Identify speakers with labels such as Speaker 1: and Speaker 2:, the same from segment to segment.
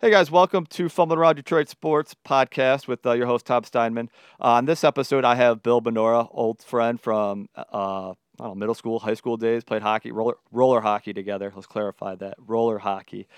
Speaker 1: Hey guys, welcome to Fumbling Around Detroit Sports podcast with uh, your host Tom Steinman. Uh, on this episode, I have Bill Benora, old friend from uh, I don't know, middle school, high school days, played hockey, roller, roller hockey together. Let's clarify that roller hockey.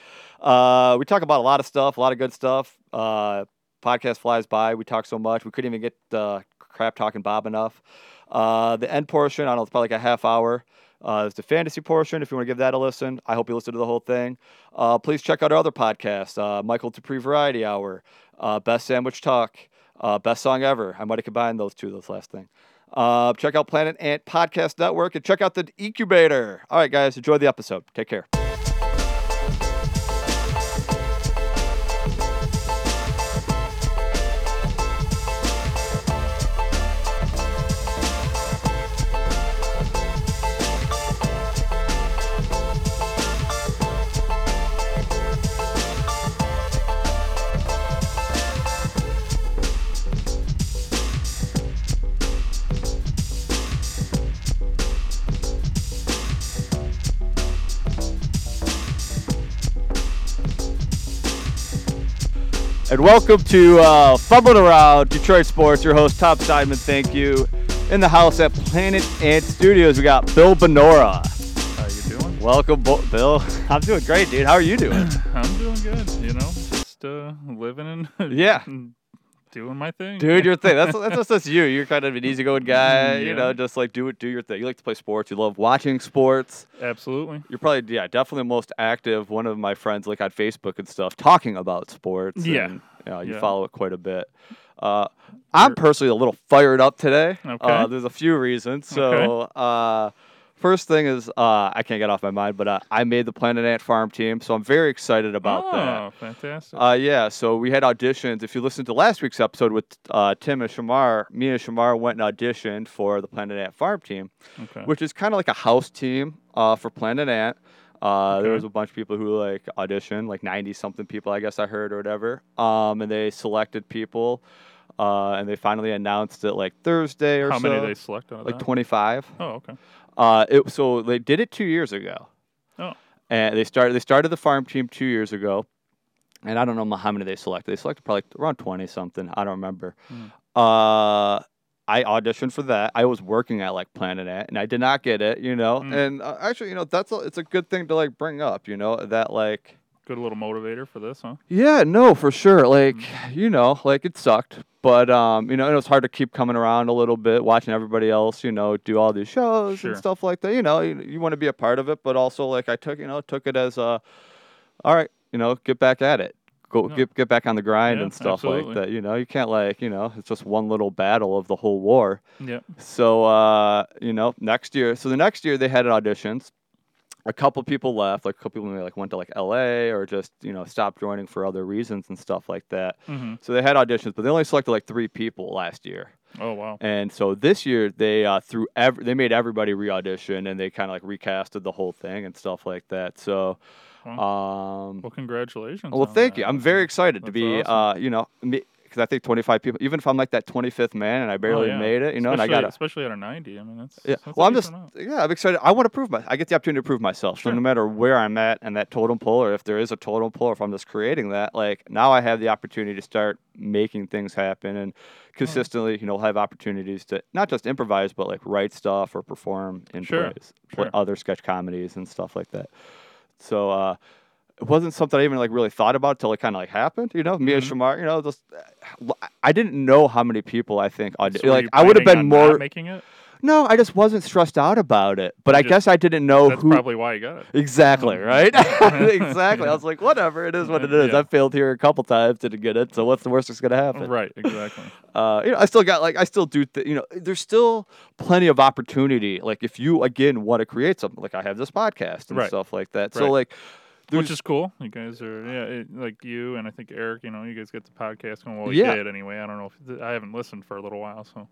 Speaker 1: Uh, we talk about a lot of stuff, a lot of good stuff. Uh, podcast flies by. We talk so much. We couldn't even get uh, crap talking Bob enough. Uh, the end portion, I don't know, it's probably like a half hour. Uh, is the fantasy portion. If you want to give that a listen, I hope you listen to the whole thing. Uh, please check out our other podcasts uh, Michael Dupree Variety Hour, uh, Best Sandwich Talk, uh, Best Song Ever. I might have combined those two, those last thing. Uh, check out Planet Ant Podcast Network and check out the Incubator. All right, guys, enjoy the episode. Take care. And welcome to uh, Fumbling Around Detroit Sports. Your host, Top Steinman, thank you. In the house at Planet Ant Studios, we got Bill Benora.
Speaker 2: How you doing?
Speaker 1: Welcome, Bo- Bill. I'm doing great, dude. How are you doing?
Speaker 2: I'm doing good. You know, just uh, living and
Speaker 1: Yeah.
Speaker 2: and doing my thing.
Speaker 1: Dude, your thing. That's that's just that's you. You're kind of an easygoing guy. You
Speaker 2: Yeah.
Speaker 1: know, just like do it, do your thing. You like to play sports. You love watching sports.
Speaker 2: absolutely.
Speaker 1: You're probably yeah, definitely the most active. One of my friends, like on Facebook and stuff, talking about sports.
Speaker 2: Yeah.
Speaker 1: and, you, know, you
Speaker 2: Yeah.
Speaker 1: follow it quite a bit. Uh, I'm personally a little fired up today. Uh,
Speaker 2: Okay.
Speaker 1: there's a few reasons. So,
Speaker 2: Okay.
Speaker 1: uh, first thing is uh, I can't get off my mind, but uh, I made the Planet Ant Farm team, so I'm very excited about
Speaker 2: oh,
Speaker 1: that.
Speaker 2: fantastic.
Speaker 1: Uh, yeah, so we had auditions. If you listened to last week's episode with uh, Tim and Shamar, me and Shamar went and auditioned for the Planet Ant Farm team,
Speaker 2: okay.
Speaker 1: which is kind of like a house team uh, for Planet Ant. Uh, There
Speaker 2: Okay.
Speaker 1: was a bunch of people who like auditioned, like 90 something people, I guess I heard or whatever. Um, and they selected people, uh, and they finally announced it like Thursday or
Speaker 2: How
Speaker 1: so.
Speaker 2: many they select out of
Speaker 1: like
Speaker 2: that?
Speaker 1: 25.
Speaker 2: Oh, okay.
Speaker 1: Uh, it, so they did it two years ago.
Speaker 2: Oh.
Speaker 1: And they started they started the farm team two years ago, and I don't know how many they selected. They selected probably around twenty something. I don't remember.
Speaker 2: Mm.
Speaker 1: Uh, I auditioned for that. I was working at like Planet Ant, and I did not get it. You know,
Speaker 2: Mm.
Speaker 1: and uh, actually, you know, that's a, it's a good thing to like bring up. You know that like.
Speaker 2: Good little motivator for this, huh?
Speaker 1: Yeah, no, for sure.
Speaker 2: Mm-hmm.
Speaker 1: Like, you know, like it sucked, but um, you know, it was hard to keep coming around a little bit, watching everybody else, you know, do all these shows
Speaker 2: Sure.
Speaker 1: and stuff like that. You know, you, you want to be a part of it, but also like I took, you know, took it as a, all right, you know, get back at it, go
Speaker 2: Yeah.
Speaker 1: get get back on the grind
Speaker 2: Yeah,
Speaker 1: and stuff like
Speaker 2: absolutely.
Speaker 1: that. You know, you can't like, you know, it's just one little battle of the whole war.
Speaker 2: Yeah.
Speaker 1: So uh, you know, next year. So the next year they had auditions. A couple people left. Like a couple people maybe like went to like L.A. or just you know stopped joining for other reasons and stuff like that.
Speaker 2: hmm
Speaker 1: So they had auditions, but they only selected like three people last year.
Speaker 2: Oh, wow.
Speaker 1: And so this year they uh, threw ev- they made everybody re-audition and they kind of like recasted the whole thing and stuff like that. So. Um,
Speaker 2: Well, congratulations.
Speaker 1: well,
Speaker 2: on
Speaker 1: thank
Speaker 2: that.
Speaker 1: you. I'm
Speaker 2: That's
Speaker 1: very
Speaker 2: a-
Speaker 1: excited to
Speaker 2: that's
Speaker 1: be,
Speaker 2: awesome.
Speaker 1: uh, you know, because I think 25 people, even if I'm like that 25th man and I barely
Speaker 2: Oh, yeah.
Speaker 1: made it, you know, and I
Speaker 2: especially,
Speaker 1: got to
Speaker 2: especially at a 90. I mean, that's
Speaker 1: yeah.
Speaker 2: That's a
Speaker 1: Well, I'm
Speaker 2: decent
Speaker 1: just
Speaker 2: amount.
Speaker 1: yeah. I'm excited. I want to prove my. I get the opportunity to prove myself.
Speaker 2: Sure.
Speaker 1: So no matter where I'm at and that totem pole, or if there is a totem pole, or if I'm just creating that, like now I have the opportunity to start making things happen and consistently, you know, have opportunities to not just improvise, but like write stuff or perform in
Speaker 2: Sure,
Speaker 1: plays, play
Speaker 2: sure.
Speaker 1: other sketch comedies and stuff like that. So. uh it wasn't something I even like really thought about till it kind of like happened, you know. Me and
Speaker 2: Mm-hmm.
Speaker 1: Shamar, you know, just uh, I didn't know how many people I think I
Speaker 2: So were
Speaker 1: like.
Speaker 2: you
Speaker 1: I would have
Speaker 2: planning
Speaker 1: been
Speaker 2: on not
Speaker 1: more.
Speaker 2: making it.
Speaker 1: No, I just wasn't stressed out about it. But I
Speaker 2: just-
Speaker 1: guess I didn't know
Speaker 2: That's
Speaker 1: Oh, who
Speaker 2: probably why you got it.
Speaker 1: exactly, right? exactly. I
Speaker 2: Yeah.
Speaker 1: was like, whatever, it is what it is.
Speaker 2: Yeah.
Speaker 1: I failed here a couple times, didn't get it. So what's the worst that's gonna happen?
Speaker 2: Right. Exactly.
Speaker 1: Uh, you know, I still got like I still do. Th- you know, there's still plenty of opportunity. Like if you again want to create something, like I have this podcast and
Speaker 2: Right.
Speaker 1: stuff like that. So
Speaker 2: Right.
Speaker 1: like,
Speaker 2: which
Speaker 1: there's
Speaker 2: is cool. You guys are yeah, it, like you and I think Eric. You know, you guys get the podcast going. Well,
Speaker 1: Yeah.
Speaker 2: you did anyway. I don't know if I haven't listened for a little while, so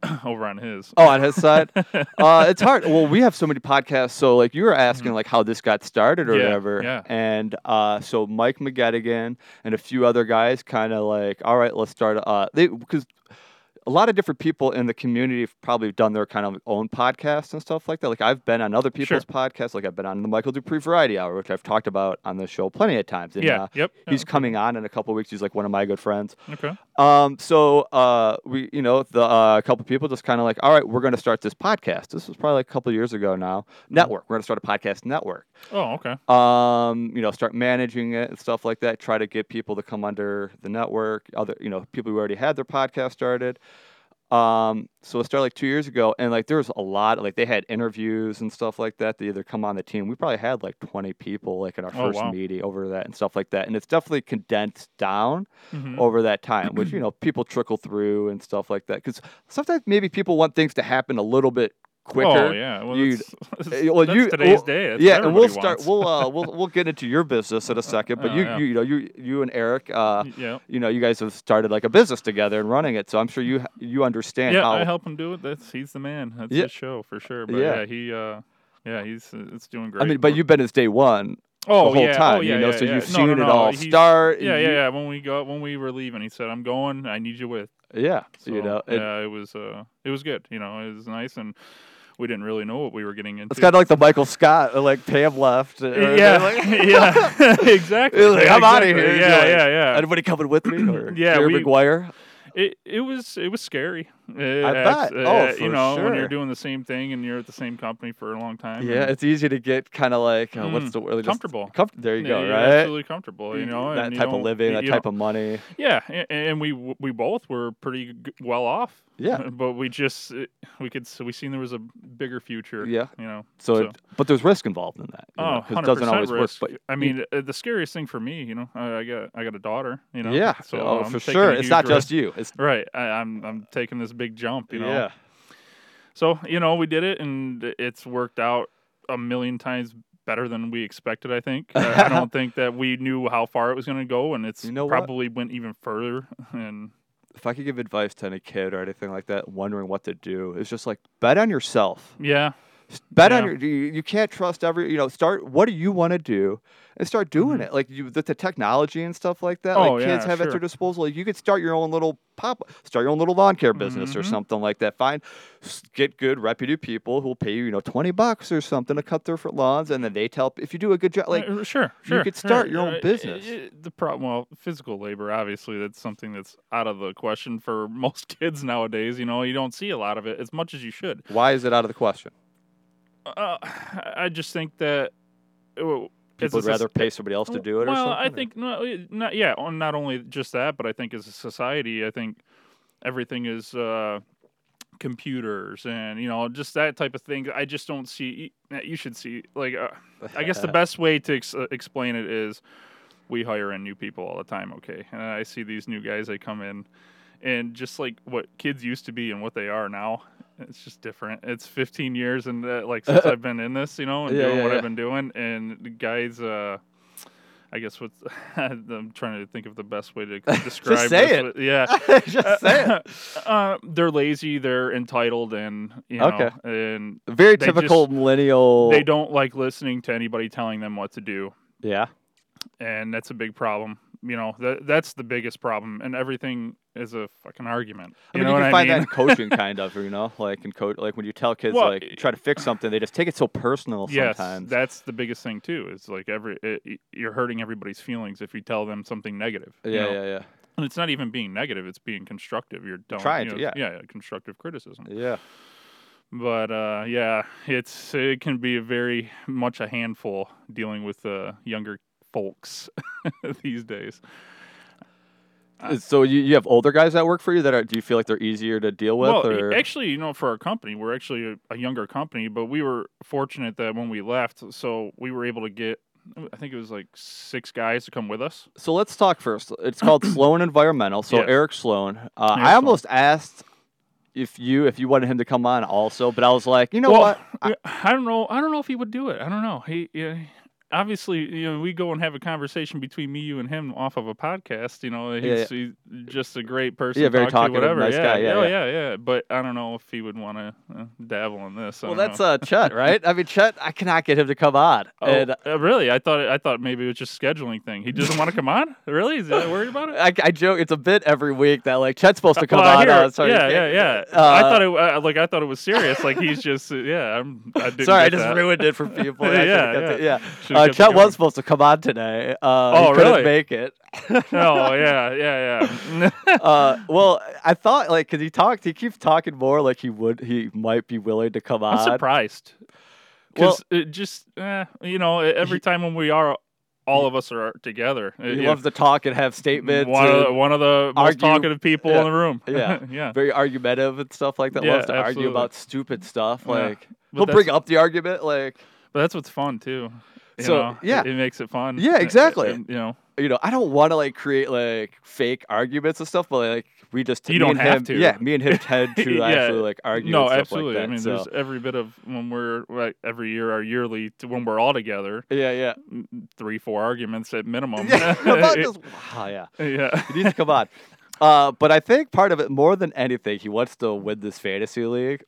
Speaker 2: over on his.
Speaker 1: Oh, on his side, uh, it's hard. Well, we have so many podcasts. So, like, you were asking, like, how this got started or
Speaker 2: Mm-hmm. Yeah,
Speaker 1: whatever.
Speaker 2: yeah.
Speaker 1: And uh, so Mike McGettigan and a few other guys kind of like, all right, let's start. Uh, they because a lot of different people in the community have probably done their kind of own podcasts and stuff like that. Like I've been on other people's podcasts, like I've been on the Michael Dupree Variety Hour, which I've talked about on the show plenty of times. And,
Speaker 2: yeah. Oh,
Speaker 1: uh,
Speaker 2: yep. yeah,
Speaker 1: he's coming on in a couple weeks. He's like one of my good friends.
Speaker 2: okay.
Speaker 1: Um, so uh, we, you know, the uh, a couple people just kind of like, all right, we're going to start this podcast. This was probably like a couple years ago now.
Speaker 2: Mm-hmm.
Speaker 1: Network. We're going to start a podcast network.
Speaker 2: Oh, okay.
Speaker 1: Um, you know, start managing it and stuff like that. Try to get people to come under the network. Other, you know, people who already had their podcast started. Um, so it started like two years ago, and like there was a lot. Like they had interviews and stuff like that. They either come on the team. We probably had like twenty people like in our
Speaker 2: Oh,
Speaker 1: first
Speaker 2: wow.
Speaker 1: meeting over that and stuff like that. And it's definitely condensed down
Speaker 2: Mhm.
Speaker 1: over that time, which you know people trickle through and stuff like that. Because sometimes maybe people want things to happen a little bit quicker.
Speaker 2: Oh yeah. Well,
Speaker 1: you'd-
Speaker 2: that's,
Speaker 1: Eh, well,
Speaker 2: that's
Speaker 1: you-
Speaker 2: today's
Speaker 1: well,
Speaker 2: day. That's
Speaker 1: yeah,
Speaker 2: what
Speaker 1: and we'll
Speaker 2: everybody
Speaker 1: start.
Speaker 2: wants.
Speaker 1: We'll uh, we'll we'll get into your business in a second, but
Speaker 2: Oh,
Speaker 1: you,
Speaker 2: yeah.
Speaker 1: you you know you you and Eric, uh,
Speaker 2: yeah.
Speaker 1: you know you guys have started like a business together and running it, so I'm sure you you understand
Speaker 2: Yeah,
Speaker 1: how.
Speaker 2: I help him do it. That's he's the man. That's
Speaker 1: Yeah.
Speaker 2: his show for sure. But
Speaker 1: Yeah.
Speaker 2: yeah, he uh yeah, he's uh, it's doing great.
Speaker 1: I mean, but
Speaker 2: We're-
Speaker 1: you've been his day one
Speaker 2: oh,
Speaker 1: the whole
Speaker 2: yeah,
Speaker 1: time,
Speaker 2: oh, yeah,
Speaker 1: you know,
Speaker 2: yeah,
Speaker 1: so
Speaker 2: yeah.
Speaker 1: you've
Speaker 2: No,
Speaker 1: seen
Speaker 2: no,
Speaker 1: it
Speaker 2: no,
Speaker 1: all
Speaker 2: he's-
Speaker 1: start. and
Speaker 2: Yeah,
Speaker 1: you-
Speaker 2: yeah, yeah. When we got when we were leaving, he said, "I'm going. I need you with."
Speaker 1: yeah,
Speaker 2: So,
Speaker 1: you know, it,
Speaker 2: yeah, it was uh, it was good. You know, it was nice, and we didn't really know what we were getting into.
Speaker 1: it's kind of like the Michael Scott, uh, like Pam left. uh,
Speaker 2: yeah,
Speaker 1: like-
Speaker 2: yeah, exactly.
Speaker 1: He's like,
Speaker 2: Yeah,
Speaker 1: "I'm outta
Speaker 2: exactly.
Speaker 1: here."
Speaker 2: Yeah,
Speaker 1: You're
Speaker 2: yeah, yeah.
Speaker 1: Anybody coming with me? Or
Speaker 2: Yeah,
Speaker 1: Jerry
Speaker 2: we-
Speaker 1: Maguire?
Speaker 2: It it was it was scary. Uh,
Speaker 1: I bet. Oh, for
Speaker 2: you know when
Speaker 1: sure.
Speaker 2: you're doing the same thing and you're at the same company for a long time.
Speaker 1: Yeah,
Speaker 2: and
Speaker 1: it's easy to get kind of like uh, what's
Speaker 2: Mm-hmm. Mm,
Speaker 1: the word? Just
Speaker 2: comfortable.
Speaker 1: comf- there you
Speaker 2: Yeah,
Speaker 1: go,
Speaker 2: you're
Speaker 1: right?
Speaker 2: Absolutely comfortable, you know.
Speaker 1: that
Speaker 2: and you
Speaker 1: type of
Speaker 2: don't-
Speaker 1: living,
Speaker 2: you-
Speaker 1: that
Speaker 2: you
Speaker 1: type
Speaker 2: don't-
Speaker 1: of money.
Speaker 2: Yeah, a- and we we both were pretty g- well off.
Speaker 1: Yeah.
Speaker 2: but we just uh, we could so we seen there was a bigger future.
Speaker 1: Yeah.
Speaker 2: you know.
Speaker 1: So,
Speaker 2: So-
Speaker 1: it- but there's risk involved in that. you know,
Speaker 2: Oh,
Speaker 1: 'cause it
Speaker 2: 100%
Speaker 1: doesn't always
Speaker 2: risk.
Speaker 1: work. But
Speaker 2: I mean, uh, the scariest thing for me, you know, I, I got I got a daughter, you know.
Speaker 1: yeah,
Speaker 2: so
Speaker 1: oh,
Speaker 2: I'm
Speaker 1: for
Speaker 2: taking
Speaker 1: sure,
Speaker 2: a
Speaker 1: it's
Speaker 2: huge
Speaker 1: not just
Speaker 2: risk.
Speaker 1: you. It's
Speaker 2: right. I, I'm I'm taking this big jump, you know.
Speaker 1: yeah,
Speaker 2: So you know, we did it, and it's worked out a million times better than we expected. I think. I, I don't think that we knew how far it was going to go, and it's
Speaker 1: You know what?
Speaker 2: probably went even further. And
Speaker 1: if I could give advice to any kid or anything like that, wondering what to do, it's just like bet on yourself.
Speaker 2: yeah,
Speaker 1: S- Bet on
Speaker 2: Yeah.
Speaker 1: your. You, you can't trust every. You know, start. What do you want to do, and start doing it. Like you, with the technology and stuff like that.
Speaker 2: Mm-hmm. Oh,
Speaker 1: like kids
Speaker 2: yeah,
Speaker 1: have at their
Speaker 2: sure.
Speaker 1: disposal. Like you could start your own little pop. Start your own little lawn care business or
Speaker 2: Mhm.
Speaker 1: something like that. Find, s- get good reputable people who'll pay you, you know, twenty bucks or something to cut their fr- lawns, and then they tell if you do a good job. Like
Speaker 2: Uh, sure, sure.
Speaker 1: could
Speaker 2: sure.
Speaker 1: start your
Speaker 2: Uh,
Speaker 1: own
Speaker 2: i-
Speaker 1: business.
Speaker 2: i- the problem, well, physical labor, obviously, that's something that's out of the question for most kids nowadays. You know, you don't see a lot of it as much as you should.
Speaker 1: why is it out of the question?
Speaker 2: Uh, I I just think that uh, it's
Speaker 1: People would
Speaker 2: a soc-
Speaker 1: rather pay somebody else to do it.
Speaker 2: well,
Speaker 1: or something,
Speaker 2: I
Speaker 1: or-
Speaker 2: think no, it- not yeah, on- not only just that, but I think as a society, I think everything is uh, computers and you know just that type of thing. I just don't see. You should see like uh, I guess the best way to ex- uh, explain it is we hire in new people all the time. Okay, and I see these new guys they come in. And just like what kids used to be and what they are now, it's just different. It's 15 years and uh, like since I've been in this, you know, and
Speaker 1: Yeah,
Speaker 2: doing
Speaker 1: yeah,
Speaker 2: what
Speaker 1: yeah.
Speaker 2: I've been doing. And the guys, uh, I guess what's I'm trying to think of the best way to
Speaker 1: say
Speaker 2: describe this,
Speaker 1: it.
Speaker 2: but Yeah.
Speaker 1: just say it.
Speaker 2: Uh, they're lazy, they're entitled, and you know,
Speaker 1: Okay.
Speaker 2: and
Speaker 1: Very
Speaker 2: they
Speaker 1: typical
Speaker 2: just-
Speaker 1: millennial.
Speaker 2: they don't like listening to anybody telling them what to do,
Speaker 1: Yeah.
Speaker 2: and that's a big problem. You know, that that's the biggest problem, and everything is a fucking argument.
Speaker 1: I
Speaker 2: You
Speaker 1: mean,
Speaker 2: know
Speaker 1: you
Speaker 2: what
Speaker 1: can
Speaker 2: I
Speaker 1: find
Speaker 2: mean?
Speaker 1: that in coaching, kind of, you know, like in coach, like when you tell kids,
Speaker 2: Well,
Speaker 1: like try to fix something, they just take it so personal
Speaker 2: yes,
Speaker 1: sometimes.
Speaker 2: that's the biggest thing too. Is like every it, it- you're hurting everybody's feelings if you tell them something negative. you
Speaker 1: yeah,
Speaker 2: know?
Speaker 1: yeah, yeah,
Speaker 2: and it's not even being negative; it's being constructive. You're telling,
Speaker 1: Trying to,
Speaker 2: you know,
Speaker 1: yeah.
Speaker 2: yeah, constructive criticism.
Speaker 1: yeah,
Speaker 2: But uh, yeah, it's it can be a very much a handful dealing with uh, younger folks these days.
Speaker 1: Uh, So you, you have older guys that work for you that are. Do you feel like they're easier to deal with?
Speaker 2: well, e,
Speaker 1: or?
Speaker 2: actually, you know, for our company, we're actually a, a younger company, but we were fortunate that when we left, so we were able to get I think it was like six guys to come with us.
Speaker 1: so let's talk first. It's called Sloan Environmental. So
Speaker 2: Yes.
Speaker 1: Eric Sloan. Uh,
Speaker 2: Eric
Speaker 1: I
Speaker 2: Sloan.
Speaker 1: almost asked if you if you wanted him to come on also, but I was like, you know
Speaker 2: well,
Speaker 1: what? I-
Speaker 2: I, I don't know. I don't know if he would do it. I don't know. He, yeah, obviously, you know, we go and have a conversation between me, you, and him off of a podcast. You know, he's,
Speaker 1: Yeah,
Speaker 2: he's just a great person.
Speaker 1: Yeah, very
Speaker 2: to talk to,
Speaker 1: talkative,
Speaker 2: whatever.
Speaker 1: nice guy, yeah,
Speaker 2: oh, yeah, yeah, But I don't know if he would want to uh, dabble in this. I
Speaker 1: Well,
Speaker 2: don't
Speaker 1: that's
Speaker 2: know.
Speaker 1: uh, Chet, right? I mean, Chet, I cannot get him to come on.
Speaker 2: Oh,
Speaker 1: And
Speaker 2: uh, really? I thought I thought maybe it was just scheduling thing. He doesn't want to come on. Really? Is that worried about it?
Speaker 1: I, I joke, it's a bit every week that, like, Chet's supposed to come
Speaker 2: Well, I
Speaker 1: on.
Speaker 2: hear-
Speaker 1: uh, sorry,
Speaker 2: yeah,
Speaker 1: you
Speaker 2: yeah,
Speaker 1: can't-
Speaker 2: yeah.
Speaker 1: Uh,
Speaker 2: I thought it uh, like I thought it was serious. Like he's just uh, yeah. I'm. I didn't
Speaker 1: Sorry, I
Speaker 2: get
Speaker 1: just
Speaker 2: that.
Speaker 1: ruined it for people. I
Speaker 2: Yeah,
Speaker 1: should've kept
Speaker 2: yeah.
Speaker 1: It, yeah.
Speaker 2: Should've
Speaker 1: Uh,
Speaker 2: kept it
Speaker 1: Chet
Speaker 2: going.
Speaker 1: was supposed to come on today. Uh, he
Speaker 2: Oh,
Speaker 1: couldn't
Speaker 2: really?
Speaker 1: make it.
Speaker 2: oh yeah, yeah, yeah.
Speaker 1: uh, well, I thought like because he talked, he keeps talking more like he would, he might be willing to come
Speaker 2: I'm
Speaker 1: on.
Speaker 2: surprised.
Speaker 1: Well-
Speaker 2: Because it just eh, you know, every time when we are, all of us are together. uh,
Speaker 1: He
Speaker 2: you know,
Speaker 1: loves to talk and have statements.
Speaker 2: one of the,
Speaker 1: and
Speaker 2: one of the most
Speaker 1: argue-
Speaker 2: talkative people
Speaker 1: yeah,
Speaker 2: in the room.
Speaker 1: yeah.
Speaker 2: yeah.
Speaker 1: very argumentative and stuff like that.
Speaker 2: Yeah,
Speaker 1: loves to argue
Speaker 2: absolutely.
Speaker 1: about stupid stuff.
Speaker 2: Yeah.
Speaker 1: Like
Speaker 2: But
Speaker 1: he'll
Speaker 2: that's-
Speaker 1: bring up the argument. Like
Speaker 2: But that's what's fun too. You
Speaker 1: So,
Speaker 2: know,
Speaker 1: yeah.
Speaker 2: it, it makes it fun.
Speaker 1: Yeah,
Speaker 2: It- it-
Speaker 1: exactly.
Speaker 2: it- you know,
Speaker 1: you know, I don't want to like create like fake arguments and stuff, but like we just
Speaker 2: You
Speaker 1: me
Speaker 2: don't
Speaker 1: and
Speaker 2: have
Speaker 1: him-
Speaker 2: to.
Speaker 1: Yeah, me and him tend to
Speaker 2: Yeah.
Speaker 1: actually like argue.
Speaker 2: no,
Speaker 1: and stuff
Speaker 2: absolutely.
Speaker 1: Like that,
Speaker 2: I mean,
Speaker 1: so.
Speaker 2: there's every bit of when we're like every year, our yearly to when we're all together,
Speaker 1: yeah, yeah,
Speaker 2: m- three, four arguments at minimum.
Speaker 1: yeah. about
Speaker 2: It-
Speaker 1: this, wow, Ah, yeah.
Speaker 2: yeah.
Speaker 1: He needs to come on. Uh, but I think part of it, more than anything, he wants to win this fantasy league,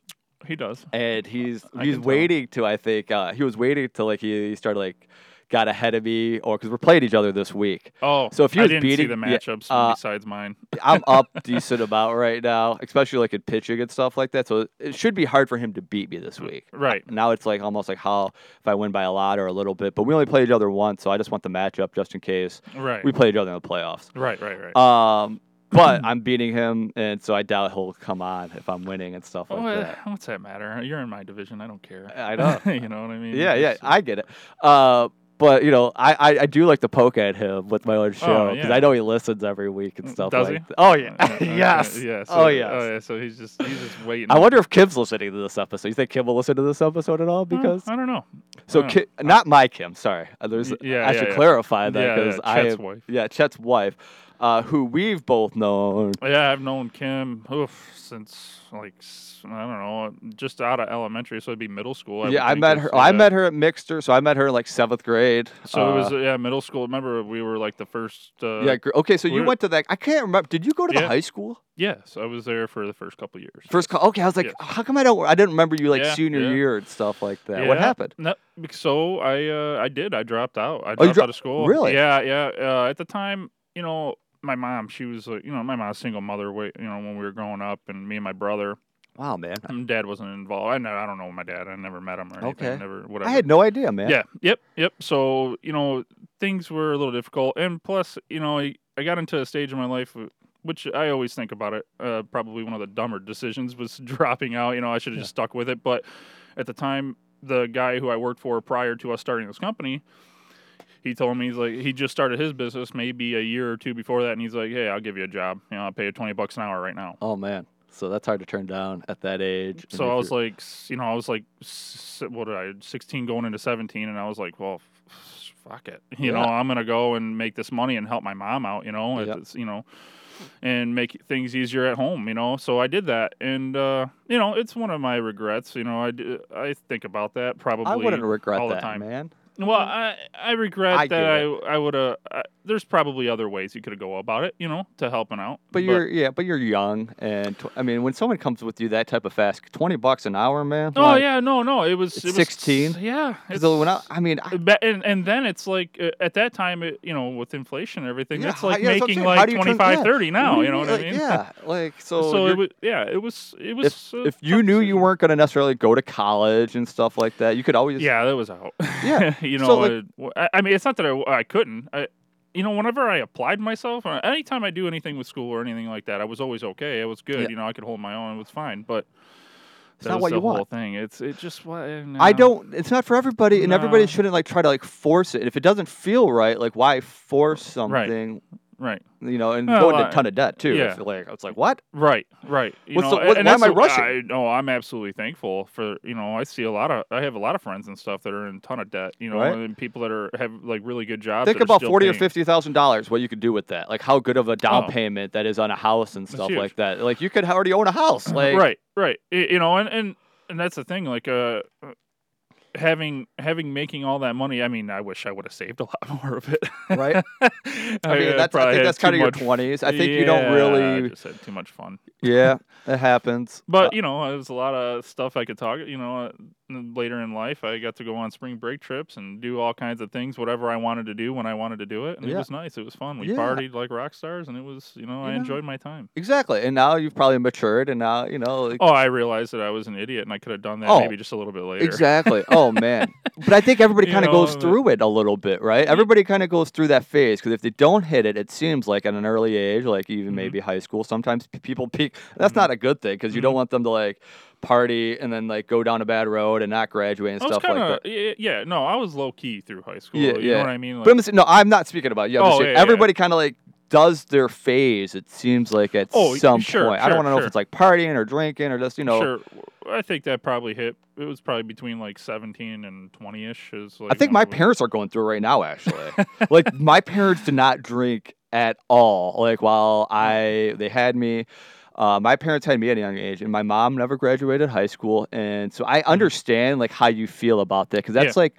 Speaker 2: He does.
Speaker 1: and he's
Speaker 2: I
Speaker 1: he's
Speaker 2: can tell.
Speaker 1: waiting to. I think uh, he was waiting till like he, he started like got ahead of me, or because we're playing each other this week.
Speaker 2: Oh,
Speaker 1: So if he
Speaker 2: I
Speaker 1: was
Speaker 2: didn't see
Speaker 1: beating-
Speaker 2: the
Speaker 1: yeah,
Speaker 2: matchups
Speaker 1: uh,
Speaker 2: besides mine.
Speaker 1: I'm up decent amount right now, especially like in pitching and stuff like that. So it should be hard for him to beat me
Speaker 2: Mm.
Speaker 1: this week.
Speaker 2: Right.
Speaker 1: Now it's like almost like how if I win by a lot or a little bit, but we only play each other once, so I just want the matchup just in case
Speaker 2: Right.
Speaker 1: we play each other in the playoffs.
Speaker 2: right. Right. Right.
Speaker 1: Um, but I'm beating him, and so I doubt he'll come on if I'm winning and stuff like
Speaker 2: Oh, eh,
Speaker 1: that. Uh,
Speaker 2: what's that matter? You're in my division. I don't care.
Speaker 1: I know.
Speaker 2: you know what I mean?
Speaker 1: Yeah, yeah,
Speaker 2: It's-
Speaker 1: I get it. Uh, but you know, I, I, I do like to poke at him with my own show because
Speaker 2: Oh, yeah.
Speaker 1: I know he listens every week and stuff.
Speaker 2: does
Speaker 1: like
Speaker 2: he?
Speaker 1: that. Oh
Speaker 2: uh,
Speaker 1: yeah,
Speaker 2: uh, okay,
Speaker 1: yes.
Speaker 2: Yeah. So,
Speaker 1: oh yes.
Speaker 2: Oh yeah. So he's just he's just waiting.
Speaker 1: I wonder if Kim's listening to this episode. You think Kim will listen to this episode at all?
Speaker 2: Well,
Speaker 1: Because
Speaker 2: I don't know.
Speaker 1: so
Speaker 2: don't know.
Speaker 1: Ki- not my Kim. Sorry, Uh, there's
Speaker 2: Mm. Y- yeah,
Speaker 1: I
Speaker 2: yeah,
Speaker 1: should
Speaker 2: yeah.
Speaker 1: clarify that
Speaker 2: Yeah, yeah,
Speaker 1: because I
Speaker 2: Chet's
Speaker 1: have-
Speaker 2: wife.
Speaker 1: yeah Chet's wife, uh, who we've both known.
Speaker 2: Yeah, I've known Kim oof, since like s- I don't know, just out of elementary, so it'd be middle school. I would
Speaker 1: yeah, I
Speaker 2: think
Speaker 1: met
Speaker 2: is-
Speaker 1: her. I
Speaker 2: yeah.
Speaker 1: met her at Mixter, so I met her in like seventh grade.
Speaker 2: So it was
Speaker 1: Uh,
Speaker 2: yeah, middle school. Remember, we were like the first. Uh,
Speaker 1: yeah. gr- Okay, so you
Speaker 2: we're-
Speaker 1: went to that. I can't remember. Did you go to the
Speaker 2: Yeah.
Speaker 1: high school
Speaker 2: yeah. So I was there for the first couple years.
Speaker 1: first? Co- okay, I was like,
Speaker 2: Yes.
Speaker 1: how come I don't? I didn't remember you like
Speaker 2: Yeah,
Speaker 1: senior
Speaker 2: yeah.
Speaker 1: year and stuff like that. What
Speaker 2: Yeah.
Speaker 1: happened? Oh,
Speaker 2: No, bec- so I uh, I did. I dropped out. I dropped
Speaker 1: you dro-
Speaker 2: out of school.
Speaker 1: Really?
Speaker 2: Yeah, yeah. Uh, at the time, you know, my mom, she was, uh, you know, my mom's single mother. wa- You know, when we were growing up, and me and my brother,
Speaker 1: Wow, man.
Speaker 2: my dad wasn't involved. I know, I don't know my dad. I never met him or anything.
Speaker 1: Okay.
Speaker 2: Never whatever.
Speaker 1: I had no idea, man.
Speaker 2: Yeah. Yep. Yep. So you know things were a little difficult, and plus you know I, I got into a stage in my life, w- which I always think about it. Uh, probably one of the dumber decisions was dropping out. You know I should have
Speaker 1: Yeah.
Speaker 2: just stuck with it, but at the time, the guy who I worked for prior to us starting this company. He told me he's like he just started his business maybe a year or two before that, and he's like, "Hey, I'll give you a job. You know, I'll pay you twenty bucks an hour right now."
Speaker 1: Oh man. So that's hard to turn down at that age. and
Speaker 2: So
Speaker 1: if
Speaker 2: I
Speaker 1: you're-
Speaker 2: was like, s- you know, I was like, s- what did I, 16 going into 17, and I was like, well, f- fuck it. You know,
Speaker 1: Yeah.
Speaker 2: I'm going to go and make this money and help my mom out, you know,
Speaker 1: Yep.
Speaker 2: it's, you know, and make things easier at home, you know. So I did that. And, uh, you know, it's one of my regrets. You know, I, d- I think about that probably.
Speaker 1: I wouldn't regret
Speaker 2: all the
Speaker 1: that,
Speaker 2: time.
Speaker 1: man.
Speaker 2: Well, I, I regret
Speaker 1: I get
Speaker 2: that I, I would have, there's probably other ways you could have go about it, you know, to helping out.
Speaker 1: But you're yeah, but you're young, and tw- I mean, when someone comes with you that type of fast, twenty bucks an hour, man.
Speaker 2: Oh
Speaker 1: like,
Speaker 2: yeah, no, no. It was
Speaker 1: it's
Speaker 2: it was-
Speaker 1: 16?
Speaker 2: Yeah,
Speaker 1: So when I,
Speaker 2: it's-
Speaker 1: I mean, I,
Speaker 2: Ba- and and then it's like uh, at that time it, you know with inflation and everything
Speaker 1: Yeah,
Speaker 2: it's like
Speaker 1: yeah, that's what I'm
Speaker 2: making
Speaker 1: saying. How
Speaker 2: like
Speaker 1: do you turn-
Speaker 2: 25
Speaker 1: yeah.
Speaker 2: 30 now
Speaker 1: do
Speaker 2: you
Speaker 1: mean?
Speaker 2: know what i
Speaker 1: Like,
Speaker 2: mean
Speaker 1: Yeah, like so.
Speaker 2: so,
Speaker 1: you're-
Speaker 2: it was yeah it was it was uh,
Speaker 1: if you
Speaker 2: tough
Speaker 1: knew you
Speaker 2: decision.
Speaker 1: weren't going to necessarily go to college and stuff like that, you could always
Speaker 2: yeah that was out
Speaker 1: Yeah,
Speaker 2: you know
Speaker 1: so, like-
Speaker 2: uh, w- I, I mean it's not that i, I couldn't I, you know whenever i applied myself or anytime i do anything with school or anything like that i was always okay it was good
Speaker 1: Yeah.
Speaker 2: you know i could hold my own it was fine but
Speaker 1: It's
Speaker 2: that
Speaker 1: not
Speaker 2: was
Speaker 1: what
Speaker 2: the
Speaker 1: you
Speaker 2: whole
Speaker 1: want.
Speaker 2: thing it's it just uh, what
Speaker 1: I don't. It's not for everybody, and everybody
Speaker 2: No.
Speaker 1: shouldn't like try to like force it. If it doesn't feel right, like why force something?
Speaker 2: right
Speaker 1: You know, and
Speaker 2: Well,
Speaker 1: go into
Speaker 2: I-
Speaker 1: a ton of debt too.
Speaker 2: yeah.
Speaker 1: It's like it's like what?
Speaker 2: Right, right. You
Speaker 1: What's
Speaker 2: know,
Speaker 1: the- what-
Speaker 2: and
Speaker 1: why
Speaker 2: that's
Speaker 1: am I
Speaker 2: the-
Speaker 1: rushing?
Speaker 2: I, no, I'm absolutely thankful for you know. I see a lot of, I have a lot of friends and stuff that are in a ton of debt. You know,
Speaker 1: Right.
Speaker 2: and people that are have like really good jobs.
Speaker 1: Think
Speaker 2: that are
Speaker 1: about
Speaker 2: still
Speaker 1: forty or
Speaker 2: paying.
Speaker 1: fifty thousand dollars. What you could do with that? Like how good of a down
Speaker 2: Oh.
Speaker 1: payment that is on a house and
Speaker 2: That's
Speaker 1: stuff
Speaker 2: huge.
Speaker 1: like that. Like you could already own a house. Like
Speaker 2: right, right. Y- You know, and and and that's the thing. Like, uh, having having making all that money. I mean, I wish I would have saved a lot more of it.
Speaker 1: right?
Speaker 2: I,
Speaker 1: I mean,
Speaker 2: uh,
Speaker 1: that's, I
Speaker 2: probably
Speaker 1: think
Speaker 2: had
Speaker 1: that's kind
Speaker 2: too
Speaker 1: of your
Speaker 2: much-
Speaker 1: 20s. I think you don't
Speaker 2: Yeah, I
Speaker 1: really.
Speaker 2: just had too much fun.
Speaker 1: Yeah, it happens.
Speaker 2: But you know, it was a lot of stuff I could talk. You know, uh, later in life, I got to go on spring break trips and do all kinds of things, whatever I wanted to do when I wanted to do it, and
Speaker 1: Yeah.
Speaker 2: it was nice. It was fun. We
Speaker 1: Yeah.
Speaker 2: partied like rock stars, and it was you know
Speaker 1: You
Speaker 2: I
Speaker 1: know.
Speaker 2: enjoyed my time.
Speaker 1: Exactly. And now you've probably matured, and now, you know. like-
Speaker 2: Oh, I realized that I was an idiot, and I could have done that
Speaker 1: Oh,
Speaker 2: maybe just a little bit later.
Speaker 1: Exactly. Oh man. But I think everybody
Speaker 2: You
Speaker 1: kind of
Speaker 2: know,
Speaker 1: goes
Speaker 2: but-
Speaker 1: through it a little bit, right? Everybody kind of goes through that phase because if they don't hit it, it seems like at an early age, like even
Speaker 2: Mhm.
Speaker 1: maybe high school, sometimes p- people peak. That's
Speaker 2: Mhm.
Speaker 1: not a good thing because you don't want them to like party and then like go down a bad road and not graduate and
Speaker 2: I was
Speaker 1: stuff
Speaker 2: kind
Speaker 1: like
Speaker 2: of
Speaker 1: that.
Speaker 2: yeah, yeah. No, I was low key through high school.
Speaker 1: Yeah,
Speaker 2: you
Speaker 1: yeah.
Speaker 2: know what I mean. Like,
Speaker 1: But I'm just, no, I'm not speaking about you. I'm just
Speaker 2: Oh,
Speaker 1: saying
Speaker 2: yeah, yeah.
Speaker 1: everybody kind of like does their phase. It seems like at
Speaker 2: Oh, y-
Speaker 1: some
Speaker 2: sure,
Speaker 1: point. I don't
Speaker 2: sure,
Speaker 1: want to know if
Speaker 2: sure.
Speaker 1: it's like partying or drinking or just you know.
Speaker 2: Sure, I think that probably hit. It was probably between like seventeen and twenty ish. Is like
Speaker 1: I think
Speaker 2: when
Speaker 1: my
Speaker 2: was-
Speaker 1: parents are going through it right now, actually. like my parents did not drink at all. Like while I they had me, uh, my parents had me at a young age, and my mom never graduated high school, and so I understand like how you feel about that because that's like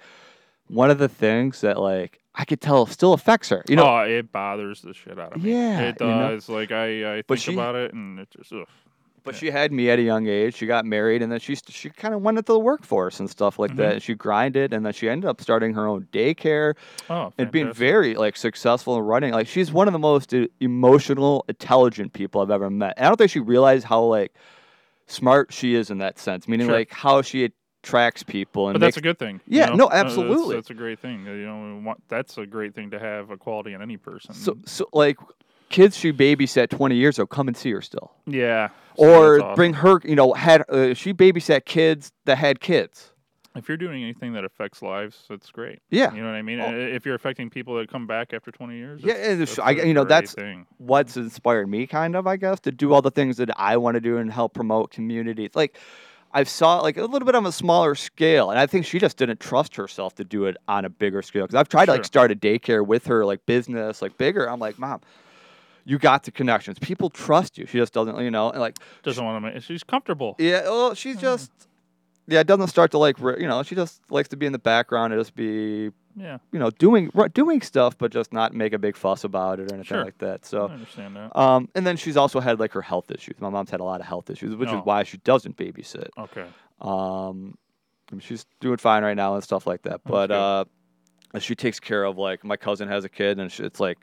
Speaker 1: one of the things that like I could tell still affects her. You know,
Speaker 2: oh, it bothers the shit out of me.
Speaker 1: Yeah,
Speaker 2: it
Speaker 1: you know.
Speaker 2: does. Like I, I
Speaker 1: But
Speaker 2: think
Speaker 1: she-
Speaker 2: about it, and it just. Ugh.
Speaker 1: But she had me at a young age. She got married, and then she st- she kind of went into the workforce and stuff like that. And she grinded, and then she ended up starting her own daycare
Speaker 2: Oh,
Speaker 1: and being
Speaker 2: fantastic.
Speaker 1: very like successful in running. Like she's one of the most uh, emotional, intelligent people I've ever met. And I don't think she realized how like smart she is in that sense. Meaning
Speaker 2: Sure.
Speaker 1: like how she attracts people and
Speaker 2: But
Speaker 1: makes-
Speaker 2: that's a good thing.
Speaker 1: Yeah,
Speaker 2: you
Speaker 1: no,
Speaker 2: know? that's-
Speaker 1: absolutely.
Speaker 2: That's, a great thing. You know, we want, that's a great thing to have a quality in any person.
Speaker 1: so so like kids she babysat twenty years ago come and see her still,
Speaker 2: yeah. so
Speaker 1: or
Speaker 2: that's awesome.
Speaker 1: bring her. You know, had uh, she babysat kids that had kids.
Speaker 2: If you're doing anything that affects lives, that's great.
Speaker 1: Yeah.
Speaker 2: You know what I mean?
Speaker 1: Oh.
Speaker 2: I- If you're affecting people that come back after 20 years,
Speaker 1: Yeah,
Speaker 2: that's-
Speaker 1: and if-
Speaker 2: that's
Speaker 1: I-
Speaker 2: a
Speaker 1: you know,
Speaker 2: great
Speaker 1: that's-
Speaker 2: thing.
Speaker 1: what's inspired me kind of i guess to do all the things that i want to do and help promote communities like i saw it, like a little bit on a smaller scale and i think she just didn't trust herself to do it on a bigger scale because i've tried to like
Speaker 2: Sure.
Speaker 1: start a daycare with her like business like bigger i'm like mom you got the connections people trust you she just doesn't you know and like
Speaker 2: doesn't want to make. She's comfortable.
Speaker 1: yeah well she's just yeah it doesn't start to like re- you know she just likes to be in the background and just be
Speaker 2: Yeah,
Speaker 1: you know doing ru- doing stuff but just not make a big fuss about it or anything
Speaker 2: Sure.
Speaker 1: like that so
Speaker 2: I understand that.
Speaker 1: um, and then she's also had like her health issues. My mom's had a lot of health issues, which
Speaker 2: Oh.
Speaker 1: is why she doesn't babysit.
Speaker 2: Okay,
Speaker 1: Um, I mean, she's doing fine right now and stuff like that. But
Speaker 2: good.
Speaker 1: uh, she takes care of like my cousin has a kid, and she, it's like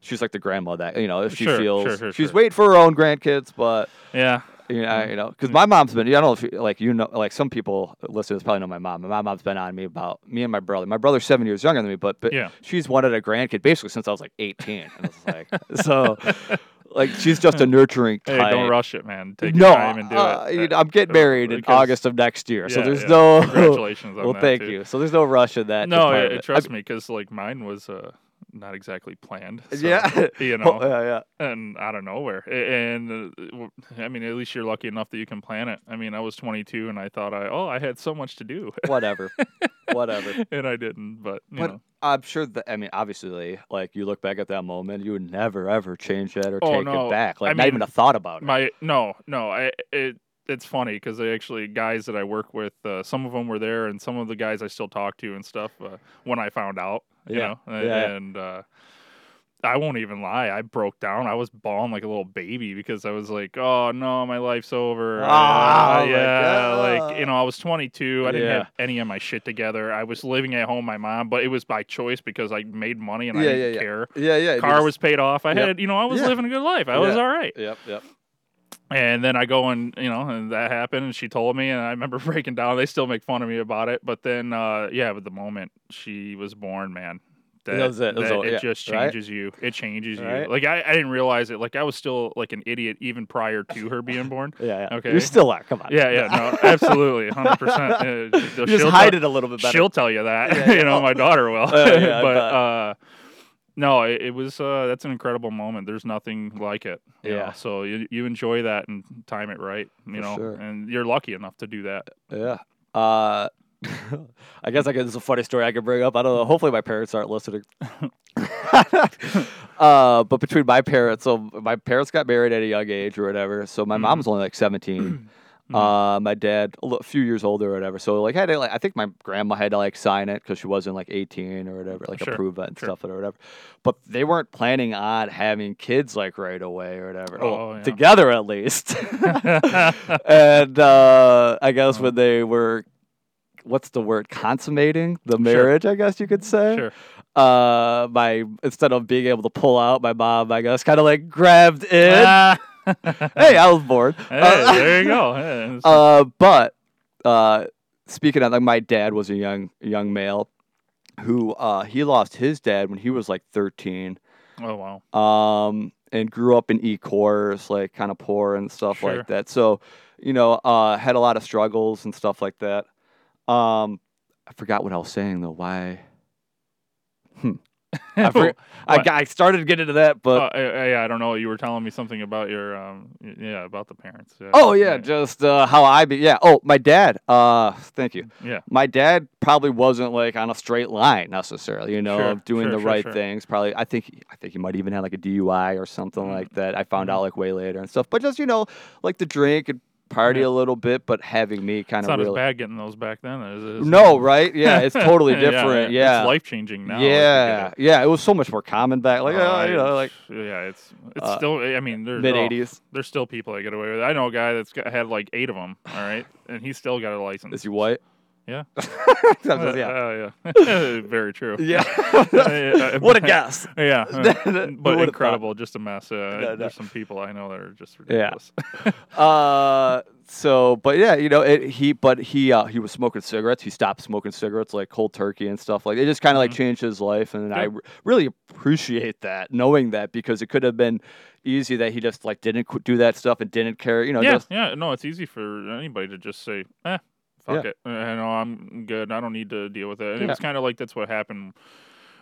Speaker 1: she's like the grandma that you know if she
Speaker 2: Sure,
Speaker 1: feels
Speaker 2: sure, sure,
Speaker 1: she's
Speaker 2: sure.
Speaker 1: waiting for her own grandkids, but
Speaker 2: yeah,
Speaker 1: you know,
Speaker 2: Mm.
Speaker 1: you know, because my mom's been. I don't know if you, like you know, like some people listeners probably know my mom. My mom's been on me about me and my brother. My brother's seven years younger than me, but, but
Speaker 2: Yeah.
Speaker 1: she's wanted a grandkid basically since I was like eighteen. And it's like so, like she's just a nurturing
Speaker 2: hey,
Speaker 1: type.
Speaker 2: don't rush it, man. Take
Speaker 1: no,
Speaker 2: your time and do
Speaker 1: uh,
Speaker 2: it.
Speaker 1: you know,
Speaker 2: Uh,
Speaker 1: I'm getting married in
Speaker 2: because-
Speaker 1: August of next year, so
Speaker 2: yeah,
Speaker 1: there's
Speaker 2: yeah.
Speaker 1: no.
Speaker 2: Congratulations on
Speaker 1: Well,
Speaker 2: that.
Speaker 1: thank
Speaker 2: too.
Speaker 1: you. So there's no rush in that.
Speaker 2: No,
Speaker 1: part
Speaker 2: yeah,
Speaker 1: of it. I
Speaker 2: trust
Speaker 1: mean,
Speaker 2: me, because like mine was uh, not exactly planned. so,
Speaker 1: Yeah.
Speaker 2: you
Speaker 1: oh,
Speaker 2: know,
Speaker 1: yeah, yeah.
Speaker 2: and out of nowhere, A- and uh, w- I mean, at least you're lucky enough that you can plan it. I mean, I was 22 and I thought I oh I had so much to do,
Speaker 1: Whatever, whatever.
Speaker 2: and I didn't. But you
Speaker 1: But
Speaker 2: know,
Speaker 1: I'm sure that I mean, obviously, like you look back at that moment, you would never ever change that or
Speaker 2: Oh,
Speaker 1: take it
Speaker 2: no.
Speaker 1: back. Like
Speaker 2: I
Speaker 1: not even
Speaker 2: mean,
Speaker 1: a thought about it.
Speaker 2: My no, no. I it it's funny because they actually guys that I work with, uh, some of them were there, and some of the guys I still talk to and stuff. Uh, when I found out, you
Speaker 1: Yeah.
Speaker 2: know, a-
Speaker 1: Yeah.
Speaker 2: and uh, I won't even lie, I broke down. I was bawling like a little baby because I was like, "Oh no, my life's over." Uh,
Speaker 1: Ah, my
Speaker 2: yeah, like
Speaker 1: God.
Speaker 2: you know, I was 22. I didn't
Speaker 1: Yeah.
Speaker 2: have any of my shit together. I was living at home with my mom, but it was by choice because I made money and I
Speaker 1: Yeah,
Speaker 2: didn't
Speaker 1: yeah, yeah.
Speaker 2: care.
Speaker 1: yeah, yeah.
Speaker 2: Car was paid off. I
Speaker 1: Yep.
Speaker 2: had, you know, I was
Speaker 1: Yeah.
Speaker 2: living a good life. I was
Speaker 1: Yeah.
Speaker 2: all right.
Speaker 1: Yep, yep.
Speaker 2: And then I go and you know, and that happened, and she told me, and I remember breaking down. They still make fun of me about it, but then, uh, yeah, but the moment she was born, man, that,
Speaker 1: was it. That was all-
Speaker 2: it
Speaker 1: yeah,
Speaker 2: just
Speaker 1: right?
Speaker 2: changes you. It changes
Speaker 1: Right?
Speaker 2: you. Like I, I didn't realize it. Like I was still like an idiot even prior to her being born.
Speaker 1: Yeah, yeah.
Speaker 2: Okay.
Speaker 1: You still are. Come on.
Speaker 2: Yeah, yeah, no, absolutely, hundred percent.
Speaker 1: You just hide it a little bit better.
Speaker 2: She'll tell you that.
Speaker 1: Yeah, yeah.
Speaker 2: you know, my daughter will.
Speaker 1: Oh, yeah, I
Speaker 2: but
Speaker 1: bet.
Speaker 2: uh, no, it, it was uh, that's an incredible moment. There's nothing like it. you know?
Speaker 1: Yeah.
Speaker 2: So you you enjoy that and time it right. You
Speaker 1: For
Speaker 2: know,
Speaker 1: sure.
Speaker 2: and you're lucky enough to do that.
Speaker 1: Yeah. Uh, I guess I could, this is a funny story I could bring up. I don't know. Hopefully, my parents aren't listening. uh, but
Speaker 2: Mm.
Speaker 1: between my parents, so my parents got married at a young age or whatever. So my mom was only like 17.
Speaker 2: Mhm.
Speaker 1: Uh, my dad, a li- few years older or whatever. So like, had to, like I think my grandma had to like sign it because she wasn't like 18 or whatever, like
Speaker 2: Sure,
Speaker 1: approve it and
Speaker 2: sure.
Speaker 1: stuff or whatever. But they weren't planning on having kids like right away or whatever. Well,
Speaker 2: Oh, yeah.
Speaker 1: Together at least. and uh, I guess
Speaker 2: Oh.
Speaker 1: when they were, what's the word, consummating the marriage? I guess you could say
Speaker 2: sure.
Speaker 1: uh my instead of being able to pull out my mom i guess kind of like grabbed in
Speaker 2: Ah.
Speaker 1: hey i was bored
Speaker 2: Hey,
Speaker 1: Uh,
Speaker 2: there you go. Hey, it's-
Speaker 1: uh but uh speaking of like my dad was a young young male who uh he lost his dad when he was like 13
Speaker 2: oh wow.
Speaker 1: um and grew up in e-cores like kind of poor and stuff
Speaker 2: Sure.
Speaker 1: like that so you know uh had a lot of struggles and stuff like that um i forgot what i was saying though why I, uh, forg- I,
Speaker 2: What?
Speaker 1: got- I started to get into that but
Speaker 2: Uh, I, I- I don't know. You were telling me something about your, um, y- yeah, about the parents. Yeah.
Speaker 1: Oh yeah, just uh, how I be. Yeah. Oh, my dad. Uh, thank you.
Speaker 2: yeah.
Speaker 1: My dad probably wasn't like on a straight line necessarily. You know,
Speaker 2: Sure,
Speaker 1: of doing
Speaker 2: sure,
Speaker 1: the
Speaker 2: sure,
Speaker 1: right
Speaker 2: sure.
Speaker 1: things. Probably. I think. I think he might even have like a DUI or something
Speaker 2: Mhm.
Speaker 1: like that. I found
Speaker 2: Mhm.
Speaker 1: out like way later and stuff. But just you know, like the drink and party
Speaker 2: Yeah.
Speaker 1: a little bit, but having me kind
Speaker 2: It's
Speaker 1: of
Speaker 2: not
Speaker 1: really.
Speaker 2: as bad getting those back then as it is.
Speaker 1: No,
Speaker 2: now.
Speaker 1: right? Yeah, it's totally different. Yeah.
Speaker 2: It's life changing now. if you get
Speaker 1: yeah,
Speaker 2: it.
Speaker 1: yeah, it was so much more common back, like
Speaker 2: Uh,
Speaker 1: uh, you know, like
Speaker 2: it's- yeah, it's it's
Speaker 1: uh,
Speaker 2: still. I mean, there's
Speaker 1: mid
Speaker 2: oh,
Speaker 1: '80s.
Speaker 2: there's still people that get away with it. I know a guy that's got, had like eight of them. All right, and he's still got a license.
Speaker 1: Is he white?
Speaker 2: Yeah. Uh,
Speaker 1: yeah,
Speaker 2: uh, yeah. Very true.
Speaker 1: yeah. what a guess.
Speaker 2: Yeah, uh,
Speaker 1: That- that- who would've
Speaker 2: but
Speaker 1: thought?
Speaker 2: incredible, just a mess. Uh,
Speaker 1: no.
Speaker 2: There's some people I know that are just
Speaker 1: Yeah.
Speaker 2: ridiculous.
Speaker 1: Uh, so, but yeah, you know, it, he, but he, uh, he was smoking cigarettes. He stopped smoking cigarettes, like cold turkey and stuff like. It just kind of like
Speaker 2: Mhm.
Speaker 1: changed his life, and I
Speaker 2: Yep.
Speaker 1: re- really appreciate that, knowing that because it could have been easy that he just like didn't qu- do that stuff and didn't care, you know.
Speaker 2: yeah,
Speaker 1: Just,
Speaker 2: yeah. No, it's easy for anybody to just say, eh, fuck it. I know I'm good. I don't need to deal with it. And
Speaker 1: Yeah.
Speaker 2: it was kind of like that's what happened.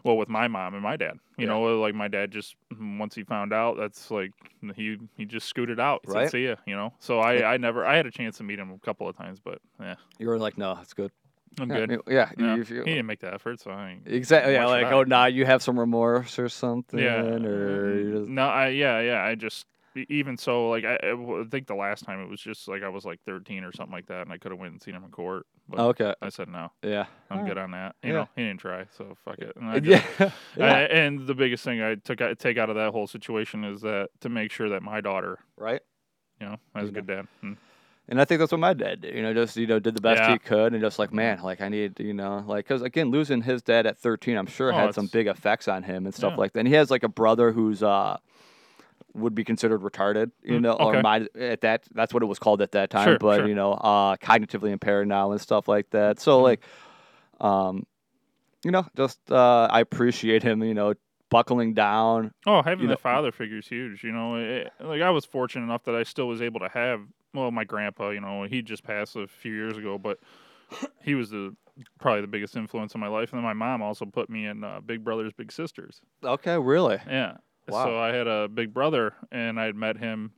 Speaker 2: Well, with my mom and my dad, you
Speaker 1: Yeah.
Speaker 2: know, like my dad just once he found out, that's like he he just scooted out. He said,
Speaker 1: Right.
Speaker 2: See ya, you know. So I I never I had a chance to meet him a couple of times, but yeah,
Speaker 1: you were like, no, it's good.
Speaker 2: I'm
Speaker 1: Yeah,
Speaker 2: good.
Speaker 1: I mean, Yeah, you-
Speaker 2: Yeah.
Speaker 1: if you-
Speaker 2: he didn't make the effort, so I ain't
Speaker 1: exactly. Yeah,
Speaker 2: Why should
Speaker 1: like
Speaker 2: I?
Speaker 1: oh, nah, you have some remorse or something.
Speaker 2: Yeah. Mm-hmm.
Speaker 1: or you just-
Speaker 2: No, I yeah, yeah. I just e- even so, like I, I w- I think the last time it was just like I was like 13 or something like that, and I could have went and seen him in court. But
Speaker 1: okay,
Speaker 2: I said no,
Speaker 1: yeah,
Speaker 2: I'm
Speaker 1: Alright.
Speaker 2: good on that.
Speaker 1: Oh.
Speaker 2: You
Speaker 1: Yeah.
Speaker 2: know, he didn't try, so fuck it. And I just-
Speaker 1: yeah, yeah,
Speaker 2: I- and the biggest thing I took I take out of that whole situation is that to make sure that my daughter,
Speaker 1: right.
Speaker 2: you know, has
Speaker 1: You
Speaker 2: a
Speaker 1: know.
Speaker 2: good dad. Mm.
Speaker 1: And I think that's what my dad did. You know, just you know, did the best
Speaker 2: Yeah.
Speaker 1: he could, and just like, man, like I need, you know, like because again, losing his dad at 13, I'm sure
Speaker 2: Oh,
Speaker 1: had some
Speaker 2: it's-
Speaker 1: big effects on him and stuff
Speaker 2: Yeah.
Speaker 1: like that. And he has like a brother who's uh would be considered retarded, you
Speaker 2: Mm,
Speaker 1: know, or
Speaker 2: okay.
Speaker 1: mind at that that's what it was called at that time,
Speaker 2: Sure,
Speaker 1: but
Speaker 2: sure.
Speaker 1: you know, uh cognitively impaired now and stuff like that. So
Speaker 2: Mhm.
Speaker 1: like, um, you know, just uh I appreciate him, you know, buckling down.
Speaker 2: Oh, having
Speaker 1: You know-
Speaker 2: the father figure is huge. You know, it, like I was fortunate enough that I still was able to have. Well, my grandpa, you know, he just passed a few years ago, but he was the probably the biggest influence in my life. And then my mom also put me in uh, Big Brothers Big Sisters.
Speaker 1: Okay, really.
Speaker 2: Yeah.
Speaker 1: Wow.
Speaker 2: So I had a big brother, and I had met him.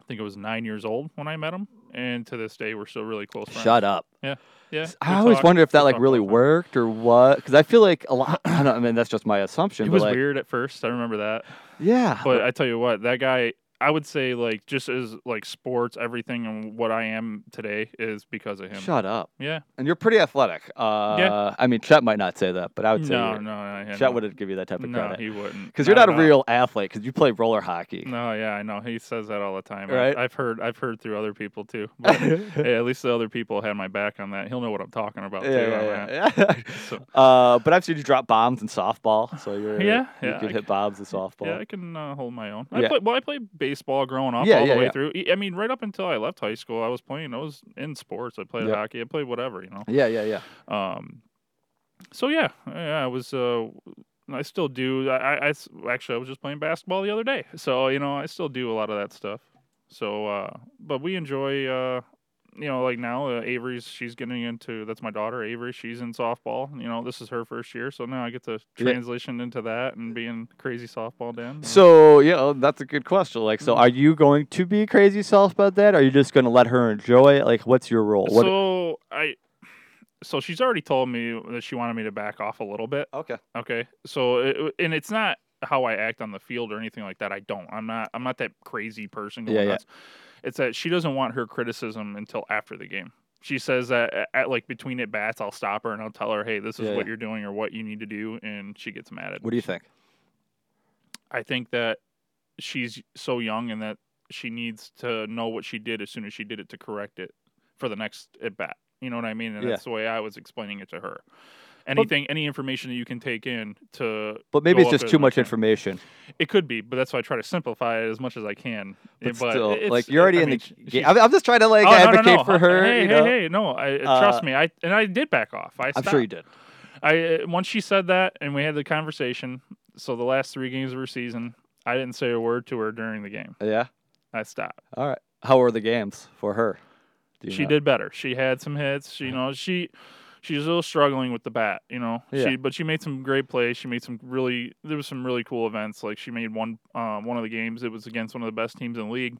Speaker 2: I think I was nine years old when I met him, and to this day we're still really close friends.
Speaker 1: Shut up.
Speaker 2: Yeah.
Speaker 1: I
Speaker 2: we
Speaker 1: always
Speaker 2: talk-
Speaker 1: wonder if that
Speaker 2: we
Speaker 1: like
Speaker 2: talk all
Speaker 1: really
Speaker 2: the time.
Speaker 1: worked or what, because I feel like a lot. I don't. I mean, that's just my assumption.
Speaker 2: It
Speaker 1: but
Speaker 2: was
Speaker 1: like,
Speaker 2: weird at first. I remember that.
Speaker 1: Yeah.
Speaker 2: But I tell you what, that guy, I would say like just as like sports, everything, and what I am today is because of him.
Speaker 1: shut up.
Speaker 2: Yeah.
Speaker 1: And you're pretty athletic. Uh, I mean, Chet might not say that, but I would say
Speaker 2: No,
Speaker 1: you're-
Speaker 2: no, I had
Speaker 1: Chet
Speaker 2: no-
Speaker 1: wouldn't give you that type of
Speaker 2: No,
Speaker 1: credit.
Speaker 2: he wouldn't.
Speaker 1: Because you're not a
Speaker 2: at all.
Speaker 1: real athlete. Because you play roller hockey.
Speaker 2: No, yeah, I know. He says that all the time.
Speaker 1: Right.
Speaker 2: I've, I've heard. I've heard through other people too. But hey, at least the other people had my back on that. He'll know what I'm talking about
Speaker 1: Yeah,
Speaker 2: too.
Speaker 1: yeah,
Speaker 2: on that.
Speaker 1: yeah.
Speaker 2: So-
Speaker 1: uh, but I've seen you drop bombs in softball, so you're
Speaker 2: Yeah,
Speaker 1: you
Speaker 2: yeah,
Speaker 1: can
Speaker 2: I
Speaker 1: hit bombs in
Speaker 2: Yeah,
Speaker 1: softball.
Speaker 2: I can uh, hold my own. I
Speaker 1: Yeah.
Speaker 2: play, well, I played baseball growing up
Speaker 1: Yeah,
Speaker 2: all
Speaker 1: yeah,
Speaker 2: the way
Speaker 1: yeah.
Speaker 2: through. E- I mean, right up until I left high school, I was playing. I was in sports. I played
Speaker 1: Yep.
Speaker 2: hockey. I played whatever, you know.
Speaker 1: Yeah, yeah, yeah.
Speaker 2: Um, so yeah, yeah, I was. Uh, I still do. I, I- I s- actually I was just playing basketball the other day, so you know I still do a lot of that stuff. So, uh, but we enjoy. Uh, you know, like now uh, Avery's she's getting into that's my daughter Avery. She's in softball. You know, this is her first year, so now I get to
Speaker 1: Yeah.
Speaker 2: transition into that and being crazy softball dad. and-
Speaker 1: So yeah, oh, that's a good question. Like, so
Speaker 2: Mm.
Speaker 1: are you going to be crazy self about that? Or are you just going to let her enjoy it? Like, what's your role? What?
Speaker 2: So I, so she's already told me that she wanted me to back off a little bit.
Speaker 1: okay.
Speaker 2: Okay, so it, and it's not how I act on the field or anything like that. I don't. I'm not. I'm not that crazy person. Going
Speaker 1: Yeah, yeah.
Speaker 2: nuts. It's that she doesn't want her criticism until after the game. She says that at, at, like between at bats, I'll stop her and I'll tell her, "Hey, this is
Speaker 1: Yeah,
Speaker 2: what
Speaker 1: yeah.
Speaker 2: you're doing or what you need to do," and she gets mad at.
Speaker 1: What do you think?
Speaker 2: I think that she's so young and that she needs to know what she did as soon as she did it to correct it for the next at bat. You know what I mean? And
Speaker 1: Yeah.
Speaker 2: that's the way I was explaining it to her. Anything, any information that you can take in to
Speaker 1: But maybe
Speaker 2: Go
Speaker 1: it's
Speaker 2: up
Speaker 1: just
Speaker 2: as
Speaker 1: too
Speaker 2: an
Speaker 1: much
Speaker 2: attempt.
Speaker 1: information.
Speaker 2: it could be, but that's why I try to simplify it as much as I can.
Speaker 1: But,
Speaker 2: Yeah,
Speaker 1: still,
Speaker 2: it's-
Speaker 1: like you're already
Speaker 2: I
Speaker 1: in
Speaker 2: mean,
Speaker 1: the
Speaker 2: she-
Speaker 1: game. I'm, I'm just trying to like
Speaker 2: Oh, no, no,
Speaker 1: advocate
Speaker 2: no.
Speaker 1: for her.
Speaker 2: Hey,
Speaker 1: you
Speaker 2: hey,
Speaker 1: know?
Speaker 2: hey, no, I
Speaker 1: Uh,
Speaker 2: trust me. I and I did back off. I
Speaker 1: I'm
Speaker 2: stopped.
Speaker 1: sure you did.
Speaker 2: I uh, once she said that, and we had the conversation. So the last three games of her season, I didn't say a word to her during the game.
Speaker 1: Yeah.
Speaker 2: I stopped.
Speaker 1: All right. How were the games for her? Do you
Speaker 2: she
Speaker 1: know?
Speaker 2: did better. She had some hits. She, you know, she she was a little struggling with the bat. You know,
Speaker 1: Yeah.
Speaker 2: she but she made some great plays. She made some really there was some really cool events. Like she made one um, one of the games. It was against one of the best teams in the league.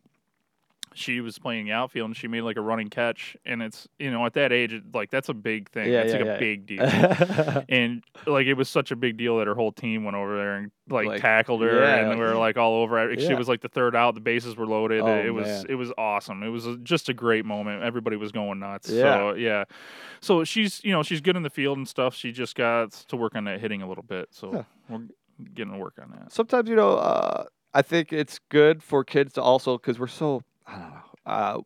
Speaker 2: She was playing the outfield and she made like a running catch. And it's you know at that age it, like that's a big thing.
Speaker 1: Yeah,
Speaker 2: that's
Speaker 1: yeah,
Speaker 2: like
Speaker 1: yeah.
Speaker 2: a big deal. and like it was such a big deal that her whole team went over there and like,
Speaker 1: Like,
Speaker 2: tackled her
Speaker 1: yeah,
Speaker 2: and
Speaker 1: like-
Speaker 2: we were like all over it.
Speaker 1: Yeah.
Speaker 2: She was like the third out, the bases were loaded.
Speaker 1: Oh,
Speaker 2: it was
Speaker 1: man.
Speaker 2: it was awesome. It was a- just a great moment. Everybody was going nuts.
Speaker 1: Yeah.
Speaker 2: So yeah. So she's you know, she's good in the field and stuff. She just got to work on that hitting a little bit. So
Speaker 1: Huh.
Speaker 2: we're getting to work on that.
Speaker 1: Sometimes you know, uh, I think it's good for kids to also because we're so I don't know. Uh,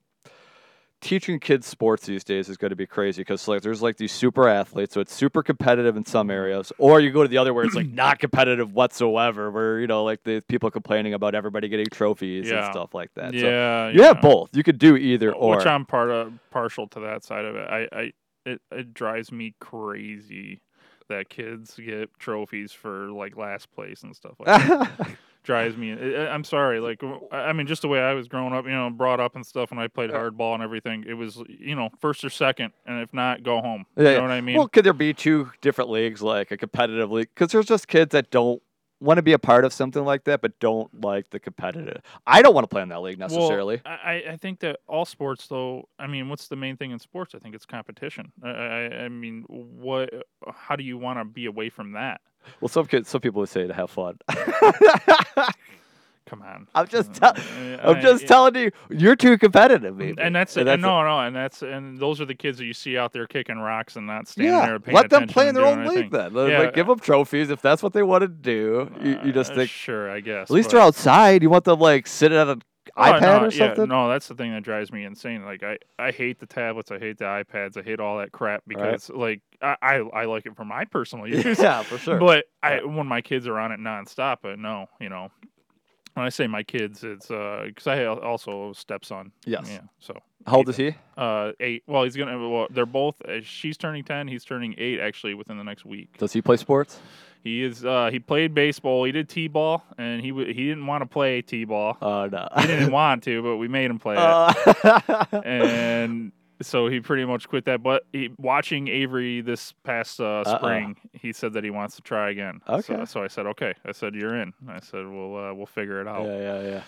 Speaker 1: teaching kids sports these days is going to be crazy because like there's like these super athletes, so it's super competitive in some areas, or you go to the other where it's like not competitive whatsoever, where you know like the people complaining about everybody getting trophies
Speaker 2: Yeah.
Speaker 1: and stuff like that. so
Speaker 2: yeah.
Speaker 1: you have both. You could do either or.
Speaker 2: Which I'm part of, partial to that side of it. I, I it, it drives me crazy that kids get trophies for like last place and stuff like that. drives me. I- I- I'm sorry. Like, w- I I mean, just the way I was growing up, you know, brought up and stuff when I played
Speaker 1: Yeah.
Speaker 2: hardball and everything, it was, you know, first or second. And if not, go home.
Speaker 1: Yeah,
Speaker 2: you
Speaker 1: yeah.
Speaker 2: know what I mean?
Speaker 1: Well, could there be two different leagues, like a competitive league? Because there's just kids that don't want to be a part of something like that, but don't like the competitive. I don't want to play in that league
Speaker 2: Well,
Speaker 1: necessarily.
Speaker 2: I, I- I think that all sports, though, I mean, what's the main thing in sports? I think it's competition. I, I, I mean, what, how do you want to be away from that?
Speaker 1: Well, some kids, some people would say to have fun.
Speaker 2: Come on.
Speaker 1: I'm just
Speaker 2: Uh,
Speaker 1: tell-
Speaker 2: I-
Speaker 1: I'm just
Speaker 2: I-
Speaker 1: telling you, you're too competitive, maybe.
Speaker 2: And that's,
Speaker 1: And that's-
Speaker 2: and no, no, and that's and those are the kids that you see out there kicking rocks and not standing
Speaker 1: yeah,
Speaker 2: there. Paying
Speaker 1: let them
Speaker 2: attention
Speaker 1: play in
Speaker 2: and
Speaker 1: their
Speaker 2: doing
Speaker 1: own
Speaker 2: anything.
Speaker 1: league then. Like,
Speaker 2: Yeah.
Speaker 1: give them trophies if that's what they want to do. You, you just
Speaker 2: Uh,
Speaker 1: think
Speaker 2: sure, I guess.
Speaker 1: at least
Speaker 2: but-
Speaker 1: they're outside. You want them like sitting on an
Speaker 2: Oh,
Speaker 1: iPad
Speaker 2: no,
Speaker 1: or
Speaker 2: Yeah,
Speaker 1: something.
Speaker 2: no, that's the thing that drives me insane. Like I, I hate the tablets, I hate the iPads, I hate all that crap because like I, I, I like it for my personal use.
Speaker 1: Yeah, for sure.
Speaker 2: But I when my kids are on it nonstop, but no, you know. When I say my kids, it's uh because I al- also have a stepson.
Speaker 1: Yes.
Speaker 2: Yeah. So
Speaker 1: How old is he?
Speaker 2: uh eight. Well, he's gonna. Well, they're both. Uh, she's turning ten. He's turning eight actually within the next week.
Speaker 1: Does he play sports?
Speaker 2: He is. Uh, he played baseball. He did t-ball, and he w- he didn't want to play t-ball.
Speaker 1: Oh no.
Speaker 2: He didn't want to, but we made him play it.
Speaker 1: Uh,
Speaker 2: and so he pretty much quit that. But he, watching Avery this past uh,
Speaker 1: Uh-oh.
Speaker 2: spring, he said that he wants to try again.
Speaker 1: Uh-uh. Okay.
Speaker 2: So, so I said, okay. I said, you're in. I said, we'll uh, we'll figure it out.
Speaker 1: Yeah, yeah, yeah.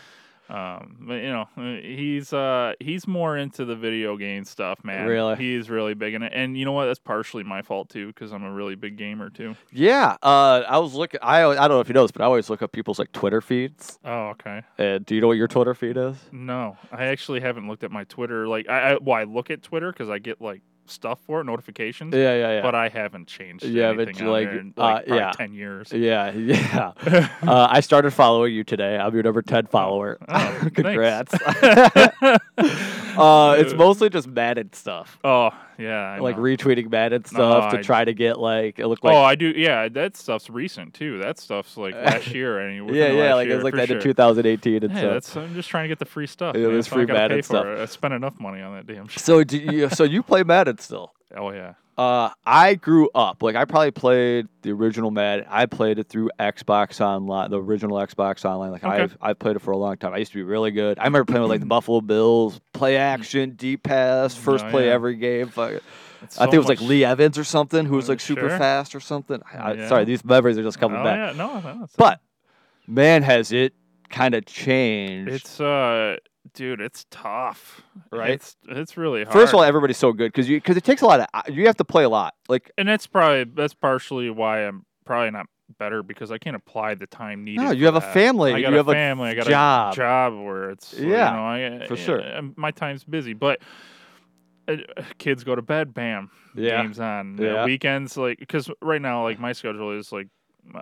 Speaker 2: Um, but you know, uh, he's uh he's more into the video game stuff, man.
Speaker 1: Really?
Speaker 2: he's really big in it. And you know what? That's partially my fault too, because I'm a really big gamer too.
Speaker 1: Yeah, uh, I was looking. I al- I don't know if you noticed, but I always look up people's like Twitter feeds.
Speaker 2: Oh, okay.
Speaker 1: And do you know what your Twitter feed is?
Speaker 2: No, I actually haven't looked at my Twitter. Like, I, I well, I look at Twitter because I get like stuff for it, notifications.
Speaker 1: Yeah, yeah, yeah.
Speaker 2: but I haven't changed.
Speaker 1: You haven't,
Speaker 2: anything on
Speaker 1: like,
Speaker 2: there in,
Speaker 1: uh,
Speaker 2: like probably
Speaker 1: yeah.
Speaker 2: ten years.
Speaker 1: yeah, yeah. Uh, I started following you today. I'm your number ten follower.
Speaker 2: Oh, thanks.
Speaker 1: Congrats. uh, it's mostly just Madden stuff,
Speaker 2: oh yeah, I
Speaker 1: like
Speaker 2: know.
Speaker 1: retweeting Madden stuff to
Speaker 2: I-
Speaker 1: try to get like it looked
Speaker 2: oh
Speaker 1: like.
Speaker 2: I do yeah that stuff's recent too. That stuff's like last year anyway.
Speaker 1: yeah, yeah, like it was like that in 2018 and
Speaker 2: Yeah,
Speaker 1: stuff.
Speaker 2: that's I'm just trying to get the free stuff.
Speaker 1: Yeah,
Speaker 2: man.
Speaker 1: there's
Speaker 2: That's why I
Speaker 1: free
Speaker 2: gotta
Speaker 1: Madden
Speaker 2: pay for
Speaker 1: stuff.
Speaker 2: it. I spent enough money on that damn. Shit.
Speaker 1: So do you, so you play Madden still?
Speaker 2: Oh yeah.
Speaker 1: Uh, I grew up like I probably played the original Madden. I played it through Xbox Online, the original Xbox Online. Like
Speaker 2: Okay.
Speaker 1: I've I've played it for a long time. I used to be really good. I remember playing with like the Buffalo Bills, play action, deep pass, first
Speaker 2: Oh,
Speaker 1: play
Speaker 2: Mm. yeah.
Speaker 1: every game. Fuck.
Speaker 2: It's
Speaker 1: I
Speaker 2: so
Speaker 1: think it was like
Speaker 2: much-
Speaker 1: Lee Evans or something who was
Speaker 2: Uh,
Speaker 1: like super
Speaker 2: sure.
Speaker 1: fast or something. I, I,
Speaker 2: Yeah.
Speaker 1: Sorry, these memories are just coming
Speaker 2: oh,
Speaker 1: back.
Speaker 2: Yeah, no, no, it's-
Speaker 1: But man, has it kind of changed.
Speaker 2: it's uh, dude, it's tough.
Speaker 1: Right?
Speaker 2: It's it's really hard.
Speaker 1: First of all, everybody's so good because you uh, because it takes a lot of you have to play a lot. Like
Speaker 2: and that's probably that's partially why I'm probably not better because I can't apply the time needed.
Speaker 1: No,
Speaker 2: for
Speaker 1: you have a
Speaker 2: that.
Speaker 1: family.
Speaker 2: I got
Speaker 1: you
Speaker 2: a
Speaker 1: have
Speaker 2: family. I got
Speaker 1: job.
Speaker 2: a job where it's you
Speaker 1: Yeah,
Speaker 2: know, I-
Speaker 1: for
Speaker 2: I-
Speaker 1: sure.
Speaker 2: I- my time's busy, but uh, kids go to bed. Bam,
Speaker 1: Yeah.
Speaker 2: games on You know,
Speaker 1: Yeah.
Speaker 2: weekends. Like because right now, like my schedule is like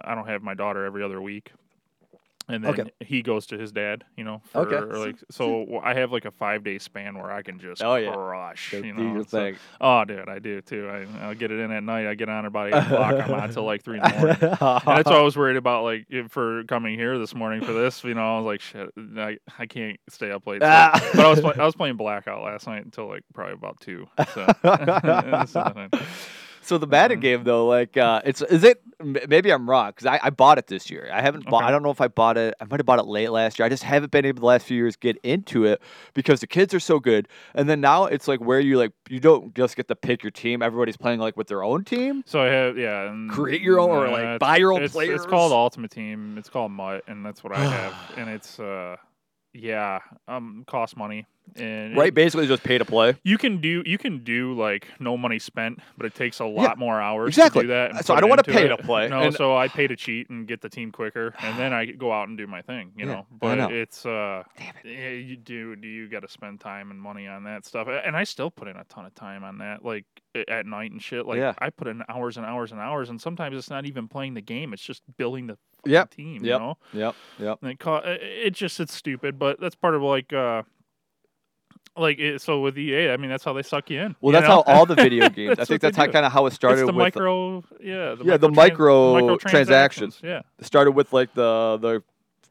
Speaker 2: I don't have my daughter every other week. And then
Speaker 1: Okay.
Speaker 2: he goes to his dad, you know. For,
Speaker 1: Okay.
Speaker 2: Or like, so I have like a five day span where I can just
Speaker 1: Oh, yeah.
Speaker 2: crush,
Speaker 1: Go
Speaker 2: you
Speaker 1: do
Speaker 2: know.
Speaker 1: your
Speaker 2: so-
Speaker 1: thing.
Speaker 2: Oh, dude, I do too. I, I'll get it in at night. I get on about eight o'clock. I'm on till like three in the morning. And that's what I was worried about, like if- for coming here this morning for this. You know, I was like, shit, I, I can't stay up late. so-
Speaker 1: Ah.
Speaker 2: But I was play, I was playing blackout last night until like probably about two. So, so then-
Speaker 1: So the Madden
Speaker 2: Mhm.
Speaker 1: game though, like uh, it's is it m- maybe I'm wrong because I, I bought it this year. I haven't bought.
Speaker 2: Okay.
Speaker 1: I don't know if I bought it. I might have bought it late last year. I just haven't been able the last few years get into it because the kids are so good. And then now it's like where you like you don't just get to pick your team. Everybody's playing like with their own team.
Speaker 2: so I have yeah. and-
Speaker 1: Create your own or, like,
Speaker 2: it's-
Speaker 1: buy your own
Speaker 2: it's,
Speaker 1: players?
Speaker 2: It's called Ultimate Team. It's called Mutt, and that's what I have. and it's uh, yeah, um, cost money and it-
Speaker 1: Right, basically just pay to play.
Speaker 2: You can do you can do like no money spent, but it takes a lot more hours
Speaker 1: exactly.
Speaker 2: to do that. and
Speaker 1: So
Speaker 2: put
Speaker 1: I don't
Speaker 2: it
Speaker 1: wanna
Speaker 2: into
Speaker 1: pay
Speaker 2: it.
Speaker 1: to play,
Speaker 2: No,
Speaker 1: and-
Speaker 2: so I pay to cheat and get the team quicker, and then I go out and do my thing. You
Speaker 1: Yeah,
Speaker 2: know,
Speaker 1: I
Speaker 2: but
Speaker 1: know.
Speaker 2: it's uh,
Speaker 1: Damn it.
Speaker 2: yeah, you do do you got to spend time and money on that stuff, A- and I still put in a ton of time on that, like a- at night and shit. Like
Speaker 1: Yeah.
Speaker 2: I put in hours and hours and hours, and sometimes it's not even playing the game; it's just building the fucking
Speaker 1: Yep, yep.
Speaker 2: team. You know,
Speaker 1: Yep. Yep.
Speaker 2: and it, co- it- it just it's stupid, but that's part of like uh like it, so with EA. I mean, that's how they suck you in.
Speaker 1: Well,
Speaker 2: you
Speaker 1: that's
Speaker 2: know?
Speaker 1: how all the video games. I
Speaker 2: That's
Speaker 1: think
Speaker 2: what
Speaker 1: that's
Speaker 2: they
Speaker 1: how
Speaker 2: do.
Speaker 1: kind of how it started
Speaker 2: it's the
Speaker 1: with
Speaker 2: micro, yeah, the
Speaker 1: Yeah, the
Speaker 2: micro
Speaker 1: microtransactions.
Speaker 2: Yeah,
Speaker 1: started with like the the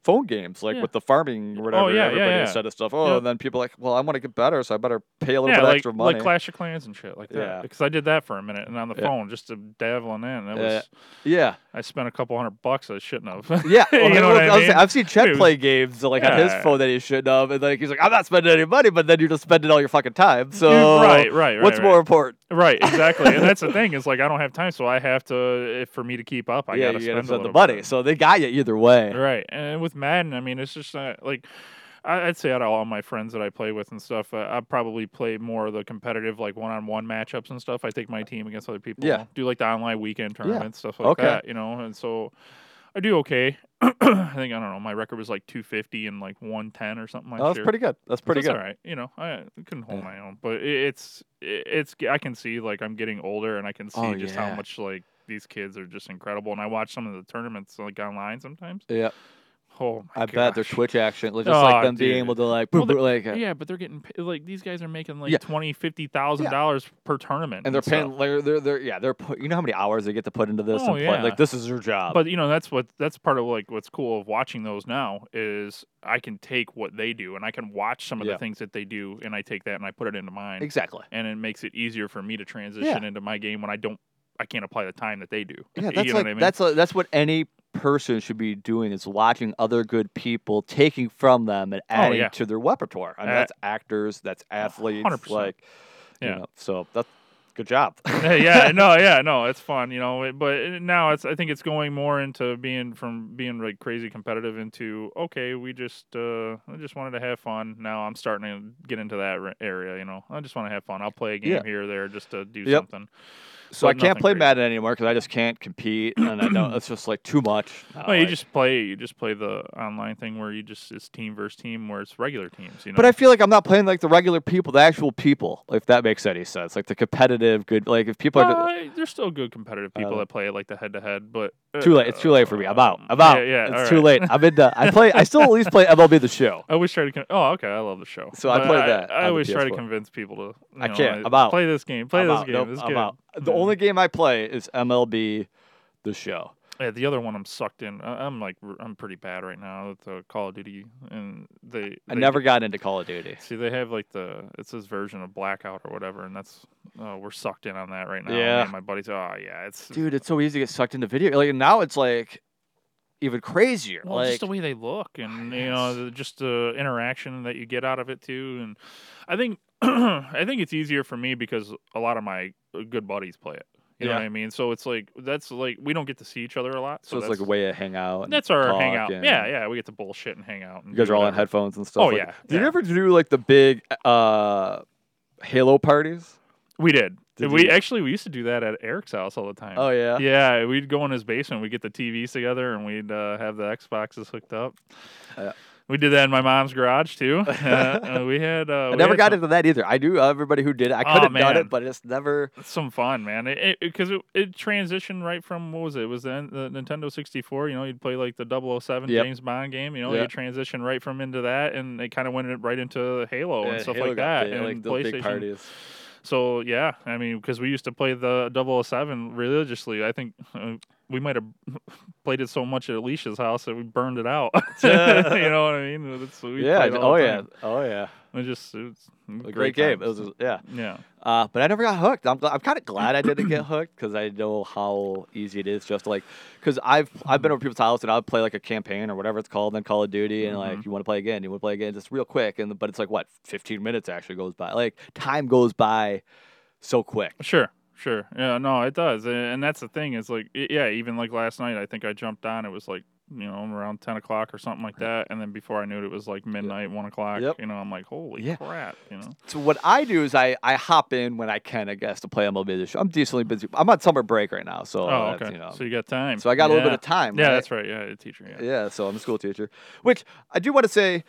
Speaker 1: phone games, like
Speaker 2: Yeah. Oh,
Speaker 1: with the farming or whatever.
Speaker 2: yeah, yeah,
Speaker 1: everybody
Speaker 2: yeah.
Speaker 1: said of stuff. Oh,
Speaker 2: Yeah.
Speaker 1: and then people like, well, I want to get better, so I better pay a little
Speaker 2: yeah,
Speaker 1: bit
Speaker 2: like
Speaker 1: extra money.
Speaker 2: like Clash of Clans and shit like that.
Speaker 1: Yeah.
Speaker 2: Because I did that for a minute and on the
Speaker 1: Yeah.
Speaker 2: phone just to dabble in that. And that
Speaker 1: Yeah.
Speaker 2: was
Speaker 1: yeah,
Speaker 2: I spent a couple hundred bucks I shouldn't have.
Speaker 1: yeah.
Speaker 2: You
Speaker 1: Well,
Speaker 2: know
Speaker 1: I was-
Speaker 2: what I
Speaker 1: I was saying,
Speaker 2: mean?
Speaker 1: I've seen Chet
Speaker 2: Dude.
Speaker 1: play games like on his
Speaker 2: Yeah.
Speaker 1: phone that he shouldn't have, and like he's like, I'm not spending any money, but then you're just spending all your fucking time. So
Speaker 2: right, right, right.
Speaker 1: what's
Speaker 2: right.
Speaker 1: more important?
Speaker 2: Right, exactly, and that's the thing is like I don't have time, so I have to if, for me to keep up. I
Speaker 1: yeah,
Speaker 2: gotta
Speaker 1: you
Speaker 2: spend,
Speaker 1: gotta
Speaker 2: a
Speaker 1: spend the
Speaker 2: little
Speaker 1: money.
Speaker 2: bit.
Speaker 1: So they got you either way.
Speaker 2: Right. And with Madden, I mean, it's just uh, like I- I'd say out of all my friends that I play with and stuff, uh, I probably play more of the competitive, like one-on-one matchups and stuff. I take my team against other people.
Speaker 1: Yeah.
Speaker 2: Do like the online weekend tournaments, stuff like
Speaker 1: Okay.
Speaker 2: that. You know, and so I do okay. I think I don't know. My record was like 250 and like 110 or something like
Speaker 1: Oh, that's pretty good. That's pretty
Speaker 2: that's
Speaker 1: good.
Speaker 2: All right, you know, I couldn't hold
Speaker 1: Yeah.
Speaker 2: my own, but it, it's it, it's I can see like I'm getting older, and I can see
Speaker 1: Oh,
Speaker 2: just
Speaker 1: yeah.
Speaker 2: how much like these kids are just incredible. And I watch some of the tournaments like online sometimes.
Speaker 1: Yeah,
Speaker 2: Oh, my
Speaker 1: I bet their
Speaker 2: gosh.
Speaker 1: Twitch action, like, just
Speaker 2: Oh,
Speaker 1: like them being
Speaker 2: dude.
Speaker 1: able to like,
Speaker 2: Well,
Speaker 1: boop, boop, like, uh,
Speaker 2: Yeah, but they're getting pa- like these guys are making
Speaker 1: Yeah.
Speaker 2: like twenty, fifty thousand dollars per tournament,
Speaker 1: and they're
Speaker 2: stuff.
Speaker 1: paying, like, they're, they're, yeah, they're, put, you know how many hours they get to put into this,
Speaker 2: Oh,
Speaker 1: and play?
Speaker 2: yeah.
Speaker 1: like, this is your job.
Speaker 2: But you know that's what that's part of like what's cool of watching those now is I can take what they do and I can watch some of
Speaker 1: Yeah.
Speaker 2: the things that they do and I take that and I put it into mine
Speaker 1: Exactly.
Speaker 2: and it makes it easier for me to transition into my game when I don't I can't apply the time that they do.
Speaker 1: Yeah,
Speaker 2: You
Speaker 1: that's like
Speaker 2: know what I mean?
Speaker 1: that's a, that's what any person should be doing is watching other good people, taking from them and adding
Speaker 2: Oh, yeah.
Speaker 1: to their repertoire. I mean,
Speaker 2: Uh,
Speaker 1: that's actors, that's athletes,
Speaker 2: 100%.
Speaker 1: like you
Speaker 2: Yeah.
Speaker 1: know. So that's good job.
Speaker 2: yeah, no, yeah, no, it's fun, you know. it- But now it's, I think it's going more into being from being like crazy competitive into okay, we just, uh, I just wanted to have fun. Now I'm starting to get into that ra- area, you know. I just want to have fun. I'll play a game
Speaker 1: Yeah.
Speaker 2: here or there just to do
Speaker 1: Yep.
Speaker 2: something.
Speaker 1: so I
Speaker 2: but
Speaker 1: can't
Speaker 2: nothing
Speaker 1: play
Speaker 2: crazy.
Speaker 1: Madden anymore because I just can't compete, and I know it's just like too much. I don't
Speaker 2: No, you
Speaker 1: like-
Speaker 2: just play, you just play the online thing where you just it's team versus team where it's regular teams, you know.
Speaker 1: But I feel like I'm not playing like the regular people, the actual people, if that makes any sense. Like the competitive, good, like if people are.
Speaker 2: Uh, there's still good competitive people
Speaker 1: Uh,
Speaker 2: that play like the head to head, but
Speaker 1: Too late. It's too late for me. I'm out.
Speaker 2: um,
Speaker 1: I'm out.
Speaker 2: Yeah, yeah,
Speaker 1: it's
Speaker 2: all
Speaker 1: too
Speaker 2: right.
Speaker 1: late. I'm in the. I play. I still at least play MLB the show.
Speaker 2: I always try to. Con- oh, okay. I love the show.
Speaker 1: So I
Speaker 2: But
Speaker 1: played that on
Speaker 2: I,
Speaker 1: the
Speaker 2: always try to
Speaker 1: PS4.
Speaker 2: convince people to. You
Speaker 1: I
Speaker 2: know,
Speaker 1: can't.
Speaker 2: like,
Speaker 1: I'm out.
Speaker 2: Play this game. Play
Speaker 1: I'm
Speaker 2: this
Speaker 1: out.
Speaker 2: game.
Speaker 1: Nope,
Speaker 2: this
Speaker 1: I'm
Speaker 2: game.
Speaker 1: out. The
Speaker 2: Yeah.
Speaker 1: only game I play is MLB the show.
Speaker 2: Yeah, the other one I'm sucked in. I, I'm like r- I'm pretty bad right now with the Call of Duty, and they.
Speaker 1: I
Speaker 2: they-
Speaker 1: never got into Call of Duty.
Speaker 2: See, they have like the it's this version of Blackout or whatever, and that's uh, we're sucked in on that right now.
Speaker 1: Yeah.
Speaker 2: Me and my buddies. Oh yeah, it's
Speaker 1: Dude, it's so easy to get sucked into video. Like now it's like even crazier.
Speaker 2: Well,
Speaker 1: like
Speaker 2: just the way they look, and you
Speaker 1: yes.
Speaker 2: know, the, just the interaction that you get out of it too. And I think I think it's easier for me because a lot of my uh, good buddies play it. You know
Speaker 1: Yeah.
Speaker 2: what I mean? So it's like that's like we don't get to see each other a lot.
Speaker 1: so
Speaker 2: So,
Speaker 1: it's
Speaker 2: that's,
Speaker 1: like a way to hang out. and
Speaker 2: that's our
Speaker 1: talk
Speaker 2: hangout.
Speaker 1: and-
Speaker 2: Yeah, yeah, we get to bullshit and hang out. And
Speaker 1: You guys
Speaker 2: do
Speaker 1: are all on
Speaker 2: whatever.
Speaker 1: headphones and stuff.
Speaker 2: Oh,
Speaker 1: like-
Speaker 2: yeah,
Speaker 1: Did you
Speaker 2: yeah.
Speaker 1: ever do like the big uh Halo parties?
Speaker 2: We did.
Speaker 1: Did
Speaker 2: we
Speaker 1: you-
Speaker 2: actually we used to do that at Eric's house all the time.
Speaker 1: Oh yeah.
Speaker 2: Yeah, we'd go in his basement. We'd get the TVs together, and we'd uh, have the Xboxes hooked up.
Speaker 1: Yeah.
Speaker 2: We did that in my mom's garage too. Uh, we had. Uh,
Speaker 1: I
Speaker 2: we
Speaker 1: never
Speaker 2: had
Speaker 1: got
Speaker 2: some-
Speaker 1: into that either. I knew everybody who did it. I
Speaker 2: Oh,
Speaker 1: could have done
Speaker 2: man.
Speaker 1: it, but it's never.
Speaker 2: It's some fun, man. It because it, it, transitioned right from what was it? It was the, the Nintendo 64. You know, you'd play like the 007
Speaker 1: Yep.
Speaker 2: James Bond game. You know,
Speaker 1: Yeah.
Speaker 2: you transition right from into that, and it kind of went in- right into Halo and
Speaker 1: Yeah,
Speaker 2: stuff
Speaker 1: Halo
Speaker 2: like
Speaker 1: got
Speaker 2: that,
Speaker 1: big,
Speaker 2: and
Speaker 1: like those big
Speaker 2: PlayStation.
Speaker 1: parties.
Speaker 2: so yeah, I mean, because we used to play the 007 religiously. I think. Uh, we might have played it so much at Alicia's house that we burned it out. you know what I mean? That's, we
Speaker 1: yeah.
Speaker 2: played
Speaker 1: j-
Speaker 2: all
Speaker 1: Oh
Speaker 2: the
Speaker 1: yeah.
Speaker 2: time.
Speaker 1: Oh yeah.
Speaker 2: It just it was a
Speaker 1: A great, game. It
Speaker 2: times.
Speaker 1: was. a- Yeah.
Speaker 2: yeah.
Speaker 1: Uh, but I never got hooked. I'm, gl- I'm kind of glad I didn't get hooked because I know how easy it is just to like, because I've I've been over people's house and I'll play like a campaign or whatever it's called, then Call of Duty, and
Speaker 2: Mm-hmm.
Speaker 1: like you want to play again, you want to play again, just real quick, and but it's like what 15 minutes actually goes by, like time goes by so quick.
Speaker 2: Sure, sure. Yeah, no, it does, and, and that's the thing. Is like, y- yeah, even like last night, I think I jumped on. It was like, you know, around ten o'clock or something like that, and then before I knew it, it was like midnight, one o'clock.
Speaker 1: Yep.
Speaker 2: You know, I'm like, holy
Speaker 1: Yeah.
Speaker 2: crap. You know,
Speaker 1: So what I do is I, I hop in when I can, I guess, to play MLB this year. I'm decently busy. I'm on summer break right now, so
Speaker 2: oh,
Speaker 1: that's,
Speaker 2: okay.
Speaker 1: you know.
Speaker 2: so you got time.
Speaker 1: So I got a little bit
Speaker 2: Yeah.
Speaker 1: of time.
Speaker 2: Yeah,
Speaker 1: right?
Speaker 2: that's right. Yeah, the teacher. Yeah.
Speaker 1: Yeah, so I'm a school teacher, which I do want to say.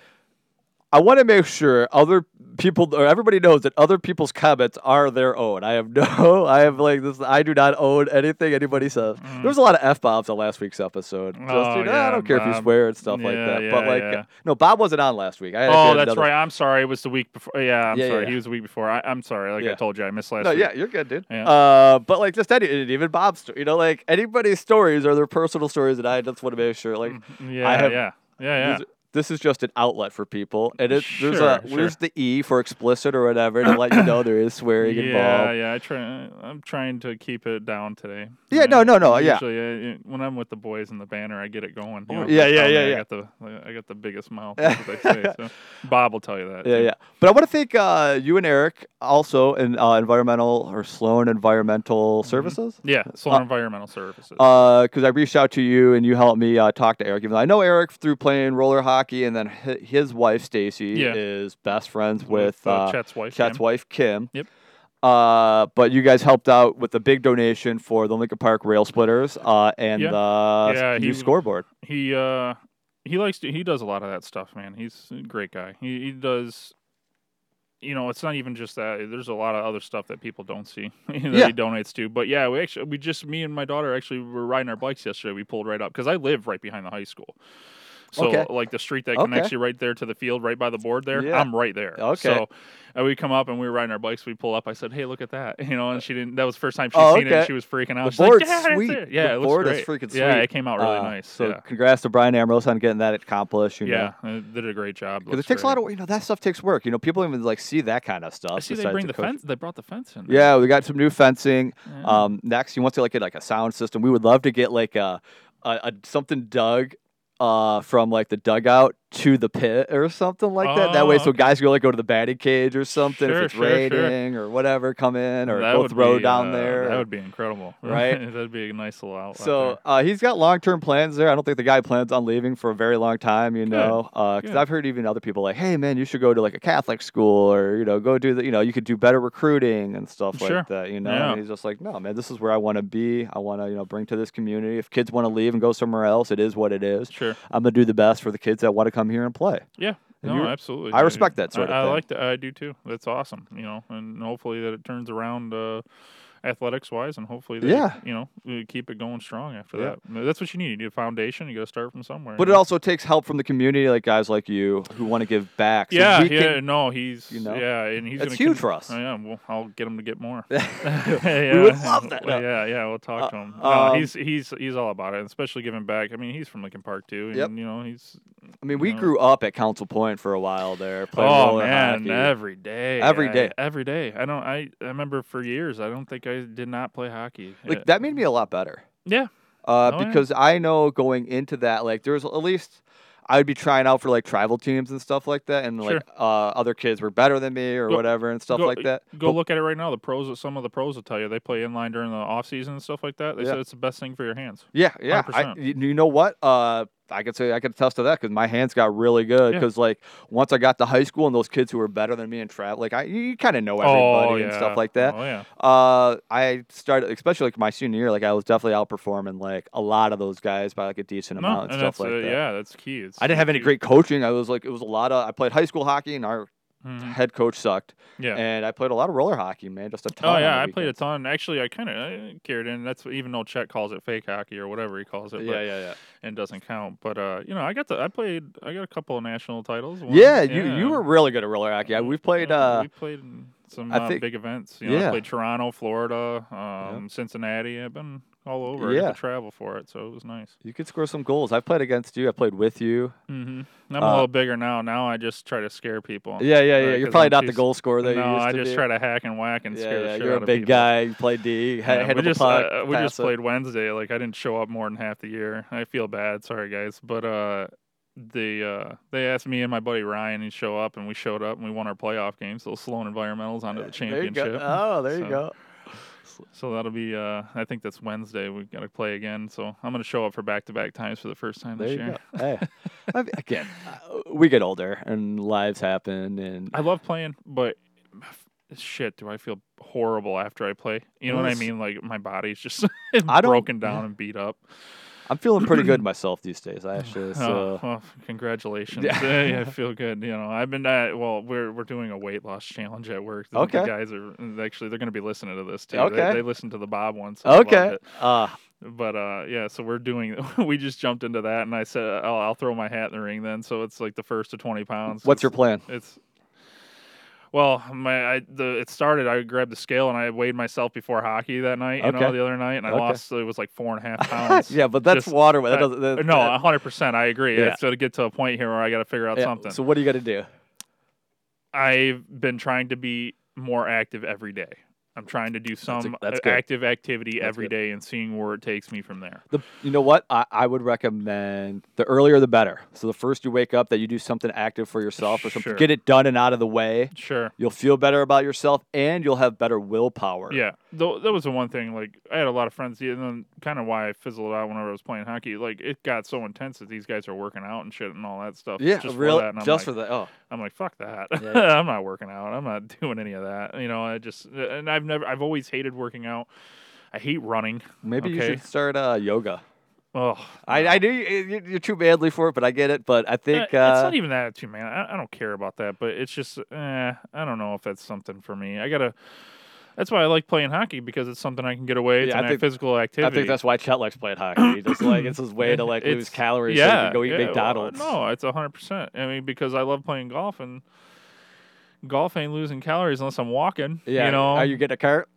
Speaker 1: I want to make sure other people or everybody knows that other people's comments are their own. I have no, I have like this. I do not own anything anybody says. There was a lot of f bombs on last week's episode. Just,
Speaker 2: Mm-hmm. Oh,
Speaker 1: you know, I
Speaker 2: yeah,
Speaker 1: don't care if you
Speaker 2: Bob.
Speaker 1: swear and stuff like
Speaker 2: Yeah,
Speaker 1: that. but
Speaker 2: yeah,
Speaker 1: like,
Speaker 2: yeah.
Speaker 1: no, Bob wasn't on last week. I actually
Speaker 2: Oh,
Speaker 1: had
Speaker 2: that's
Speaker 1: another-
Speaker 2: right. I'm sorry. It was the week before. Yeah, I'm
Speaker 1: Yeah,
Speaker 2: sorry.
Speaker 1: yeah,
Speaker 2: He was the week before. I, I'm sorry. Like
Speaker 1: Yeah.
Speaker 2: I told you, I missed last
Speaker 1: No,
Speaker 2: week.
Speaker 1: yeah, you're good, dude.
Speaker 2: Yeah.
Speaker 1: Uh, but like just any, and even Bob's, sto- you know, like anybody's stories are their personal stories, and I just want to make sure,
Speaker 2: Mm.
Speaker 1: like,
Speaker 2: Yeah,
Speaker 1: I have-
Speaker 2: yeah, yeah, yeah.
Speaker 1: These- This is just an outlet for people, and it, there's
Speaker 2: Sure,
Speaker 1: a there's the E for explicit or whatever to let you know there is swearing
Speaker 2: yeah,
Speaker 1: involved.
Speaker 2: yeah. I try. I'm trying to keep it down today.
Speaker 1: Yeah, no, no, no, yeah.
Speaker 2: Usually, uh, when I'm with the boys in the banner, I get it going. you
Speaker 1: Oh,
Speaker 2: know,
Speaker 1: yeah,
Speaker 2: they
Speaker 1: yeah,
Speaker 2: tell me
Speaker 1: yeah,
Speaker 2: I
Speaker 1: yeah.
Speaker 2: got the, I got the biggest mouth. that's what they say, so. Bob will tell you that.
Speaker 1: Yeah,
Speaker 2: too.
Speaker 1: yeah. But I want to thank uh, you and Eric also in uh, environmental or Sloan
Speaker 2: Mm-hmm.
Speaker 1: Environmental Services.
Speaker 2: yeah.
Speaker 1: Uh,
Speaker 2: Solar environmental services.
Speaker 1: Because I reached out to you and you helped me uh, talk to Eric. Even though I know Eric through playing roller hockey, and then hi- his wife Stacy
Speaker 2: Yeah.
Speaker 1: is best friends with,
Speaker 2: with,
Speaker 1: uh,
Speaker 2: Chet's wife.
Speaker 1: Chat's
Speaker 2: Kim.
Speaker 1: wife, Kim.
Speaker 2: Yep.
Speaker 1: Uh, but you guys helped out with a big donation for the Lincoln Park rail splitters uh, and
Speaker 2: Yeah.
Speaker 1: the
Speaker 2: Yeah,
Speaker 1: new
Speaker 2: he-
Speaker 1: scoreboard.
Speaker 2: He uh, he likes to. He does a lot of that stuff, man. He's a great guy. He he does. You know, it's not even just that. There's a lot of other stuff that people don't see that
Speaker 1: Yeah.
Speaker 2: he donates to. But yeah, we actually we just me and my daughter actually were riding our bikes yesterday. We pulled right up because I live right behind the high school. So
Speaker 1: Okay.
Speaker 2: like the street that
Speaker 1: Okay.
Speaker 2: connects you right there to the field, right by the board there,
Speaker 1: Yeah.
Speaker 2: I'm right there.
Speaker 1: Okay.
Speaker 2: So uh, we come up and we were riding our bikes. We pull up. I said, "Hey, look at that!" You know, and she didn't. That was the first time she
Speaker 1: Oh,
Speaker 2: seen it.
Speaker 1: okay.
Speaker 2: and She was freaking out.
Speaker 1: The
Speaker 2: She's like,
Speaker 1: board's
Speaker 2: "Yeah, that's
Speaker 1: sweet.
Speaker 2: it." Yeah,
Speaker 1: The
Speaker 2: it looks
Speaker 1: board is
Speaker 2: great.
Speaker 1: freaking
Speaker 2: Yeah,
Speaker 1: sweet.
Speaker 2: it came out really
Speaker 1: Uh,
Speaker 2: nice.
Speaker 1: So
Speaker 2: yeah.
Speaker 1: congrats to Brian Ambrose on getting that accomplished. You
Speaker 2: Yeah, uh, they did a great job.
Speaker 1: Because it
Speaker 2: looks
Speaker 1: takes a lot
Speaker 2: great.
Speaker 1: of, you know, that stuff takes work. You know, people don't even like see that kind of stuff.
Speaker 2: I see they
Speaker 1: besides
Speaker 2: bring the
Speaker 1: coach.
Speaker 2: fence. They brought the fence in.
Speaker 1: Yeah, we got some new fencing.
Speaker 2: Yeah.
Speaker 1: Um, next, you want to like get like a sound system. We would love to get like a, a, a something dug uh, from like the dugout to the pit or something like that. That way,
Speaker 2: Oh,
Speaker 1: so guys can like go to the batting cage or something if
Speaker 2: Sure,
Speaker 1: it's
Speaker 2: sure, sure.
Speaker 1: raining or whatever. Come in or
Speaker 2: that
Speaker 1: go
Speaker 2: would
Speaker 1: throw
Speaker 2: be,
Speaker 1: down
Speaker 2: uh,
Speaker 1: there.
Speaker 2: That would be incredible,
Speaker 1: Right?
Speaker 2: That'd be a nice little outlet.
Speaker 1: so
Speaker 2: there.
Speaker 1: uh, he's got long-term plans there. I don't think the guy plans on leaving for a very long time, you know. Because
Speaker 2: good.
Speaker 1: I've heard even other people like, "Hey, man, you should go to like a Catholic school, or you know, go do the, you know, you could do better recruiting and stuff
Speaker 2: Sure.
Speaker 1: like that." You know,
Speaker 2: Yeah.
Speaker 1: and he's just like, "No, man, this is where I want to be. I want to, you know, bring to this community. If kids want to leave and go somewhere else, it is what it is.
Speaker 2: sure,
Speaker 1: I'm gonna do the best for the kids that want to come here and play."
Speaker 2: yeah,
Speaker 1: And
Speaker 2: no,
Speaker 1: you-
Speaker 2: absolutely.
Speaker 1: I
Speaker 2: dude.
Speaker 1: respect that sort of
Speaker 2: I, I
Speaker 1: thing.
Speaker 2: like that. I do too. That's awesome. You know, and hopefully that it turns around. Uh, Athletics wise, and hopefully, they,
Speaker 1: Yeah.
Speaker 2: you know, we keep it going strong after
Speaker 1: Yeah.
Speaker 2: that. That's what you need. You need a foundation. You got to start from somewhere.
Speaker 1: But
Speaker 2: you
Speaker 1: it
Speaker 2: know?
Speaker 1: also takes help from the community, like guys like you who want to give back. So
Speaker 2: yeah,
Speaker 1: we
Speaker 2: yeah,
Speaker 1: can-
Speaker 2: no, he's,
Speaker 1: you know,
Speaker 2: yeah, and he's
Speaker 1: it's
Speaker 2: gonna
Speaker 1: huge for us.
Speaker 2: I am. Well, I'll get him to get more.
Speaker 1: We would love that.
Speaker 2: Well, yeah, yeah, we'll talk to him. No,
Speaker 1: um,
Speaker 2: he's he's he's all about it, and especially giving back. I mean, he's from Lincoln Park too, and
Speaker 1: Yep.
Speaker 2: you know he's.
Speaker 1: I mean, we
Speaker 2: No.
Speaker 1: grew up at Council Point for a while there. Playing
Speaker 2: oh
Speaker 1: roller
Speaker 2: man,
Speaker 1: hockey.
Speaker 2: every day,
Speaker 1: Every
Speaker 2: I-
Speaker 1: day.
Speaker 2: every day. I don't. I, I remember for years. I don't think I did not play hockey.
Speaker 1: like
Speaker 2: Yeah.
Speaker 1: that made me a lot better
Speaker 2: yeah,
Speaker 1: uh,
Speaker 2: Oh, yeah.
Speaker 1: because I know going into that, like there was at least I would be trying out for like tribal teams and stuff like that, and like
Speaker 2: Sure.
Speaker 1: uh, other kids were better than me or
Speaker 2: Go-
Speaker 1: whatever and stuff
Speaker 2: go-
Speaker 1: like that.
Speaker 2: Go
Speaker 1: But-
Speaker 2: look at it right now. The pros, some of the pros will tell you they play inline during the off season and stuff like that. They
Speaker 1: Yeah.
Speaker 2: said it's the best thing for your hands.
Speaker 1: yeah, yeah. I,
Speaker 2: 100%.
Speaker 1: you you know what? Uh, I could say I could attest to that because my hands got really good.
Speaker 2: Yeah.
Speaker 1: Because like once I got to high school and those kids who were better than me in trap, like I you kind of know everybody
Speaker 2: oh, yeah.
Speaker 1: and stuff like that.
Speaker 2: Oh yeah.
Speaker 1: Uh, I started, especially like my senior year, like I was definitely outperforming like a lot of those guys by like a decent
Speaker 2: No,
Speaker 1: amount and,
Speaker 2: and
Speaker 1: stuff
Speaker 2: that's,
Speaker 1: like
Speaker 2: uh,
Speaker 1: that.
Speaker 2: yeah, that's key. It's
Speaker 1: I didn't have any
Speaker 2: key.
Speaker 1: great coaching. I was like, it was a lot of. I played high school hockey, and our
Speaker 2: Mhm.
Speaker 1: head coach sucked.
Speaker 2: Yeah.
Speaker 1: And I played a lot of roller hockey, man, just a ton.
Speaker 2: Oh
Speaker 1: on
Speaker 2: yeah,
Speaker 1: the
Speaker 2: I played a
Speaker 1: weekends.
Speaker 2: ton. Actually, I kind of carried in. That's what- even though Chet calls it fake hockey or whatever he calls it, but,
Speaker 1: Yeah, yeah, yeah.
Speaker 2: and doesn't count. But uh, you know, I got to. I played. I got a couple of national titles. One- Mm-hmm.
Speaker 1: Yeah, you you were really good at roller hockey. I, we played.
Speaker 2: Yeah,
Speaker 1: Uh,
Speaker 2: we played in some
Speaker 1: I
Speaker 2: uh,
Speaker 1: think-
Speaker 2: big events. You know,
Speaker 1: yeah.
Speaker 2: I played Toronto, Florida, um, Cincinnati. I've been all over. I
Speaker 1: Yeah.
Speaker 2: got to travel for it, so it was nice.
Speaker 1: you could score some goals. I played against you. I played with you.
Speaker 2: hmm I'm
Speaker 1: Uh,
Speaker 2: a little bigger now. Now I just try to scare people.
Speaker 1: Yeah, yeah, yeah.
Speaker 2: Uh,
Speaker 1: You're
Speaker 2: 'cause
Speaker 1: probably
Speaker 2: I'm
Speaker 1: not
Speaker 2: too
Speaker 1: the
Speaker 2: s-
Speaker 1: goal scorer that you
Speaker 2: no,
Speaker 1: used
Speaker 2: I
Speaker 1: to
Speaker 2: just
Speaker 1: be.
Speaker 2: try to hack and whack and
Speaker 1: yeah,
Speaker 2: scare the
Speaker 1: yeah.
Speaker 2: shit
Speaker 1: You're
Speaker 2: out
Speaker 1: a
Speaker 2: of
Speaker 1: big
Speaker 2: people.
Speaker 1: guy. You play D. ha-
Speaker 2: Yeah,
Speaker 1: handle
Speaker 2: we
Speaker 1: the
Speaker 2: just
Speaker 1: puck,
Speaker 2: uh, we
Speaker 1: pass
Speaker 2: just
Speaker 1: it.
Speaker 2: played Wednesday. Like I didn't show up more than half the year. I feel bad. Sorry guys, but uh, they uh, they asked me and my buddy Ryan to show up, and we showed up and we won our playoff game. So Sloan Environmentals onto the
Speaker 1: There you go.
Speaker 2: championship.
Speaker 1: Oh, there you
Speaker 2: So-
Speaker 1: go.
Speaker 2: So that'll be uh, I think that's Wednesday. We've got to play again. So I'm gonna show up for back to back times for the first time
Speaker 1: There
Speaker 2: this
Speaker 1: you
Speaker 2: year.
Speaker 1: go. Hey, I mean, again, uh, we get older and lives happen, and
Speaker 2: I love playing, but shit, do I feel horrible after I play? You know what I
Speaker 1: Yes.
Speaker 2: mean? Like my body's just
Speaker 1: I don't-
Speaker 2: broken down and beat up.
Speaker 1: I'm feeling pretty good myself these days. I actually,
Speaker 2: Oh,
Speaker 1: so
Speaker 2: well, congratulations!
Speaker 1: uh, Yeah.
Speaker 2: Yeah. I feel good. You know, I've been uh, well. We're we're doing a weight loss challenge at work. The-
Speaker 1: Okay.
Speaker 2: the guys are actually they're going to be listening to this too.
Speaker 1: Okay.
Speaker 2: they, they listened to the Bob one. So they loved
Speaker 1: okay.
Speaker 2: it.
Speaker 1: Uh,
Speaker 2: but uh, yeah. So we're doing. we just jumped into that, and I said, "Oh, I'll throw my hat in the ring then." So it's like the first to twenty pounds.
Speaker 1: what's
Speaker 2: It's-
Speaker 1: your plan?
Speaker 2: it's well, my I, the it started. I grabbed the scale and I weighed myself before hockey that night. You
Speaker 1: Okay.
Speaker 2: know, the other night, and I
Speaker 1: Okay.
Speaker 2: lost. It was like four and a half pounds.
Speaker 1: yeah, but that's
Speaker 2: Just-
Speaker 1: water. That
Speaker 2: I-
Speaker 1: doesn't. That,
Speaker 2: No,
Speaker 1: that-
Speaker 2: hundred percent. I agree.
Speaker 1: Yeah.
Speaker 2: It's got to get to a point here where I got to figure out
Speaker 1: yeah,
Speaker 2: something.
Speaker 1: So what do you got to do?
Speaker 2: I've been trying to be more active every day. I'm trying to do
Speaker 1: a-
Speaker 2: some
Speaker 1: that's
Speaker 2: a-
Speaker 1: good.
Speaker 2: active activity
Speaker 1: That's
Speaker 2: every
Speaker 1: good.
Speaker 2: day and seeing where it takes me from there.
Speaker 1: The, you know what? I, I would recommend the earlier the better. So the first you wake up, that you do something active for yourself or something.
Speaker 2: Sure.
Speaker 1: Get it done and out of the way.
Speaker 2: Sure.
Speaker 1: You'll feel better about yourself, and you'll have better willpower.
Speaker 2: Yeah, Tho- that was the one thing. Like, I had a lot of friends, and then kind of why I fizzled out whenever I was playing hockey. Like, it got so intense that these guys are working out and shit and all that stuff.
Speaker 1: Yeah,
Speaker 2: just
Speaker 1: real,
Speaker 2: for that. And I'm
Speaker 1: just
Speaker 2: like,
Speaker 1: for that. Oh,
Speaker 2: I'm like, fuck that.
Speaker 1: Yeah, yeah.
Speaker 2: I'm not working out. I'm not doing any of that. You know, I just uh, and I've never, I've always hated working out. I hate running.
Speaker 1: maybe you
Speaker 2: Okay.
Speaker 1: should start uh, yoga.
Speaker 2: Oh,
Speaker 1: I, I knew you, you- you're too manly for it, but I get it. But I
Speaker 2: Uh,
Speaker 1: think
Speaker 2: it's
Speaker 1: uh,
Speaker 2: not even that too, man. I, I don't care about that, but it's just, eh, I don't know if that's something for me. I gotta. That's why I like playing hockey because it's something I can get away. It's
Speaker 1: Yeah, I
Speaker 2: an act-
Speaker 1: think-
Speaker 2: physical
Speaker 1: I
Speaker 2: activity.
Speaker 1: think that's why Chet likes playing hockey. He just like it's his way to like lose
Speaker 2: It's-
Speaker 1: calories so he
Speaker 2: yeah,
Speaker 1: can go eat
Speaker 2: yeah, well,
Speaker 1: McDonald's.
Speaker 2: no, it's hundred percent. I mean, because I love playing golf and golf ain't losing calories unless I'm walking.
Speaker 1: Yeah,
Speaker 2: you know,
Speaker 1: are you getting a cart?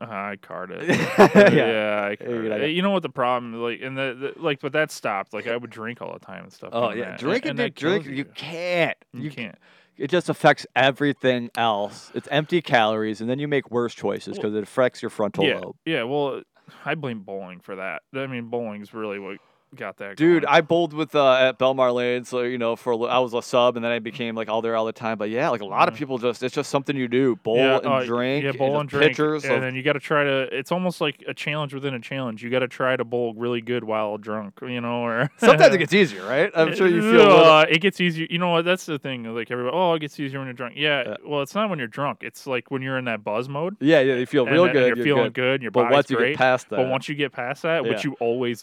Speaker 2: Uh, I card it.
Speaker 1: Yeah.
Speaker 2: yeah, I
Speaker 1: good
Speaker 2: card it.
Speaker 1: idea.
Speaker 2: You know what the problem like and the, the like, but that stopped. Like I would drink all the time and stuff.
Speaker 1: Oh
Speaker 2: doing
Speaker 1: yeah,
Speaker 2: that,
Speaker 1: drink
Speaker 2: and,
Speaker 1: and,
Speaker 2: and that
Speaker 1: drink.
Speaker 2: kills
Speaker 1: You can't.
Speaker 2: You, can't.
Speaker 1: It just affects everything else. It's empty calories, and then you make worse choices because it affects your frontal
Speaker 2: Yeah,
Speaker 1: lobe.
Speaker 2: yeah. Well, I blame bowling for that. I mean, bowling's really what got that.
Speaker 1: Dude,
Speaker 2: going.
Speaker 1: I bowled with uh, at Belmar Lane, so you know, for a li- I was a sub, and then I became like all there all the time. But yeah, like a lot of
Speaker 2: Mhm.
Speaker 1: people just it's just something you do: bowl
Speaker 2: yeah,
Speaker 1: and
Speaker 2: uh,
Speaker 1: drink,
Speaker 2: Yeah, bowl
Speaker 1: just
Speaker 2: and drink.
Speaker 1: pitchers
Speaker 2: and
Speaker 1: of
Speaker 2: then you got to try to. It's almost like a challenge within a challenge. You got to try to bowl really good while drunk. You know, or
Speaker 1: Sometimes it gets easier, right? I'm sure you feel. a little-
Speaker 2: Uh, it gets easier. You know what? That's the thing. Like everybody, oh, it gets easier when you're drunk. Yeah.
Speaker 1: Yeah.
Speaker 2: Well, it's not when you're drunk. It's like when you're in that buzz mode.
Speaker 1: yeah, yeah, you feel
Speaker 2: and
Speaker 1: real
Speaker 2: that- and
Speaker 1: good.
Speaker 2: you're, feeling
Speaker 1: good.
Speaker 2: good. and your
Speaker 1: But
Speaker 2: body's
Speaker 1: once you
Speaker 2: great.
Speaker 1: get past that,
Speaker 2: but once you get past that,
Speaker 1: Yeah.
Speaker 2: which you always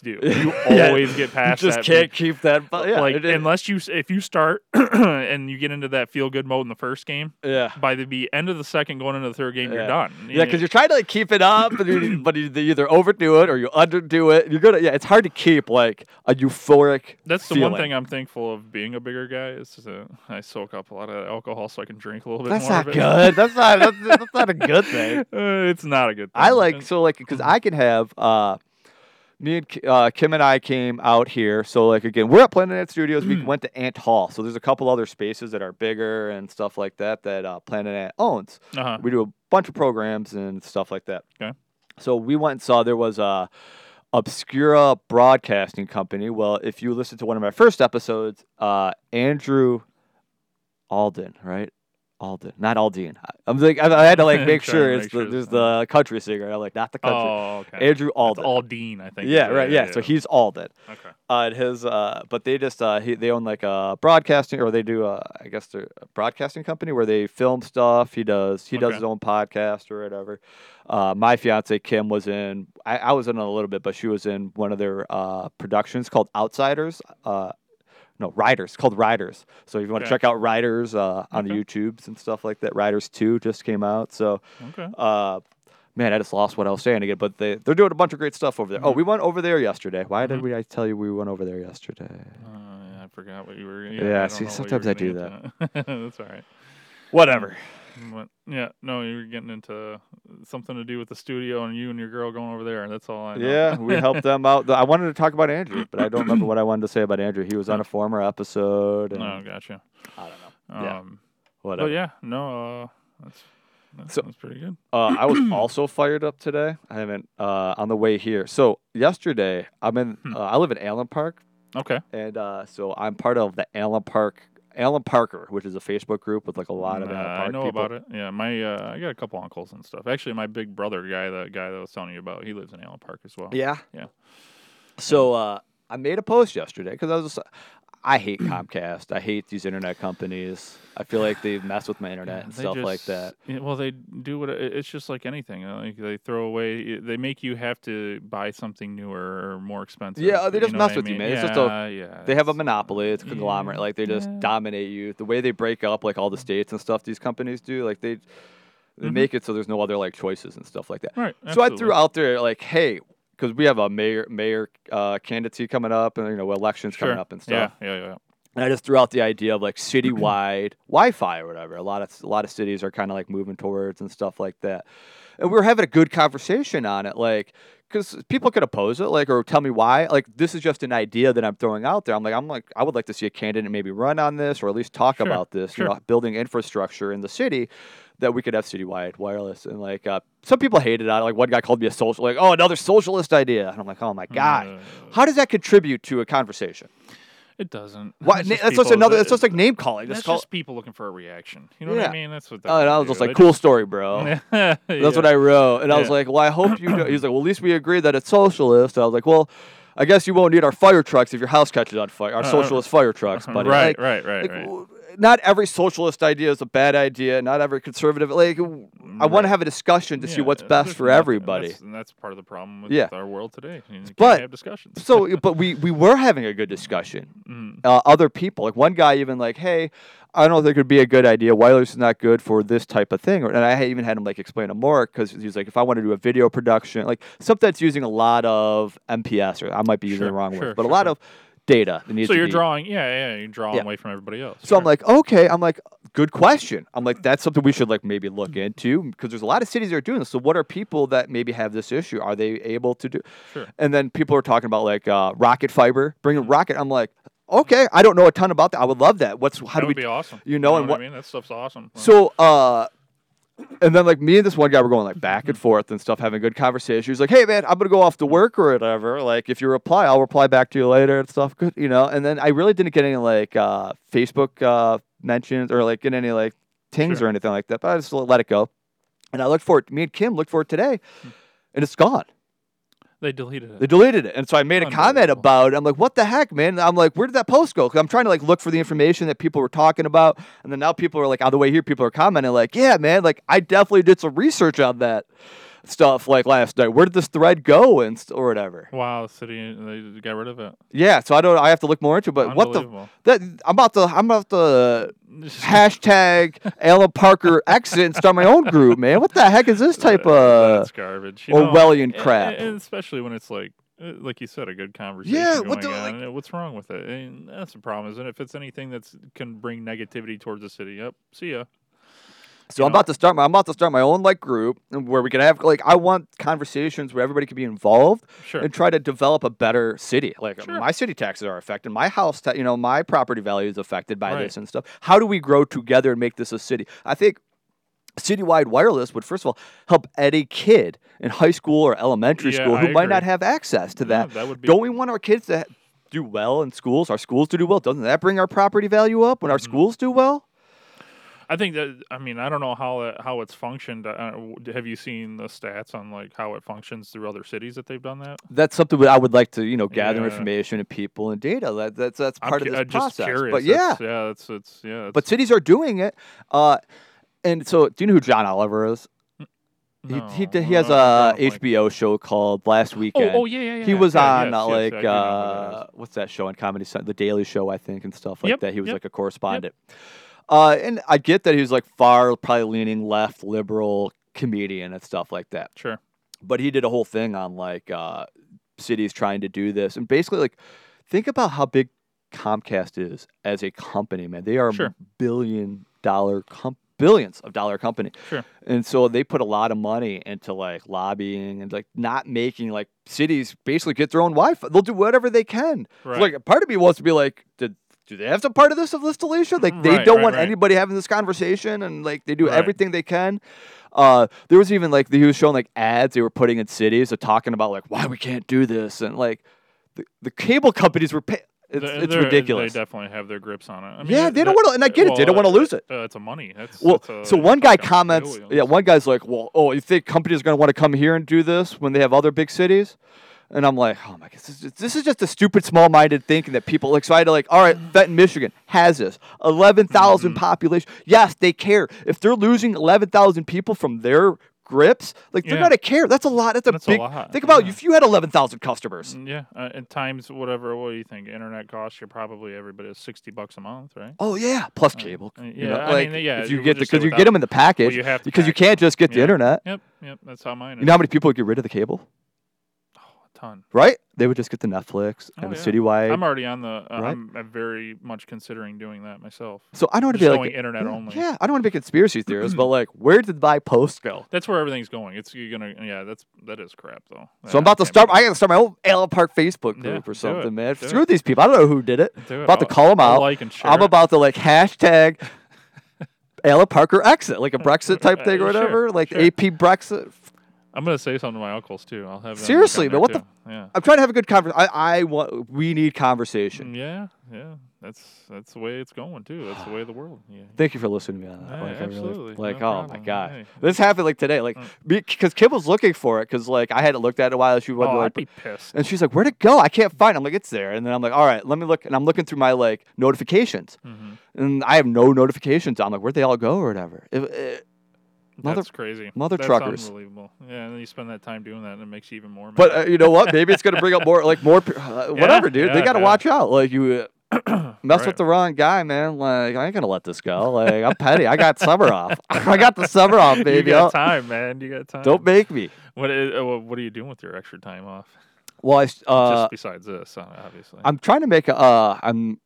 Speaker 2: do, you
Speaker 1: Yeah.
Speaker 2: always get past
Speaker 1: you just
Speaker 2: that.
Speaker 1: can't keep that. bu- yeah,
Speaker 2: like
Speaker 1: it- it-
Speaker 2: unless you, s- if you start and you get into that feel good mode in the first game,
Speaker 1: yeah.
Speaker 2: by the be- end of the second, going into the third game,
Speaker 1: Yeah.
Speaker 2: you're done.
Speaker 1: Yeah, because you're trying to like, keep it up, but you, but you they either overdo it or you underdo it. You're gonna yeah, it's hard to keep like a euphoric.
Speaker 2: That's the one
Speaker 1: feeling.
Speaker 2: thing I'm thankful of being a bigger guy is that I soak up a lot of alcohol so I can drink a little bit
Speaker 1: That's
Speaker 2: more.
Speaker 1: not
Speaker 2: of it.
Speaker 1: good. That's not that's, that's not a good thing.
Speaker 2: Uh, it's not a good Mm-hmm. thing.
Speaker 1: I like so like because I can have uh, me and Ki- uh, Kim and I came out here. So like again, we're at Planet Ant Studios.
Speaker 2: Mm.
Speaker 1: We went to Ant Hall. So there's a couple other spaces that are bigger and stuff like that that uh, Planet Ant owns.
Speaker 2: uh
Speaker 1: We do a bunch of programs and stuff like that.
Speaker 2: Okay.
Speaker 1: So we went and saw there was a Obscura Broadcasting Company. Well, if you listen to one of my first episodes, uh, Andrew Alden, right? Alden, not Aldean. I- I'm like, I, I had to like make
Speaker 2: Trying to
Speaker 1: sure it's
Speaker 2: make
Speaker 1: the,
Speaker 2: sure
Speaker 1: there's
Speaker 2: it's
Speaker 1: the country singer. I like not the country.
Speaker 2: Oh, okay.
Speaker 1: Andrew
Speaker 2: It's
Speaker 1: Alden.
Speaker 2: Aldine, I think. is
Speaker 1: yeah,
Speaker 2: it.
Speaker 1: right. Yeah. so he's Alden.
Speaker 2: Okay.
Speaker 1: Uh, and his, uh, but they just uh, he, they own like a broadcasting or they do a, I guess they're a broadcasting company where they film stuff. He does he does
Speaker 2: Okay.
Speaker 1: his own podcast or whatever. Uh, my fiance Kim was in. I, I was in a little bit, but she was in one of their uh, productions called Outsiders. Uh, no, Riders it's called Riders. So if you want to
Speaker 2: Okay.
Speaker 1: check out Riders uh, on the
Speaker 2: Okay.
Speaker 1: YouTubes and stuff like that, Riders Two just came out. So
Speaker 2: Okay.
Speaker 1: uh, man, I just lost what I was saying again. But they they're doing a bunch of great stuff over there. Oh,
Speaker 2: Mhm.
Speaker 1: we went over there yesterday. Why did
Speaker 2: Mhm.
Speaker 1: we? I tell you we went over there yesterday.
Speaker 2: Uh, yeah, I forgot what you were.
Speaker 1: Yeah,
Speaker 2: Yeah. don't
Speaker 1: see,
Speaker 2: know what you
Speaker 1: sometimes
Speaker 2: were
Speaker 1: I do
Speaker 2: gonna get to. That's all right.
Speaker 1: Whatever.
Speaker 2: But, yeah. No, you were getting into something to do with the studio and you and your girl going over there. That's all I know.
Speaker 1: Yeah, we helped them out. Though I wanted to talk about Andrew, but I don't remember what I wanted to say about Andrew. He was on a former episode. And
Speaker 2: No, Oh, gotcha.
Speaker 1: I don't know. Yeah.
Speaker 2: Um,
Speaker 1: Whatever.
Speaker 2: but yeah, no, uh, that's that
Speaker 1: So-
Speaker 2: sounds pretty good.
Speaker 1: Uh, I was also fired up today. I haven't uh, on the way here. So yesterday, I'm in.
Speaker 2: Hmm.
Speaker 1: Uh, I live in Allen Park,
Speaker 2: Okay.
Speaker 1: and uh, so I'm part of the Allen Park. Allen Parker, which is a Facebook group with like a lot of
Speaker 2: Uh,
Speaker 1: Allen Park
Speaker 2: I know
Speaker 1: people.
Speaker 2: about it. Yeah, my uh, I got a couple uncles and stuff. Actually, my big brother guy, that guy that I was telling you about, he lives in Allen Park as well.
Speaker 1: Yeah.
Speaker 2: Yeah.
Speaker 1: So uh, I made a post yesterday because I was. Just, I hate Comcast. I hate these internet companies. I feel like they mess with my internet
Speaker 2: Yeah,
Speaker 1: and
Speaker 2: they
Speaker 1: stuff like
Speaker 2: just-
Speaker 1: that.
Speaker 2: yeah, well, they do what it- it's just like anything. uh, Like they throw away, they make you have to buy something newer or more expensive.
Speaker 1: Yeah, they
Speaker 2: you
Speaker 1: just
Speaker 2: know what
Speaker 1: mess
Speaker 2: I
Speaker 1: with you,
Speaker 2: mean?
Speaker 1: man.
Speaker 2: Yeah,
Speaker 1: It's just a-
Speaker 2: yeah.
Speaker 1: They have a
Speaker 2: it's-
Speaker 1: monopoly. It's a conglomerate.
Speaker 2: yeah,
Speaker 1: Like they just
Speaker 2: yeah.
Speaker 1: dominate you. The way they break up, like all the states and stuff, these companies do. Like they, they
Speaker 2: Mhm.
Speaker 1: make it so there's no other like choices and stuff like that.
Speaker 2: Right.
Speaker 1: So I threw out there like, hey, because we have a mayor mayor uh, candidacy coming up, and you know elections coming up and stuff.
Speaker 2: Yeah, yeah, yeah.
Speaker 1: And I just threw out the idea of like citywide Wi-Fi or whatever. A lot of a lot of cities are kind of like moving towards and stuff like that. And we were having a good conversation on it, like because people could oppose it, like or tell me why. Like this is just an idea that I'm throwing out there. I'm like I'm like I would like to see a candidate maybe run on this or at least talk
Speaker 2: Sure,
Speaker 1: about this. You
Speaker 2: sure.
Speaker 1: know, building infrastructure in the city that we could have citywide wireless. And like uh, some people hated on it. Like one guy called me a social, like oh another socialist idea. And I'm like oh my god,
Speaker 2: Uh,
Speaker 1: how does that contribute to a conversation?
Speaker 2: it doesn't.
Speaker 1: Why,
Speaker 2: It's
Speaker 1: na-
Speaker 2: just
Speaker 1: that's just
Speaker 2: people-
Speaker 1: another.
Speaker 2: that-
Speaker 1: That's just like name calling.
Speaker 2: That's
Speaker 1: Just call.
Speaker 2: just people looking for a reaction. You know what
Speaker 1: Yeah.
Speaker 2: I mean? That's what.
Speaker 1: Oh, and I was just like, cool story, bro.
Speaker 2: that's
Speaker 1: That's what I wrote, and I was
Speaker 2: Yeah.
Speaker 1: like, well, I hope you. Know. He's like, well, at least we agree that it's socialist. I was like, well, I guess you won't need our fire trucks if your house catches on fire. Our
Speaker 2: Uh,
Speaker 1: socialist fire trucks, buddy.
Speaker 2: Right,
Speaker 1: Like-
Speaker 2: right, right,
Speaker 1: like,
Speaker 2: right.
Speaker 1: w- Not every socialist idea is a bad idea. Not every conservative. Like, w- I want to
Speaker 2: Right.
Speaker 1: have a discussion to see
Speaker 2: Yeah,
Speaker 1: what's
Speaker 2: there's
Speaker 1: best for
Speaker 2: nothing-
Speaker 1: everybody.
Speaker 2: That's, and that's part of the problem with
Speaker 1: Yeah.
Speaker 2: our world today. You can't
Speaker 1: But-
Speaker 2: have discussions.
Speaker 1: so, but we we were having a good discussion.
Speaker 2: Mm.
Speaker 1: uh, other people. Like one guy even like, hey, I don't know if that could be a good idea. Wireless is not good for this type of thing. Or- And I had- even had him like explain it more because he's like, if I want to do a video production, like stuff that's using a lot of MPS, or I might be using the
Speaker 2: Sure,
Speaker 1: wrong
Speaker 2: sure,
Speaker 1: word, but a
Speaker 2: sure,
Speaker 1: lot
Speaker 2: sure.
Speaker 1: of data. That needs
Speaker 2: So
Speaker 1: to
Speaker 2: you're
Speaker 1: be-
Speaker 2: drawing, yeah, yeah, you're drawing
Speaker 1: Yeah.
Speaker 2: away from everybody else.
Speaker 1: So I'm
Speaker 2: sure.
Speaker 1: like, okay. I'm like, good question. I'm like, that's something we should like maybe look
Speaker 2: Mm-hmm.
Speaker 1: into because there's a lot of cities that are doing this. So what are people that maybe have this issue? Are they able to do?
Speaker 2: sure. Mm-hmm.
Speaker 1: And then people are talking about like uh, rocket fiber, bringing rocket. I'm like, okay, I don't know a ton about that. I would love that. What's how do
Speaker 2: that
Speaker 1: we
Speaker 2: would be awesome.
Speaker 1: you know, and
Speaker 2: what,
Speaker 1: what-
Speaker 2: I mean? That stuff's awesome. Like,
Speaker 1: so, uh, and then like me and this one guy were going like back and forth and stuff, having good conversation. He's like, "Hey man, I'm gonna go off to work or whatever. Like, if you reply, I'll reply back to you later and stuff." Good, you know. And then I really didn't get any like uh, Facebook uh, mentions or like get any like tings
Speaker 2: Sure.
Speaker 1: or anything like that. But I just let it go. And I looked for it. Me and Kim looked for it today, and it's gone.
Speaker 2: they deleted it.
Speaker 1: They deleted it. And so I made a comment
Speaker 2: Unbelievable.
Speaker 1: about it. I'm like, what the heck, man? I'm like, where did that post go? Because I'm trying to like look for the information that people were talking about. And then now people are like, on the way here, people are commenting like, yeah, man, like I definitely did some research on that stuff like last night. Where did this thread go and st- or whatever?
Speaker 2: wow, the city they got rid of it.
Speaker 1: Yeah. So I don't, I have to look more into it, but what the,
Speaker 2: Unbelievable.
Speaker 1: that, I'm about to, I'm about to hashtag Alan Parker exit and start my own group, man. What the heck is this type of
Speaker 2: that's garbage. You know,
Speaker 1: Orwellian
Speaker 2: a- a-
Speaker 1: crap?
Speaker 2: and especially when it's like, uh, like you said, a good conversation.
Speaker 1: what
Speaker 2: what
Speaker 1: the- like-
Speaker 2: what's wrong with it? And that's the problem, isn't it? If it's anything that's can bring negativity towards the city, yep. See ya.
Speaker 1: So
Speaker 2: you
Speaker 1: I'm
Speaker 2: know?
Speaker 1: about to start my I'm about to start my own like group and where we can have like I want conversations where everybody can be involved
Speaker 2: Sure.
Speaker 1: and try to develop a better city. Like
Speaker 2: Sure.
Speaker 1: my city taxes are affected, my house, ta- you know, my property value is affected by
Speaker 2: Right.
Speaker 1: this and stuff. How do we grow together and make this a city? I think citywide wireless would first of all help any kid in high school or elementary
Speaker 2: Yeah,
Speaker 1: school who
Speaker 2: I
Speaker 1: might not
Speaker 2: agree.
Speaker 1: have access to
Speaker 2: Yeah,
Speaker 1: that.
Speaker 2: that would be
Speaker 1: Don't we want our kids to ha- do
Speaker 2: Mm-hmm.
Speaker 1: well in schools? Our schools to do well? Doesn't that bring our property value up when our schools do well?
Speaker 2: I think that I mean I don't know how that, how it's functioned. Uh, w- have you seen the stats on like how it functions through other cities that they've done that?
Speaker 1: That's something that I would like to, you know, gather
Speaker 2: Yeah.
Speaker 1: information and people and data. That, that's that's part
Speaker 2: I'm,
Speaker 1: of
Speaker 2: cu-
Speaker 1: this
Speaker 2: uh, just
Speaker 1: process.
Speaker 2: curious.
Speaker 1: But yeah,
Speaker 2: That's- yeah, it's it's yeah.
Speaker 1: but cities are doing it. Uh, and so, do you know who John Oliver is? He he, d- he has a HBO show called Last
Speaker 2: Oh,
Speaker 1: Weekend.
Speaker 2: oh yeah, yeah, yeah.
Speaker 1: He was
Speaker 2: yeah,
Speaker 1: on
Speaker 2: yes,
Speaker 1: uh,
Speaker 2: yes,
Speaker 1: like
Speaker 2: I do know who that is.
Speaker 1: uh, what's that show on Comedy Central, The Daily Show, I think, and stuff like
Speaker 2: Yep,
Speaker 1: that. He was
Speaker 2: yep,
Speaker 1: like a correspondent, uh, and I get that he was like far, probably leaning left, liberal comedian and stuff like that.
Speaker 2: sure.
Speaker 1: But he did a whole thing on like uh, cities trying to do this, and basically like think about how big Comcast is as a company, man. They are a
Speaker 2: Sure.
Speaker 1: billion dollar com- billions of dollar company.
Speaker 2: Sure.
Speaker 1: And so they put a lot of money into like lobbying and like not making like cities basically get their own Wi-Fi. They'll do whatever they can.
Speaker 2: Right.
Speaker 1: Like part of me wants to be like, did do they have some part of this of this deletion? Like they
Speaker 2: Right,
Speaker 1: don't
Speaker 2: right,
Speaker 1: want
Speaker 2: right.
Speaker 1: anybody having this conversation, and like they do
Speaker 2: Right.
Speaker 1: everything they can. Uh, there was even like he was showing like ads they were putting in cities, of talking about like why we can't do this, and like the, the cable companies were. Pay- it's,
Speaker 2: They're-
Speaker 1: it's
Speaker 2: they're-
Speaker 1: ridiculous.
Speaker 2: They definitely have their grips on it. I mean,
Speaker 1: Yeah,
Speaker 2: it-
Speaker 1: they don't
Speaker 2: that-
Speaker 1: wanna- and I get it, they don't wanna
Speaker 2: well,
Speaker 1: lose it.
Speaker 2: Uh, it's a money. That's,
Speaker 1: Well,
Speaker 2: that's a-
Speaker 1: so
Speaker 2: it's
Speaker 1: one
Speaker 2: a
Speaker 1: guy
Speaker 2: fucking
Speaker 1: comments,
Speaker 2: billion.
Speaker 1: yeah, one guy's like, "Well, oh, you think companies are going to want to come here and do this when they have other big cities?" And I'm like, "Oh my god, this is just, this is just a stupid, small-minded thinking that people like." So I had to like, all right, Benton, Michigan has this 11,000
Speaker 2: Mm-hmm.
Speaker 1: population. Yes, they care. If they're losing 11,000 people from their grips, like they're
Speaker 2: Yeah.
Speaker 1: going to care. That's a lot. That's a
Speaker 2: That's a
Speaker 1: big.
Speaker 2: lot,
Speaker 1: Think about
Speaker 2: yeah.
Speaker 1: if you had 11,000 customers.
Speaker 2: Yeah, uh, at times whatever. What do you think? Internet costs you probably everybody is sixty bucks a month, right?
Speaker 1: Oh yeah, plus cable.
Speaker 2: uh,
Speaker 1: you know,
Speaker 2: yeah, I
Speaker 1: like,
Speaker 2: mean, yeah,
Speaker 1: If you
Speaker 2: we'll
Speaker 1: get
Speaker 2: just
Speaker 1: because
Speaker 2: say
Speaker 1: you
Speaker 2: without-
Speaker 1: get them in the package,
Speaker 2: you have to
Speaker 1: because you
Speaker 2: package.
Speaker 1: can't just get the
Speaker 2: Yeah.
Speaker 1: internet.
Speaker 2: Yep, yep. That's how mine is.
Speaker 1: You know how many people would get rid of the cable?
Speaker 2: a ton.
Speaker 1: right? They would just get the Netflix and
Speaker 2: Oh,
Speaker 1: the
Speaker 2: yeah.
Speaker 1: citywide.
Speaker 2: I'm already on the. Uh,
Speaker 1: Right.
Speaker 2: I'm, I'm very much considering doing that myself.
Speaker 1: so I don't want to
Speaker 2: just
Speaker 1: be like
Speaker 2: going internet
Speaker 1: yeah,
Speaker 2: only.
Speaker 1: Yeah, I don't want to be a conspiracy theorist, but like, where did my post go?
Speaker 2: That's where everything's going. It's you're gonna. Yeah, that's that is crap though.
Speaker 1: So I'm about to
Speaker 2: Yeah,
Speaker 1: start. I gotta start my own Allen Park Facebook
Speaker 2: Yeah,
Speaker 1: group
Speaker 2: do
Speaker 1: or
Speaker 2: it,
Speaker 1: something, man.
Speaker 2: do
Speaker 1: Screw these people. I don't know who did it.
Speaker 2: do it.
Speaker 1: about to
Speaker 2: I'll-
Speaker 1: call 'em
Speaker 2: I'll
Speaker 1: out.
Speaker 2: Like and share.
Speaker 1: I'm
Speaker 2: it.
Speaker 1: about to like hashtag Allen Parker exit, like a Brexit type thing or
Speaker 2: Uh, Sure,
Speaker 1: whatever, like
Speaker 2: sure.
Speaker 1: AP Brexit.
Speaker 2: I'm gonna say something to my uncles too. I'll have them look on
Speaker 1: Seriously,
Speaker 2: there,
Speaker 1: man, what the
Speaker 2: too. Yeah.
Speaker 1: I'm trying to have a good conversation. I, I want. We need conversation.
Speaker 2: Yeah, yeah. That's that's the way it's going too. That's the way of the world. Yeah.
Speaker 1: Thank you for listening to me on that. like,
Speaker 2: Yeah,
Speaker 1: I really-
Speaker 2: absolutely.
Speaker 1: like,
Speaker 2: No
Speaker 1: oh my
Speaker 2: problem.
Speaker 1: god,
Speaker 2: Hey.
Speaker 1: this happened like today. Like,
Speaker 2: Mm.
Speaker 1: because Kim was looking for it, because like I hadn't looked at it in a while. She wanted
Speaker 2: Oh,
Speaker 1: to,
Speaker 2: I'd
Speaker 1: like,
Speaker 2: be pissed.
Speaker 1: and she's like, "Where'd it go? I can't find." it. I'm like, "It's there." And then I'm like, "All right, let me look." And I'm looking through my like notifications,
Speaker 2: Mhm.
Speaker 1: and I have no notifications. I'm like, "Where'd they all go?" or whatever. uh, It- it- Mother-
Speaker 2: That's crazy.
Speaker 1: mother
Speaker 2: That's
Speaker 1: truckers.
Speaker 2: Unbelievable. Yeah, and then you spend that time doing that, and it makes you even more. Mad.
Speaker 1: but uh, you know what? Maybe it's gonna bring up more, like more, pe- uh, whatever, dude. they
Speaker 2: yeah,
Speaker 1: gotta
Speaker 2: yeah.
Speaker 1: watch out. Like you uh, mess
Speaker 2: Right.
Speaker 1: with the wrong guy, man. Like I ain't gonna let this go. Like I'm petty. I got summer off. I got the summer off, baby.
Speaker 2: you got
Speaker 1: I'll-
Speaker 2: time, man. You got time.
Speaker 1: Don't make me.
Speaker 2: What is, uh, what are you doing with your extra time off?
Speaker 1: Well, I, s- uh,
Speaker 2: Just besides this, uh, obviously.
Speaker 1: I'm trying to make a. Uh, I'm.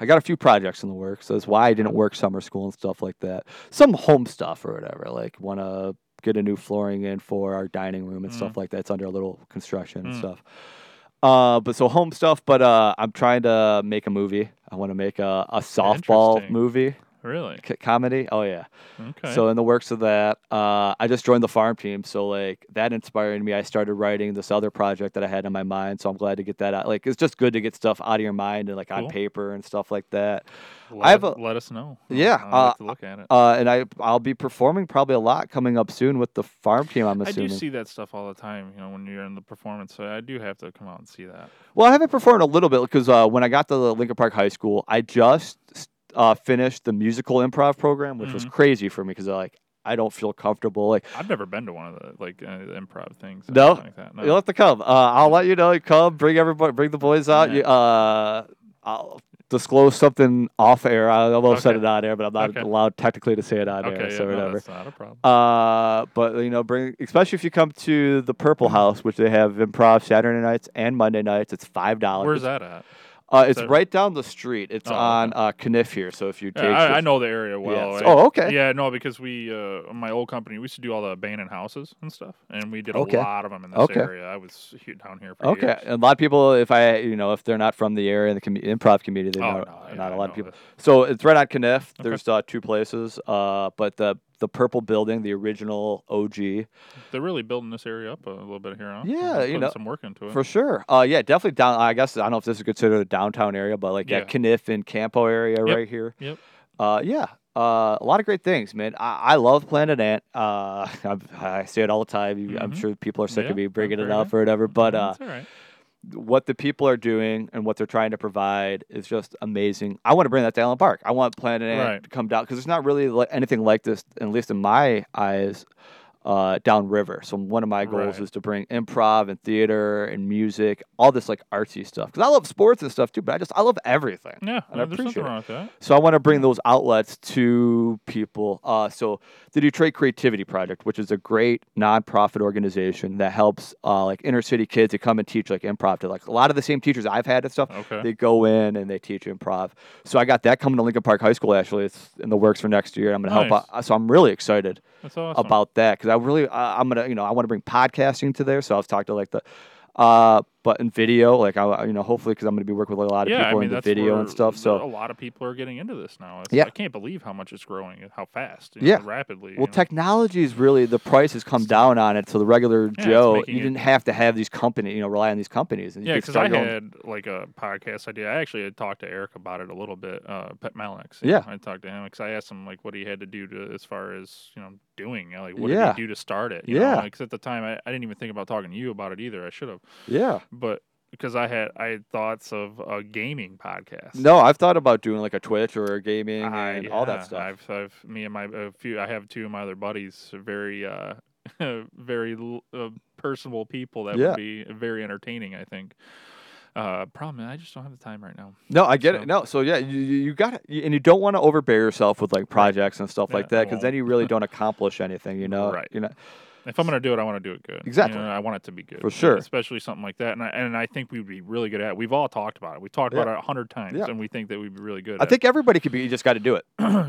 Speaker 1: I got a few projects in the works. That's why I didn't work summer school and stuff like that. Some home stuff or whatever. Like want to get a new flooring in for our dining room and stuff like that. It's under a little construction and
Speaker 2: Mm.
Speaker 1: stuff. Uh, but so home stuff. But uh, I'm trying to make a movie. I want to make a, a softball
Speaker 2: Interesting.
Speaker 1: movie
Speaker 2: really
Speaker 1: c- comedy. Oh yeah.
Speaker 2: okay.
Speaker 1: So in the works of that, uh, I just joined the farm team. So like that inspired me. I started writing this other project that I had in my mind. So I'm glad to get that out. Like it's just good to get stuff out of your mind and like on
Speaker 2: Cool.
Speaker 1: paper and stuff like that.
Speaker 2: let,
Speaker 1: I have
Speaker 2: us-
Speaker 1: a-
Speaker 2: let us know.
Speaker 1: Yeah,
Speaker 2: I'll I'll
Speaker 1: uh,
Speaker 2: have to look at it.
Speaker 1: Uh, and I I'll be performing probably a lot coming up soon with the farm team. I'm
Speaker 2: I
Speaker 1: assuming.
Speaker 2: do see that stuff all the time. You know, when you're in the performance, so I do have to come out and see that.
Speaker 1: Well, I haven't performed a little bit because uh, when I got to Lincoln Park High School, I just uh, finished the musical improv program, which was
Speaker 2: Mhm.
Speaker 1: crazy for me because like I don't feel comfortable like.
Speaker 2: I've never been to one of the like uh, the improv things. or
Speaker 1: No?
Speaker 2: anything like that. No.
Speaker 1: You'll have to come. Uh, I'll let you know. You come. Bring everybody. Bring the boys out.
Speaker 2: Yeah.
Speaker 1: You, uh, I'll disclose something off air. I almost said
Speaker 2: Okay.
Speaker 1: it on air, but I'm not
Speaker 2: Okay.
Speaker 1: allowed technically to say it on
Speaker 2: okay,
Speaker 1: air.
Speaker 2: yeah,
Speaker 1: So
Speaker 2: no,
Speaker 1: whatever.
Speaker 2: that's not a problem.
Speaker 1: Uh, but you know, bring especially if you come to the Purple House, which they have improv Saturday nights and Monday nights. It's five dollars.
Speaker 2: Where's that at?
Speaker 1: Uh, it's
Speaker 2: that-
Speaker 1: right down the street. It's
Speaker 2: Oh, okay.
Speaker 1: on uh, Kniff here. So if you
Speaker 2: Yeah,
Speaker 1: take,
Speaker 2: I, I
Speaker 1: this-
Speaker 2: know the area
Speaker 1: Yeah,
Speaker 2: well.
Speaker 1: it's-
Speaker 2: I-
Speaker 1: Oh, okay.
Speaker 2: Yeah, no, because we, uh, my old company, we used to do all the abandoned houses and stuff, and we did a
Speaker 1: Okay.
Speaker 2: lot of them in this
Speaker 1: Okay.
Speaker 2: area. I was he- down here for
Speaker 1: Okay,
Speaker 2: years.
Speaker 1: a lot of people. If I, you know, if they're not from the area in the commu- improv community, they
Speaker 2: Oh,
Speaker 1: know,
Speaker 2: no,
Speaker 1: not
Speaker 2: yeah,
Speaker 1: a
Speaker 2: I
Speaker 1: lot of
Speaker 2: know
Speaker 1: people.
Speaker 2: this.
Speaker 1: So uh, it's right on Kniff.
Speaker 2: Okay.
Speaker 1: There's uh, two places, uh, but the the purple building, the original OG,
Speaker 2: They're really building this area up a little bit here. Huh?
Speaker 1: Yeah,
Speaker 2: They're
Speaker 1: you
Speaker 2: putting
Speaker 1: know,
Speaker 2: some work into it.
Speaker 1: for sure. Uh, yeah, definitely down. I guess I don't know if this is considered a downtown area, but like yeah,
Speaker 2: Yeah.
Speaker 1: Kniff and Campo area
Speaker 2: Yep,
Speaker 1: right here.
Speaker 2: yep.
Speaker 1: Uh, yeah, uh, a lot of great things, man. I, I love Planet Ant. Uh, I, I say it all the time. You I'm
Speaker 2: Mhm.
Speaker 1: sure people are sick
Speaker 2: Yeah,
Speaker 1: of me bringing
Speaker 2: I've
Speaker 1: it
Speaker 2: heard
Speaker 1: up
Speaker 2: it.
Speaker 1: or whatever, but uh,
Speaker 2: That's Mm-hmm, all right.
Speaker 1: what the people are doing and what they're trying to provide is just amazing. I want to bring that to Allen Park. I want Planet Ant
Speaker 2: Right.
Speaker 1: to come down because there's not really li- anything like this, at least in my eyes, uh, downriver. So one of my goals
Speaker 2: Right.
Speaker 1: is to bring improv and theater and music, all this like artsy stuff. Because I love sports and stuff too, but I just I love everything.
Speaker 2: Yeah,
Speaker 1: And I
Speaker 2: no, there's nothing
Speaker 1: appreciate it.
Speaker 2: wrong with that.
Speaker 1: So I want to bring those outlets to people. Uh, so the Detroit Creativity Project, which is a great nonprofit organization that helps uh, like inner city kids to come and teach like improv to like a lot of the same teachers I've had and stuff.
Speaker 2: Okay.
Speaker 1: They go in and they teach improv. So I got that coming to Lincoln Park High School. Actually, it's in the works for next year. I'm going to
Speaker 2: Nice.
Speaker 1: help out. So I'm really excited
Speaker 2: That's awesome.
Speaker 1: about that because I really I, I'm gonna you know I want to bring podcasting to there. So I've talked to like the uh but in video like I you know hopefully because I'm gonna be working with a lot of
Speaker 2: yeah, I
Speaker 1: people
Speaker 2: mean
Speaker 1: in the
Speaker 2: that's
Speaker 1: video and
Speaker 2: where
Speaker 1: stuff.
Speaker 2: the-
Speaker 1: So
Speaker 2: a lot of people are getting into this now. It's-
Speaker 1: Yeah.
Speaker 2: I can't believe how much it's growing and how fast. you
Speaker 1: Yeah.
Speaker 2: know, rapidly. you
Speaker 1: Well,
Speaker 2: know.
Speaker 1: technology is really the price has come down on it. So the regular
Speaker 2: it's
Speaker 1: Joe,
Speaker 2: making
Speaker 1: you
Speaker 2: it-
Speaker 1: didn't have to have these company, you know, rely on these companies. And you
Speaker 2: Yeah,
Speaker 1: could
Speaker 2: because I
Speaker 1: start your own-
Speaker 2: had like a podcast idea. I actually had talked to Eric about it a little bit. Uh, Pet Malix. you
Speaker 1: Yeah.
Speaker 2: know, I talked to him because I asked him like what he had to do to as far as you know doing you know, like what
Speaker 1: Yeah.
Speaker 2: did he do to start it.
Speaker 1: Yeah.
Speaker 2: Because at the time I, I didn't even think about talking to you about it either. I should have,
Speaker 1: yeah.
Speaker 2: but because I had I had thoughts of a gaming podcast.
Speaker 1: No, I've thought about doing like a Twitch or gaming
Speaker 2: I-
Speaker 1: and all
Speaker 2: yeah,
Speaker 1: that stuff.
Speaker 2: I've, I've me and my a few. I have two of my other buddies. Very, uh, very l- uh, personable people that
Speaker 1: Yeah.
Speaker 2: would be very entertaining. I think. Uh, problem, is I just don't have the time right now.
Speaker 1: No, I get
Speaker 2: So-
Speaker 1: it. No, so yeah, you you got to and you don't want to overbear yourself with like projects and stuff
Speaker 2: Yeah,
Speaker 1: like that
Speaker 2: I
Speaker 1: because then
Speaker 2: won't.
Speaker 1: you really don't accomplish anything. You know,
Speaker 2: Right.
Speaker 1: You know,
Speaker 2: If I'm gonna do it, I want to do it good. You
Speaker 1: Exactly.
Speaker 2: know, I want it to be good
Speaker 1: For sure.
Speaker 2: especially something like that. And I, and I think we'd be really good at. it. We've all talked about it. We've talked about it a hundred times,
Speaker 1: Yeah.
Speaker 2: and we think that we'd be really good.
Speaker 1: I
Speaker 2: at it.
Speaker 1: think everybody could be. You just got to do it.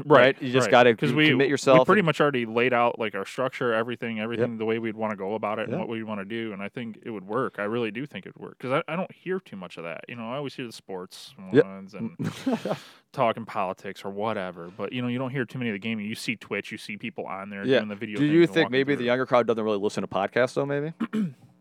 Speaker 1: right? You just gotta
Speaker 2: because
Speaker 1: c-
Speaker 2: we
Speaker 1: commit yourself
Speaker 2: We pretty
Speaker 1: and-
Speaker 2: much already laid out like our structure, everything, everything the way we'd want to go about it
Speaker 1: Yeah.
Speaker 2: and what we'd want to do, and I think it would work. I really do think it would work because I, I don't hear too much of that. You know, I always hear the sports
Speaker 1: Yep. Mm.
Speaker 2: ones and talking politics or whatever, but you know, you don't hear too many of the gaming. You see Twitch, you see people on there
Speaker 1: Yeah.
Speaker 2: doing the video.
Speaker 1: Do
Speaker 2: things
Speaker 1: you
Speaker 2: and
Speaker 1: think
Speaker 2: walking
Speaker 1: maybe the
Speaker 2: through.
Speaker 1: younger crowd doesn't really listen to podcasts though? Maybe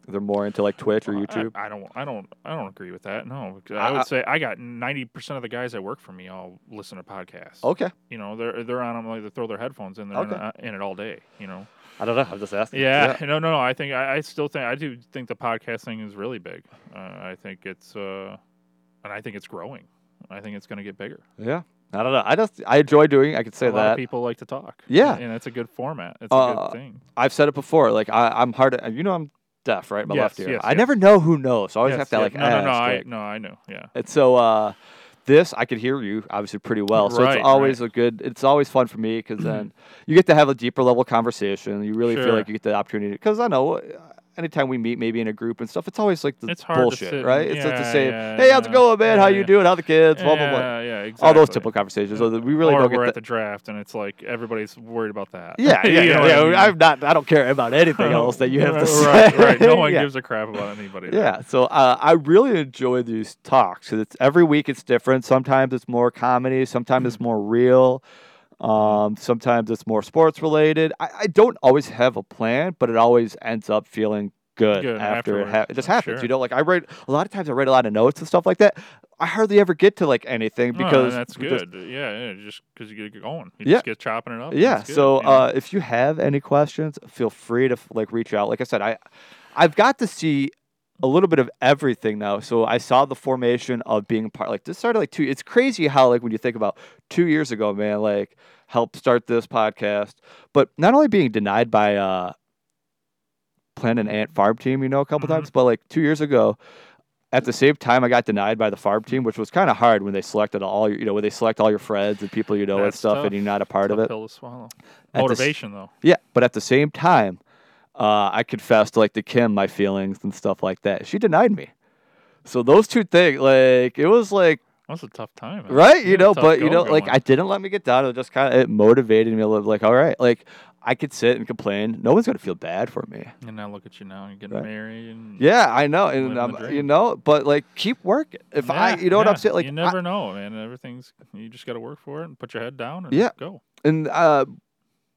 Speaker 1: they're more into like Twitch or
Speaker 2: Well, Uh, I-
Speaker 1: YouTube.
Speaker 2: I, don't. I don't. I don't agree with that. No, 'cause
Speaker 1: I-
Speaker 2: I, would
Speaker 1: I-
Speaker 2: say I got ninety percent of the guys that work for me all listen to podcasts.
Speaker 1: okay,
Speaker 2: You know, they're they're on them like they throw their headphones in, they're in,
Speaker 1: Oh. Okay.
Speaker 2: it- in it all day. You know.
Speaker 1: I don't know. I'm just asking.
Speaker 2: Yeah, no, no, no. I think I, I still think I do think the podcast thing is really big. Uh, I think it's uh, and I think it's growing. I think it's going to get bigger.
Speaker 1: Yeah. I don't know. I just I enjoy doing. I could say
Speaker 2: a lot
Speaker 1: that.
Speaker 2: of people like to talk.
Speaker 1: Yeah.
Speaker 2: and it's a good format. It's a
Speaker 1: Uh,
Speaker 2: good thing.
Speaker 1: I've said it before. Like I, I'm hard. You know, I'm deaf, right? My left
Speaker 2: Yes,
Speaker 1: ear.
Speaker 2: yes,
Speaker 1: I
Speaker 2: yes.
Speaker 1: never know who knows. So I always
Speaker 2: Yes,
Speaker 1: have to
Speaker 2: yeah.
Speaker 1: like
Speaker 2: no, no, no.
Speaker 1: ask,
Speaker 2: I
Speaker 1: like-
Speaker 2: no, I know. Yeah,
Speaker 1: and so uh, this I could hear you obviously pretty well. So
Speaker 2: Right,
Speaker 1: it's always a good. It's always fun for me because then you get to have a deeper level conversation. You really feel
Speaker 2: Sure.
Speaker 1: like you get the opportunity because I know. uh, Anytime we meet, maybe in a group and stuff, it's always like the
Speaker 2: It's hard to
Speaker 1: bullshit,
Speaker 2: sit and-
Speaker 1: right? It's like the
Speaker 2: yeah,
Speaker 1: same.
Speaker 2: yeah,
Speaker 1: hey, how's it
Speaker 2: yeah,
Speaker 1: going, man? How
Speaker 2: yeah,
Speaker 1: you
Speaker 2: yeah.
Speaker 1: doing? How the kids? Blah blah blah.
Speaker 2: Yeah, yeah, exactly. Uh,
Speaker 1: All those typical conversations. So that we really
Speaker 2: or
Speaker 1: don't get
Speaker 2: we're
Speaker 1: that.
Speaker 2: at the draft, and it's like everybody's worried about that.
Speaker 1: Yeah, yeah,
Speaker 2: You know
Speaker 1: yeah.
Speaker 2: what
Speaker 1: yeah.
Speaker 2: I mean?
Speaker 1: I'm not. I don't care about anything else that you have to say.
Speaker 2: Right, right. No one
Speaker 1: yeah.
Speaker 2: gives a crap about anybody. there.
Speaker 1: Yeah. So uh, I really enjoy these talks because it's every week it's different. Sometimes it's more comedy. Sometimes
Speaker 2: Mm-hmm.
Speaker 1: it's more real. Um, sometimes it's more sports related. I, I don't always have a plan, but it always ends up feeling good,
Speaker 2: Good
Speaker 1: after it,
Speaker 2: afterwards.
Speaker 1: ha- it just
Speaker 2: I'm
Speaker 1: happens.
Speaker 2: sure.
Speaker 1: You know, like I write a lot of times I write a lot of notes and stuff like that. I hardly ever get to like anything
Speaker 2: No, and
Speaker 1: because
Speaker 2: Oh, that's
Speaker 1: we
Speaker 2: good.
Speaker 1: just-
Speaker 2: yeah, yeah, just because you get going, you
Speaker 1: Yeah.
Speaker 2: just get chopping it up. and
Speaker 1: yeah
Speaker 2: it's good,
Speaker 1: so
Speaker 2: you know?
Speaker 1: uh, if you have any questions feel free to like reach out like i said i i've got to see a little bit of everything now so i saw the formation of being part like this started like two it's crazy how like when you think about two years ago man like helped start this podcast but not only being denied by uh Planet Ant farm team, you know, a couple
Speaker 2: Mhm.
Speaker 1: times, but like two years ago, at the same time, I got denied by the farm team, which was kind of hard when they selected all your, you know, when they select all your friends and people you know and
Speaker 2: That's
Speaker 1: stuff,
Speaker 2: tough.
Speaker 1: and you're not a part
Speaker 2: Tough
Speaker 1: of it.
Speaker 2: pill to swallow.
Speaker 1: the s-
Speaker 2: Motivation though.
Speaker 1: Yeah, but at the same time, uh, I confessed like to Kim my feelings and stuff like that. She denied me. So those two things, like it was like
Speaker 2: That's a tough time. man.
Speaker 1: right,
Speaker 2: Yeah,
Speaker 1: you know,
Speaker 2: tough
Speaker 1: but you know,
Speaker 2: go
Speaker 1: like
Speaker 2: going.
Speaker 1: I didn't let me get down. It just kind of it motivated me a little. Like all right, like I could sit and complain. No one's gonna feel bad for me.
Speaker 2: and now look at you now. You're getting
Speaker 1: Right.
Speaker 2: married. And
Speaker 1: Yeah, I know,
Speaker 2: Living
Speaker 1: and
Speaker 2: the
Speaker 1: um, you
Speaker 2: dream.
Speaker 1: know, but like keep working. If I,
Speaker 2: Yeah,
Speaker 1: you know what
Speaker 2: yeah,
Speaker 1: I'm saying, like
Speaker 2: you
Speaker 1: I-
Speaker 2: never know, man. Everything's you just got to work for it and put your head down and
Speaker 1: Yeah.
Speaker 2: go.
Speaker 1: and uh,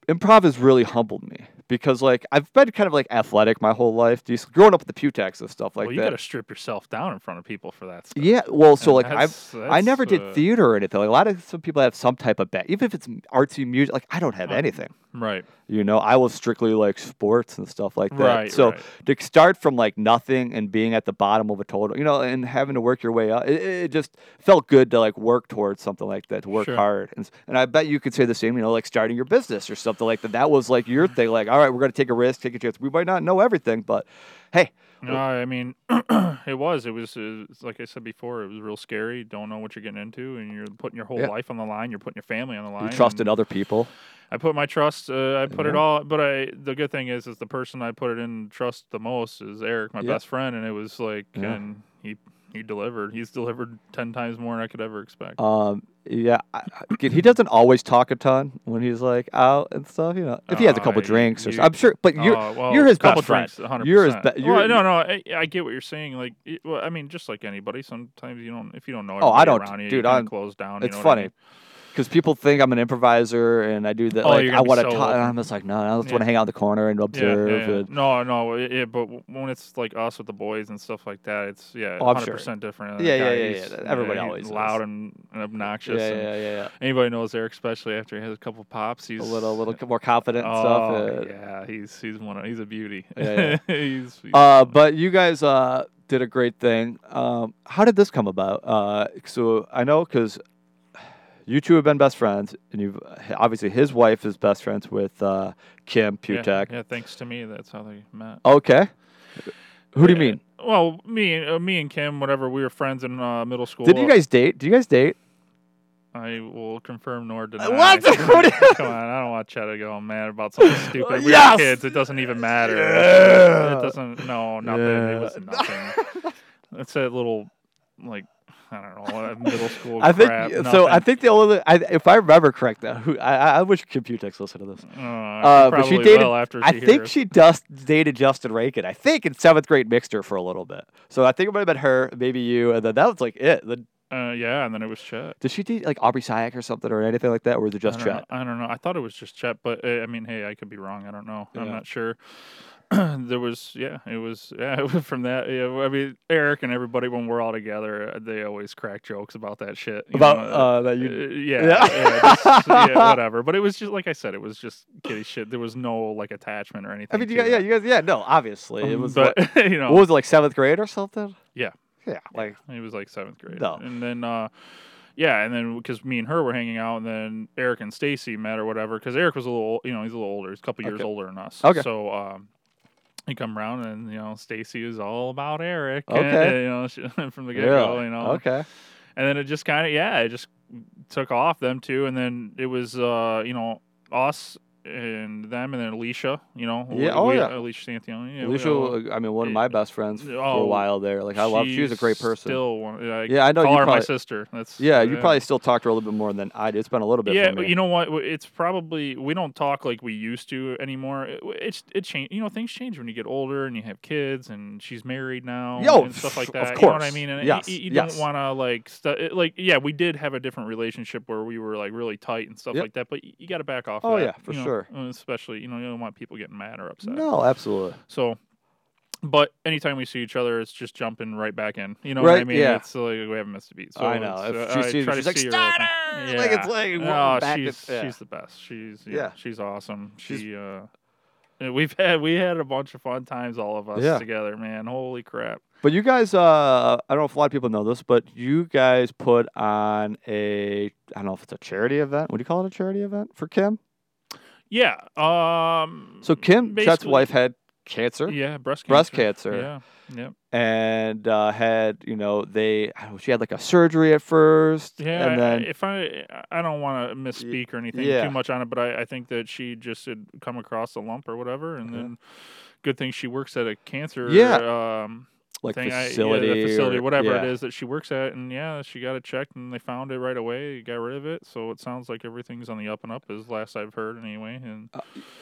Speaker 1: improv has really humbled me because like I've been kind of like athletic my whole life, just growing up with the Putex and stuff like
Speaker 2: well, you
Speaker 1: that.
Speaker 2: got to strip yourself down in front of people for that stuff.
Speaker 1: Yeah, well, so like I've
Speaker 2: That's-
Speaker 1: I never
Speaker 2: that's, uh,
Speaker 1: did theater or anything. Like a lot of some people have some type of back, even if it's artsy music. Like I don't have
Speaker 2: Oh,
Speaker 1: anything.
Speaker 2: Right.
Speaker 1: You know, I was strictly like sports and stuff like that.
Speaker 2: Right.
Speaker 1: so
Speaker 2: right.
Speaker 1: to start from like nothing and being at the bottom of a total, you know, and having to work your way up, it, it just felt good to like work towards something like that, to work
Speaker 2: Sure.
Speaker 1: hard. And, s- and I bet you could say the same, you know, like starting your business or something like that. That was like your thing. Like, all right, we're going to take a risk, take a chance. We might not know everything, but hey,
Speaker 2: No, I mean, it was. It was, uh, it's like I said before, it was real scary. Don't know what you're getting into, and you're putting your whole
Speaker 1: Yeah.
Speaker 2: life on the line. You're putting your family on the line.
Speaker 1: you trust
Speaker 2: and-
Speaker 1: in other people.
Speaker 2: I put my trust. Uh, I put it
Speaker 1: Yeah.
Speaker 2: all. But I. The good thing is, is the person I put it in trust the most is Eric, my
Speaker 1: Yeah.
Speaker 2: best friend, and it was like,
Speaker 1: Yeah.
Speaker 2: and he he delivered. He's delivered ten times more than I could ever expect.
Speaker 1: Um, yeah, I, I- kid, he doesn't always talk a ton when he's like out and stuff. You know, if he has a
Speaker 2: Uh,
Speaker 1: couple
Speaker 2: you-
Speaker 1: drinks or
Speaker 2: you-
Speaker 1: so, I'm sure. But you're
Speaker 2: Uh, well,
Speaker 1: you're his
Speaker 2: couple
Speaker 1: best friend.
Speaker 2: drinks, 100%.
Speaker 1: You're his be- you're-
Speaker 2: well, no, no, I, I get what you're saying. Like, it, well, I mean, just like anybody, sometimes you don't. If you don't know,
Speaker 1: Oh, I
Speaker 2: everybody
Speaker 1: don't-
Speaker 2: around you, you
Speaker 1: dude,
Speaker 2: kinda
Speaker 1: I'm-
Speaker 2: close down. you
Speaker 1: it's
Speaker 2: know what I
Speaker 1: funny because people think I'm an improviser and I do that.
Speaker 2: Oh,
Speaker 1: like
Speaker 2: you're
Speaker 1: I
Speaker 2: gonna be
Speaker 1: want to
Speaker 2: so
Speaker 1: talk. And
Speaker 2: open.
Speaker 1: I'm just like, no, I just
Speaker 2: Yeah.
Speaker 1: want to hang out in the corner and
Speaker 2: mean? Yeah,
Speaker 1: observe.
Speaker 2: yeah, yeah.
Speaker 1: and-
Speaker 2: No, no, it, it- but w- when it's like us with the boys and stuff like that, it's yeah,
Speaker 1: Oh, I'm
Speaker 2: hundred
Speaker 1: sure.
Speaker 2: percent different.
Speaker 1: Yeah, yeah,
Speaker 2: That guy,
Speaker 1: yeah,
Speaker 2: he's-
Speaker 1: yeah, everybody
Speaker 2: he's
Speaker 1: always is.
Speaker 2: loud and, and obnoxious.
Speaker 1: yeah,
Speaker 2: and
Speaker 1: yeah, yeah,
Speaker 2: Anybody knows Eric, especially after he has a couple pops. He's
Speaker 1: yeah. A little, little c- more confident and
Speaker 2: Oh,
Speaker 1: stuff. uh,
Speaker 2: yeah, he's he's one. Of, he's a beauty.
Speaker 1: Yeah,
Speaker 2: he's, he's-
Speaker 1: Uh, but you guys uh, did a great thing. Um, how did this come about? Uh, so I know because you two have been best friends, and you've obviously his wife is best friends with uh, Kim
Speaker 2: yeah,
Speaker 1: Putek.
Speaker 2: yeah, thanks to me, that's how they met.
Speaker 1: Okay. Who do you
Speaker 2: Yeah.
Speaker 1: mean?
Speaker 2: Well, me and uh, me and Kim, whatever, we were friends in uh, middle school.
Speaker 1: Did you guys date? Do you guys date?
Speaker 2: I will confirm nor deny.
Speaker 1: Uh, What? What do you-
Speaker 2: Come on, I don't want Chad to go mad about something stupid. We
Speaker 1: Yes!
Speaker 2: were kids. It doesn't even matter.
Speaker 1: Yeah.
Speaker 2: It doesn't. No, nothing.
Speaker 1: Yeah.
Speaker 2: It was nothing. it's a little like I don't know a middle school.
Speaker 1: I think
Speaker 2: crap,
Speaker 1: so. I
Speaker 2: nothing.
Speaker 1: think the only I, if I remember correct, though, who, I, I- I wish Computex listened to this.
Speaker 2: Uh,
Speaker 1: Uh, but she
Speaker 2: probably
Speaker 1: dated-
Speaker 2: will after
Speaker 1: I
Speaker 2: she
Speaker 1: think
Speaker 2: hears.
Speaker 1: she just dated Justin Rankin. I think in seventh grade mixed her for a little bit. So I think it might have been her, maybe you, and then that was like it. Then
Speaker 2: Uh, yeah, and then it was Chet.
Speaker 1: Did she date like Aubrey Syack or something or anything like that, or was it just
Speaker 2: I don't know-
Speaker 1: Chet?
Speaker 2: I don't know. I thought it was just Chet, but uh, I mean, hey, I could be wrong. I don't know. I'm
Speaker 1: Yeah.
Speaker 2: not sure. there was, yeah, it was, yeah, from that. Yeah, I mean, Eric and everybody when we're all together, uh, they always crack jokes about that shit. you
Speaker 1: About
Speaker 2: know,
Speaker 1: uh, that
Speaker 2: uh,
Speaker 1: you.
Speaker 2: yeah,
Speaker 1: yeah.
Speaker 2: yeah. just- yeah, whatever. But it was just like I said, it was just kiddie shit. There was no like attachment or anything.
Speaker 1: I mean, you
Speaker 2: to
Speaker 1: guys, yeah,
Speaker 2: that.
Speaker 1: you guys, yeah, no, obviously it
Speaker 2: Um,
Speaker 1: was.
Speaker 2: but
Speaker 1: like,
Speaker 2: you know,
Speaker 1: What was it like seventh grade or something?
Speaker 2: Yeah.
Speaker 1: Yeah, like
Speaker 2: It was like seventh grade.
Speaker 1: No.
Speaker 2: And then, uh, yeah, and then because me and her were hanging out, and then Eric and Stacy met or whatever. Because Eric was a little, you know, he's a little older. He's a couple years
Speaker 1: Okay.
Speaker 2: older than us.
Speaker 1: Okay.
Speaker 2: So, um, he come around, and you know, Stacy is all about Eric. And,
Speaker 1: Okay.
Speaker 2: you know, she, from the get go,
Speaker 1: really?
Speaker 2: you know.
Speaker 1: Okay.
Speaker 2: And then it just kind of, yeah, it just took off them two, and then it was, uh, you know, us. And them, and then Alicia, you know,
Speaker 1: Yeah,
Speaker 2: we-
Speaker 1: oh,
Speaker 2: we-
Speaker 1: yeah.
Speaker 2: Alicia Santillon. yeah, we
Speaker 1: Alicia,
Speaker 2: all-
Speaker 1: uh, I mean, one of
Speaker 2: it-
Speaker 1: my best friends for a
Speaker 2: oh,
Speaker 1: while there. Like I love, she was a great
Speaker 2: she's
Speaker 1: person.
Speaker 2: Still, one, like,
Speaker 1: yeah, I know
Speaker 2: call
Speaker 1: you
Speaker 2: her my
Speaker 1: probably.
Speaker 2: sister. That's
Speaker 1: Yeah, you probably still talked to her a little bit more than I did. It's been a little bit.
Speaker 2: yeah.
Speaker 1: for
Speaker 2: but
Speaker 1: me.
Speaker 2: You know what? W- It's probably we don't talk like we used to anymore. It, w- it's it changed. You know, things change when you get older and you have kids, and she's married now
Speaker 1: Yo,
Speaker 2: and stuff like
Speaker 1: of
Speaker 2: that. You know what I
Speaker 1: course.
Speaker 2: mean? And y-
Speaker 1: Yes,
Speaker 2: y- you,
Speaker 1: yes.
Speaker 2: don't want to like stu- it- like yeah. We did have a different relationship where we were like really tight and stuff
Speaker 1: Yep.
Speaker 2: like that. But y- you got to back off.
Speaker 1: Oh,
Speaker 2: of that,
Speaker 1: yeah, for
Speaker 2: you know,
Speaker 1: sure.
Speaker 2: uh, Especially you know you don't want people getting mad or upset.
Speaker 1: no, absolutely.
Speaker 2: So, but anytime we see each other, it's just jumping right back in. You know what I
Speaker 1: Right,
Speaker 2: mean?
Speaker 1: yeah.
Speaker 2: It's like we haven't missed a beat. So
Speaker 1: I know.
Speaker 2: it's,
Speaker 1: If
Speaker 2: uh,
Speaker 1: she
Speaker 2: I
Speaker 1: sees me,
Speaker 2: try to
Speaker 1: she's like,
Speaker 2: see her
Speaker 1: "Starter!" Like, it's like,
Speaker 2: Yeah.
Speaker 1: we're
Speaker 2: Oh,
Speaker 1: back
Speaker 2: she's
Speaker 1: to- yeah.
Speaker 2: she's the best. She's yeah,
Speaker 1: Yeah.
Speaker 2: she's awesome.
Speaker 1: She's-
Speaker 2: She uh, and we've had we had a bunch of fun times all of us
Speaker 1: Yeah.
Speaker 2: together, man. Holy crap!
Speaker 1: But you guys, uh, I don't know if a lot of people know this, but you guys put on a, I don't know if it's a charity event. What do you call it? A charity event for Kim?
Speaker 2: Yeah. Um.
Speaker 1: So Kim, Chet's
Speaker 2: basically-
Speaker 1: wife, had cancer
Speaker 2: Yeah, breast cancer.
Speaker 1: Breast cancer.
Speaker 2: Yeah. Yep.
Speaker 1: and uh, had, you know, they, I don't know, she had like a surgery at first.
Speaker 2: Yeah,
Speaker 1: And
Speaker 2: I-
Speaker 1: then,
Speaker 2: if I I don't want to misspeak or anything
Speaker 1: yeah.
Speaker 2: too much on it, but I, I think that she just had
Speaker 1: Mm-hmm.
Speaker 2: come across a lump or whatever, and
Speaker 1: Yeah.
Speaker 2: then good thing she works at a cancer
Speaker 1: Yeah.
Speaker 2: um,
Speaker 1: like
Speaker 2: thing. I- yeah, the
Speaker 1: facility,
Speaker 2: facility,
Speaker 1: or-
Speaker 2: whatever
Speaker 1: yeah.
Speaker 2: it is that she works at, and yeah, she got it checked, and they found it right away. Got rid of it, so it sounds like everything's on the up and up, as last I've heard, anyway. And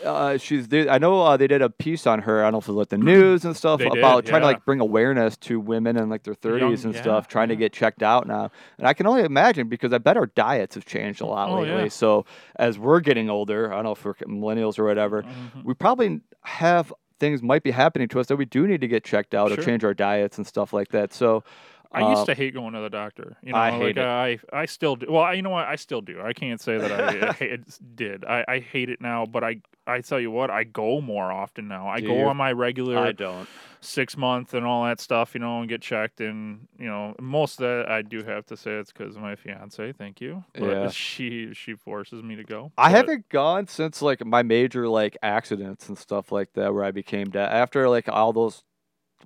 Speaker 1: Uh, she's. They, I know uh, they did a piece on her. I don't know if it was like the news and stuff
Speaker 2: They
Speaker 1: about
Speaker 2: did,
Speaker 1: trying to
Speaker 2: yeah.
Speaker 1: like bring awareness to women in like their 30s
Speaker 2: Young-
Speaker 1: and
Speaker 2: yeah,
Speaker 1: stuff, trying to
Speaker 2: yeah.
Speaker 1: get checked out now. And I can only imagine because I bet our diets have changed a lot
Speaker 2: Oh,
Speaker 1: lately.
Speaker 2: yeah.
Speaker 1: So as we're getting older, I don't know if we're millennials or whatever,
Speaker 2: Mhm.
Speaker 1: we probably have things might be happening to us that we do need to get checked out or
Speaker 2: Sure.
Speaker 1: change our diets and stuff like that. So
Speaker 2: I used
Speaker 1: uh,
Speaker 2: to hate going to the doctor. You know,
Speaker 1: I
Speaker 2: like
Speaker 1: hate it.
Speaker 2: I, I still do. Well, I, you know what? I still do. I can't say that I, I hate- did. I, I hate it now, but I, I tell you what, I go more often now. I
Speaker 1: Do
Speaker 2: go
Speaker 1: you?
Speaker 2: on my regular
Speaker 1: I don't.
Speaker 2: six month and all that stuff, you know, and get checked. And you know, most of that I do have to say it's because of my fiance. Thank you, but
Speaker 1: Yeah.
Speaker 2: she she forces me to go.
Speaker 1: I
Speaker 2: but-
Speaker 1: haven't gone since like my major like accidents and stuff like that where I became deaf after like all those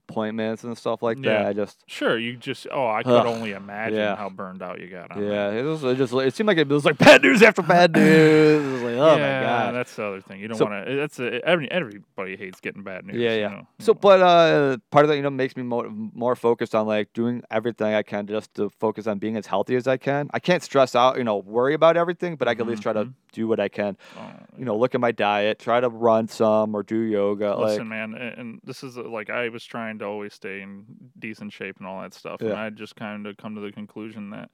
Speaker 1: appointments and stuff like that.
Speaker 2: Yeah.
Speaker 1: I just
Speaker 2: Sure, you just oh, I could
Speaker 1: Ugh,
Speaker 2: only imagine
Speaker 1: yeah.
Speaker 2: how burned out you got. On that.
Speaker 1: yeah, it was it just it seemed like it was like bad news after bad news. It was like oh
Speaker 2: yeah,
Speaker 1: my god.
Speaker 2: that's the other thing. You don't
Speaker 1: So-
Speaker 2: want to. That's a, every, everybody hates getting bad news.
Speaker 1: Yeah,
Speaker 2: you
Speaker 1: yeah.
Speaker 2: know, you
Speaker 1: So,
Speaker 2: know.
Speaker 1: but uh, part of that, you know, makes me more, more focused on like doing everything I can just to focus on being as healthy as I can. I can't stress out, you know, worry about everything, but I can at least try to
Speaker 2: Mhm.
Speaker 1: do what I can.
Speaker 2: Oh,
Speaker 1: You know, look at my diet, try to run some or do yoga.
Speaker 2: Listen,
Speaker 1: like,
Speaker 2: man, a- and this is uh, like I was trying to always stay in decent shape and all that stuff, and
Speaker 1: Yeah.
Speaker 2: I just kind of come to the conclusion that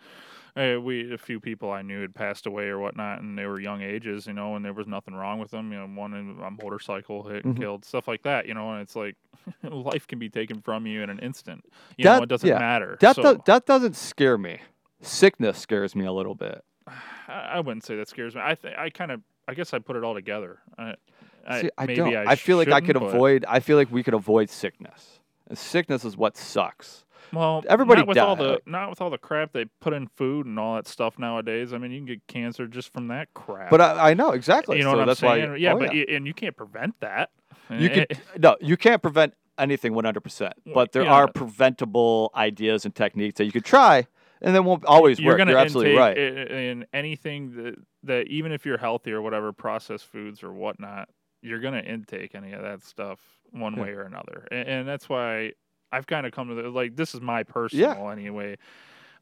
Speaker 2: eh, we a few people I knew had passed away or whatnot, and they were young ages, you know, and there was nothing wrong with them. You know, one in a motorcycle hit and
Speaker 1: Mhm.
Speaker 2: killed, stuff like that, you know, and it's like life can be taken from you in an instant. You
Speaker 1: That-
Speaker 2: know, it doesn't
Speaker 1: yeah.
Speaker 2: matter.
Speaker 1: death,
Speaker 2: so,
Speaker 1: do- death doesn't scare me. Sickness scares me a little bit.
Speaker 2: I I wouldn't say that scares me. I th- I kind of I guess I put it all together. I,
Speaker 1: See, I
Speaker 2: maybe
Speaker 1: don't.
Speaker 2: I,
Speaker 1: I, feel like I could
Speaker 2: shouldn't, but-
Speaker 1: avoid. I feel like we could avoid sickness. And sickness is what sucks.
Speaker 2: Well,
Speaker 1: Everybody
Speaker 2: not with all the
Speaker 1: died.
Speaker 2: not with all the crap they put in food and all that stuff nowadays. I mean, you can get cancer just from that crap.
Speaker 1: But I, I know exactly.
Speaker 2: you know
Speaker 1: so
Speaker 2: what I'm
Speaker 1: that's
Speaker 2: saying?
Speaker 1: Why,
Speaker 2: yeah,
Speaker 1: oh,
Speaker 2: but y and you can't prevent that.
Speaker 1: You
Speaker 2: Eh,
Speaker 1: could no, you can't prevent anything 100%, but there
Speaker 2: yeah.
Speaker 1: are preventable ideas and techniques that you could try and they won't always
Speaker 2: you're
Speaker 1: work.
Speaker 2: gonna
Speaker 1: You're absolutely
Speaker 2: intake
Speaker 1: right.
Speaker 2: i- i- in anything that that even if you're healthy or whatever processed foods or whatnot, you're gonna intake any of that stuff one
Speaker 1: Yeah.
Speaker 2: way or another, and, and that's why I've kind of come to the like this is my personal anyway.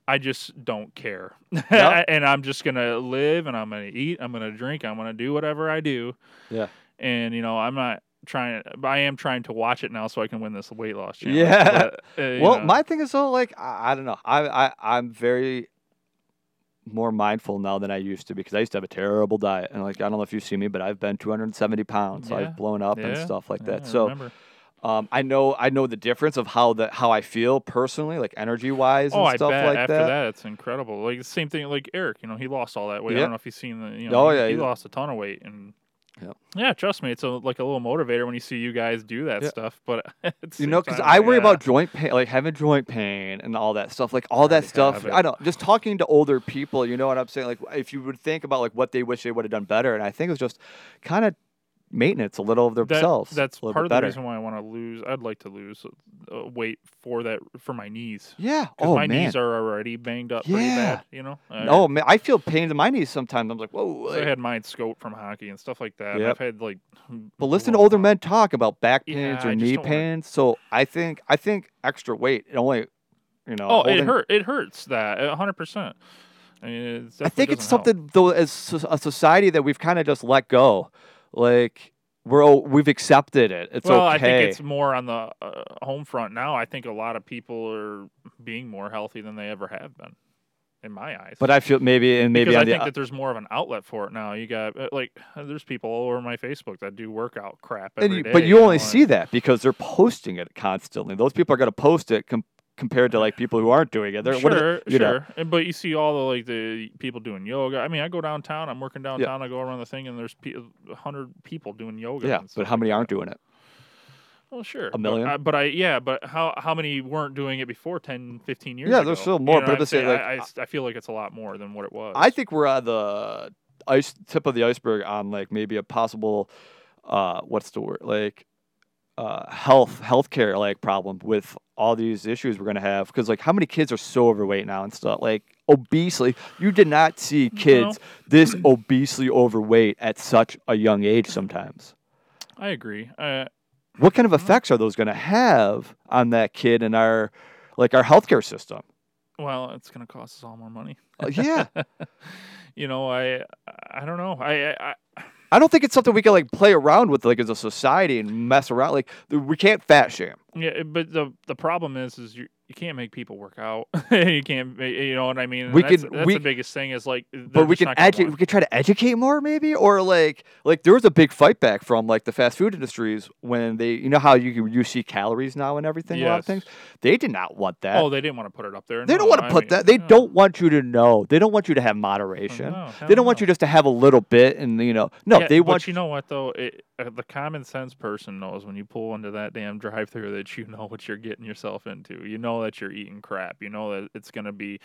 Speaker 2: I just don't care,
Speaker 1: Yeah.
Speaker 2: and I'm just gonna live, and I'm gonna eat, I'm gonna drink, I'm gonna do whatever I do.
Speaker 1: Yeah.
Speaker 2: and you know I'm not trying, but I am trying to watch it now so I can win this weight loss challenge.
Speaker 1: Yeah.
Speaker 2: but, uh, you
Speaker 1: well,
Speaker 2: know,
Speaker 1: my thing is though, like I, I don't know. I, I I'm very more mindful now than I used to because I used to have a terrible diet and like I don't know if you see me, but I've been 270 pounds.
Speaker 2: Yeah.
Speaker 1: I've blown up and
Speaker 2: Yeah.
Speaker 1: stuff like
Speaker 2: yeah,
Speaker 1: that.
Speaker 2: I
Speaker 1: So
Speaker 2: remember.
Speaker 1: um, I know I know the difference of how the how I feel personally, like energy wise and
Speaker 2: Oh, I
Speaker 1: stuff
Speaker 2: bet
Speaker 1: like
Speaker 2: after that. it's incredible. Like the same thing, like Eric, you know, he lost all that weight. I
Speaker 1: Yeah.
Speaker 2: don't know if you've seen the, you know,
Speaker 1: Oh,
Speaker 2: he,
Speaker 1: yeah,
Speaker 2: he
Speaker 1: he-
Speaker 2: lost a ton of weight, and
Speaker 1: Yeah.
Speaker 2: yeah, trust me, it's a, like a little motivator when you see you guys do that
Speaker 1: Yeah.
Speaker 2: stuff. But at the
Speaker 1: You
Speaker 2: same
Speaker 1: know, because
Speaker 2: time,
Speaker 1: I worry
Speaker 2: yeah.
Speaker 1: about joint pain, like having joint pain and all that stuff, like all that
Speaker 2: Gotta
Speaker 1: stuff.
Speaker 2: have it.
Speaker 1: I don't just talking to older people. You know what I'm saying? Like if you would think about like what they wish they would have done better, and I think it's just kind of maintenance a little of
Speaker 2: That-
Speaker 1: themselves.
Speaker 2: that's
Speaker 1: a little
Speaker 2: part
Speaker 1: bit
Speaker 2: of
Speaker 1: better.
Speaker 2: the reason why I want to lose. I'd like to lose uh, weight for that for my knees.
Speaker 1: Yeah.
Speaker 2: 'Cause
Speaker 1: Oh
Speaker 2: my
Speaker 1: man.
Speaker 2: knees are already banged up pretty
Speaker 1: Yeah.
Speaker 2: bad. You know. Uh,
Speaker 1: oh man, I feel pains in my knees sometimes. I'm like, whoa.
Speaker 2: so I
Speaker 1: like-
Speaker 2: had mine scoped from hockey and stuff like that. and
Speaker 1: Yep.
Speaker 2: I've had like.
Speaker 1: but listen to
Speaker 2: blown
Speaker 1: older
Speaker 2: up.
Speaker 1: men talk about back
Speaker 2: Yeah,
Speaker 1: pains
Speaker 2: I
Speaker 1: or
Speaker 2: just
Speaker 1: knee
Speaker 2: don't wanna-
Speaker 1: pains. So I think I think extra weight it only, you know.
Speaker 2: Oh, it
Speaker 1: uh, holding-
Speaker 2: hurt. It hurts that a hundred percent. I mean, it's
Speaker 1: I think
Speaker 2: definitely
Speaker 1: it's
Speaker 2: doesn't help.
Speaker 1: something though as so- a society that we've kind of just let go. Like we're o- we've accepted it. It's
Speaker 2: well,
Speaker 1: okay.
Speaker 2: I think it's more on the uh, home front now. I think a lot of people are being more healthy than they ever have been, in my eyes.
Speaker 1: but I feel maybe and maybe
Speaker 2: because I
Speaker 1: on the
Speaker 2: think that there's more of an outlet for it now. You got uh, like there's people all over my Facebook that do workout crap
Speaker 1: and
Speaker 2: every
Speaker 1: you-
Speaker 2: day,
Speaker 1: but you
Speaker 2: know,
Speaker 1: only
Speaker 2: and-
Speaker 1: see that because they're posting it constantly. Those people are going to post it com- compared to like people who aren't doing it. They're,
Speaker 2: sure,
Speaker 1: what are- you know.
Speaker 2: sure. And- But you see all the like the people doing yoga. I mean, I go downtown. I'm working downtown. I go around the thing, and there's pe- hundred people doing yoga.
Speaker 1: yeah,
Speaker 2: and
Speaker 1: but
Speaker 2: stuff
Speaker 1: how
Speaker 2: like
Speaker 1: many
Speaker 2: that.
Speaker 1: aren't doing it?
Speaker 2: Well, sure.
Speaker 1: A million?
Speaker 2: But I, but I yeah, but how how many weren't doing it before 10, 15 years
Speaker 1: Yeah,
Speaker 2: ago?
Speaker 1: there's still more,
Speaker 2: what
Speaker 1: but at
Speaker 2: I'm
Speaker 1: the same-
Speaker 2: saying?
Speaker 1: like,
Speaker 2: I, I s- I feel like it's a lot more than what it was.
Speaker 1: I think we're on the ice tip of the iceberg on like maybe a possible uh what's the word like uh health healthcare like problem with all these issues we're gonna have because like how many kids are so overweight now and stuff like obesely you did not see kids this obesely overweight at such a young age sometimes
Speaker 2: I agree. Uh,
Speaker 1: what kind of effects are those going to have on that kid and our like our healthcare system?
Speaker 2: Well, it's going to cost us all more money.
Speaker 1: Uh, yeah,
Speaker 2: You know, I I don't know. I, I, I
Speaker 1: I don't think it's something we can like play around with like as a society and mess around. Like th- we can't fat shame.
Speaker 2: yeah, but the the problem is is you you can't make people work out. you can't, ma- you know what I mean. And
Speaker 1: We
Speaker 2: that's,
Speaker 1: can-
Speaker 2: that's
Speaker 1: we-
Speaker 2: the biggest thing is like.
Speaker 1: but we can edu- we could try to educate more maybe or like like there was a big fight back from like the fast food industries when they you know how you can you see calories now and everything a lot of things they did not want that
Speaker 2: Oh, they didn't want to put it up there.
Speaker 1: they don't
Speaker 2: No,
Speaker 1: want to
Speaker 2: I
Speaker 1: put
Speaker 2: mean,
Speaker 1: that they
Speaker 2: no. Oh,
Speaker 1: don't want you to know they don't want you to have moderation they don't want you just to have a little bit and you know no
Speaker 2: Yeah,
Speaker 1: they
Speaker 2: but
Speaker 1: want
Speaker 2: you know what though? It, uh, the common sense person knows when you pull into that damn drive-through that you know what you're getting yourself into. You know that you're eating crap. You know that it's going to be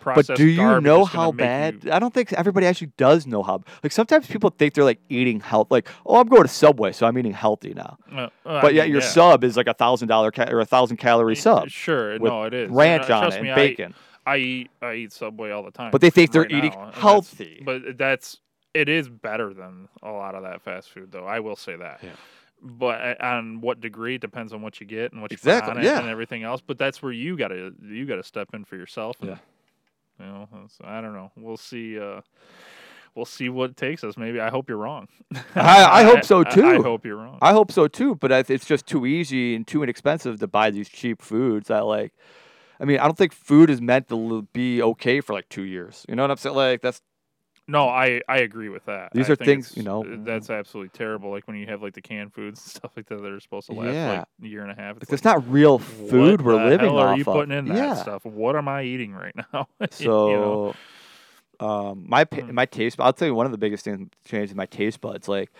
Speaker 2: processed.
Speaker 1: but do you
Speaker 2: garbage
Speaker 1: know
Speaker 2: is gonna
Speaker 1: how
Speaker 2: make
Speaker 1: bad
Speaker 2: you-
Speaker 1: i don't think everybody actually does know how like sometimes people think they're like eating health like oh i'm going to subway so i'm eating healthy now
Speaker 2: Uh, uh, I
Speaker 1: but yet
Speaker 2: mean,
Speaker 1: your sub is like a thousand dollar ca- or a thousand calorie sub
Speaker 2: Sure,
Speaker 1: with
Speaker 2: no, it is And,
Speaker 1: ranch
Speaker 2: uh,
Speaker 1: on
Speaker 2: trust
Speaker 1: it
Speaker 2: me,
Speaker 1: and
Speaker 2: I-
Speaker 1: bacon.
Speaker 2: I, eat I eat Subway all the time.
Speaker 1: But they think they're
Speaker 2: right
Speaker 1: eating
Speaker 2: now, and that's-
Speaker 1: healthy.
Speaker 2: But that's it is better than a lot of that fast food, though. I will say that.
Speaker 1: Yeah.
Speaker 2: But a- on what degree it depends on what you get and what you
Speaker 1: Exactly,
Speaker 2: put on
Speaker 1: yeah.
Speaker 2: it and everything else. But that's where you gotta you gotta step in for yourself. And,
Speaker 1: Yeah.
Speaker 2: You know, that's- I don't know. We'll see. Uh, we'll see what takes us. Maybe I hope you're wrong.
Speaker 1: I- I hope so,
Speaker 2: I- I,
Speaker 1: too.
Speaker 2: hope you're wrong.
Speaker 1: I hope so too, but I th- it's just too easy and too inexpensive to buy these cheap foods. I like. I mean, I don't think food is meant to l- be okay for like two years. You know what I'm saying? Like that's
Speaker 2: No, I I agree with that.
Speaker 1: These
Speaker 2: I
Speaker 1: are
Speaker 2: think
Speaker 1: things,
Speaker 2: it's-
Speaker 1: you know,
Speaker 2: uh, That's absolutely terrible. Like when you have like the canned foods and stuff like that that are supposed to last
Speaker 1: Yeah.
Speaker 2: like a year and a half.
Speaker 1: like,
Speaker 2: It's
Speaker 1: that's
Speaker 2: like,
Speaker 1: not real food
Speaker 2: what
Speaker 1: we're
Speaker 2: the
Speaker 1: living
Speaker 2: hell
Speaker 1: off
Speaker 2: are you
Speaker 1: of.
Speaker 2: putting in that
Speaker 1: yeah.
Speaker 2: stuff? What am I eating right now? You know?
Speaker 1: So, um, my pa-
Speaker 2: Mm.
Speaker 1: my taste. I'll tell you one of the biggest things changed in my taste buds. Like,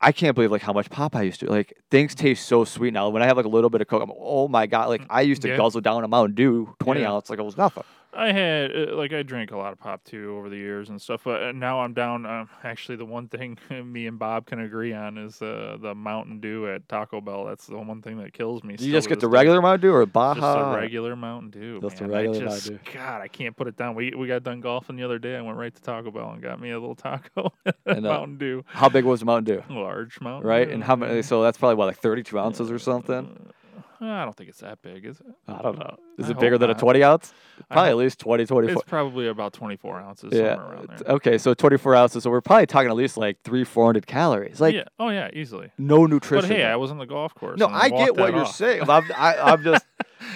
Speaker 1: I can't believe like how much pop I used to. Like things taste so sweet now. When I have like a little bit of coke, I'm oh my god. Like I used to
Speaker 2: Mm, Yeah.
Speaker 1: guzzle down a Mountain Dew, twenty
Speaker 2: Yeah.
Speaker 1: ounce, like it was nothing.
Speaker 2: I had uh, like I drank a lot of pop too over the years and stuff, but uh, now I'm down. Um, actually, the one thing me and Bob can agree on is uh, the Mountain Dew at Taco Bell. That's the one thing that kills me.
Speaker 1: Do you
Speaker 2: still
Speaker 1: just
Speaker 2: to
Speaker 1: get
Speaker 2: this
Speaker 1: the
Speaker 2: day.
Speaker 1: regular Mountain Dew or Baja?
Speaker 2: Just a
Speaker 1: or-
Speaker 2: regular Mountain Dew.
Speaker 1: Just a
Speaker 2: man.
Speaker 1: regular
Speaker 2: I
Speaker 1: Mountain
Speaker 2: just,
Speaker 1: Dew.
Speaker 2: God, I can't put it down. We we got done golfing the other day. I went right to Taco Bell and got me a little taco
Speaker 1: And, uh,
Speaker 2: Mountain Dew,
Speaker 1: How big was the Mountain Dew?
Speaker 2: large Mountain.
Speaker 1: Right?
Speaker 2: Dew,
Speaker 1: And how many?
Speaker 2: yeah.
Speaker 1: So that's probably what, like 32 ounces or something?
Speaker 2: Uh, I don't think it's that big, is it?
Speaker 1: I don't know. Is
Speaker 2: I
Speaker 1: it bigger
Speaker 2: hope
Speaker 1: than a
Speaker 2: not.
Speaker 1: 20 ounce?
Speaker 2: I
Speaker 1: Probably
Speaker 2: hope-
Speaker 1: at least 20,
Speaker 2: It's
Speaker 1: 24.
Speaker 2: probably about 24 ounces,
Speaker 1: Yeah. uh,
Speaker 2: somewhere around there.
Speaker 1: Okay. So 24 ounces. So we're probably talking at least like three, 400 calories. Like
Speaker 2: yeah. Oh yeah, easily.
Speaker 1: no
Speaker 2: But
Speaker 1: nutrition.
Speaker 2: hey,
Speaker 1: there.
Speaker 2: I was on the golf course.
Speaker 1: no,
Speaker 2: and
Speaker 1: I get
Speaker 2: walked
Speaker 1: what
Speaker 2: that
Speaker 1: you're
Speaker 2: off.
Speaker 1: saying. I'm, I, I'm just,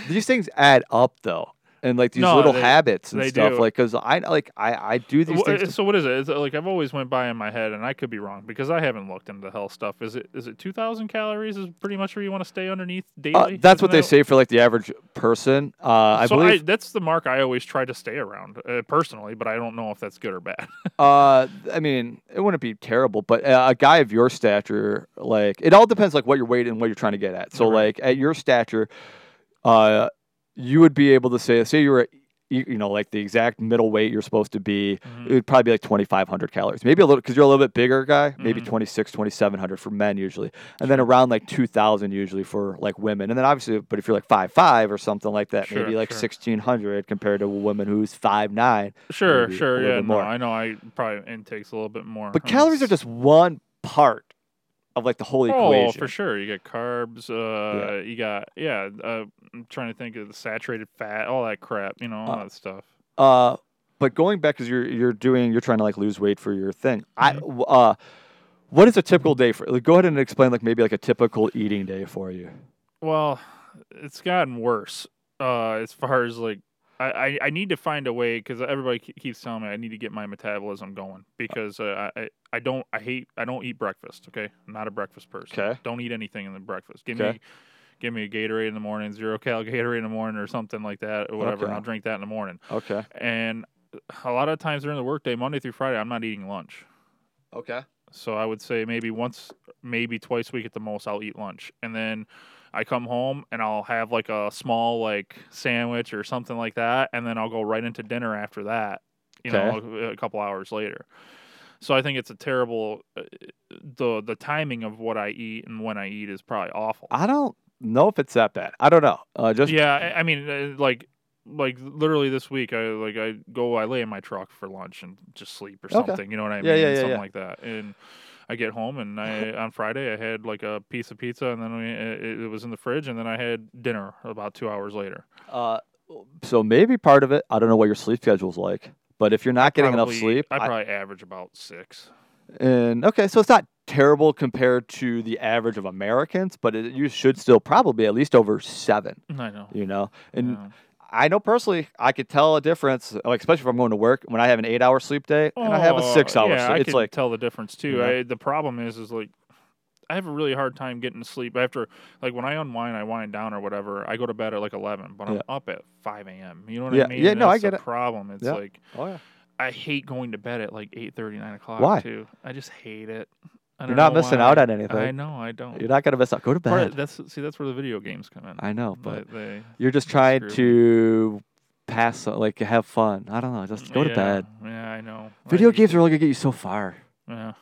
Speaker 1: these things add up though. And like these
Speaker 2: No,
Speaker 1: little
Speaker 2: they-
Speaker 1: habits and
Speaker 2: they
Speaker 1: stuff.
Speaker 2: do.
Speaker 1: Like, cause I, like, I, I do these
Speaker 2: Wha-
Speaker 1: things. to-
Speaker 2: so what is it? Is it like I've always went by in my head, and I could be wrong because I haven't looked into the health stuff. Is it is it two thousand calories? Is pretty much where you want to stay underneath daily?
Speaker 1: Uh, that's what
Speaker 2: Isn't
Speaker 1: they
Speaker 2: that-
Speaker 1: say for like the average person. Uh, I
Speaker 2: so
Speaker 1: believe.
Speaker 2: that's the mark I always try to stay around uh, personally, but I don't know if that's good or bad.
Speaker 1: Uh, I mean, it wouldn't be terrible, but uh, a guy of your stature, like, it all depends, like, what your weight and what you're trying to get at. So,
Speaker 2: Right.
Speaker 1: like, at your stature, uh, you would be able to say, say you were, you, you know, like the exact middle weight you're supposed to be. It would probably be like 2,500 calories, maybe a little, because you're a little bit bigger guy, maybe
Speaker 2: Mhm.
Speaker 1: 26, 2,700 for men usually, and then around like 2,000 usually for like women. And then obviously, but if you're like five five or something like that,
Speaker 2: Sure,
Speaker 1: maybe like
Speaker 2: sure.
Speaker 1: 1,600 compared to a woman who's five nine.
Speaker 2: Sure,
Speaker 1: Maybe a
Speaker 2: sure,
Speaker 1: little
Speaker 2: yeah,
Speaker 1: bit
Speaker 2: no,
Speaker 1: more.
Speaker 2: I know I probably intakes a little bit more.
Speaker 1: But
Speaker 2: I mean,
Speaker 1: calories are
Speaker 2: it's-
Speaker 1: just one part of like the whole
Speaker 2: Uh-huh. Oh,
Speaker 1: equation.
Speaker 2: for sure. You got carbs. Uh, You got yeah. Uh, I'm trying to think of the saturated fat, all that crap. You know, all
Speaker 1: Uh,
Speaker 2: that stuff.
Speaker 1: Uh, but going back, because you're you're doing you're trying to like lose weight for your thing.
Speaker 2: Mm-hmm.
Speaker 1: I w I uh, what is a typical day for? Like, go ahead and explain like maybe like a typical eating day for you.
Speaker 2: Well, it's gotten worse. Uh, as far as like, I, I, I need to find a way because everybody ke- keeps telling me I need to get my metabolism going because uh, I, I- I don't I hate I don't eat breakfast. Okay, I'm not a breakfast person.
Speaker 1: Okay.
Speaker 2: Don't eat anything in the breakfast. Give
Speaker 1: Okay.
Speaker 2: me. Give me a Gatorade in the morning, zero cal Gatorade in the morning, or something like that, or whatever.
Speaker 1: Okay.
Speaker 2: And I'll drink that in the morning.
Speaker 1: Okay.
Speaker 2: And a lot of times during the workday, Monday through Friday, I'm not eating lunch.
Speaker 1: Okay.
Speaker 2: So I would say maybe once, maybe twice a week at the most, I'll eat lunch, and then I come home and I'll have like a small like sandwich or something like that, and then I'll go right into dinner after that. You know, a couple hours later. So I think it's a terrible uh, the the timing of what I eat and when I eat is probably awful.
Speaker 1: I don't know if it's that bad. I don't know. Uh, just
Speaker 2: Yeah, I, I mean, uh, like, like literally this week, I like I go, I lay in my truck for lunch and just sleep or
Speaker 1: Okay.
Speaker 2: something. You know what I mean?
Speaker 1: Yeah, yeah, yeah,
Speaker 2: something
Speaker 1: yeah.
Speaker 2: like that. And I get home and I on Friday I had like a piece of pizza and then we, uh, it, it was in the fridge and then I had dinner about two hours later.
Speaker 1: Uh, so maybe part of it, I don't know what your sleep schedule's like, but if you're not getting
Speaker 2: Probably-
Speaker 1: enough sleep,
Speaker 2: I
Speaker 1: I-
Speaker 2: probably average about six.
Speaker 1: and okay, so it's not terrible compared to the average of Americans, but it, you should still probably at least over seven.
Speaker 2: I know.
Speaker 1: You know, and
Speaker 2: Yeah.
Speaker 1: I know personally, I could tell a difference, like especially if I'm going to work when I have an eight-hour sleep day and I have a
Speaker 2: Oh,
Speaker 1: six-hour.
Speaker 2: Yeah,
Speaker 1: sleep.
Speaker 2: I
Speaker 1: it's
Speaker 2: can
Speaker 1: like Mm-hmm.
Speaker 2: tell the difference too.
Speaker 1: you know?
Speaker 2: I, the problem is, is like I have a really hard time getting to sleep after. Like when I unwind, I wind down or whatever. I go to bed at like eleven, but I'm
Speaker 1: Yeah.
Speaker 2: up at five a.m. You know what
Speaker 1: Yeah,
Speaker 2: I mean?
Speaker 1: yeah,
Speaker 2: And
Speaker 1: no, I
Speaker 2: that's the
Speaker 1: get it.
Speaker 2: Problem. It's
Speaker 1: Yeah.
Speaker 2: like
Speaker 1: oh yeah,
Speaker 2: I hate going to bed at like 8, 9 o'clock.
Speaker 1: Why?
Speaker 2: Too. I just hate it. I
Speaker 1: you're
Speaker 2: don't
Speaker 1: not
Speaker 2: know
Speaker 1: missing
Speaker 2: why.
Speaker 1: out on anything.
Speaker 2: I know. I don't.
Speaker 1: You're not gonna miss out. Go to
Speaker 2: Part-
Speaker 1: bed.
Speaker 2: that's see. That's where the video games come in.
Speaker 1: I know, but
Speaker 2: They- they-
Speaker 1: you're just trying
Speaker 2: screwed
Speaker 1: to pass, like have fun. I don't know, just go to
Speaker 2: yeah,
Speaker 1: bed.
Speaker 2: Yeah, I know. I
Speaker 1: Video
Speaker 2: hate
Speaker 1: games
Speaker 2: it.
Speaker 1: are only gonna get you so far.
Speaker 2: Yeah.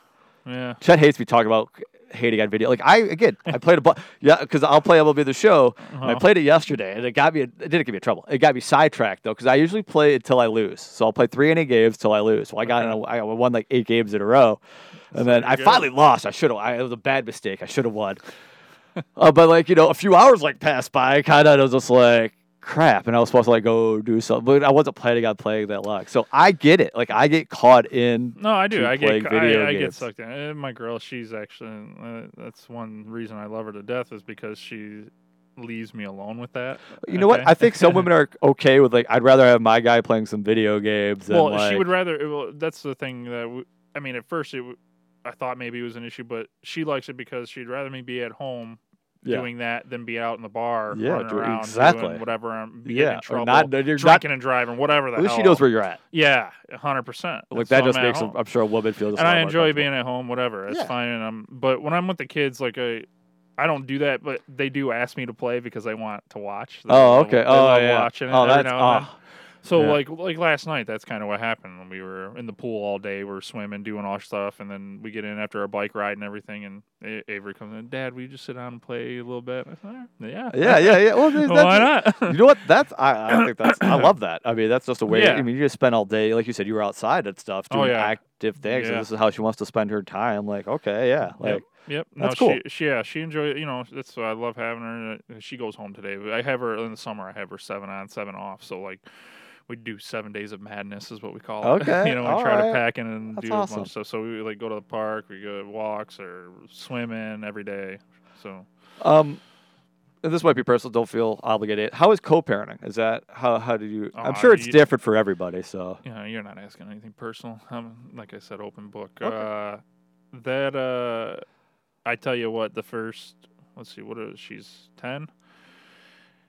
Speaker 2: Yeah.
Speaker 1: Chet hates me talking about hating on video. Like I again, I played a bu- yeah, because I'll play MLB the show. and I
Speaker 2: Uh-huh.
Speaker 1: played it yesterday, and it got me. It didn't get me in trouble. It got me sidetracked though, because I usually play until I lose. So I'll play three inning games till I lose. Well, I got in a, I won like eight games in a row, and then
Speaker 2: there
Speaker 1: I
Speaker 2: you go.
Speaker 1: finally lost. I should have. It was a bad mistake. I should have won. uh, but like you know, a few hours like passed by. I kind of was just like crap, and I was supposed to like go do something, but I wasn't planning on playing that long. So I get it. Like I get caught in
Speaker 2: No, I do.
Speaker 1: to
Speaker 2: I
Speaker 1: playing
Speaker 2: get ca-
Speaker 1: video
Speaker 2: I, I get
Speaker 1: games.
Speaker 2: sucked in. Uh, My girl, she's actually uh, that's one reason I love her to death is because she leaves me alone with that.
Speaker 1: You know what?
Speaker 2: Okay.
Speaker 1: I think some women are okay with like. I'd rather have my guy playing some video games. Than,
Speaker 2: well,
Speaker 1: like,
Speaker 2: she would rather. Well, that's the thing that w I I mean. At first, it w- I thought maybe it was an issue, but she likes it because she'd rather me be at home
Speaker 1: yeah.
Speaker 2: doing that than be out in the bar
Speaker 1: Yeah,
Speaker 2: running
Speaker 1: do-
Speaker 2: around
Speaker 1: exactly.
Speaker 2: doing whatever. I'm getting
Speaker 1: yeah,
Speaker 2: in
Speaker 1: or
Speaker 2: trouble,
Speaker 1: not. You're not.
Speaker 2: drinking and driving, whatever the
Speaker 1: At least
Speaker 2: hell.
Speaker 1: she knows where you're at.
Speaker 2: Yeah, hundred percent.
Speaker 1: Like that just makes, a, I'm sure, a woman feel. just a
Speaker 2: and
Speaker 1: lot
Speaker 2: I
Speaker 1: more
Speaker 2: enjoy
Speaker 1: comfortable.
Speaker 2: being at home, whatever. It's
Speaker 1: Yeah.
Speaker 2: fine. And I'm, but when I'm with the kids, like I, I don't do that, but they do ask me to play because they want to watch. They
Speaker 1: Oh,
Speaker 2: love-
Speaker 1: okay.
Speaker 2: they
Speaker 1: Oh,
Speaker 2: love
Speaker 1: yeah.
Speaker 2: Watching it
Speaker 1: Oh,
Speaker 2: every
Speaker 1: that's.
Speaker 2: now and then.
Speaker 1: Oh,
Speaker 2: So
Speaker 1: yeah.
Speaker 2: like like last night, that's kind of what happened. When we were in the pool all day, we are swimming, doing all stuff, and then we get in after our bike ride and everything. And A- Avery comes in, Dad, will you just sit down and play a little bit? I said, "All right, yeah,
Speaker 1: yeah, yeah, yeah. Well, that's,
Speaker 2: Why not?
Speaker 1: You know what? That's. I, I think that's. I love that. I mean, that's just a way.
Speaker 2: Yeah.
Speaker 1: I mean, you just spend all day, like you said, you were outside and stuff,
Speaker 2: Oh,
Speaker 1: doing
Speaker 2: yeah.
Speaker 1: active things.
Speaker 2: Yeah.
Speaker 1: And this is how she wants to spend her time. Like, okay, yeah, like.
Speaker 2: yep. Yep.
Speaker 1: that's
Speaker 2: no,
Speaker 1: cool.
Speaker 2: She, she, yeah, she enjoys. You know, that's why I love having her. Uh, She goes home today. but I have her in the summer. I have her seven on, seven off. So like, we do seven days of madness is what we call it.
Speaker 1: Okay,
Speaker 2: you know,
Speaker 1: all
Speaker 2: we try
Speaker 1: right.
Speaker 2: to pack in and
Speaker 1: That's
Speaker 2: do a
Speaker 1: awesome.
Speaker 2: bunch of stuff. So we like go to the park. We go walks or swimming every day. So
Speaker 1: Um, and this might be personal. Don't feel obligated. How is co-parenting? Is that how? How do you? I'm
Speaker 2: Uh,
Speaker 1: sure it's
Speaker 2: you-
Speaker 1: different for everybody. So
Speaker 2: you know, you're not asking anything personal. I'm like I said, open book.
Speaker 1: Okay.
Speaker 2: Uh, that uh, I tell you what, the first let's see, what is she's ten,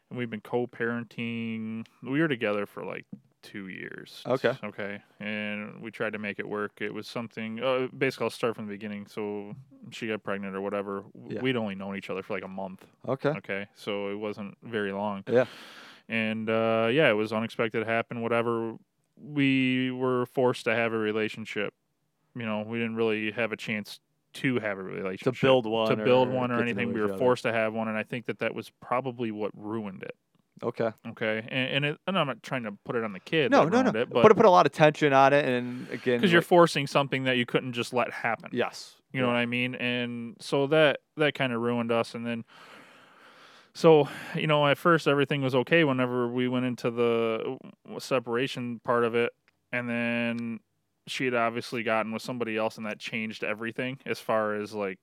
Speaker 2: and we've been co-parenting. We were together for like two years.
Speaker 1: Okay.
Speaker 2: Okay, and we tried to make it work. It was something. Uh, basically, I'll start from the beginning. So she got pregnant or whatever. W-
Speaker 1: Yeah.
Speaker 2: We'd only known each other for like a month
Speaker 1: okay,
Speaker 2: okay so it wasn't very long
Speaker 1: Yeah.
Speaker 2: and uh yeah it was unexpected happened whatever we were forced to have a relationship you know we didn't really have a chance to have a
Speaker 1: to
Speaker 2: relationship
Speaker 1: build one,
Speaker 2: to build one
Speaker 1: get
Speaker 2: or
Speaker 1: to
Speaker 2: anything
Speaker 1: know
Speaker 2: we
Speaker 1: each
Speaker 2: were
Speaker 1: other.
Speaker 2: forced to have one and i think that that was probably what ruined it
Speaker 1: Okay,
Speaker 2: okay and, and, it, and i'm not trying to put it on the kid
Speaker 1: no,
Speaker 2: that
Speaker 1: no, no.
Speaker 2: ruined it,
Speaker 1: but it put a lot of tension on it, and again,
Speaker 2: because you're
Speaker 1: like-
Speaker 2: forcing something that you couldn't just let happen
Speaker 1: yes,
Speaker 2: you know what I mean? And so that that kind of ruined us. And then, so you know, at first everything was okay. Whenever we went into the uh, separation part of it, and then she had obviously gotten with somebody else, and that changed everything as far as like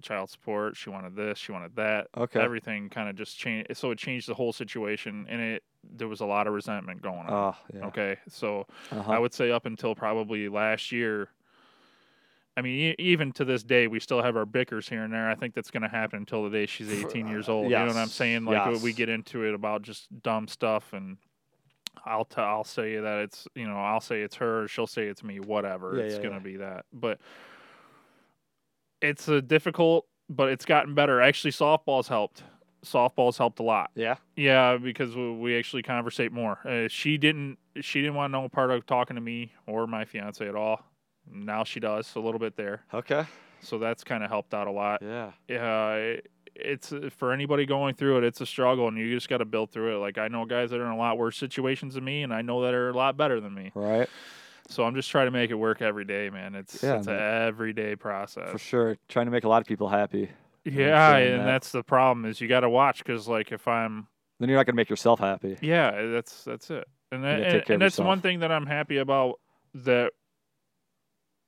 Speaker 2: child support. She wanted this, she wanted that.
Speaker 1: Okay.
Speaker 2: Everything kind of just changed. So it changed the whole situation, and it there was a lot of resentment going on.
Speaker 1: Oh, yeah.
Speaker 2: okay, so
Speaker 1: Uh-huh.
Speaker 2: I would say up until probably last year. I mean, e- even to this day, we still have our bickers here and there. I think that's going to happen until the day she's
Speaker 1: For- uh,
Speaker 2: 18 years old. You know what I'm
Speaker 1: yes,
Speaker 2: saying? Like we- we
Speaker 1: yes.
Speaker 2: get into it about just dumb stuff, and I'll t- I'll say that it's you know I'll say it's her, she'll say it's me, whatever.
Speaker 1: Yeah,
Speaker 2: it's
Speaker 1: yeah,
Speaker 2: going to
Speaker 1: yeah.
Speaker 2: be that, but it's a difficult, but it's gotten better. Actually, softball's helped. Softball's helped a lot.
Speaker 1: yeah.
Speaker 2: Yeah, because we- we actually conversate more. Uh, she didn't. She didn't want no part of talking to me or my fiance at all. Now she does a little bit there,
Speaker 1: Okay.
Speaker 2: so that's kind of helped out a lot.
Speaker 1: Yeah.
Speaker 2: Yeah, it- it's for anybody going through it. It's a struggle, and you just got to build through it. Like I know guys that are in a lot worse situations than me, and I know that are a lot better than me.
Speaker 1: Right.
Speaker 2: So I'm just trying to make it work every day, man. It's
Speaker 1: Yeah,
Speaker 2: it's
Speaker 1: man.
Speaker 2: an everyday process.
Speaker 1: for sure. Trying to make a lot of people happy.
Speaker 2: Yeah,
Speaker 1: seeing
Speaker 2: and
Speaker 1: that.
Speaker 2: that's the problem is you got to watch because like if I'm
Speaker 1: Then you're not gonna make yourself happy.
Speaker 2: yeah, eh, that's that's it. And that,
Speaker 1: gotta take
Speaker 2: and,
Speaker 1: care of
Speaker 2: and that's
Speaker 1: yourself.
Speaker 2: one thing that I'm happy about that.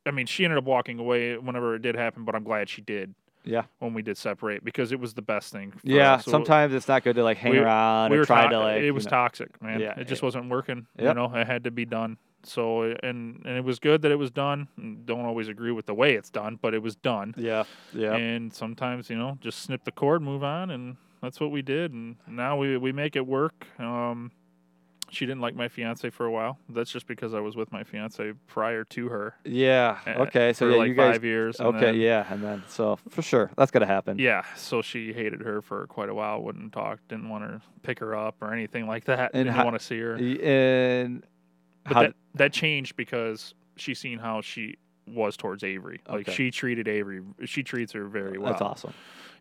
Speaker 2: I mean, she ended up walking away whenever it did happen, but I'm glad she did.
Speaker 1: Yeah.
Speaker 2: When we did separate, because it was the best thing. For
Speaker 1: Yeah,
Speaker 2: us. So
Speaker 1: sometimes it's not good to like hang
Speaker 2: we-
Speaker 1: around or try
Speaker 2: to-
Speaker 1: to like.
Speaker 2: it
Speaker 1: you
Speaker 2: was
Speaker 1: know-
Speaker 2: toxic, man.
Speaker 1: Yeah,
Speaker 2: it just
Speaker 1: yeah.
Speaker 2: wasn't working.
Speaker 1: Yep.
Speaker 2: You know, it had to be done. So and and it was good that it was done. Don't always agree with the way it's done, but it was done.
Speaker 1: yeah, yeah,
Speaker 2: And sometimes, you know, just snip the cord, move on, and that's what we did. And now we we make it work. Um, she didn't like my fiance for a while. That's just because I was with my fiance prior to her.
Speaker 1: yeah.
Speaker 2: uh,
Speaker 1: Okay, so
Speaker 2: for
Speaker 1: yeah,
Speaker 2: like
Speaker 1: you guys.
Speaker 2: five years. and
Speaker 1: Okay,
Speaker 2: then-
Speaker 1: yeah, and then so for sure that's gonna happen.
Speaker 2: Yeah, so she hated her for quite a while. Wouldn't talk. Didn't want to pick her up or anything like that.
Speaker 1: And
Speaker 2: didn't
Speaker 1: ho-
Speaker 2: want to see her.
Speaker 1: Y- And
Speaker 2: But
Speaker 1: how
Speaker 2: that, that changed because she seen how she was towards Avery. Like
Speaker 1: Okay.
Speaker 2: she treated Avery. She treats her very well.
Speaker 1: that's awesome.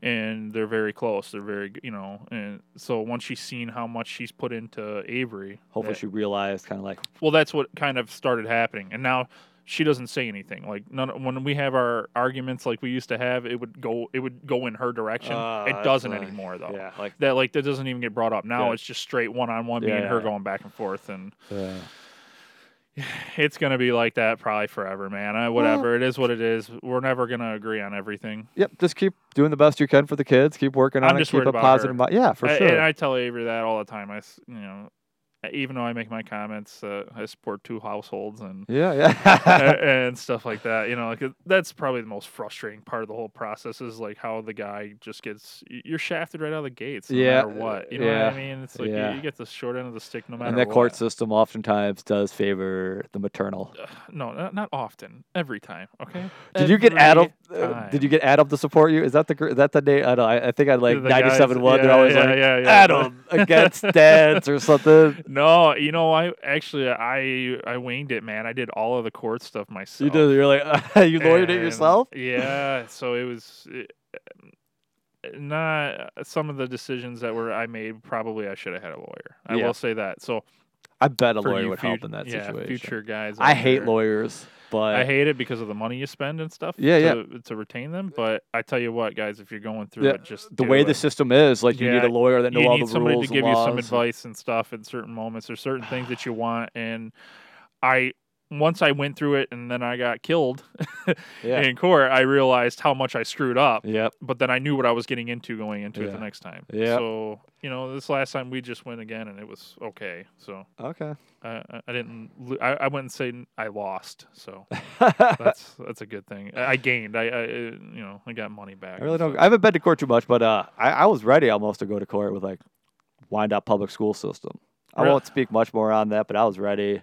Speaker 2: and they're very close. They're very, g- you know, and so once she's seen how much she's put into Avery,
Speaker 1: Hopefully
Speaker 2: that-
Speaker 1: she realized kind of like
Speaker 2: well, that's what kind of started happening. And now she doesn't say anything. Like none. When we have our arguments, like we used to have, it would go, it would go in her direction.
Speaker 1: Ah,
Speaker 2: it
Speaker 1: that's
Speaker 2: doesn't
Speaker 1: like-
Speaker 2: anymore though.
Speaker 1: yeah, like
Speaker 2: That like that doesn't even get brought up now.
Speaker 1: Yeah.
Speaker 2: It's just straight one on one, me
Speaker 1: Yeah,
Speaker 2: and
Speaker 1: yeah,
Speaker 2: her
Speaker 1: yeah.
Speaker 2: going back and forth, and
Speaker 1: yeah.
Speaker 2: it's gonna be like that probably forever, man. I, whatever it is, what it is. We're never gonna agree on everything.
Speaker 1: Yep, just keep doing the best you can for the kids. Keep working
Speaker 2: I'm
Speaker 1: on
Speaker 2: just
Speaker 1: it. Keep
Speaker 2: worried
Speaker 1: a
Speaker 2: about
Speaker 1: positive
Speaker 2: her.
Speaker 1: mind. Yeah, for
Speaker 2: I-
Speaker 1: sure.
Speaker 2: And I tell Avery that all the time. I, s- you know, even though I make my comments, uh, I support two households and
Speaker 1: yeah, yeah.
Speaker 2: a- and stuff like that. You know, like that's probably the most frustrating part of the whole process is like how the guy just gets y- you're shafted right out of the gates, no
Speaker 1: Yeah,
Speaker 2: matter what. You know what I
Speaker 1: yeah,
Speaker 2: mean? It's like
Speaker 1: yeah.
Speaker 2: you, you get the short end of the stick, no matter.
Speaker 1: and that
Speaker 2: what.
Speaker 1: court system oftentimes does favor the maternal.
Speaker 2: Ugh, no, not, not often. Every time. Okay.
Speaker 1: Did you get
Speaker 2: Every
Speaker 1: Adam? Uh,
Speaker 2: time.
Speaker 1: did you get Adam to support you? Is that the gr- is that the day? I don't. know, I, I think I like
Speaker 2: The guys-
Speaker 1: ninety seven one. They're
Speaker 2: yeah,
Speaker 1: always
Speaker 2: yeah,
Speaker 1: like
Speaker 2: yeah, yeah.
Speaker 1: Adam against dance or something.
Speaker 2: No, you know, I actually I I waned it, man. I did all of the court stuff myself.
Speaker 1: You do. You're like you lawyered it
Speaker 2: And,
Speaker 1: yourself.
Speaker 2: Yeah, so it was it, eh, not uh, some of the decisions that were I made. Probably I should have had a lawyer. I
Speaker 1: Yeah.
Speaker 2: will say that. So
Speaker 1: I bet a
Speaker 2: for
Speaker 1: lawyer
Speaker 2: you
Speaker 1: would
Speaker 2: fut-
Speaker 1: help in that
Speaker 2: yeah,
Speaker 1: situation.
Speaker 2: Future guys,
Speaker 1: I
Speaker 2: out
Speaker 1: hate
Speaker 2: there,
Speaker 1: lawyers, but
Speaker 2: I hate it because of the money you spend and stuff.
Speaker 1: Yeah, yeah.
Speaker 2: to, To retain them, but I tell you what, guys, if you're going through
Speaker 1: Yeah,
Speaker 2: it, just
Speaker 1: the
Speaker 2: do
Speaker 1: way
Speaker 2: it.
Speaker 1: the system is, like you need
Speaker 2: Yeah,
Speaker 1: a lawyer that know
Speaker 2: you
Speaker 1: all
Speaker 2: need
Speaker 1: the
Speaker 2: somebody
Speaker 1: rules
Speaker 2: to give
Speaker 1: and
Speaker 2: you some
Speaker 1: laws.
Speaker 2: advice and stuff in certain moments. There's certain things that you want, and I once I went through it, and then I got killed
Speaker 1: Yeah.
Speaker 2: in court. I realized how much I screwed up,
Speaker 1: Yep.
Speaker 2: but then I knew what I was getting into going into it the
Speaker 1: Yeah.
Speaker 2: next time.
Speaker 1: Yeah.
Speaker 2: So you know, this last time we just went again, and it was okay. So
Speaker 1: Okay.
Speaker 2: I, I- I didn't. lo- I, I wouldn't say I lost. So
Speaker 1: I
Speaker 2: that's that's a good thing. I I gained. I, I uh, you know I got money back.
Speaker 1: really
Speaker 2: and
Speaker 1: don't.
Speaker 2: stuff.
Speaker 1: I haven't been to court too much, but uh, I, I was ready almost to go to court with like wind up public school system. I
Speaker 2: Really?
Speaker 1: won't speak much more on that, but I was ready.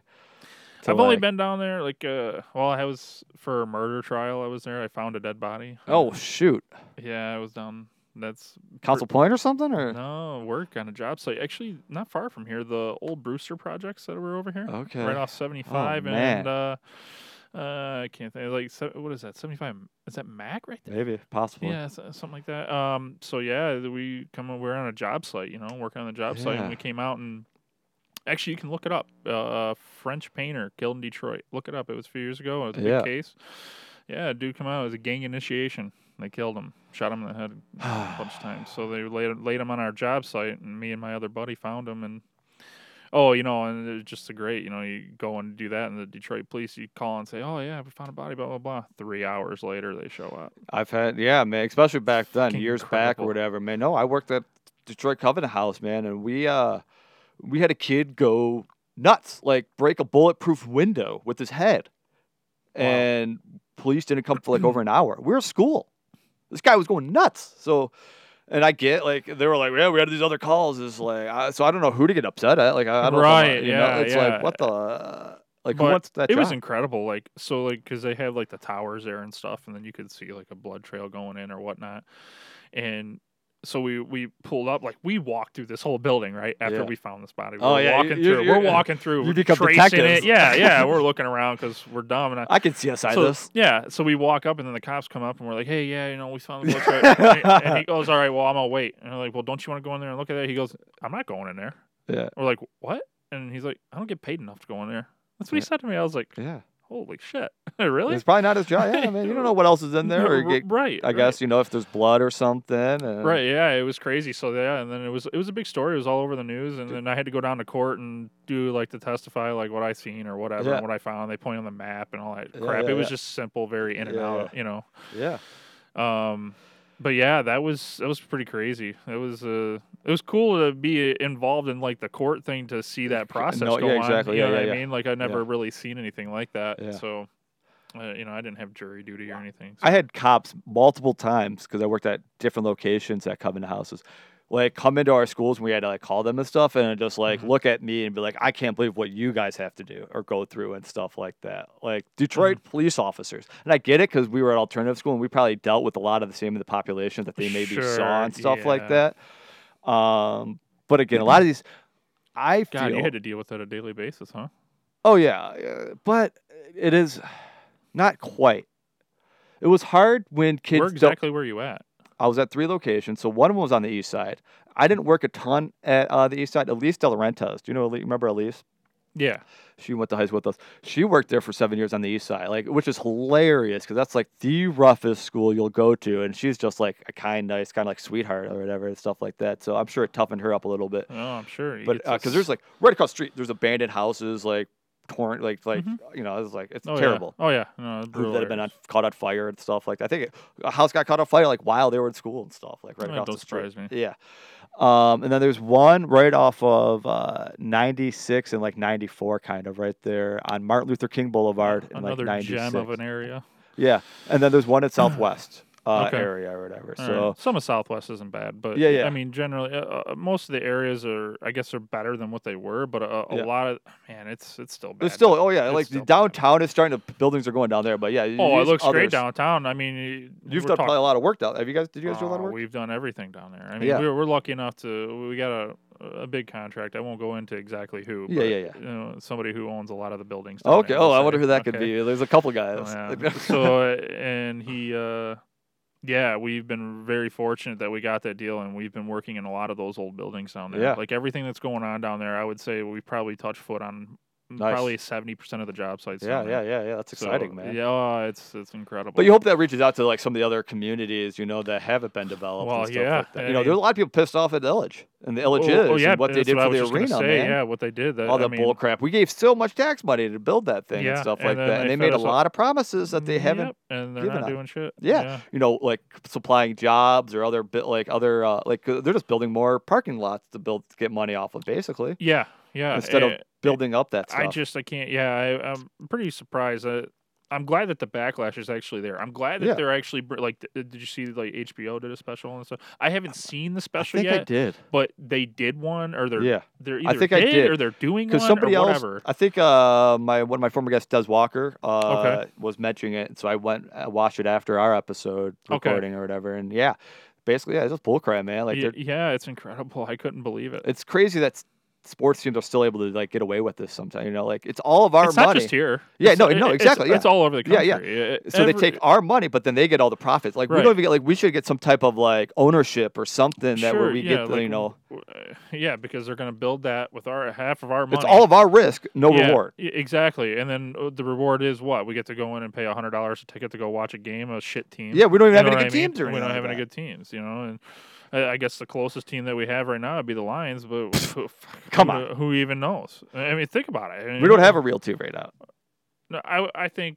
Speaker 1: to,
Speaker 2: I've only
Speaker 1: like-
Speaker 2: been down there like uh well I was for a murder trial I was there I found a dead body.
Speaker 1: Oh shoot,
Speaker 2: yeah, I was down that's
Speaker 1: Council Point or something or
Speaker 2: no work on a job site actually not far from here the old Brewster projects that were over here
Speaker 1: okay. Oh,
Speaker 2: right off 75
Speaker 1: man.
Speaker 2: and uh uh I can't think like se- what is that 75 is that Mac right there?
Speaker 1: Maybe possibly.
Speaker 2: Yeah, so- something like that. Um, so yeah, th- we come we we're on a job site, you know, working on the job site,
Speaker 1: Yeah.
Speaker 2: and we came out and actually you can look it up. Uh, a French painter killed in Detroit. Look it up. It was a few years ago. It was a
Speaker 1: Yeah.
Speaker 2: big case. Yeah, dude, come out. It was a gang initiation. They killed him, shot him in the head a bunch of times. So they laid laid him on our job site, and me and my other buddy found him and. Oh, you know, and it was just a great, you know, you go and do that, and the Detroit police, you call and say, "Oh yeah, we found a body," blah blah blah. Three hours later, they show up.
Speaker 1: I've had yeah, man, especially back then,
Speaker 2: Fucking
Speaker 1: years back or
Speaker 2: incredible.
Speaker 1: whatever, man. No, I worked at Detroit Covenant House, man, and we uh we had a kid go nuts, like break a bulletproof window with his head.
Speaker 2: Wow.
Speaker 1: And police didn't come for like over an hour. We were at school. This guy was going nuts. So and I get like they were like, yeah, we had these other calls. It's like, I, so I don't know who to get upset at. Like, I, I don't know. if I'm a-
Speaker 2: Right,
Speaker 1: You
Speaker 2: yeah,
Speaker 1: know, it's
Speaker 2: yeah.
Speaker 1: like what the like who
Speaker 2: But
Speaker 1: wants that?
Speaker 2: it was
Speaker 1: job?
Speaker 2: incredible like so like because they had like the towers there and stuff and then you could see like a blood trail going in or whatnot and so we we pulled up like we walked through this whole building right after
Speaker 1: Yeah.
Speaker 2: we found this body we're
Speaker 1: Oh, yeah,
Speaker 2: walking
Speaker 1: you-
Speaker 2: through
Speaker 1: you-
Speaker 2: we're
Speaker 1: you-
Speaker 2: walking through
Speaker 1: you
Speaker 2: we're
Speaker 1: become
Speaker 2: tracing
Speaker 1: detectives.
Speaker 2: it yeah yeah we're looking around because we're dumb and I,
Speaker 1: I can CSI
Speaker 2: so,
Speaker 1: this.
Speaker 2: Yeah. So we walk up and then the cops come up and we're like, hey, yeah, you know, we found the blood trail. and, he- and he goes, all right, well, I'm going to wait. And they're like, well, don't you want to go in there and look at that? He goes, I'm not going in there.
Speaker 1: Yeah.
Speaker 2: We're like, what? And he's like, I don't get paid enough to go in there. That's what he
Speaker 1: Yeah.
Speaker 2: said to me. I was like,
Speaker 1: Yeah,
Speaker 2: holy shit, really?
Speaker 1: it's probably not as dry. Yeah, I mean, you don't know what else is in there.
Speaker 2: No,
Speaker 1: Or
Speaker 2: r-
Speaker 1: you get,
Speaker 2: right.
Speaker 1: I
Speaker 2: right.
Speaker 1: guess you know if there's blood or something. And
Speaker 2: Right, yeah, it was crazy. So yeah, and then it was it was a big story. It was all over the news, and then I had to go down to court and do like to testify like what I seen or whatever,
Speaker 1: Yeah.
Speaker 2: and what I found. They point on the map and all that
Speaker 1: Yeah,
Speaker 2: crap.
Speaker 1: yeah,
Speaker 2: it was
Speaker 1: yeah.
Speaker 2: just simple, very in and
Speaker 1: Yeah,
Speaker 2: out, you know.
Speaker 1: Yeah.
Speaker 2: Um, but yeah, that was that was pretty crazy. It was uh, it was cool to be involved in like the court thing to see that process
Speaker 1: No,
Speaker 2: go
Speaker 1: yeah,
Speaker 2: on.
Speaker 1: exactly.
Speaker 2: You
Speaker 1: Yeah,
Speaker 2: know
Speaker 1: yeah,
Speaker 2: what
Speaker 1: yeah.
Speaker 2: I mean? Like I've never really seen anything like that.
Speaker 1: Yeah.
Speaker 2: So, uh, you know, I didn't have jury duty or anything. So.
Speaker 1: I had cops multiple times because I worked at different locations that come into houses. Like come into our schools and we had to like call them and stuff and just like
Speaker 2: Mhm.
Speaker 1: look at me and be like, I can't believe what you guys have to do or go through and stuff like that. Like Detroit
Speaker 2: Mm-hmm.
Speaker 1: police officers. And I get it because we were at alternative school and we probably dealt with a lot of the same in the population that they maybe saw
Speaker 2: Sure,
Speaker 1: and stuff like
Speaker 2: yeah.
Speaker 1: that. Um, but again, a lot of these I
Speaker 2: God,
Speaker 1: feel
Speaker 2: you had to deal with that on a daily basis, huh?
Speaker 1: Oh yeah, uh, but it is not quite. It was hard when kids
Speaker 2: where
Speaker 1: don't-
Speaker 2: exactly were you at?
Speaker 1: I was at three locations. So one of them was on the east side. I didn't work a ton at uh, the east side. Elise De Laurentiis. Do you know? Elise, remember Elise?
Speaker 2: Yeah,
Speaker 1: She went to high school with us. She worked there for seven years on the east side, like which is hilarious because that's like the roughest school you'll go to, and she's just like a kind, nice, kind of like sweetheart or whatever and stuff like that. So I'm sure it toughened her up a little bit.
Speaker 2: oh, I'm sure.
Speaker 1: But
Speaker 2: It's
Speaker 1: because
Speaker 2: just-
Speaker 1: there's like right across the street, there's abandoned houses, like torrent, like like you know, it's like it's
Speaker 2: oh,
Speaker 1: terrible
Speaker 2: Yeah. Oh yeah, no, it's
Speaker 1: who
Speaker 2: brutal
Speaker 1: that have been on,
Speaker 2: areas.
Speaker 1: caught on fire and stuff like that. I think it, a house got caught on fire like while they were in school and stuff, like right
Speaker 2: Eh,
Speaker 1: across
Speaker 2: don't
Speaker 1: the street.
Speaker 2: surprise me.
Speaker 1: Yeah. Um, and then there's one right off of uh, 96 and like 94, kind of right there on Martin Luther King Boulevard in
Speaker 2: Another
Speaker 1: like 96.
Speaker 2: gem of an area.
Speaker 1: yeah. And then there's one at Southwest uh,
Speaker 2: Okay.
Speaker 1: area or whatever.
Speaker 2: All right.
Speaker 1: so
Speaker 2: some of Southwest isn't bad, but
Speaker 1: Yeah, yeah.
Speaker 2: I mean, generally, uh, uh, most of the areas are, I guess, are better than what they were. But a, a
Speaker 1: Yeah.
Speaker 2: lot of man, it's it's still bad.
Speaker 1: there's
Speaker 2: but-
Speaker 1: still, oh yeah,
Speaker 2: it's
Speaker 1: like
Speaker 2: still
Speaker 1: the
Speaker 2: bad.
Speaker 1: downtown is starting to, buildings are going down there, but yeah.
Speaker 2: Oh, it
Speaker 1: these
Speaker 2: looks
Speaker 1: others-
Speaker 2: great downtown. I mean, you-
Speaker 1: You've
Speaker 2: we're
Speaker 1: done
Speaker 2: talking-
Speaker 1: probably a lot of work down. Have you guys, did you guys do a lot of
Speaker 2: Uh,
Speaker 1: work?
Speaker 2: We've done everything down there. I mean,
Speaker 1: Yeah.
Speaker 2: we're, we're lucky enough to we got a a big contract. I won't go into exactly who.
Speaker 1: Yeah,
Speaker 2: but,
Speaker 1: yeah, yeah.
Speaker 2: You know, somebody who owns a lot of the buildings. down
Speaker 1: Okay.
Speaker 2: there, we'll
Speaker 1: Oh, I
Speaker 2: say.
Speaker 1: wonder who that could
Speaker 2: Okay.
Speaker 1: be. There's a couple guys.
Speaker 2: Oh, yeah. so uh, and he, uh, yeah, we've been very fortunate that we got that deal, and we've been working in a lot of those old buildings down there.
Speaker 1: Yeah.
Speaker 2: Like everything that's going on down there, I would say we probably touch foot on
Speaker 1: Nice.
Speaker 2: probably seventy percent of the job sites.
Speaker 1: Yeah,
Speaker 2: down
Speaker 1: yeah,
Speaker 2: there.
Speaker 1: yeah, yeah. That's
Speaker 2: So,
Speaker 1: exciting, man.
Speaker 2: Yeah, oh, it's it's incredible.
Speaker 1: But you hope that reaches out to like some of the other communities, you know, that haven't been developed.
Speaker 2: Well,
Speaker 1: and stuff
Speaker 2: yeah,
Speaker 1: Like that.
Speaker 2: I
Speaker 1: You know, there's a lot of people pissed off at the Illich and the Illich
Speaker 2: Oh,
Speaker 1: is
Speaker 2: oh, yeah,
Speaker 1: and what they
Speaker 2: that's
Speaker 1: did
Speaker 2: I
Speaker 1: for
Speaker 2: was
Speaker 1: the
Speaker 2: just gonna
Speaker 1: arena,
Speaker 2: say,
Speaker 1: man.
Speaker 2: Yeah, what they did. That,
Speaker 1: All
Speaker 2: I
Speaker 1: that
Speaker 2: mean,
Speaker 1: bull crap. We gave so much tax money to build that thing and
Speaker 2: Yeah,
Speaker 1: stuff
Speaker 2: and
Speaker 1: like
Speaker 2: then
Speaker 1: that, and
Speaker 2: they
Speaker 1: they made
Speaker 2: fed
Speaker 1: a
Speaker 2: us a-
Speaker 1: lot of promises that they
Speaker 2: Mm,
Speaker 1: haven't.
Speaker 2: yep, and they're
Speaker 1: given
Speaker 2: not
Speaker 1: up.
Speaker 2: doing shit.
Speaker 1: Yeah. You know, like supplying jobs or other bit like other uh, like uh, they're just building more parking lots to build to get money off of basically
Speaker 2: yeah, yeah.
Speaker 1: instead
Speaker 2: eh,
Speaker 1: of building up that stuff.
Speaker 2: I just I can't. Yeah, I, I'm pretty surprised. That, I'm glad that the backlash is actually there. I'm glad that
Speaker 1: Yeah.
Speaker 2: they're actually br- like. th- Did you see like HBO did a special and stuff? I haven't seen the
Speaker 1: I
Speaker 2: special
Speaker 1: think
Speaker 2: yet,
Speaker 1: I did.
Speaker 2: but they did one, or they're
Speaker 1: Yeah.
Speaker 2: they're
Speaker 1: I
Speaker 2: either
Speaker 1: think I
Speaker 2: did,
Speaker 1: did,
Speaker 2: or they're doing one,
Speaker 1: because somebody
Speaker 2: or
Speaker 1: else
Speaker 2: whatever.
Speaker 1: i think uh my one of my former guests des walker uh was mentioning it so i went I watched it after our episode
Speaker 2: Okay.
Speaker 1: recording or whatever and yeah basically yeah it's just bullcrap man like
Speaker 2: Ye-
Speaker 1: they're
Speaker 2: yeah, it's incredible. I couldn't believe it.
Speaker 1: it's crazy that s- sports teams are still able to like get away with this sometimes you know like it's all of our
Speaker 2: it's
Speaker 1: money
Speaker 2: not just here.
Speaker 1: Yeah,
Speaker 2: It's-
Speaker 1: no,
Speaker 2: it-
Speaker 1: no,
Speaker 2: it's-
Speaker 1: exactly, yeah.
Speaker 2: It's all over the
Speaker 1: Yeah,
Speaker 2: country.
Speaker 1: yeah.
Speaker 2: yeah.
Speaker 1: so they take our money but then they get all the profits like we
Speaker 2: Right.
Speaker 1: don't even get like we should get some type of like ownership or something that where we get the,
Speaker 2: like,
Speaker 1: you know
Speaker 2: w- uh, yeah, because they're going to build that with our half of our money.
Speaker 1: it's all of our risk no
Speaker 2: Yeah,
Speaker 1: reward
Speaker 2: e- Exactly, and then uh, the reward is what we get to go in and pay hundred dollars a ticket to go watch a game, a shit team.
Speaker 1: yeah we don't even
Speaker 2: You
Speaker 1: have
Speaker 2: know
Speaker 1: any
Speaker 2: what
Speaker 1: good
Speaker 2: I mean?
Speaker 1: teams or
Speaker 2: We
Speaker 1: anything
Speaker 2: don't
Speaker 1: like
Speaker 2: have
Speaker 1: that.
Speaker 2: any good teams, you know. And I I guess the closest team that we have right now would be the Lions, but who,
Speaker 1: Come
Speaker 2: who- who even knows? I mean, think about it. I mean,
Speaker 1: we don't have a real team right now
Speaker 2: No, I I think,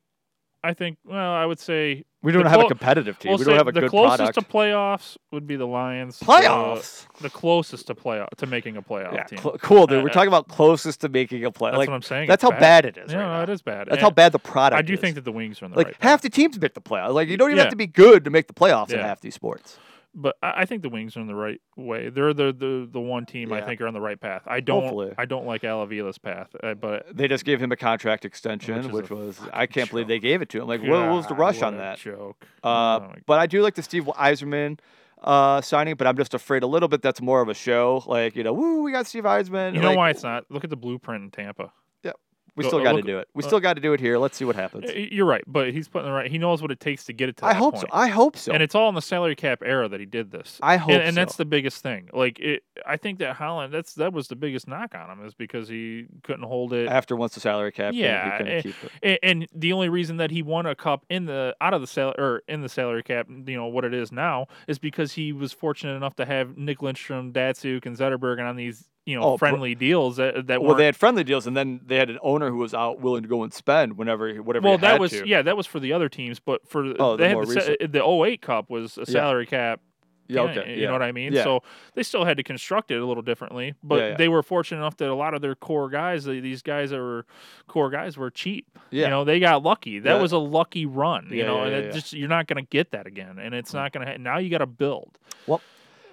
Speaker 2: I think. Well, I would say
Speaker 1: we don't
Speaker 2: The
Speaker 1: have a
Speaker 2: clo-
Speaker 1: competitive team
Speaker 2: we'll
Speaker 1: we
Speaker 2: say
Speaker 1: don't have a
Speaker 2: the
Speaker 1: good
Speaker 2: closest
Speaker 1: product
Speaker 2: to playoffs would be the Lions. the-
Speaker 1: playoffs.
Speaker 2: The, closest to playoff to making a playoff
Speaker 1: yeah,
Speaker 2: team.
Speaker 1: cl- cool, dude.
Speaker 2: Uh,
Speaker 1: We're talking about closest to making a play.
Speaker 2: That's
Speaker 1: like
Speaker 2: what I'm saying.
Speaker 1: that's
Speaker 2: it's
Speaker 1: how bad. it is.
Speaker 2: Yeah,
Speaker 1: right
Speaker 2: no, it
Speaker 1: now.
Speaker 2: is bad.
Speaker 1: That's
Speaker 2: And
Speaker 1: how bad the product.
Speaker 2: I do
Speaker 1: is.
Speaker 2: think that the Wings are in the
Speaker 1: like
Speaker 2: right. path.
Speaker 1: half the teams make the playoffs. Like you don't even
Speaker 2: Yeah.
Speaker 1: have to be good to make the playoffs in
Speaker 2: Yeah.
Speaker 1: half these sports.
Speaker 2: but I I think the Wings are in the right way. They're the the, the one team I
Speaker 1: Yeah.
Speaker 2: think are on the right path. I don't
Speaker 1: Hopefully.
Speaker 2: I don't like Alavila's path, uh, but
Speaker 1: They just gave him a contract
Speaker 2: Which
Speaker 1: extension,
Speaker 2: is
Speaker 1: which,
Speaker 2: a
Speaker 1: was I
Speaker 2: fucking
Speaker 1: can't believe
Speaker 2: joke.
Speaker 1: they gave it to him. Like what, what was the
Speaker 2: God,
Speaker 1: rush on
Speaker 2: what a
Speaker 1: that?
Speaker 2: joke?
Speaker 1: Uh,
Speaker 2: Oh my-
Speaker 1: but I do like the Steve Eiserman uh, signing, but I'm just afraid a little bit that's more of a show. Like you know, woo, we got Steve Eiserman.
Speaker 2: you know
Speaker 1: like,
Speaker 2: why it's not? Look at the blueprint in Tampa.
Speaker 1: Yeah. We
Speaker 2: Go-
Speaker 1: still
Speaker 2: uh,
Speaker 1: got to
Speaker 2: look-
Speaker 1: do it. We
Speaker 2: uh,
Speaker 1: still got to do it here. Let's see what happens.
Speaker 2: Y- You're right, but he's putting the right. He knows what it takes to get it to.
Speaker 1: I
Speaker 2: that
Speaker 1: hope
Speaker 2: point.
Speaker 1: so. I hope so.
Speaker 2: And it's all in the salary cap era that he did this.
Speaker 1: I hope
Speaker 2: and, and that's
Speaker 1: so.
Speaker 2: the biggest thing. Like it, I think that Holland. That's that was the biggest knock on him is because he couldn't hold it.
Speaker 1: After once the salary cap, came,
Speaker 2: Yeah,
Speaker 1: we couldn't
Speaker 2: eh,
Speaker 1: keep it.
Speaker 2: and, and the only reason that he won a cup in the out of the salary or in the salary cap, you know what it is now, is because he was fortunate enough to have Nick Lindstrom, Datsuk, and Zetterberg, and on these you know
Speaker 1: Oh, br-
Speaker 2: friendly deals that that
Speaker 1: Well,
Speaker 2: weren't
Speaker 1: they had friendly deals, and then they had an owner who was out willing to go and spend whenever, he- whatever.
Speaker 2: well
Speaker 1: he
Speaker 2: that
Speaker 1: had
Speaker 2: was
Speaker 1: to.
Speaker 2: yeah that was for the other teams but for
Speaker 1: Oh, the
Speaker 2: they
Speaker 1: more
Speaker 2: had the, sa- the 08 cup was a salary cap
Speaker 1: yeah,
Speaker 2: you know,
Speaker 1: okay,
Speaker 2: you
Speaker 1: yeah.
Speaker 2: know what i mean
Speaker 1: Yeah.
Speaker 2: so they still had to construct it a little differently but
Speaker 1: Yeah, yeah.
Speaker 2: they were fortunate enough that a lot of their core guys the- these guys that were core guys were cheap
Speaker 1: Yeah.
Speaker 2: you know they got lucky that
Speaker 1: Yeah.
Speaker 2: was a lucky run you
Speaker 1: Yeah,
Speaker 2: know
Speaker 1: yeah,
Speaker 2: and
Speaker 1: yeah,
Speaker 2: it
Speaker 1: yeah.
Speaker 2: just you're not going to get that again and it's not going to ha- now you got to build
Speaker 1: Well-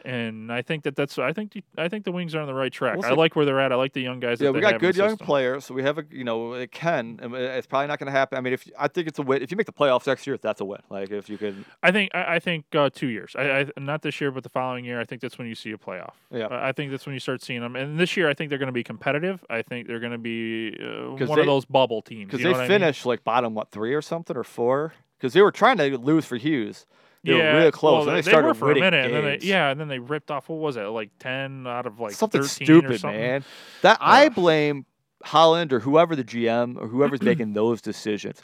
Speaker 2: and I think that that's I think the, I think the wings are on the right track.
Speaker 1: We'll
Speaker 2: I
Speaker 1: see.
Speaker 2: like where they're at. I like the young guys.
Speaker 1: Yeah,
Speaker 2: that
Speaker 1: we
Speaker 2: they
Speaker 1: got
Speaker 2: have in the
Speaker 1: good young
Speaker 2: system.
Speaker 1: players. So we have a, you know, it can. and It's probably not going to happen. I mean, if I think it's a win. If you make the playoffs next year, that's a win. Like if you can,
Speaker 2: I think I, I think uh, two years. I, I not this year, but the following year. I think that's when you see a playoff.
Speaker 1: Yeah.
Speaker 2: I I think that's when you start seeing them. And this year, I think they're going to be competitive. I think they're going to be uh,
Speaker 1: 'Cause
Speaker 2: one
Speaker 1: they-
Speaker 2: of those bubble teams.
Speaker 1: because
Speaker 2: you know what I
Speaker 1: they
Speaker 2: mean?
Speaker 1: finished like bottom what three or something or four. Because they were trying to lose for Hughes. They were
Speaker 2: yeah,
Speaker 1: real close,
Speaker 2: Well,
Speaker 1: and
Speaker 2: they,
Speaker 1: they started
Speaker 2: were for a
Speaker 1: winning
Speaker 2: minute, and then
Speaker 1: games.
Speaker 2: they, yeah, and then they ripped off. What was it? Like ten out of like
Speaker 1: something
Speaker 2: 13 or
Speaker 1: stupid,
Speaker 2: something.
Speaker 1: man. That I
Speaker 2: Ugh.
Speaker 1: blame Holland or whoever the GM or whoever's making those decisions.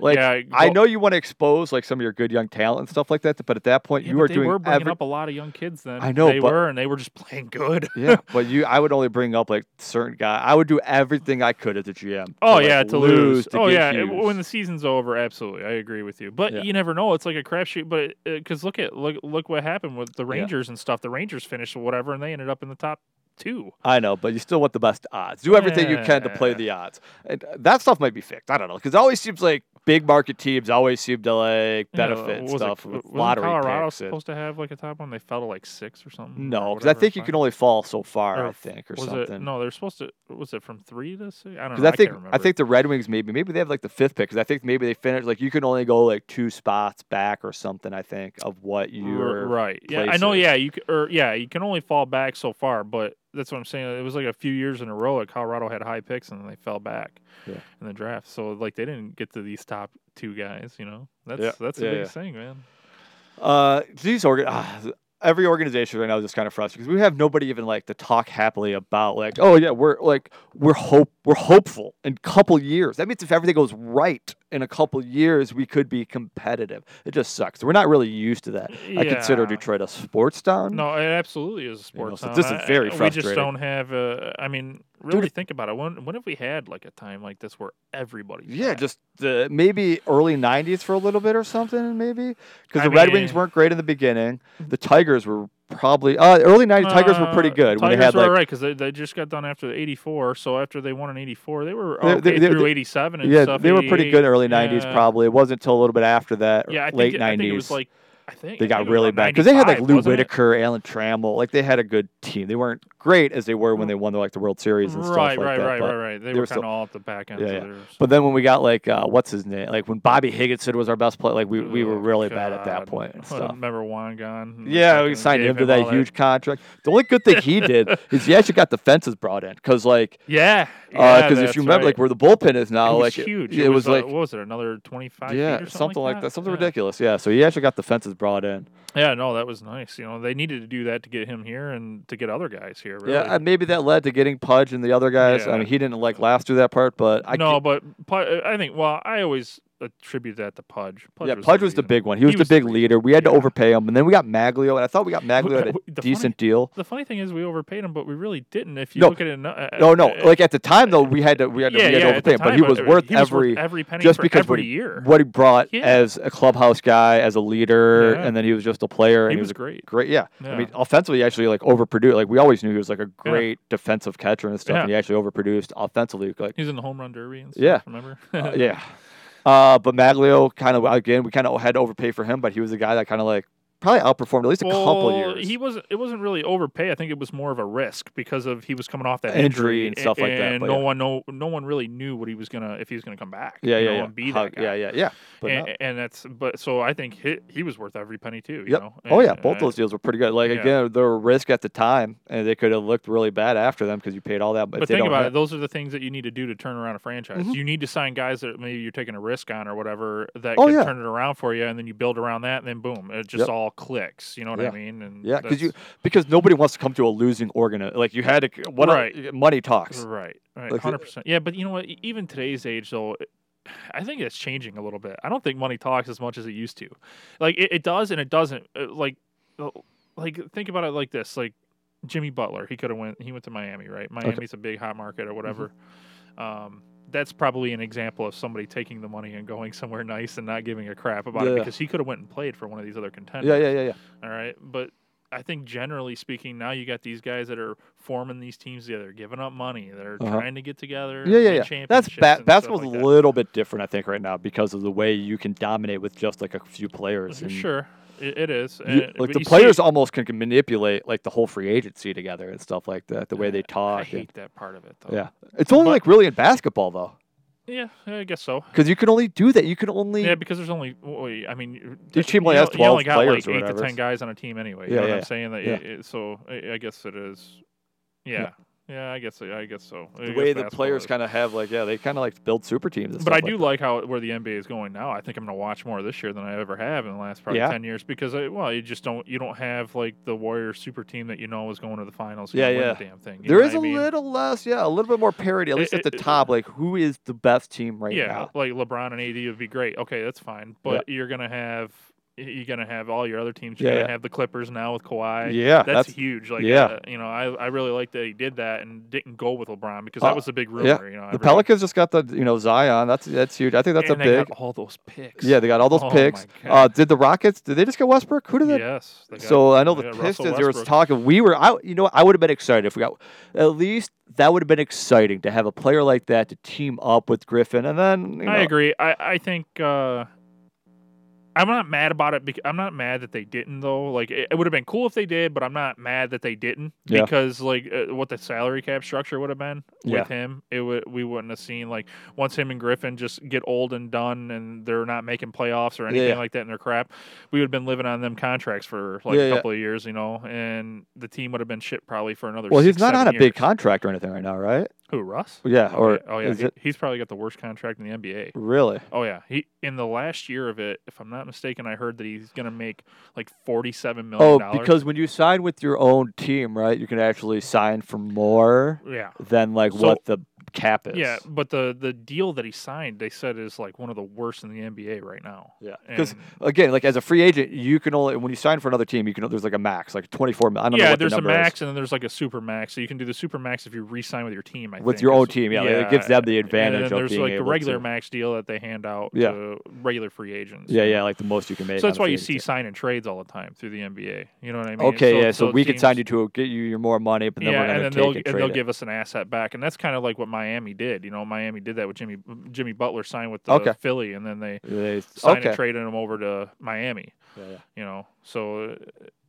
Speaker 1: Like
Speaker 2: yeah,
Speaker 1: I
Speaker 2: well,
Speaker 1: know you want to expose like some of your good young talent and stuff like that, but at that point
Speaker 2: yeah,
Speaker 1: you
Speaker 2: but
Speaker 1: were
Speaker 2: they
Speaker 1: doing
Speaker 2: were bringing
Speaker 1: every-
Speaker 2: up a lot of young kids then.
Speaker 1: I know,
Speaker 2: they
Speaker 1: but-
Speaker 2: were, and they were just playing good.
Speaker 1: yeah, but you I would only bring up like certain guy. I would do everything I could as a GM.
Speaker 2: Oh
Speaker 1: like,
Speaker 2: yeah, to lose.
Speaker 1: to
Speaker 2: oh
Speaker 1: get
Speaker 2: yeah, it-
Speaker 1: Hughes.
Speaker 2: when the season's over, absolutely, I agree with you. But
Speaker 1: Yeah.
Speaker 2: you never know; it's like a crapshoot. But because look at look look what happened with the Rangers and stuff. The Rangers finished or whatever, and they ended up in the top two.
Speaker 1: I know, but you still want the best odds. Do everything you can to play
Speaker 2: Yeah.
Speaker 1: the odds. And uh, that stuff might be fixed. I don't know because it always seems like big market teams always seem to like
Speaker 2: You know,
Speaker 1: benefit
Speaker 2: what was it,
Speaker 1: stuff
Speaker 2: uh,
Speaker 1: with
Speaker 2: wasn't
Speaker 1: lottery
Speaker 2: Colorado
Speaker 1: picks. and-
Speaker 2: supposed to have like a top one. They fell to like six or something.
Speaker 1: No,
Speaker 2: or
Speaker 1: because I
Speaker 2: Mm, whatever,
Speaker 1: think you
Speaker 2: five?
Speaker 1: can only fall so far.
Speaker 2: Or
Speaker 1: I
Speaker 2: f-
Speaker 1: think or
Speaker 2: was
Speaker 1: something.
Speaker 2: It, no, they're supposed to. Was it from three to six? I don't
Speaker 1: Because
Speaker 2: know.
Speaker 1: I think
Speaker 2: can't
Speaker 1: I, think the Red Wings maybe maybe they have like the fifth pick because I think maybe they finished like you can only go like two spots back or something I think of what you
Speaker 2: R-
Speaker 1: were
Speaker 2: right. Yeah, I know.
Speaker 1: places.
Speaker 2: Yeah, you c- or yeah, you can only fall back so far, but that's what I'm saying. It was like a few years in a row that Colorado had high picks and then they fell back
Speaker 1: Yeah.
Speaker 2: in the draft. So like they didn't get to these top two guys. You know, that's
Speaker 1: Yeah,
Speaker 2: that's
Speaker 1: yeah,
Speaker 2: the biggest thing, man.
Speaker 1: Uh, these organ. ah, every organization right now is just kind of frustrated because we have nobody even like to talk happily about like, oh yeah, we're like we're hope we're hopeful in couple years. That means if everything goes right in a couple years, we could be competitive. It just sucks. We're not really used to that. I consider
Speaker 2: Yeah.
Speaker 1: Detroit a sports town.
Speaker 2: No, it absolutely is a
Speaker 1: You know,
Speaker 2: sports.
Speaker 1: so
Speaker 2: town.
Speaker 1: this is
Speaker 2: I-
Speaker 1: very
Speaker 2: I- We
Speaker 1: frustrating.
Speaker 2: just don't have. Uh, I mean, really think about it. When when have we had like a time like this where everybody?
Speaker 1: Yeah, just the maybe early '90s for a little bit or something, maybe because
Speaker 2: I
Speaker 1: the Red Wings
Speaker 2: mean-
Speaker 1: weren't great in the beginning. The Tigers were probably uh, early '90s. Tigers were pretty good when
Speaker 2: Uh, Tigers
Speaker 1: they had
Speaker 2: were
Speaker 1: like
Speaker 2: all right because they, they just got done after the '84. So after they won in '84, they were
Speaker 1: They-
Speaker 2: okay
Speaker 1: they- they-
Speaker 2: through
Speaker 1: they-
Speaker 2: '87 and
Speaker 1: yeah,
Speaker 2: stuff.
Speaker 1: they were pretty good
Speaker 2: 88.
Speaker 1: early '90s.
Speaker 2: Yeah.
Speaker 1: Probably it wasn't until a little bit after that,
Speaker 2: Yeah, I
Speaker 1: late
Speaker 2: think, it- I
Speaker 1: '90s.
Speaker 2: think it was like I think
Speaker 1: they
Speaker 2: I
Speaker 1: got
Speaker 2: think it was
Speaker 1: really
Speaker 2: about
Speaker 1: bad because they had like
Speaker 2: 95,
Speaker 1: Lou
Speaker 2: wasn't it?
Speaker 1: Whitaker, Alan Trammell. Like they had a good team. They weren't great as they were when they won like the World Series and
Speaker 2: Mm. Right,
Speaker 1: stuff like
Speaker 2: right,
Speaker 1: that.
Speaker 2: right,
Speaker 1: but,
Speaker 2: right, right. They,
Speaker 1: they were
Speaker 2: were
Speaker 1: still-
Speaker 2: kind of all at the back end.
Speaker 1: Yeah,
Speaker 2: so
Speaker 1: yeah.
Speaker 2: they were-
Speaker 1: but then when we got like uh, what's his name, like when Bobby Higginson was our best player, like we, we were
Speaker 2: Oh,
Speaker 1: really bad at that
Speaker 2: God.
Speaker 1: point and
Speaker 2: I
Speaker 1: stuff.
Speaker 2: remember Juan gone.
Speaker 1: Yeah, we signed him to that huge contract. The only good thing he did is he actually got the fences brought in because, like,
Speaker 2: Yeah,
Speaker 1: because
Speaker 2: yeah,
Speaker 1: if
Speaker 2: that's
Speaker 1: you remember,
Speaker 2: right.
Speaker 1: like where the bullpen is now,
Speaker 2: it was
Speaker 1: like
Speaker 2: huge.
Speaker 1: It, it was,
Speaker 2: uh,
Speaker 1: like.
Speaker 2: what was it? Another twenty-five. feet
Speaker 1: Yeah,
Speaker 2: or
Speaker 1: something, like that. Something
Speaker 2: Yeah.
Speaker 1: ridiculous. Yeah. So he actually got the fences brought in.
Speaker 2: Yeah, no, that was nice. You know, they needed to do that to get him here and to get other guys here. Really.
Speaker 1: Yeah. And maybe that led to getting Pudge and the other guys. I
Speaker 2: Yeah.
Speaker 1: mean, he didn't like last through that part, but I
Speaker 2: no, but Pud, I think. Well, I always attribute that to Pudge.
Speaker 1: Can't, yeah, Pudge was the
Speaker 2: reason.
Speaker 1: big one. He was
Speaker 2: He
Speaker 1: the
Speaker 2: was the
Speaker 1: big
Speaker 2: reason.
Speaker 1: leader. We had to
Speaker 2: Yeah.
Speaker 1: overpay him, and then we got Maglio, and I thought we got Maglio at a
Speaker 2: The funny-
Speaker 1: decent deal.
Speaker 2: The funny thing is, we overpaid him, but we really didn't. If you
Speaker 1: No,
Speaker 2: look at it, uh,
Speaker 1: No, no. Like at the time though, we had to we had to,
Speaker 2: yeah,
Speaker 1: we had
Speaker 2: yeah,
Speaker 1: to
Speaker 2: at
Speaker 1: overpay
Speaker 2: the
Speaker 1: him, but
Speaker 2: time,
Speaker 1: he was
Speaker 2: uh,
Speaker 1: worth
Speaker 2: he was
Speaker 1: every
Speaker 2: every penny
Speaker 1: just
Speaker 2: for
Speaker 1: because what
Speaker 2: every
Speaker 1: he-
Speaker 2: year.
Speaker 1: what he brought
Speaker 2: Yeah.
Speaker 1: as a clubhouse guy, as a leader,
Speaker 2: Yeah.
Speaker 1: and then he was just a player. And
Speaker 2: he
Speaker 1: he
Speaker 2: was
Speaker 1: a
Speaker 2: great.
Speaker 1: great. Yeah. I
Speaker 2: Yeah.
Speaker 1: mean, offensively, he actually like overproduced. Like we always knew he was like a great defensive catcher and stuff,
Speaker 2: Yeah.
Speaker 1: and he actually overproduced offensively. Like
Speaker 2: He's in the home run derby and stuff.
Speaker 1: Yeah.
Speaker 2: remember?
Speaker 1: uh, yeah. Uh, but Maglio kind of again, we kind of had to overpay for him, but he was the guy that kind of like probably outperformed at least a couple
Speaker 2: Well,
Speaker 1: years.
Speaker 2: He was it wasn't really overpay. I think it was more of a risk because of he was coming off that
Speaker 1: Injury
Speaker 2: injury,
Speaker 1: and stuff like that,
Speaker 2: And
Speaker 1: but
Speaker 2: no
Speaker 1: yeah.
Speaker 2: one no no one really knew what he was gonna if he was gonna come back.
Speaker 1: yeah,
Speaker 2: you
Speaker 1: yeah,
Speaker 2: know,
Speaker 1: yeah.
Speaker 2: and be
Speaker 1: How-
Speaker 2: that guy.
Speaker 1: yeah, yeah, yeah. But no.
Speaker 2: and, and that's but so I think he, he was worth every penny too. You
Speaker 1: Yep.
Speaker 2: know.
Speaker 1: Oh yeah,
Speaker 2: And,
Speaker 1: both
Speaker 2: uh,
Speaker 1: those deals were pretty good. Like
Speaker 2: yeah.
Speaker 1: again, there were risk at the time, and they could have looked really bad after them because you paid all that.
Speaker 2: But think about it; those are the things that you need to do to turn around a franchise.
Speaker 1: Mhm.
Speaker 2: You need to sign guys that maybe you're taking a risk on or whatever that
Speaker 1: Oh,
Speaker 2: can
Speaker 1: yeah.
Speaker 2: turn it around for you, and then you build around that, and then boom, it just
Speaker 1: Yep.
Speaker 2: all clicks. You know what
Speaker 1: Yeah.
Speaker 2: I mean? And
Speaker 1: Yeah, because you
Speaker 2: that's-
Speaker 1: because nobody wants to come to a losing organ. uh, Like you had to what
Speaker 2: Right.
Speaker 1: uh, money talks.
Speaker 2: right, right,
Speaker 1: Like, uh,
Speaker 2: hundred percent. Yeah, but you know what? E- Even today's age, though. it- I think it's changing a little bit. I don't think money talks as much as it used to. Like it, it does and it doesn't. Uh, Like, uh, like think about it like this: like Jimmy Butler, he could have went. He went to Miami, right? Miami's a big hot market or whatever.
Speaker 1: Mm-hmm.
Speaker 2: Um, that's probably an example of somebody taking the money and going somewhere nice and not giving a crap about
Speaker 1: Yeah.
Speaker 2: it because he could have went and played for one of these other contenders.
Speaker 1: Yeah, yeah, yeah, yeah.
Speaker 2: All right, but I think generally speaking, now you got these guys that are forming these teams together, giving up money, that are
Speaker 1: Uh-huh.
Speaker 2: trying to get together. and
Speaker 1: Yeah, yeah,
Speaker 2: win
Speaker 1: yeah. That's
Speaker 2: championships
Speaker 1: ba-
Speaker 2: and stuff
Speaker 1: basketball's
Speaker 2: like
Speaker 1: a
Speaker 2: that.
Speaker 1: little bit different, I think, right now because of the way you can dominate with just like a few players. and
Speaker 2: Sure, it, it is.
Speaker 1: you-
Speaker 2: and-
Speaker 1: like
Speaker 2: but
Speaker 1: the
Speaker 2: you see-
Speaker 1: players almost can, can manipulate like the whole free agency together and stuff like that. The way they
Speaker 2: Yeah,
Speaker 1: talk.
Speaker 2: I
Speaker 1: and-
Speaker 2: hate that part of it though.
Speaker 1: yeah, it's only
Speaker 2: But-
Speaker 1: like really in basketball though,
Speaker 2: Yeah, I guess so.
Speaker 1: because you can only do that. You can only
Speaker 2: Yeah, because there's only. wait, I mean,
Speaker 1: Each team
Speaker 2: you
Speaker 1: only has
Speaker 2: know- you
Speaker 1: 12
Speaker 2: only got
Speaker 1: players
Speaker 2: like
Speaker 1: or
Speaker 2: eight to
Speaker 1: whatever.
Speaker 2: ten guys on a team anyway. You
Speaker 1: Yeah,
Speaker 2: know what
Speaker 1: yeah,
Speaker 2: I'm saying? That
Speaker 1: yeah.
Speaker 2: it- it- so I, I guess it is. Yeah.
Speaker 1: Yeah.
Speaker 2: yeah. I guess I guess so. I
Speaker 1: the
Speaker 2: guess
Speaker 1: way the
Speaker 2: basketball
Speaker 1: players
Speaker 2: is.
Speaker 1: kind of have like yeah they kind of like build super teams. And
Speaker 2: But I
Speaker 1: stuff
Speaker 2: do
Speaker 1: like
Speaker 2: like how where the NBA is going now. I think I'm going to watch more this year than I ever have in the last probably
Speaker 1: Yeah.
Speaker 2: ten years because I, well, you just don't you don't have like the Warriors super team that you know was going to the finals. and
Speaker 1: Yeah,
Speaker 2: win
Speaker 1: yeah.
Speaker 2: The damn thing. you
Speaker 1: There
Speaker 2: know
Speaker 1: is
Speaker 2: what
Speaker 1: a
Speaker 2: I mean?
Speaker 1: little less, yeah, a little bit more parity, at
Speaker 2: It-
Speaker 1: least at
Speaker 2: it-
Speaker 1: the
Speaker 2: it-
Speaker 1: top. Like, who is the best team right
Speaker 2: yeah,
Speaker 1: now?
Speaker 2: like LeBron and AD would be great. Okay, that's fine. But you're going to have you're going to have all your other teams. You're
Speaker 1: Yeah,
Speaker 2: going to
Speaker 1: yeah.
Speaker 2: have the Clippers now with Kawhi.
Speaker 1: yeah,
Speaker 2: That's,
Speaker 1: that's
Speaker 2: huge. Like,
Speaker 1: yeah.
Speaker 2: uh, you know, I, I really like that he did that and didn't go with LeBron because
Speaker 1: Uh,
Speaker 2: that was the big rumor.
Speaker 1: yeah.
Speaker 2: You know,
Speaker 1: the
Speaker 2: everybody-
Speaker 1: Pelicans just got the you know Zion. That's that's huge. I think that's
Speaker 2: and
Speaker 1: a
Speaker 2: they
Speaker 1: big.
Speaker 2: got all those picks.
Speaker 1: Yeah, they got all those
Speaker 2: Oh my
Speaker 1: picks.
Speaker 2: God.
Speaker 1: Uh, did the Rockets? Did they just get Westbrook? Who did they?
Speaker 2: yes. they got-
Speaker 1: so I know
Speaker 2: they
Speaker 1: the
Speaker 2: got Russell
Speaker 1: Pistons. There was
Speaker 2: Westbrook.
Speaker 1: talking. We were. I you know what, I would have been excited if we got. At least that would have been exciting to have a player like that to team up with Griffin, and then you know,
Speaker 2: I agree. I I think uh, I'm not mad about it. Because, I'm not mad that they didn't though. Like it, it would have been cool if they did, but I'm not mad that they didn't
Speaker 1: Yeah.
Speaker 2: because like uh, what the salary cap structure would have been
Speaker 1: Yeah.
Speaker 2: with him, it would we wouldn't have seen like once him and Griffin just get old and done and they're not making playoffs or
Speaker 1: Yeah,
Speaker 2: anything
Speaker 1: yeah.
Speaker 2: like that in their crap. We would have been living on them contracts for like
Speaker 1: Yeah,
Speaker 2: a
Speaker 1: yeah.
Speaker 2: couple of years, you know, and the team would have been shit probably for another.
Speaker 1: Well, he's
Speaker 2: six,
Speaker 1: not on
Speaker 2: seven
Speaker 1: a big
Speaker 2: years.
Speaker 1: contract or anything right now, right?
Speaker 2: Who Russ?
Speaker 1: Yeah. Or
Speaker 2: Yeah, oh yeah,
Speaker 1: is
Speaker 2: he-
Speaker 1: it
Speaker 2: he's probably got the worst contract in the NBA.
Speaker 1: really?
Speaker 2: Oh yeah, he in the last year of it, if I'm not mistaken, I heard that he's gonna make like forty-seven
Speaker 1: Oh,
Speaker 2: million.
Speaker 1: because when you sign with your own team, right, you can actually sign for more
Speaker 2: yeah,
Speaker 1: than like
Speaker 2: So-
Speaker 1: what the cap is.
Speaker 2: yeah, but the the deal that he signed, they said is like one of the worst in the NBA right now.
Speaker 1: Yeah. Because
Speaker 2: And,
Speaker 1: again, like as a free agent, you can only when you sign for another team, you can there's like a max, like 24. mil- I don't know
Speaker 2: yeah,
Speaker 1: what
Speaker 2: there's
Speaker 1: the
Speaker 2: a
Speaker 1: number is.
Speaker 2: max and then there's like a super max. So you can do the super max if you re-sign with your team. I
Speaker 1: with
Speaker 2: think,
Speaker 1: your
Speaker 2: is-
Speaker 1: own team. Yeah, like, it gives them the
Speaker 2: And
Speaker 1: advantage
Speaker 2: then
Speaker 1: of
Speaker 2: there's
Speaker 1: being
Speaker 2: like a
Speaker 1: able
Speaker 2: regular
Speaker 1: to.
Speaker 2: max deal that they hand out
Speaker 1: Yeah.
Speaker 2: to regular free agents.
Speaker 1: Yeah, yeah, like the most you can make.
Speaker 2: So
Speaker 1: on
Speaker 2: that's
Speaker 1: a
Speaker 2: why
Speaker 1: free
Speaker 2: you
Speaker 1: agency.
Speaker 2: see sign and trades all the time through the NBA. You know what I mean?
Speaker 1: Okay, yeah, so, we
Speaker 2: teams-
Speaker 1: could sign you to get you your more money, but then
Speaker 2: yeah,
Speaker 1: we're gonna
Speaker 2: and then
Speaker 1: take
Speaker 2: they'll
Speaker 1: and
Speaker 2: and
Speaker 1: trade
Speaker 2: they'll
Speaker 1: it.
Speaker 2: give us an asset back, and that's kind of like what Miami did. You know, Miami did that with Jimmy Jimmy Butler signed with the
Speaker 1: Okay.
Speaker 2: Philly, and then they
Speaker 1: They-
Speaker 2: signed
Speaker 1: okay.
Speaker 2: and traded him over to Miami.
Speaker 1: Yeah, yeah.
Speaker 2: You know, so uh,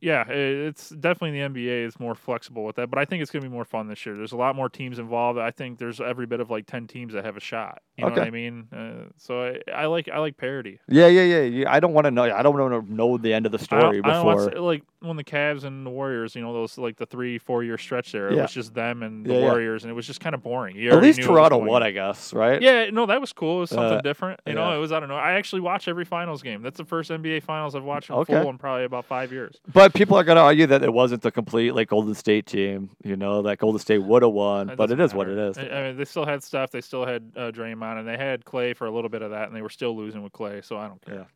Speaker 2: yeah, i- it's definitely the NBA is more flexible with that, but I think it's going to be more fun this year. There's a lot more teams involved. I think there's every bit of like ten teams that have a shot. You know
Speaker 1: Okay.
Speaker 2: what I mean? Uh, so I, I like I like parity.
Speaker 1: Yeah, yeah, yeah, yeah. I don't want to know. I don't want to know the end of the
Speaker 2: I don't-
Speaker 1: story
Speaker 2: I don't want
Speaker 1: before.
Speaker 2: to- like when the Cavs and the Warriors, you know, those like the three, four year stretch there,
Speaker 1: Yeah.
Speaker 2: it was just them and the
Speaker 1: Yeah, yeah.
Speaker 2: Warriors, and it was just kind of boring. You
Speaker 1: At
Speaker 2: already
Speaker 1: least
Speaker 2: knew what was
Speaker 1: Toronto
Speaker 2: going
Speaker 1: won,
Speaker 2: on.
Speaker 1: I guess, right?
Speaker 2: Yeah, no, that was cool. It was something
Speaker 1: Uh,
Speaker 2: different. You
Speaker 1: yeah.
Speaker 2: know, it was I don't know. I actually watch every finals game. That's the first NBA finals I've watched in
Speaker 1: Okay.
Speaker 2: full in probably about five years.
Speaker 1: But people are going to argue that it wasn't the complete like Golden State team. You know, that Golden State would have won,
Speaker 2: It
Speaker 1: but it
Speaker 2: doesn't
Speaker 1: is what it
Speaker 2: matter.
Speaker 1: is.
Speaker 2: I, I mean, they still had stuff. They still had uh, Draymond, and they had Clay for a little bit of that, and they were still losing with Clay. So I don't care.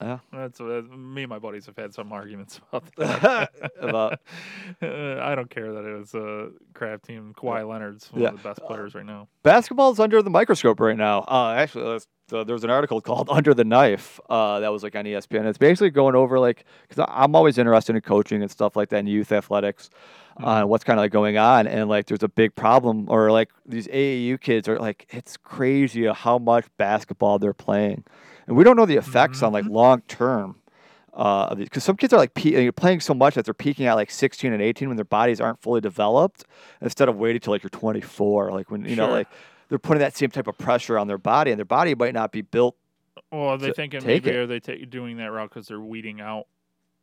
Speaker 1: Yeah.
Speaker 2: That's uh, me and my buddies have had some arguments about that.
Speaker 1: About-
Speaker 2: Uh, I don't care that it was a crap team. Kawhi Leonard's one
Speaker 1: Yeah.
Speaker 2: of the best players right now.
Speaker 1: basketball is under the microscope right now. Uh, actually, that's- uh, there was an article called "Under the Knife" uh, that was like on ESPN. It's basically going over like because I'm always interested in coaching and stuff like that in youth athletics, uh, what's kind of like going on, and like there's a big problem or like these AAU kids are like it's crazy how much basketball they're playing, and we don't know the effects on like long term. uh, of these because some kids are like pe- you're playing so much that they're peaking at like 16 and 18 when their bodies aren't fully developed instead of waiting till like you're 24 like when you know
Speaker 2: Sure.
Speaker 1: like they're putting that same type of pressure on their body and their body might not be built
Speaker 2: Well, are they
Speaker 1: to
Speaker 2: thinking
Speaker 1: take
Speaker 2: maybe
Speaker 1: it.
Speaker 2: are they ta- doing that route because they're weeding out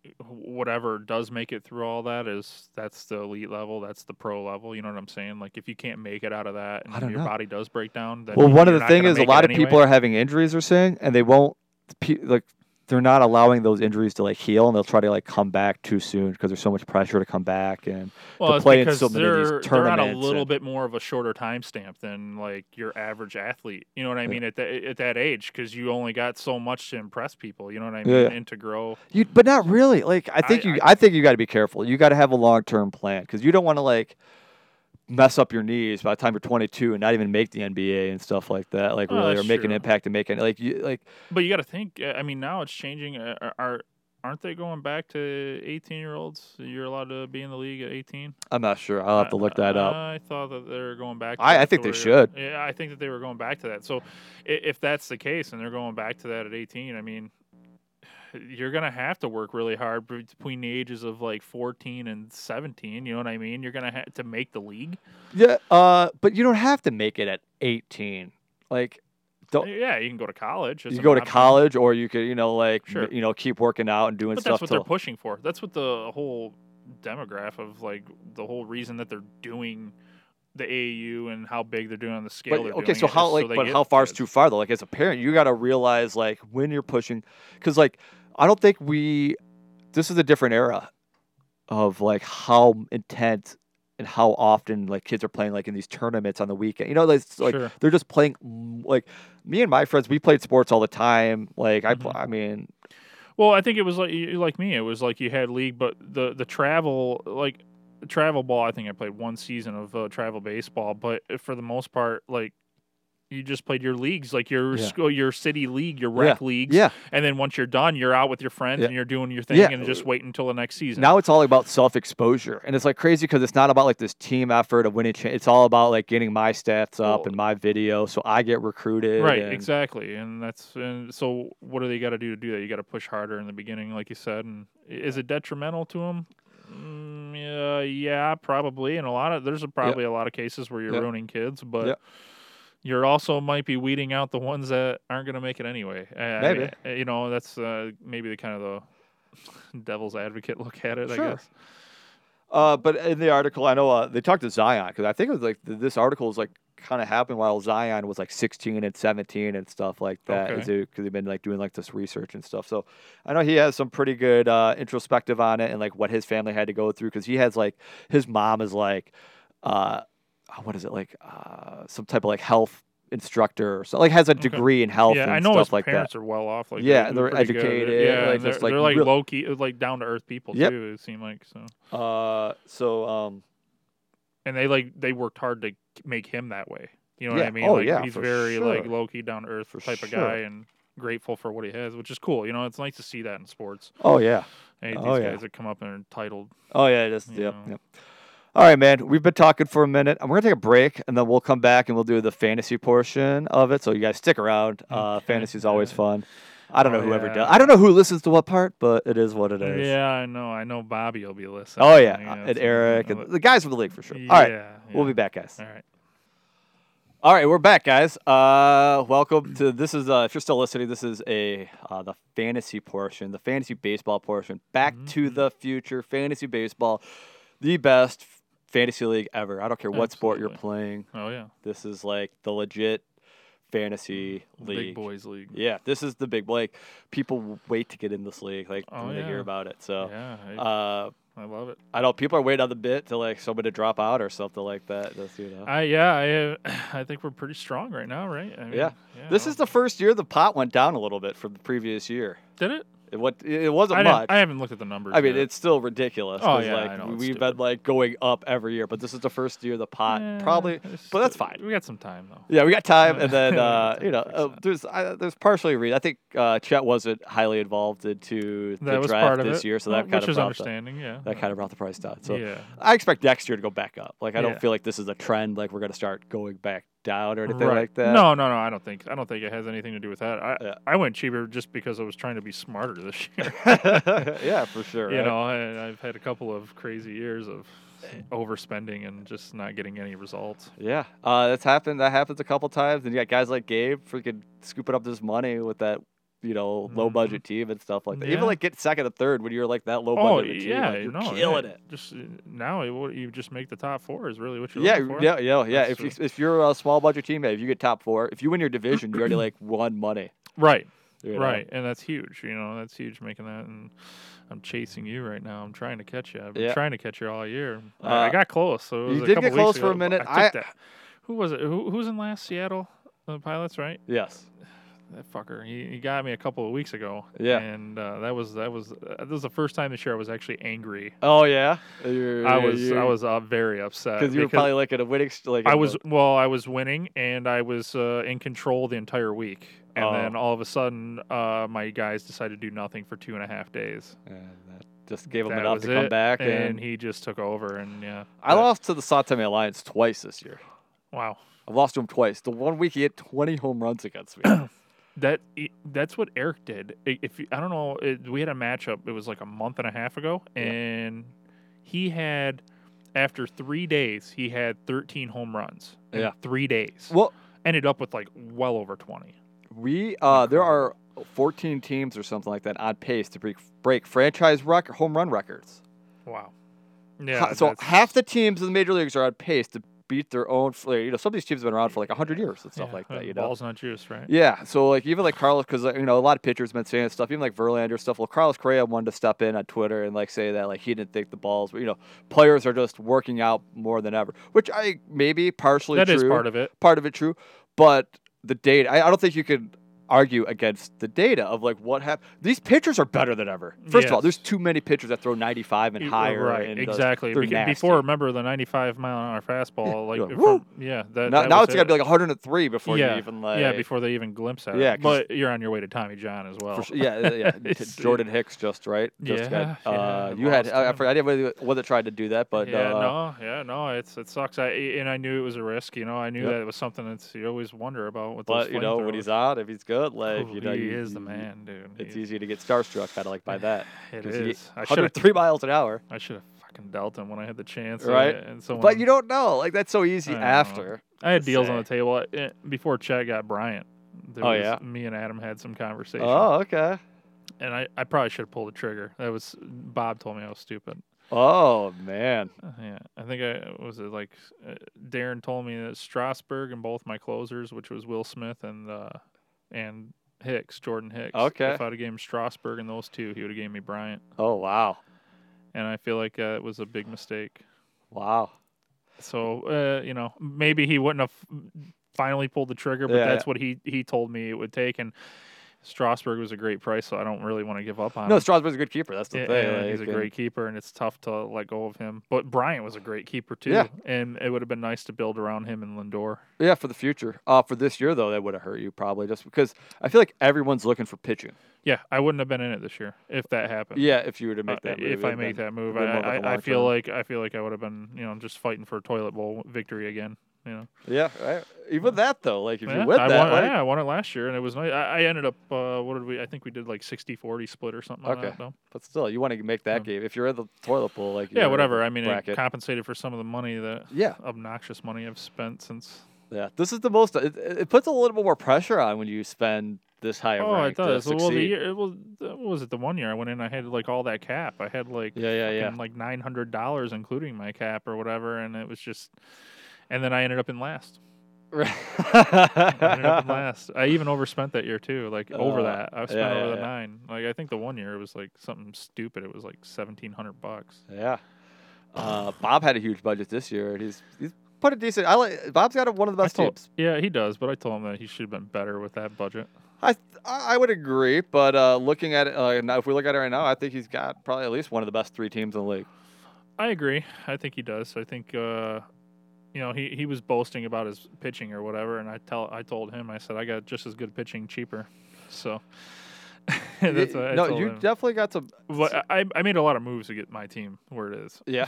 Speaker 2: eh, whatever does make it through all that is that's the elite level, that's the pro level. You know what I'm saying? Like if you can't make it out of that and
Speaker 1: I don't
Speaker 2: your
Speaker 1: know.
Speaker 2: body does break down, then
Speaker 1: well
Speaker 2: you-
Speaker 1: one of
Speaker 2: you're
Speaker 1: the
Speaker 2: not
Speaker 1: thing
Speaker 2: gonna
Speaker 1: is a
Speaker 2: make it
Speaker 1: lot of
Speaker 2: anyway.
Speaker 1: people are having injuries they're saying and they won't pe- like they're not allowing those injuries to like heal and they'll try to like come back too soon because there's so much pressure to come back and
Speaker 2: well, it's
Speaker 1: play in
Speaker 2: because
Speaker 1: so many of these
Speaker 2: they're, they're on a
Speaker 1: tournaments
Speaker 2: little
Speaker 1: and-
Speaker 2: bit more of a shorter time stamp than like your average athlete. You know what I
Speaker 1: Yeah.
Speaker 2: mean? At that at that age, because you only got so much to impress people. You know what I mean?
Speaker 1: Yeah.
Speaker 2: And to grow.
Speaker 1: You, but not really. Like I think
Speaker 2: I-
Speaker 1: you, I, think you got to be careful. You got to have a long term plan because you don't want to like mess up your knees by the time you're 22 and not even make the NBA and stuff like that. Like
Speaker 2: Oh,
Speaker 1: really, or
Speaker 2: that's
Speaker 1: make an
Speaker 2: true.
Speaker 1: impact and make it like you like.
Speaker 2: But you got to think. uh, I mean, now it's changing. Uh, Are, are aren't they going back to eighteen year olds? You're allowed to be in the league at eighteen.
Speaker 1: I'm not sure. I'll have to look that up.
Speaker 2: I thought that they were going back. To
Speaker 1: I- I
Speaker 2: that
Speaker 1: think they
Speaker 2: to
Speaker 1: should.
Speaker 2: where- Yeah, I think that they were going back to that. So, i- if that's the case and they're going back to that at eighteen, I mean, you're gonna have to work really hard be- between the ages of like fourteen and seventeen. You know what I mean? You're gonna have to make the league.
Speaker 1: Yeah. Uh, but you don't have to make it at 18. Like Oh.
Speaker 2: Yeah, you can go to college. as
Speaker 1: you
Speaker 2: an
Speaker 1: go to
Speaker 2: option.
Speaker 1: college or you could, you know, like m-
Speaker 2: Sure.
Speaker 1: you know, keep working out and doing
Speaker 2: But
Speaker 1: stuff.
Speaker 2: that's what
Speaker 1: till,
Speaker 2: they're pushing for. That's what the whole demographic of like the whole reason that they're doing the AAU and how big they're doing on the scale.
Speaker 1: But,
Speaker 2: they're
Speaker 1: okay,
Speaker 2: doing
Speaker 1: so
Speaker 2: it is
Speaker 1: how like,
Speaker 2: they
Speaker 1: but
Speaker 2: get
Speaker 1: how far is
Speaker 2: kids.
Speaker 1: too far though? Like as a parent, you got to realize like when you're pushing, because like I don't think we, this is a different era, of like how intense and how often like kids are playing like in these tournaments on the weekend. You know, like, it's, like
Speaker 2: Sure.
Speaker 1: they're just playing mm, like me and my friends. We played sports all the time. Like I, pl-
Speaker 2: Mhm.
Speaker 1: I mean,
Speaker 2: Well, I think it was like like me. It was like you had league, but the the travel like travel ball. I think I played one season of uh, travel baseball, but for the most part, like you just played your leagues, like your
Speaker 1: Yeah.
Speaker 2: school, your city league, your rec leagues,
Speaker 1: yeah.
Speaker 2: and then once you're done, you're out with your friends
Speaker 1: Yeah.
Speaker 2: and you're doing your thing
Speaker 1: Yeah.
Speaker 2: and just wait until the next season.
Speaker 1: Now it's all about self exposure, and it's like crazy because it's not about like this team effort of winning. Cha- it's all about like getting my stats up
Speaker 2: Well-
Speaker 1: and my video, so I get recruited.
Speaker 2: right
Speaker 1: and-
Speaker 2: exactly and that's and so what do they got to do to do that you got to push harder in the beginning like you said and i- is it detrimental to them mm, uh, yeah probably and a lot of there's a, probably a lot of cases where you're
Speaker 1: Yep.
Speaker 2: ruining kids but
Speaker 1: Yep.
Speaker 2: you're also might be weeding out the ones that aren't going to make it anyway Uh, I
Speaker 1: Maybe.
Speaker 2: mean, you know that's uh, maybe the kind of the devil's advocate look at it i
Speaker 1: Sure.
Speaker 2: guess
Speaker 1: Uh, but in the article, I know uh, they talked to Zion because I think it was like th- this article was like kind of happened while Zion was like 16 and 17 and stuff like that
Speaker 2: Okay.
Speaker 1: because they've been like doing like this research and stuff. So I know he has some pretty good uh, introspective on it and like what his family had to go through because he has like his mom is like, uh, what is it like uh, some type of like health instructor or something like has a
Speaker 2: Okay.
Speaker 1: degree in health
Speaker 2: yeah
Speaker 1: and
Speaker 2: i know
Speaker 1: stuff
Speaker 2: his
Speaker 1: like that.
Speaker 2: parents are well off like
Speaker 1: Yeah,
Speaker 2: do
Speaker 1: they're
Speaker 2: pretty good.
Speaker 1: educated,
Speaker 2: yeah
Speaker 1: like,
Speaker 2: and they're,
Speaker 1: just, like,
Speaker 2: they're like
Speaker 1: real-
Speaker 2: low key like down to earth people
Speaker 1: Yep.
Speaker 2: too it seemed like so
Speaker 1: Uh, so um,
Speaker 2: and they like they worked hard to make him that way. You know what
Speaker 1: Yeah.
Speaker 2: I mean?
Speaker 1: Oh,
Speaker 2: like
Speaker 1: yeah,
Speaker 2: he's
Speaker 1: for
Speaker 2: very like
Speaker 1: sure.
Speaker 2: low key down to earth
Speaker 1: For
Speaker 2: type of
Speaker 1: sure.
Speaker 2: guy and grateful for what he has, which is cool. You know, it's nice to see that in sports.
Speaker 1: oh yeah.
Speaker 2: Hey, these
Speaker 1: Oh, yeah.
Speaker 2: guys that come up and are entitled.
Speaker 1: Oh yeah, it is.
Speaker 2: You
Speaker 1: Yep,
Speaker 2: know.
Speaker 1: yep. All right, man. We've been talking for a minute, and we're gonna take a break, and then we'll come back and we'll do the fantasy portion of it. So you guys stick around. Uh,
Speaker 2: Okay.
Speaker 1: fantasy's always fun. I don't
Speaker 2: Oh,
Speaker 1: know whoever does.
Speaker 2: yeah.
Speaker 1: I don't know who listens to what part, but it is what it is.
Speaker 2: Yeah, I know. I know Bobby will be listening.
Speaker 1: Oh yeah, uh,
Speaker 2: it's-
Speaker 1: and Eric and
Speaker 2: uh,
Speaker 1: the guys from the league for sure.
Speaker 2: yeah,
Speaker 1: All right,
Speaker 2: yeah.
Speaker 1: we'll be back, guys.
Speaker 2: All right.
Speaker 1: All right, we're back, guys. Uh, welcome to this is uh, if you're still listening, this is a uh, the fantasy portion, the fantasy baseball portion. Back
Speaker 2: Mm-hmm.
Speaker 1: to the future, fantasy baseball, the best f- fantasy league ever. I don't care what sport you're playing.
Speaker 2: Oh yeah,
Speaker 1: This is like the legit fantasy
Speaker 2: Mm, The
Speaker 1: league.
Speaker 2: big boys league.
Speaker 1: Yeah, this is the big like people w- wait to get in this league like
Speaker 2: Oh,
Speaker 1: when they hear
Speaker 2: yeah.
Speaker 1: about it. So
Speaker 2: Yeah, I,
Speaker 1: uh,
Speaker 2: I love it.
Speaker 1: I know people are waiting on the bit to like somebody to drop out or something like that. That's, you know.
Speaker 2: I yeah, I uh, I think we're pretty strong right now, right? I mean,
Speaker 1: Yeah.
Speaker 2: I
Speaker 1: This
Speaker 2: don't-
Speaker 1: is the first year the pot went down a little bit from the previous year.
Speaker 2: did it.
Speaker 1: It what it
Speaker 2: I,
Speaker 1: wasn't
Speaker 2: didn't-
Speaker 1: much.
Speaker 2: I
Speaker 1: I,
Speaker 2: haven't looked at the numbers.
Speaker 1: mean,
Speaker 2: yet.
Speaker 1: it's still ridiculous.
Speaker 2: Oh,
Speaker 1: 'cause,
Speaker 2: yeah, I
Speaker 1: like
Speaker 2: know, it's
Speaker 1: we've been
Speaker 2: stupid.
Speaker 1: like going up every year, but this is the first year the pot
Speaker 2: Yeah,
Speaker 1: probably.
Speaker 2: it's
Speaker 1: but that's
Speaker 2: still-
Speaker 1: fine.
Speaker 2: We got some time though.
Speaker 1: Yeah, we got time, and then
Speaker 2: Yeah,
Speaker 1: uh,
Speaker 2: we got
Speaker 1: you know,
Speaker 2: time to
Speaker 1: uh,
Speaker 2: fix that.
Speaker 1: there's I, there's partially a reason. I think uh, Chet wasn't highly involved into the
Speaker 2: That was
Speaker 1: draft
Speaker 2: part of
Speaker 1: this
Speaker 2: it.
Speaker 1: year, so
Speaker 2: Well,
Speaker 1: that kind
Speaker 2: which
Speaker 1: of
Speaker 2: is
Speaker 1: brought the,
Speaker 2: understanding. yeah.
Speaker 1: that kind of brought the price down. So
Speaker 2: yeah.
Speaker 1: I expect next year to go back up. Like I don't
Speaker 2: Yeah.
Speaker 1: feel like this is a trend. Like we're gonna start going back cheaped out or anything
Speaker 2: Right.
Speaker 1: like that.
Speaker 2: No, no, no. I don't think. I don't think it has anything to do with that. I,
Speaker 1: Yeah.
Speaker 2: I went cheaper just because I was trying to be smarter this year.
Speaker 1: yeah, for sure.
Speaker 2: You
Speaker 1: right?
Speaker 2: know, and I've had a couple of crazy years of overspending and just not getting any results.
Speaker 1: Yeah, uh, that's happened. That happens a couple times, and you got guys like Gabe freaking scooping up this money with that, you know, low budget team and stuff like that.
Speaker 2: Mm-hmm. Yeah.
Speaker 1: Even like get second or third when you're like that low
Speaker 2: Oh
Speaker 1: budget of a team,
Speaker 2: yeah,
Speaker 1: like, you're
Speaker 2: no, yeah.
Speaker 1: killing it.
Speaker 2: Just uh, now, it- what- you just make the top four is really what you're
Speaker 1: Yeah,
Speaker 2: looking for.
Speaker 1: yeah, yeah, yeah.
Speaker 2: That's
Speaker 1: If you, if you're a small budget team, if you get top four, if you win your division, you already like won money.
Speaker 2: Right.
Speaker 1: you know?
Speaker 2: Right, and that's huge. You know, that's huge making that. And I'm chasing you right now. I'm trying to catch you. I've been
Speaker 1: Yeah.
Speaker 2: trying to catch you all year. I I
Speaker 1: Uh,
Speaker 2: got close.
Speaker 1: you
Speaker 2: So it was a
Speaker 1: did
Speaker 2: couple
Speaker 1: get
Speaker 2: weeks
Speaker 1: close for
Speaker 2: ago,
Speaker 1: a minute.
Speaker 2: I took the- who was it? Who, who was in last? Seattle uh, Pilots, right?
Speaker 1: Yes.
Speaker 2: That fucker. He, he got me a couple of weeks ago.
Speaker 1: Yeah.
Speaker 2: and uh, that was that was uh, that was the first time this year I was actually angry.
Speaker 1: Oh yeah. You're,
Speaker 2: I was I was uh, very upset
Speaker 1: because you were probably like at a winning st- like
Speaker 2: I
Speaker 1: in
Speaker 2: was
Speaker 1: the-
Speaker 2: well. I was winning, and I was uh, in control the entire week. And
Speaker 1: Oh.
Speaker 2: then all of a sudden, uh, my guys decided to do nothing for two and a half days.
Speaker 1: and that just gave him
Speaker 2: That
Speaker 1: enough
Speaker 2: was
Speaker 1: to come
Speaker 2: it,
Speaker 1: back,
Speaker 2: and,
Speaker 1: and,
Speaker 2: he just took over. And yeah,
Speaker 1: I
Speaker 2: that-
Speaker 1: lost to the Satame Alliance twice this year.
Speaker 2: Wow,
Speaker 1: I've lost to him twice. The one week he hit 20 home runs against me.
Speaker 2: that i- that's what Eric did. I- If you, I don't know, it, we had a matchup. It was like a month and a half ago,
Speaker 1: Yeah.
Speaker 2: and he had after three days, he had 13 home runs. in
Speaker 1: Yeah.
Speaker 2: three days.
Speaker 1: well,
Speaker 2: Ended up with like well over 20.
Speaker 1: we uh, there are 14 teams or something like that on pace to break, break franchise rec- home run records.
Speaker 2: Wow.
Speaker 1: Ha-
Speaker 2: Yeah.
Speaker 1: so
Speaker 2: that's-
Speaker 1: half the teams in the major leagues are on pace to beat their own. fl- You know, some of these teams have been around for like 100 years and stuff
Speaker 2: Yeah,
Speaker 1: like
Speaker 2: uh,
Speaker 1: that. You know,
Speaker 2: balls not juice, right?
Speaker 1: Yeah, so like even like Carlos, because you know a lot of pitchers been saying stuff, even like Verlander stuff. Well, Carlos Correa wanted to step in on Twitter and like say that like he didn't think the balls, but you know players are just working out more than ever, which I maybe partially
Speaker 2: That
Speaker 1: true,
Speaker 2: is part of it.
Speaker 1: part of it true, but the data, I, I don't think you could argue against the data of like what happened. These pitchers are better than ever. First of all,
Speaker 2: Yes.
Speaker 1: there's too many pitchers that throw 95 and
Speaker 2: Y-
Speaker 1: higher.
Speaker 2: E, right?
Speaker 1: and just-
Speaker 2: exactly.
Speaker 1: they're
Speaker 2: Beca-
Speaker 1: nasty.
Speaker 2: before, remember the 95 mile an hour fastball,
Speaker 1: you're
Speaker 2: like
Speaker 1: like,
Speaker 2: from, yeah. That,
Speaker 1: now,
Speaker 2: that
Speaker 1: now
Speaker 2: was
Speaker 1: it's got to
Speaker 2: it.
Speaker 1: be like 103 before
Speaker 2: Yeah,
Speaker 1: you even like
Speaker 2: yeah, before they even glimpse at
Speaker 1: Yeah,
Speaker 2: it.
Speaker 1: 'cause-
Speaker 2: But you're on your way to Tommy John as well.
Speaker 1: For sure. Yeah, yeah. yeah.
Speaker 2: It's-
Speaker 1: Jordan Hicks just right. Just
Speaker 2: Yeah,
Speaker 1: got, uh,
Speaker 2: yeah,
Speaker 1: you had.
Speaker 2: lost
Speaker 1: I, I
Speaker 2: him.
Speaker 1: forgot. I didn't really, wasn't trying to do that, but
Speaker 2: yeah,
Speaker 1: uh,
Speaker 2: no, yeah, no, it's it sucks. I and I knew it was a risk. You know, I knew
Speaker 1: Yep.
Speaker 2: that it was something that's you always wonder about. With those
Speaker 1: but you know when he's on, if he's good,
Speaker 2: flamethrowers.
Speaker 1: like you know,
Speaker 2: Ooh, Oh, he
Speaker 1: you-
Speaker 2: is the
Speaker 1: you-
Speaker 2: man, dude.
Speaker 1: It's
Speaker 2: He's-
Speaker 1: easy to get starstruck, kind of like by that.
Speaker 2: It
Speaker 1: 'cause he-
Speaker 2: is. I should have.
Speaker 1: 103 miles an hour,
Speaker 2: I should have fucking dealt him when I had the chance. uh,
Speaker 1: Right?
Speaker 2: And, and someone,
Speaker 1: but you don't know. Like that's so easy
Speaker 2: I know.
Speaker 1: after.
Speaker 2: I had
Speaker 1: to
Speaker 2: deals on
Speaker 1: say.
Speaker 2: the table I- eh, before Chad got Bryant. There
Speaker 1: Oh,
Speaker 2: was-
Speaker 1: yeah?
Speaker 2: me and Adam had some conversation,
Speaker 1: Oh, okay.
Speaker 2: and I, I probably should have pulled the trigger. That was Bob told me I was stupid.
Speaker 1: Oh man.
Speaker 2: Uh, Yeah, I think I was it like uh, Darren told me that Strasburg and both my closers, which was Will Smith and uh, and Hicks, Jordan Hicks.
Speaker 1: Okay.
Speaker 2: if I'd have gave him Strasburg and those two, he would have gave me Bryant,
Speaker 1: Oh wow.
Speaker 2: and I feel like uh, it was a big mistake.
Speaker 1: Wow.
Speaker 2: So uh, you know, maybe he wouldn't have finally pulled the trigger, but
Speaker 1: Yeah,
Speaker 2: that's what he he told me it would take. And Strasburg was a great price, so I don't really want to give up on
Speaker 1: No,
Speaker 2: him.
Speaker 1: Strasburg's a good keeper. That's the
Speaker 2: Uh-huh. Yeah,
Speaker 1: thing.
Speaker 2: yeah, he's a
Speaker 1: like, and-
Speaker 2: great keeper, and it's tough to let go of him. But Bryant was a great keeper too,
Speaker 1: Yeah.
Speaker 2: and it would have been nice to build around him and Lindor.
Speaker 1: Yeah, for the future. Uh, for this year though, that would have hurt you probably just because I feel like everyone's looking for pitching.
Speaker 2: Yeah, I wouldn't have been in it this year if that happened.
Speaker 1: Yeah, if you were to
Speaker 2: Uh,
Speaker 1: make that. move,
Speaker 2: if I
Speaker 1: and
Speaker 2: make
Speaker 1: then-
Speaker 2: that move, I,
Speaker 1: it'd been more of
Speaker 2: I,
Speaker 1: like a
Speaker 2: I
Speaker 1: long
Speaker 2: feel
Speaker 1: term.
Speaker 2: like I feel like I would have been, you know, just fighting for a toilet bowl victory again. You know.
Speaker 1: Yeah, right. Even that though, like if
Speaker 2: Yeah,
Speaker 1: you win
Speaker 2: I
Speaker 1: that,
Speaker 2: won,
Speaker 1: like,
Speaker 2: yeah, I won it last year, and it was nice. I, I ended up, uh, what did we? I think we did like 60-40 split or something. on
Speaker 1: Okay.
Speaker 2: that, no?
Speaker 1: but still, you want to make that
Speaker 2: Mm.
Speaker 1: game. If you're in the toilet bowl, like
Speaker 2: Yeah,
Speaker 1: you're-
Speaker 2: whatever. I mean,
Speaker 1: bracket.
Speaker 2: it compensated for some of the money that
Speaker 1: Yeah,
Speaker 2: obnoxious money I've spent since.
Speaker 1: yeah. This is the most. It, it it puts a little bit more pressure on when you spend this high. of
Speaker 2: oh,
Speaker 1: rank
Speaker 2: it does.
Speaker 1: To
Speaker 2: Well, the
Speaker 1: succeed.
Speaker 2: year, it was, what was it? The one year I went in, I had like all that cap. I had like
Speaker 1: Yeah, yeah, yeah.
Speaker 2: fucking, like nine hundred dollars, including my cap or whatever, and it was just. And then I ended up in last. I ended up in last. I even overspent that year too, like over
Speaker 1: Uh,
Speaker 2: that. I spent
Speaker 1: yeah,
Speaker 2: over
Speaker 1: yeah,
Speaker 2: the
Speaker 1: yeah.
Speaker 2: nine. Like I think the one year it was like something stupid. It was like seventeen hundred bucks.
Speaker 1: yeah. Uh, Bob had a huge budget this year, and he's he's put a decent. I like Bob's got one of the
Speaker 2: I
Speaker 1: best
Speaker 2: told-
Speaker 1: teams.
Speaker 2: Yeah, he does, but I told him that he should have been better with that budget.
Speaker 1: I I I would agree, but uh, looking at it, uh, now, if we look at it right now, I think he's got probably at least one of the best three teams in the league.
Speaker 2: I agree. I think he does. I think uh you know, he, he was boasting about his pitching or whatever and I tell I told him I said I got just as good pitching cheaper. So That's what I
Speaker 1: no,
Speaker 2: told
Speaker 1: you
Speaker 2: him.
Speaker 1: definitely got some.
Speaker 2: But I, I made a lot of moves to get my team where it is.
Speaker 1: Yeah.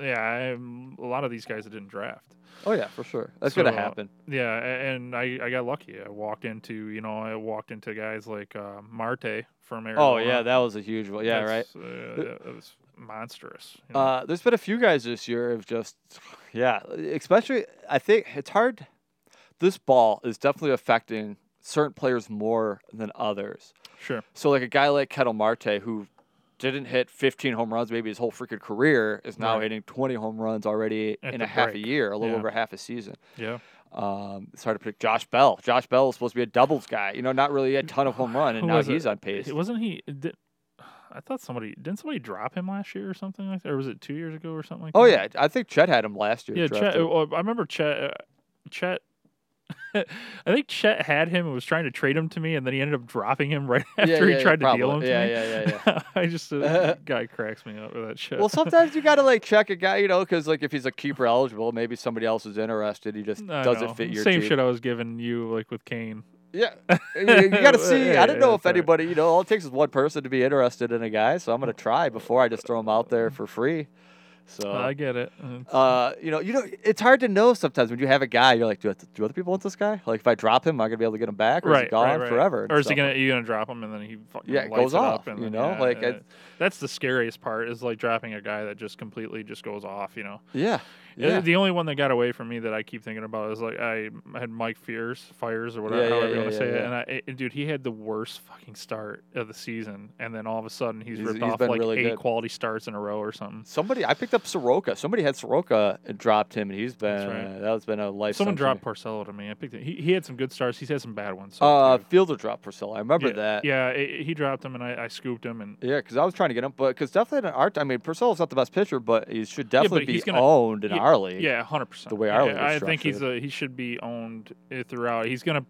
Speaker 2: Yeah, I'm, a lot of these guys I didn't draft.
Speaker 1: Oh yeah, for sure. That's
Speaker 2: So,
Speaker 1: gonna happen.
Speaker 2: Yeah, a- and I, I got lucky. I walked into you know I walked into guys like uh, Marte from Arizona.
Speaker 1: Oh yeah, that was a huge one. Yeah, right.
Speaker 2: uh, That's, Uh, that was monstrous. you know.
Speaker 1: Uh, there's been a few guys this year have just, yeah, especially I think it's hard. This ball is definitely affecting certain players more than others.
Speaker 2: sure.
Speaker 1: So like a guy like Kettle Marte who didn't hit 15 home runs maybe his whole freaking career is now
Speaker 2: Right.
Speaker 1: hitting 20 home runs already
Speaker 2: At
Speaker 1: in
Speaker 2: the
Speaker 1: a half
Speaker 2: break.
Speaker 1: a year, a little
Speaker 2: Yeah.
Speaker 1: over half a season.
Speaker 2: Yeah.
Speaker 1: Um, it's hard to predict. Josh Bell. Josh Bell is supposed to be a doubles guy. You know, not really a ton of home run, and
Speaker 2: Who
Speaker 1: now
Speaker 2: was it?
Speaker 1: he's on pace.
Speaker 2: It- Wasn't he? Did, I thought somebody didn't somebody drop him last year or something like that, or was it two years ago or something like
Speaker 1: Oh
Speaker 2: that?
Speaker 1: yeah, I think Chet had him last year.
Speaker 2: yeah.
Speaker 1: drafted.
Speaker 2: Chet, well, I remember Chet. Uh, Chet. I think Chet had him and was trying to trade him to me, and then he ended up dropping him right
Speaker 1: Yeah,
Speaker 2: after he
Speaker 1: yeah, yeah,
Speaker 2: tried to deal
Speaker 1: probably.
Speaker 2: him to
Speaker 1: yeah,
Speaker 2: me.
Speaker 1: yeah, yeah, yeah.
Speaker 2: I just uh, guy cracks me up with that shit.
Speaker 1: well, sometimes you gotta like check a guy, you know, because like if he's a keeper eligible, maybe somebody else is interested. He just
Speaker 2: I
Speaker 1: doesn't
Speaker 2: know.
Speaker 1: fit your
Speaker 2: same
Speaker 1: team.
Speaker 2: shit I was giving you like with Kane.
Speaker 1: Yeah, you, you gotta see. I don't
Speaker 2: Yeah,
Speaker 1: know if
Speaker 2: that's right.
Speaker 1: anybody, you know, all it takes is one person to be interested in a guy, so I'm gonna try before I just throw him out there for free. So.
Speaker 2: I get it. It's-
Speaker 1: uh, you know, you know, it's hard to know sometimes when you have a guy. You're like, do, do other people want this guy? Like, if I drop him, am I gonna be able to get him back, or is he
Speaker 2: right,
Speaker 1: gone
Speaker 2: right, right.
Speaker 1: forever? and
Speaker 2: Or is he
Speaker 1: stuff?
Speaker 2: gonna you gonna drop him and then he fucking
Speaker 1: Yeah, it
Speaker 2: lights
Speaker 1: goes
Speaker 2: up
Speaker 1: off,
Speaker 2: and
Speaker 1: you
Speaker 2: then-
Speaker 1: know?
Speaker 2: yeah,
Speaker 1: Like,
Speaker 2: yeah.
Speaker 1: I-
Speaker 2: that's the scariest part is like dropping a guy that just completely just goes off. You know,
Speaker 1: Yeah,
Speaker 2: Yeah,
Speaker 1: yeah.
Speaker 2: the only one that got away from me that I keep thinking about is like I had Mike Fears, Fires or whatever,
Speaker 1: Yeah, yeah,
Speaker 2: however you
Speaker 1: yeah,
Speaker 2: want to
Speaker 1: yeah,
Speaker 2: say it.
Speaker 1: yeah.
Speaker 2: And I, and dude, he had the worst fucking start of the season, and then all of a sudden he's,
Speaker 1: He's-
Speaker 2: ripped
Speaker 1: he's
Speaker 2: off
Speaker 1: been
Speaker 2: like
Speaker 1: really
Speaker 2: eight
Speaker 1: good.
Speaker 2: quality starts in a row or something.
Speaker 1: Somebody, I picked up Soroka. Somebody had Soroka and dropped him, and he's
Speaker 2: That's
Speaker 1: been
Speaker 2: right.
Speaker 1: that's been a life.
Speaker 2: Someone
Speaker 1: sentence to me.
Speaker 2: dropped Parcello to me. I picked it. He, he had some good starts. He's had some bad ones. so,
Speaker 1: Uh,
Speaker 2: too.
Speaker 1: Fielder dropped Purcell. I remember
Speaker 2: yeah,
Speaker 1: that. Yeah,
Speaker 2: Yeah, i- he dropped him, and I, I scooped him, and
Speaker 1: because I was trying to get him, but because definitely in our, I mean, Purcell's not the best pitcher, but he should
Speaker 2: but
Speaker 1: definitely be
Speaker 2: he's gonna-
Speaker 1: owned in
Speaker 2: yeah,
Speaker 1: our league.
Speaker 2: yeah, hundred percent.
Speaker 1: the way our league
Speaker 2: yeah, I
Speaker 1: is
Speaker 2: think he's a, he should be owned uh, throughout. He's gonna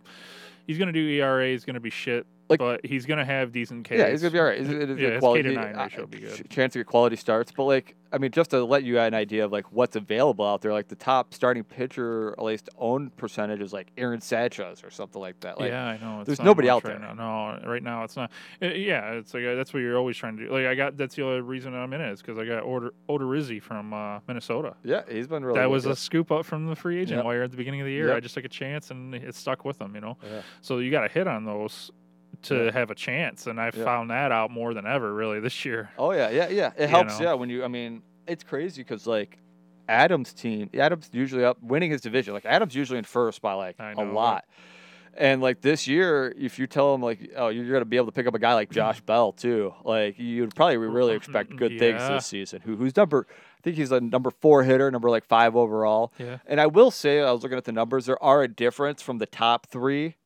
Speaker 2: he's gonna do ERA. He's gonna be shit,
Speaker 1: Like-
Speaker 2: but he's gonna have decent Ks.
Speaker 1: Yeah, he's gonna be all right. He's, he's
Speaker 2: his K to
Speaker 1: quality,
Speaker 2: nine
Speaker 1: uh,
Speaker 2: ratio will be good.
Speaker 1: ch- Chance to get quality starts, but like, I mean, just to let you an idea of like what's available out there, like the top starting pitcher, at least owned percentage is like Aaron Sanchez or something like that. Like,
Speaker 2: yeah, I know. It's
Speaker 1: there's
Speaker 2: not
Speaker 1: nobody
Speaker 2: much
Speaker 1: out
Speaker 2: right
Speaker 1: there.
Speaker 2: Now. No, right now it's not. Uh, yeah, it's like uh, that's what you're always trying to do. Like I got that's the only reason I'm in it is because I got Oder Odorizzi from uh, Minnesota.
Speaker 1: yeah, he's been really.
Speaker 2: that
Speaker 1: good,
Speaker 2: was
Speaker 1: yeah.
Speaker 2: a scoop up from the free agent
Speaker 1: Yep.
Speaker 2: wire at the beginning of the year.
Speaker 1: Yep.
Speaker 2: I just took a chance and it stuck with them, you know.
Speaker 1: Yeah.
Speaker 2: So you got to hit on those to
Speaker 1: Yeah.
Speaker 2: have a chance, and I
Speaker 1: Yeah.
Speaker 2: found that out more than ever really this year.
Speaker 1: Oh yeah, yeah, yeah. It
Speaker 2: You
Speaker 1: helps.
Speaker 2: know?
Speaker 1: Yeah, when you, I mean, it's crazy because like Adams' team, Adams usually up winning his division. Like Adams usually in first by like
Speaker 2: I
Speaker 1: a
Speaker 2: know.
Speaker 1: lot. And like this year, if you tell him like, oh, you're gonna be able to pick up a guy like Josh Bell too, like you'd probably really expect good things
Speaker 2: Yeah.
Speaker 1: this season. Who who's number? I think he's a number four hitter, number like five overall.
Speaker 2: Yeah.
Speaker 1: And I will say, I was looking at the numbers. There are a difference from the top three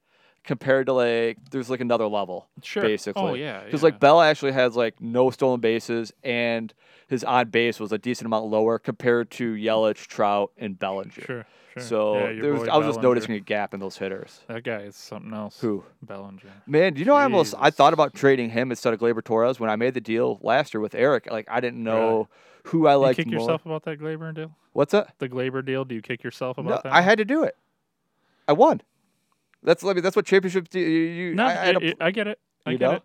Speaker 1: compared to like there's like another level
Speaker 2: Sure. Oh
Speaker 1: basically.
Speaker 2: yeah.
Speaker 1: because
Speaker 2: yeah.
Speaker 1: like Bell actually has like no stolen bases, and his on base was a decent amount lower compared to Yelich, Trout, and Bellinger.
Speaker 2: Sure. Sure.
Speaker 1: So
Speaker 2: Yeah, your
Speaker 1: there was,
Speaker 2: boy
Speaker 1: I was just
Speaker 2: Bellinger.
Speaker 1: noticing a gap in those hitters.
Speaker 2: that guy is something else.
Speaker 1: Who?
Speaker 2: Bellinger.
Speaker 1: Man, you know I almost I
Speaker 2: Jesus.
Speaker 1: thought about trading him instead of Glaber Torres when I made the deal last year with Eric. Like I didn't know who I
Speaker 2: Do you
Speaker 1: liked
Speaker 2: kick
Speaker 1: more.
Speaker 2: yourself about that Glaber deal?
Speaker 1: What's that?
Speaker 2: The Glaber deal? Do you kick yourself about
Speaker 1: No,
Speaker 2: that?
Speaker 1: I had to do it. I won. That's I mean, that's what championships do. You, you-
Speaker 2: No,
Speaker 1: I,
Speaker 2: I,
Speaker 1: I had to,
Speaker 2: I, I get it. I
Speaker 1: you
Speaker 2: get
Speaker 1: know?
Speaker 2: it.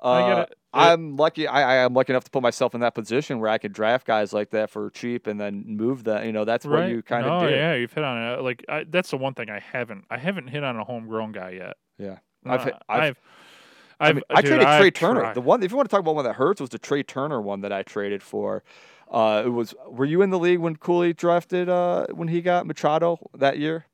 Speaker 2: I get
Speaker 1: Uh,
Speaker 2: it.
Speaker 1: I'm lucky. I, I am lucky enough to put myself in that position where I could draft guys like that for cheap and then move that. You know, that's what you kind of
Speaker 2: no,
Speaker 1: do.
Speaker 2: yeah, you've hit on it. Like I, that's the one thing I haven't. I haven't hit on a homegrown guy yet.
Speaker 1: Yeah.
Speaker 2: No,
Speaker 1: I've hit- I've-
Speaker 2: Uh, I've, I've,
Speaker 1: I mean, I
Speaker 2: dude,
Speaker 1: traded
Speaker 2: I've
Speaker 1: Trey Turner.
Speaker 2: tried.
Speaker 1: The one, if you want to talk about one that hurts, was the Trey Turner one that I traded for. Uh, it was. Were you in the league when Cooley drafted? Uh, when he got Machado that year?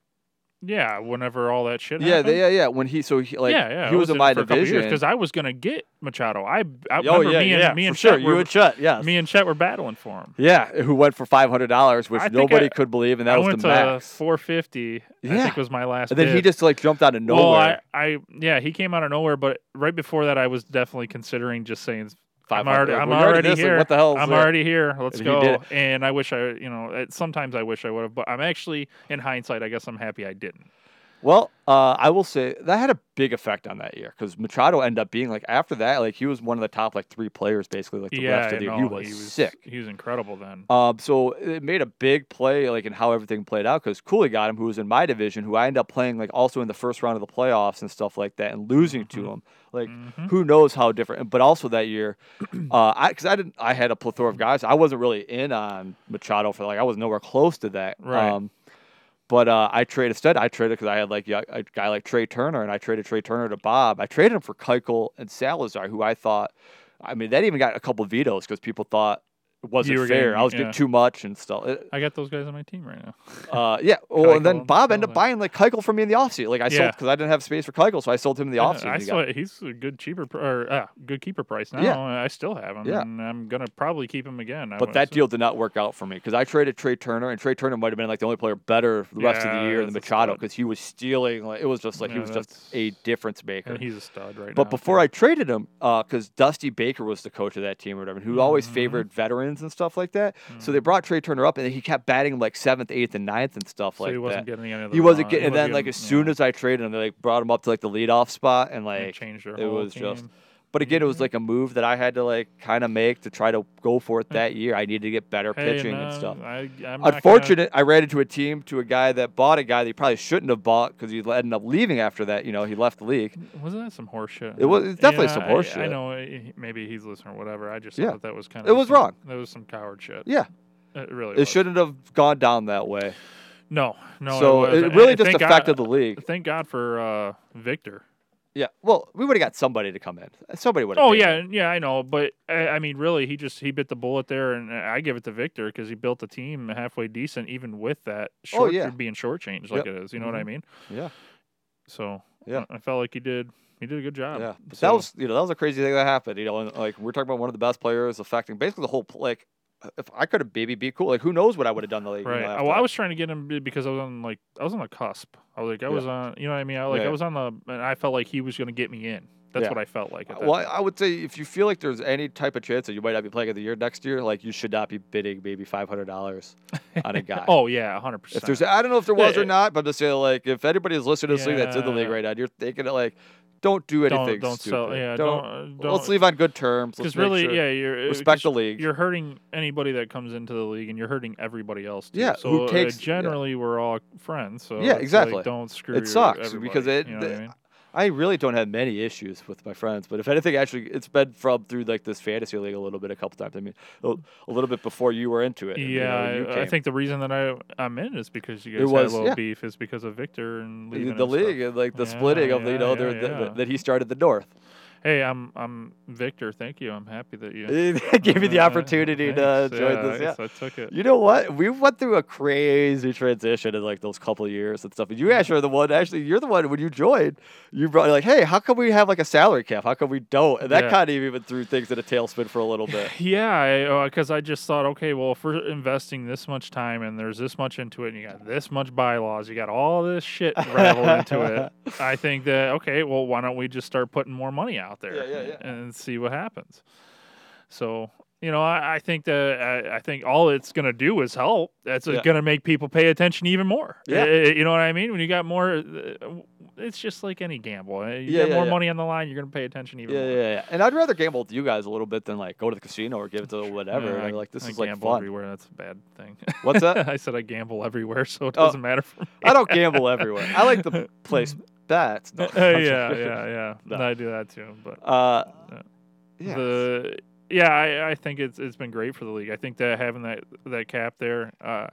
Speaker 2: yeah, whenever all that shit.
Speaker 1: Yeah,
Speaker 2: happened.
Speaker 1: they, yeah, yeah. When he, so he, like,
Speaker 2: yeah, yeah.
Speaker 1: he was, in my division.
Speaker 2: because I was gonna get Machado. I, I
Speaker 1: oh
Speaker 2: remember
Speaker 1: yeah,
Speaker 2: me and
Speaker 1: yeah,
Speaker 2: me
Speaker 1: for
Speaker 2: and
Speaker 1: sure.
Speaker 2: Chet
Speaker 1: You
Speaker 2: were,
Speaker 1: and Chet, yes.
Speaker 2: me and Chet were battling for him.
Speaker 1: yeah, who went for five hundred dollars, which
Speaker 2: I think
Speaker 1: nobody
Speaker 2: I-
Speaker 1: could believe, and that
Speaker 2: I
Speaker 1: was
Speaker 2: went
Speaker 1: the
Speaker 2: to
Speaker 1: max.
Speaker 2: 450. I
Speaker 1: Yeah.
Speaker 2: think was my last.
Speaker 1: And then he
Speaker 2: bid.
Speaker 1: just like jumped out of nowhere.
Speaker 2: Well, I, I yeah, he came out of nowhere, but right before that, I was definitely considering just saying I'm
Speaker 1: 500.
Speaker 2: already, I'm
Speaker 1: Well, you're
Speaker 2: already
Speaker 1: this, like,
Speaker 2: here.
Speaker 1: what the hell is
Speaker 2: I'm
Speaker 1: it?
Speaker 2: already here. Let's
Speaker 1: And he did
Speaker 2: go. And I wish I, you know, it- sometimes I wish I would have, but I'm actually, in hindsight, I guess I'm happy I didn't.
Speaker 1: Well, uh, I will say that had a big effect on that year because Machado ended up being like after that, like he was one of the top like three players basically like the
Speaker 2: yeah,
Speaker 1: rest of the
Speaker 2: I
Speaker 1: year.
Speaker 2: know.
Speaker 1: He was, sick.
Speaker 2: He was incredible then.
Speaker 1: Um, so it made a big play like in how everything played out because Cooley got him, who was in my division, who I ended up playing like also in the first round of the playoffs and stuff like that, and losing
Speaker 2: Mm-hmm.
Speaker 1: to him. Like
Speaker 2: Mhm.
Speaker 1: who knows how different? But also that year, uh, I because I didn't, I had a plethora of guys. I wasn't really in on Machado for like I was nowhere close to that. um,
Speaker 2: Right.
Speaker 1: but uh, I traded instead. I traded because I had like y- a guy like Trey Turner, and I traded Trey Turner to Bob. I traded him for Keuchel and Salazar, who I thought, I mean, that even got a couple vetoes because people thought it wasn't
Speaker 2: were
Speaker 1: fair.
Speaker 2: getting-
Speaker 1: I was
Speaker 2: yeah.
Speaker 1: doing too much and stuff. It-
Speaker 2: I got those guys on my team right now.
Speaker 1: Uh, yeah. Well, and then
Speaker 2: Keuchel,
Speaker 1: Bob ended
Speaker 2: Salazar.
Speaker 1: up buying like Keuchel for me in the offseason. Like I
Speaker 2: Yeah.
Speaker 1: sold because I didn't have space for Keuchel, so I sold him in the
Speaker 2: Yeah,
Speaker 1: offseason.
Speaker 2: I
Speaker 1: He
Speaker 2: saw it. He's a good cheaper pr- or uh, good keeper price now.
Speaker 1: Yeah.
Speaker 2: I still have him,
Speaker 1: Yeah.
Speaker 2: and I'm gonna probably keep him again. I
Speaker 1: But
Speaker 2: would
Speaker 1: that
Speaker 2: assume.
Speaker 1: deal did not work out for me because I traded Trey Turner, and Trey Turner might have been like the only player better the rest of
Speaker 2: Yeah,
Speaker 1: the year than
Speaker 2: that's a
Speaker 1: Machado
Speaker 2: stud.
Speaker 1: because he was stealing. Like it was just like he
Speaker 2: Yeah,
Speaker 1: was just
Speaker 2: that's-
Speaker 1: a difference maker.
Speaker 2: and he's a stud right now.
Speaker 1: But before I traded him, because Dusty Baker was the coach of that team or whatever, who always
Speaker 2: Mhm.
Speaker 1: favored veterans and stuff like that. So
Speaker 2: Mm.
Speaker 1: they brought Trey Turner up, and he kept batting him like seventh, eighth, and ninth and stuff
Speaker 2: so
Speaker 1: like
Speaker 2: he wasn't
Speaker 1: that.
Speaker 2: getting any of the
Speaker 1: He wasn't
Speaker 2: run-
Speaker 1: getting. And then, like as
Speaker 2: getting-
Speaker 1: soon
Speaker 2: yeah,
Speaker 1: as I traded him, they like brought him up to like the leadoff spot, and
Speaker 2: they
Speaker 1: like
Speaker 2: changed their
Speaker 1: it
Speaker 2: whole
Speaker 1: was just-
Speaker 2: team. Mm-hmm.
Speaker 1: but again, it was like a move that I had to like kind of make to try to go for it that year. I needed to get better
Speaker 2: Hey,
Speaker 1: pitching
Speaker 2: no,
Speaker 1: and stuff.
Speaker 2: I, I'm not gonna-
Speaker 1: Unfortunate, I ran into a team to a guy that bought a guy that he probably shouldn't have bought because he ended up leaving after that. You know, he left the league.
Speaker 2: wasn't that some horseshit?
Speaker 1: It was- it's definitely some
Speaker 2: horseshit. I,
Speaker 1: horseshit.
Speaker 2: know. eh, Maybe he's listening or whatever. I just
Speaker 1: Yeah.
Speaker 2: thought that was kind of
Speaker 1: It was wrong.
Speaker 2: That was some coward shit.
Speaker 1: Yeah,
Speaker 2: It really.
Speaker 1: it
Speaker 2: was.
Speaker 1: shouldn't have gone down that way.
Speaker 2: No, no.
Speaker 1: so
Speaker 2: it,
Speaker 1: it,
Speaker 2: was. Eh,
Speaker 1: really just
Speaker 2: thank
Speaker 1: affected
Speaker 2: God,
Speaker 1: the league.
Speaker 2: Thank God for uh, Victor.
Speaker 1: Yeah. Well, we would have got somebody to come in. Somebody would.
Speaker 2: Oh yeah, yeah, I know, but I, I mean, really, he just he bit the bullet there, and I give it to Victor because he built a team halfway decent, even with that short
Speaker 1: Oh, yeah.
Speaker 2: being shortchanged like it is. You know what I mean?
Speaker 1: Yeah.
Speaker 2: So
Speaker 1: Yeah.
Speaker 2: I I felt like he did he did a good job.
Speaker 1: Yeah. But
Speaker 2: So-
Speaker 1: Um, that was you know that was a crazy thing that happened. You know, and like we're talking about one of the best players affecting basically the whole pl- like. If I could have baby be cool, like who knows what I would have done the league. you know,
Speaker 2: right.
Speaker 1: after
Speaker 2: well, I
Speaker 1: that.
Speaker 2: was trying to get him be- because I was on like I was on the cusp. I was like I
Speaker 1: Yeah.
Speaker 2: was on, you know what I mean? I like
Speaker 1: Yeah.
Speaker 2: I was on the, and I felt like he was going to get me in. That's
Speaker 1: Yeah. Uh,
Speaker 2: what I felt like. At that
Speaker 1: Well, I
Speaker 2: time.
Speaker 1: I would say if you feel like there's any type of chance that you might not be playing of the year next year, like you should not be bidding maybe five hundred dollars on a guy.
Speaker 2: oh yeah, hundred
Speaker 1: If
Speaker 2: percent.
Speaker 1: there's, I don't know if there was or
Speaker 2: Yeah.
Speaker 1: not, but I'm just saying, like, if anybody's listening to this league that's in the league
Speaker 2: Yeah.
Speaker 1: right now, and you're thinking like, don't do anything
Speaker 2: don't don't
Speaker 1: stupid.
Speaker 2: sell. Yeah,
Speaker 1: don't,
Speaker 2: don't uh,
Speaker 1: Let's
Speaker 2: don't.
Speaker 1: leave on good terms. Let's
Speaker 2: Because
Speaker 1: make
Speaker 2: really,
Speaker 1: sure-
Speaker 2: yeah, you're uh,
Speaker 1: respect
Speaker 2: 'cause
Speaker 1: the league.
Speaker 2: you're hurting anybody that comes into the league, and you're hurting everybody else. Too.
Speaker 1: Yeah,
Speaker 2: so
Speaker 1: who
Speaker 2: uh,
Speaker 1: takes- yeah.
Speaker 2: generally we're all friends.
Speaker 1: Yeah,
Speaker 2: So it's like,
Speaker 1: exactly.
Speaker 2: don't screw.
Speaker 1: It sucks because
Speaker 2: everybody,
Speaker 1: it.
Speaker 2: You know what I
Speaker 1: the-
Speaker 2: mean?
Speaker 1: I really don't have many issues with my friends, but if anything, actually, it's been from through like this fantasy league a little bit, a couple times. I mean, a a little bit before you were into it. and, you know,
Speaker 2: Yeah,
Speaker 1: you
Speaker 2: I- I
Speaker 1: came.
Speaker 2: think the reason that I I'm in is because you guys
Speaker 1: was-
Speaker 2: had a little
Speaker 1: yeah.
Speaker 2: beef is because of Victor and
Speaker 1: the,
Speaker 2: leaving
Speaker 1: the
Speaker 2: and stuff.
Speaker 1: league and like the
Speaker 2: Yeah,
Speaker 1: splitting of the, you
Speaker 2: yeah,
Speaker 1: know
Speaker 2: yeah,
Speaker 1: there- the, the-
Speaker 2: yeah.
Speaker 1: that he started the North.
Speaker 2: Hey, I'm I'm Victor. Thank you. I'm happy that you
Speaker 1: It gave me the
Speaker 2: Uh,
Speaker 1: opportunity to
Speaker 2: thanks,
Speaker 1: join
Speaker 2: yeah,
Speaker 1: this. Yeah.
Speaker 2: yes, I took it.
Speaker 1: You know what? We went through a crazy transition in like those couple of years and stuff. And you actually are the one. Actually, you're the one when you joined. You brought like, hey, how come we have like a salary cap? How come we don't? And that
Speaker 2: Yeah.
Speaker 1: kind of even threw things in a tailspin for a little bit.
Speaker 2: Yeah, because I just thought, okay, well, if we're investing this much time and there's this much into it, and you got this much bylaws, you got all this shit rattled into it. I think that okay, well, why don't we just start putting more money out there
Speaker 1: Yeah, yeah, yeah.
Speaker 2: and see what happens? So you know, I, I think that I, I think all it's gonna do is help. That's uh,
Speaker 1: Yeah.
Speaker 2: gonna make people pay attention even more.
Speaker 1: Yeah.
Speaker 2: Uh, you know what I mean? When you got more, uh, it's just like any gamble. Uh, You
Speaker 1: Yeah,
Speaker 2: get
Speaker 1: yeah,
Speaker 2: more
Speaker 1: yeah.
Speaker 2: money on the line, you're gonna pay attention even
Speaker 1: Yeah,
Speaker 2: more.
Speaker 1: yeah, yeah. And I'd rather gamble with you guys a little bit than like go to the casino or give it to whatever.
Speaker 2: Yeah, I-
Speaker 1: like this
Speaker 2: I
Speaker 1: is like
Speaker 2: gamble
Speaker 1: fun.
Speaker 2: everywhere. That's a bad thing.
Speaker 1: What's that?
Speaker 2: I said I gamble everywhere, so it
Speaker 1: Oh.
Speaker 2: doesn't matter for me.
Speaker 1: I don't gamble everywhere. I like to place bets. No,
Speaker 2: Uh,
Speaker 1: I'm
Speaker 2: yeah,
Speaker 1: joking.
Speaker 2: yeah, yeah.
Speaker 1: No.
Speaker 2: I do that too. But
Speaker 1: Uh,
Speaker 2: Yeah.
Speaker 1: yeah.
Speaker 2: the yeah, I, I think it's it's been great for the league. I think that having that that cap there, uh,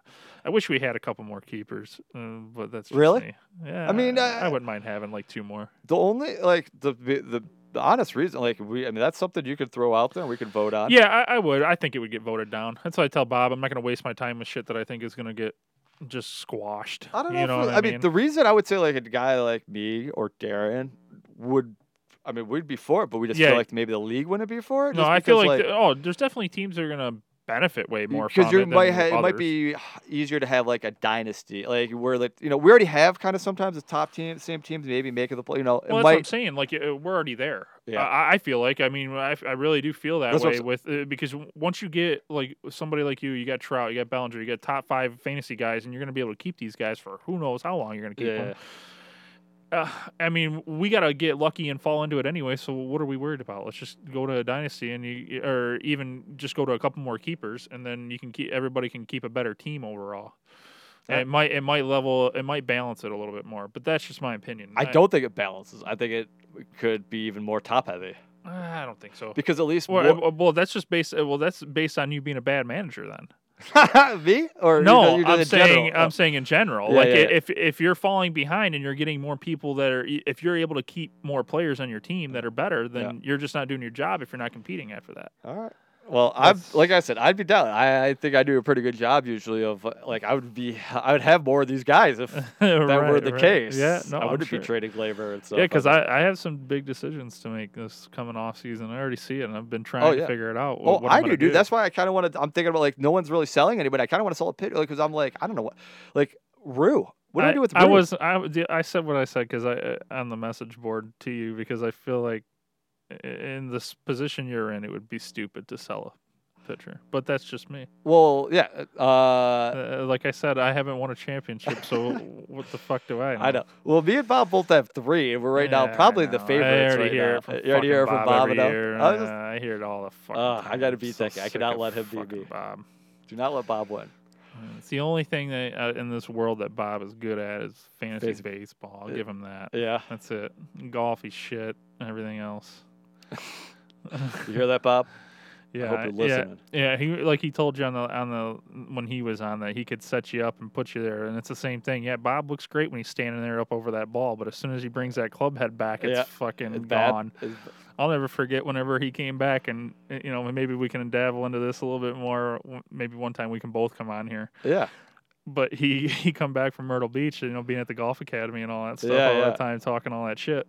Speaker 2: I wish we had a couple more keepers, uh, but that's just
Speaker 1: Really?
Speaker 2: me. Yeah,
Speaker 1: mean,
Speaker 2: I
Speaker 1: uh,
Speaker 2: wouldn't mind having like two more.
Speaker 1: The only like the the the- the honest reason, like we, I mean, that's something you could throw out there. and We could vote on.
Speaker 2: Yeah, I, I would. I think it would get voted down. That's why I tell Bob I'm not going to waste my time with shit that I think is going to get just squashed.
Speaker 1: I don't know.
Speaker 2: You
Speaker 1: if
Speaker 2: know
Speaker 1: we-
Speaker 2: what
Speaker 1: I, mean, the reason I would say like a guy like me or Darren would, I mean, we'd be for it, but we just
Speaker 2: Yeah.
Speaker 1: feel like maybe the league wouldn't be for it.
Speaker 2: No,
Speaker 1: just
Speaker 2: I feel
Speaker 1: because,
Speaker 2: like, th- oh, there's definitely teams that are gonna benefit way more from
Speaker 1: because you
Speaker 2: it
Speaker 1: might
Speaker 2: than
Speaker 1: ha- it might
Speaker 2: others.
Speaker 1: be easier to have like a dynasty, like where like you know we already have kind of sometimes the top team, same teams maybe making the play. You know,
Speaker 2: Well,
Speaker 1: it
Speaker 2: that's what I'm
Speaker 1: might.
Speaker 2: saying. Like uh, we're already there.
Speaker 1: Yeah.
Speaker 2: I, I feel like. I mean, I, I really do feel that
Speaker 1: That's what I'm
Speaker 2: way
Speaker 1: sa-
Speaker 2: with uh, because w- once you get like somebody like you, you got Trout, you got Bellinger, you got top five fantasy guys, and you're gonna be able to keep these guys for who knows how long you're gonna keep
Speaker 1: Yeah,
Speaker 2: them. uh, I mean, we gotta get lucky and fall into it anyway. So what are we worried about? Let's just go to a dynasty, and you, or even just go to a couple more keepers, and then you can keep everybody can keep a better team overall. And
Speaker 1: Yeah.
Speaker 2: it might it might level it might balance it a little bit more, but that's just my opinion.
Speaker 1: I don't think it balances. I think it could be even more top heavy
Speaker 2: I don't think so.
Speaker 1: because at least
Speaker 2: Well,
Speaker 1: one-
Speaker 2: uh, well, that's just based. uh, Well, that's based on you being a bad manager. Then
Speaker 1: me or
Speaker 2: no,
Speaker 1: you
Speaker 2: I'm saying um, I'm saying in general.
Speaker 1: Yeah,
Speaker 2: like
Speaker 1: yeah,
Speaker 2: i-
Speaker 1: yeah.
Speaker 2: if if you're falling behind and you're getting more people that are, if you're able to keep more players on your team that are better, then you're just not doing your job if you're not competing after that.
Speaker 1: All right. Well, I'm
Speaker 2: That's-
Speaker 1: like I said, I'd be down. I, I think I do a pretty good job usually of uh, like I would be I would have more of these guys if that
Speaker 2: that
Speaker 1: were the case.
Speaker 2: Yeah, no,
Speaker 1: I
Speaker 2: I'm
Speaker 1: wouldn't
Speaker 2: sure.
Speaker 1: be trading Glaber and stuff.
Speaker 2: yeah, because
Speaker 1: I'm-
Speaker 2: I, I have some big decisions to make this coming off season. I already see it, and I've been trying
Speaker 1: yeah.
Speaker 2: to figure it out. wh-
Speaker 1: Oh,
Speaker 2: what
Speaker 1: I
Speaker 2: I'm
Speaker 1: do,
Speaker 2: gonna
Speaker 1: dude. That's why I kind of want to. I'm thinking about like no one's really selling anybody. I kind of want to sell a pit because I'm like I don't know what, like Rue. What do I, do with Rue?
Speaker 2: I was I, w- d- I said what I said because I uh, on the message board to you because I feel like i- in this position you're in it would be stupid to sell a pitcher, but that's just me.
Speaker 1: well, yeah. Uh,
Speaker 2: Uh, like I said, I haven't won a championship, so what the fuck do I? Know?
Speaker 1: I know. Well, me and Bob both have three, and we're right now
Speaker 2: Yeah, I
Speaker 1: probably the
Speaker 2: know. I
Speaker 1: favorites
Speaker 2: already
Speaker 1: right
Speaker 2: hear
Speaker 1: now.
Speaker 2: it from,
Speaker 1: you already hear it
Speaker 2: fucking
Speaker 1: from
Speaker 2: Bob
Speaker 1: Bob
Speaker 2: every
Speaker 1: and them.
Speaker 2: year.
Speaker 1: I was just-
Speaker 2: Uh, I hear it all the fucking
Speaker 1: Ugh, I
Speaker 2: time.
Speaker 1: gotta
Speaker 2: I'm
Speaker 1: beat
Speaker 2: so
Speaker 1: that guy. I
Speaker 2: sick
Speaker 1: cannot
Speaker 2: of
Speaker 1: let him beat
Speaker 2: fucking
Speaker 1: me.
Speaker 2: Bob.
Speaker 1: do not let Bob win.
Speaker 2: It's the only thing that uh, in this world that Bob is good at is fantasy
Speaker 1: Base-
Speaker 2: baseball. I'll
Speaker 1: Yeah.
Speaker 2: give him that.
Speaker 1: Yeah,
Speaker 2: That's it. Golf, he's shit. Everything else.
Speaker 1: you hear that, Bob?
Speaker 2: yeah,
Speaker 1: I hope you're
Speaker 2: yeah,
Speaker 1: listening.
Speaker 2: yeah. He like he told you on the on the when he was on that he could set you up and put you there, and it's the same thing. Yeah, Bob looks great when he's standing there up over that ball, but as soon as he brings that club head back, it's
Speaker 1: Yeah,
Speaker 2: fucking
Speaker 1: It's bad.
Speaker 2: gone.
Speaker 1: It's-
Speaker 2: I'll never forget whenever he came back, and uh, you know maybe we can dabble into this a little bit more. w- Maybe one time we can both come on here.
Speaker 1: yeah,
Speaker 2: but he he come back from Myrtle Beach, you know, being at the golf academy and all that stuff
Speaker 1: Yeah,
Speaker 2: all
Speaker 1: yeah.
Speaker 2: that time, talking all that shit.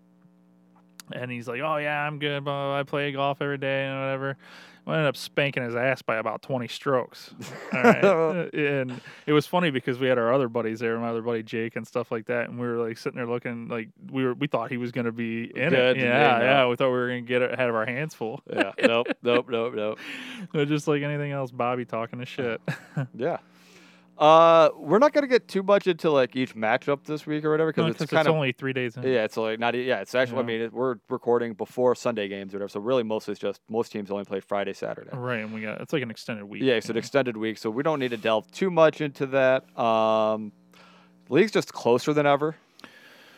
Speaker 2: And he's like, "Oh yeah, I'm good. Blah, blah, blah. I play golf every day and whatever." Well, I ended up spanking his ass by about 20 strokes. All right. Uh, and it was funny because we had our other buddies there, my other buddy Jake and stuff like that, and we were like sitting there looking like we were we thought he was gonna be in
Speaker 1: Good,
Speaker 2: it. Yeah,
Speaker 1: yeah.
Speaker 2: yeah. We thought we were gonna get it, have our hands full.
Speaker 1: yeah. Nope, nope, nope, nope.
Speaker 2: But just like anything else, Bobby talking to shit.
Speaker 1: Yeah. Uh, we're not gonna get too much into like each matchup this week or whatever because
Speaker 2: Because
Speaker 1: it's
Speaker 2: it's,
Speaker 1: kind of
Speaker 2: only three days in.
Speaker 1: yeah, it's like not e- yeah, it's actually I
Speaker 2: Yeah.
Speaker 1: mean it, we're recording before Sunday games or whatever, so really mostly it's just most teams only play Friday, Saturday.
Speaker 2: Right, and we got it's like an extended week.
Speaker 1: Yeah, it's an extended week, so we don't need to delve too much into that. Um, league's just closer than ever,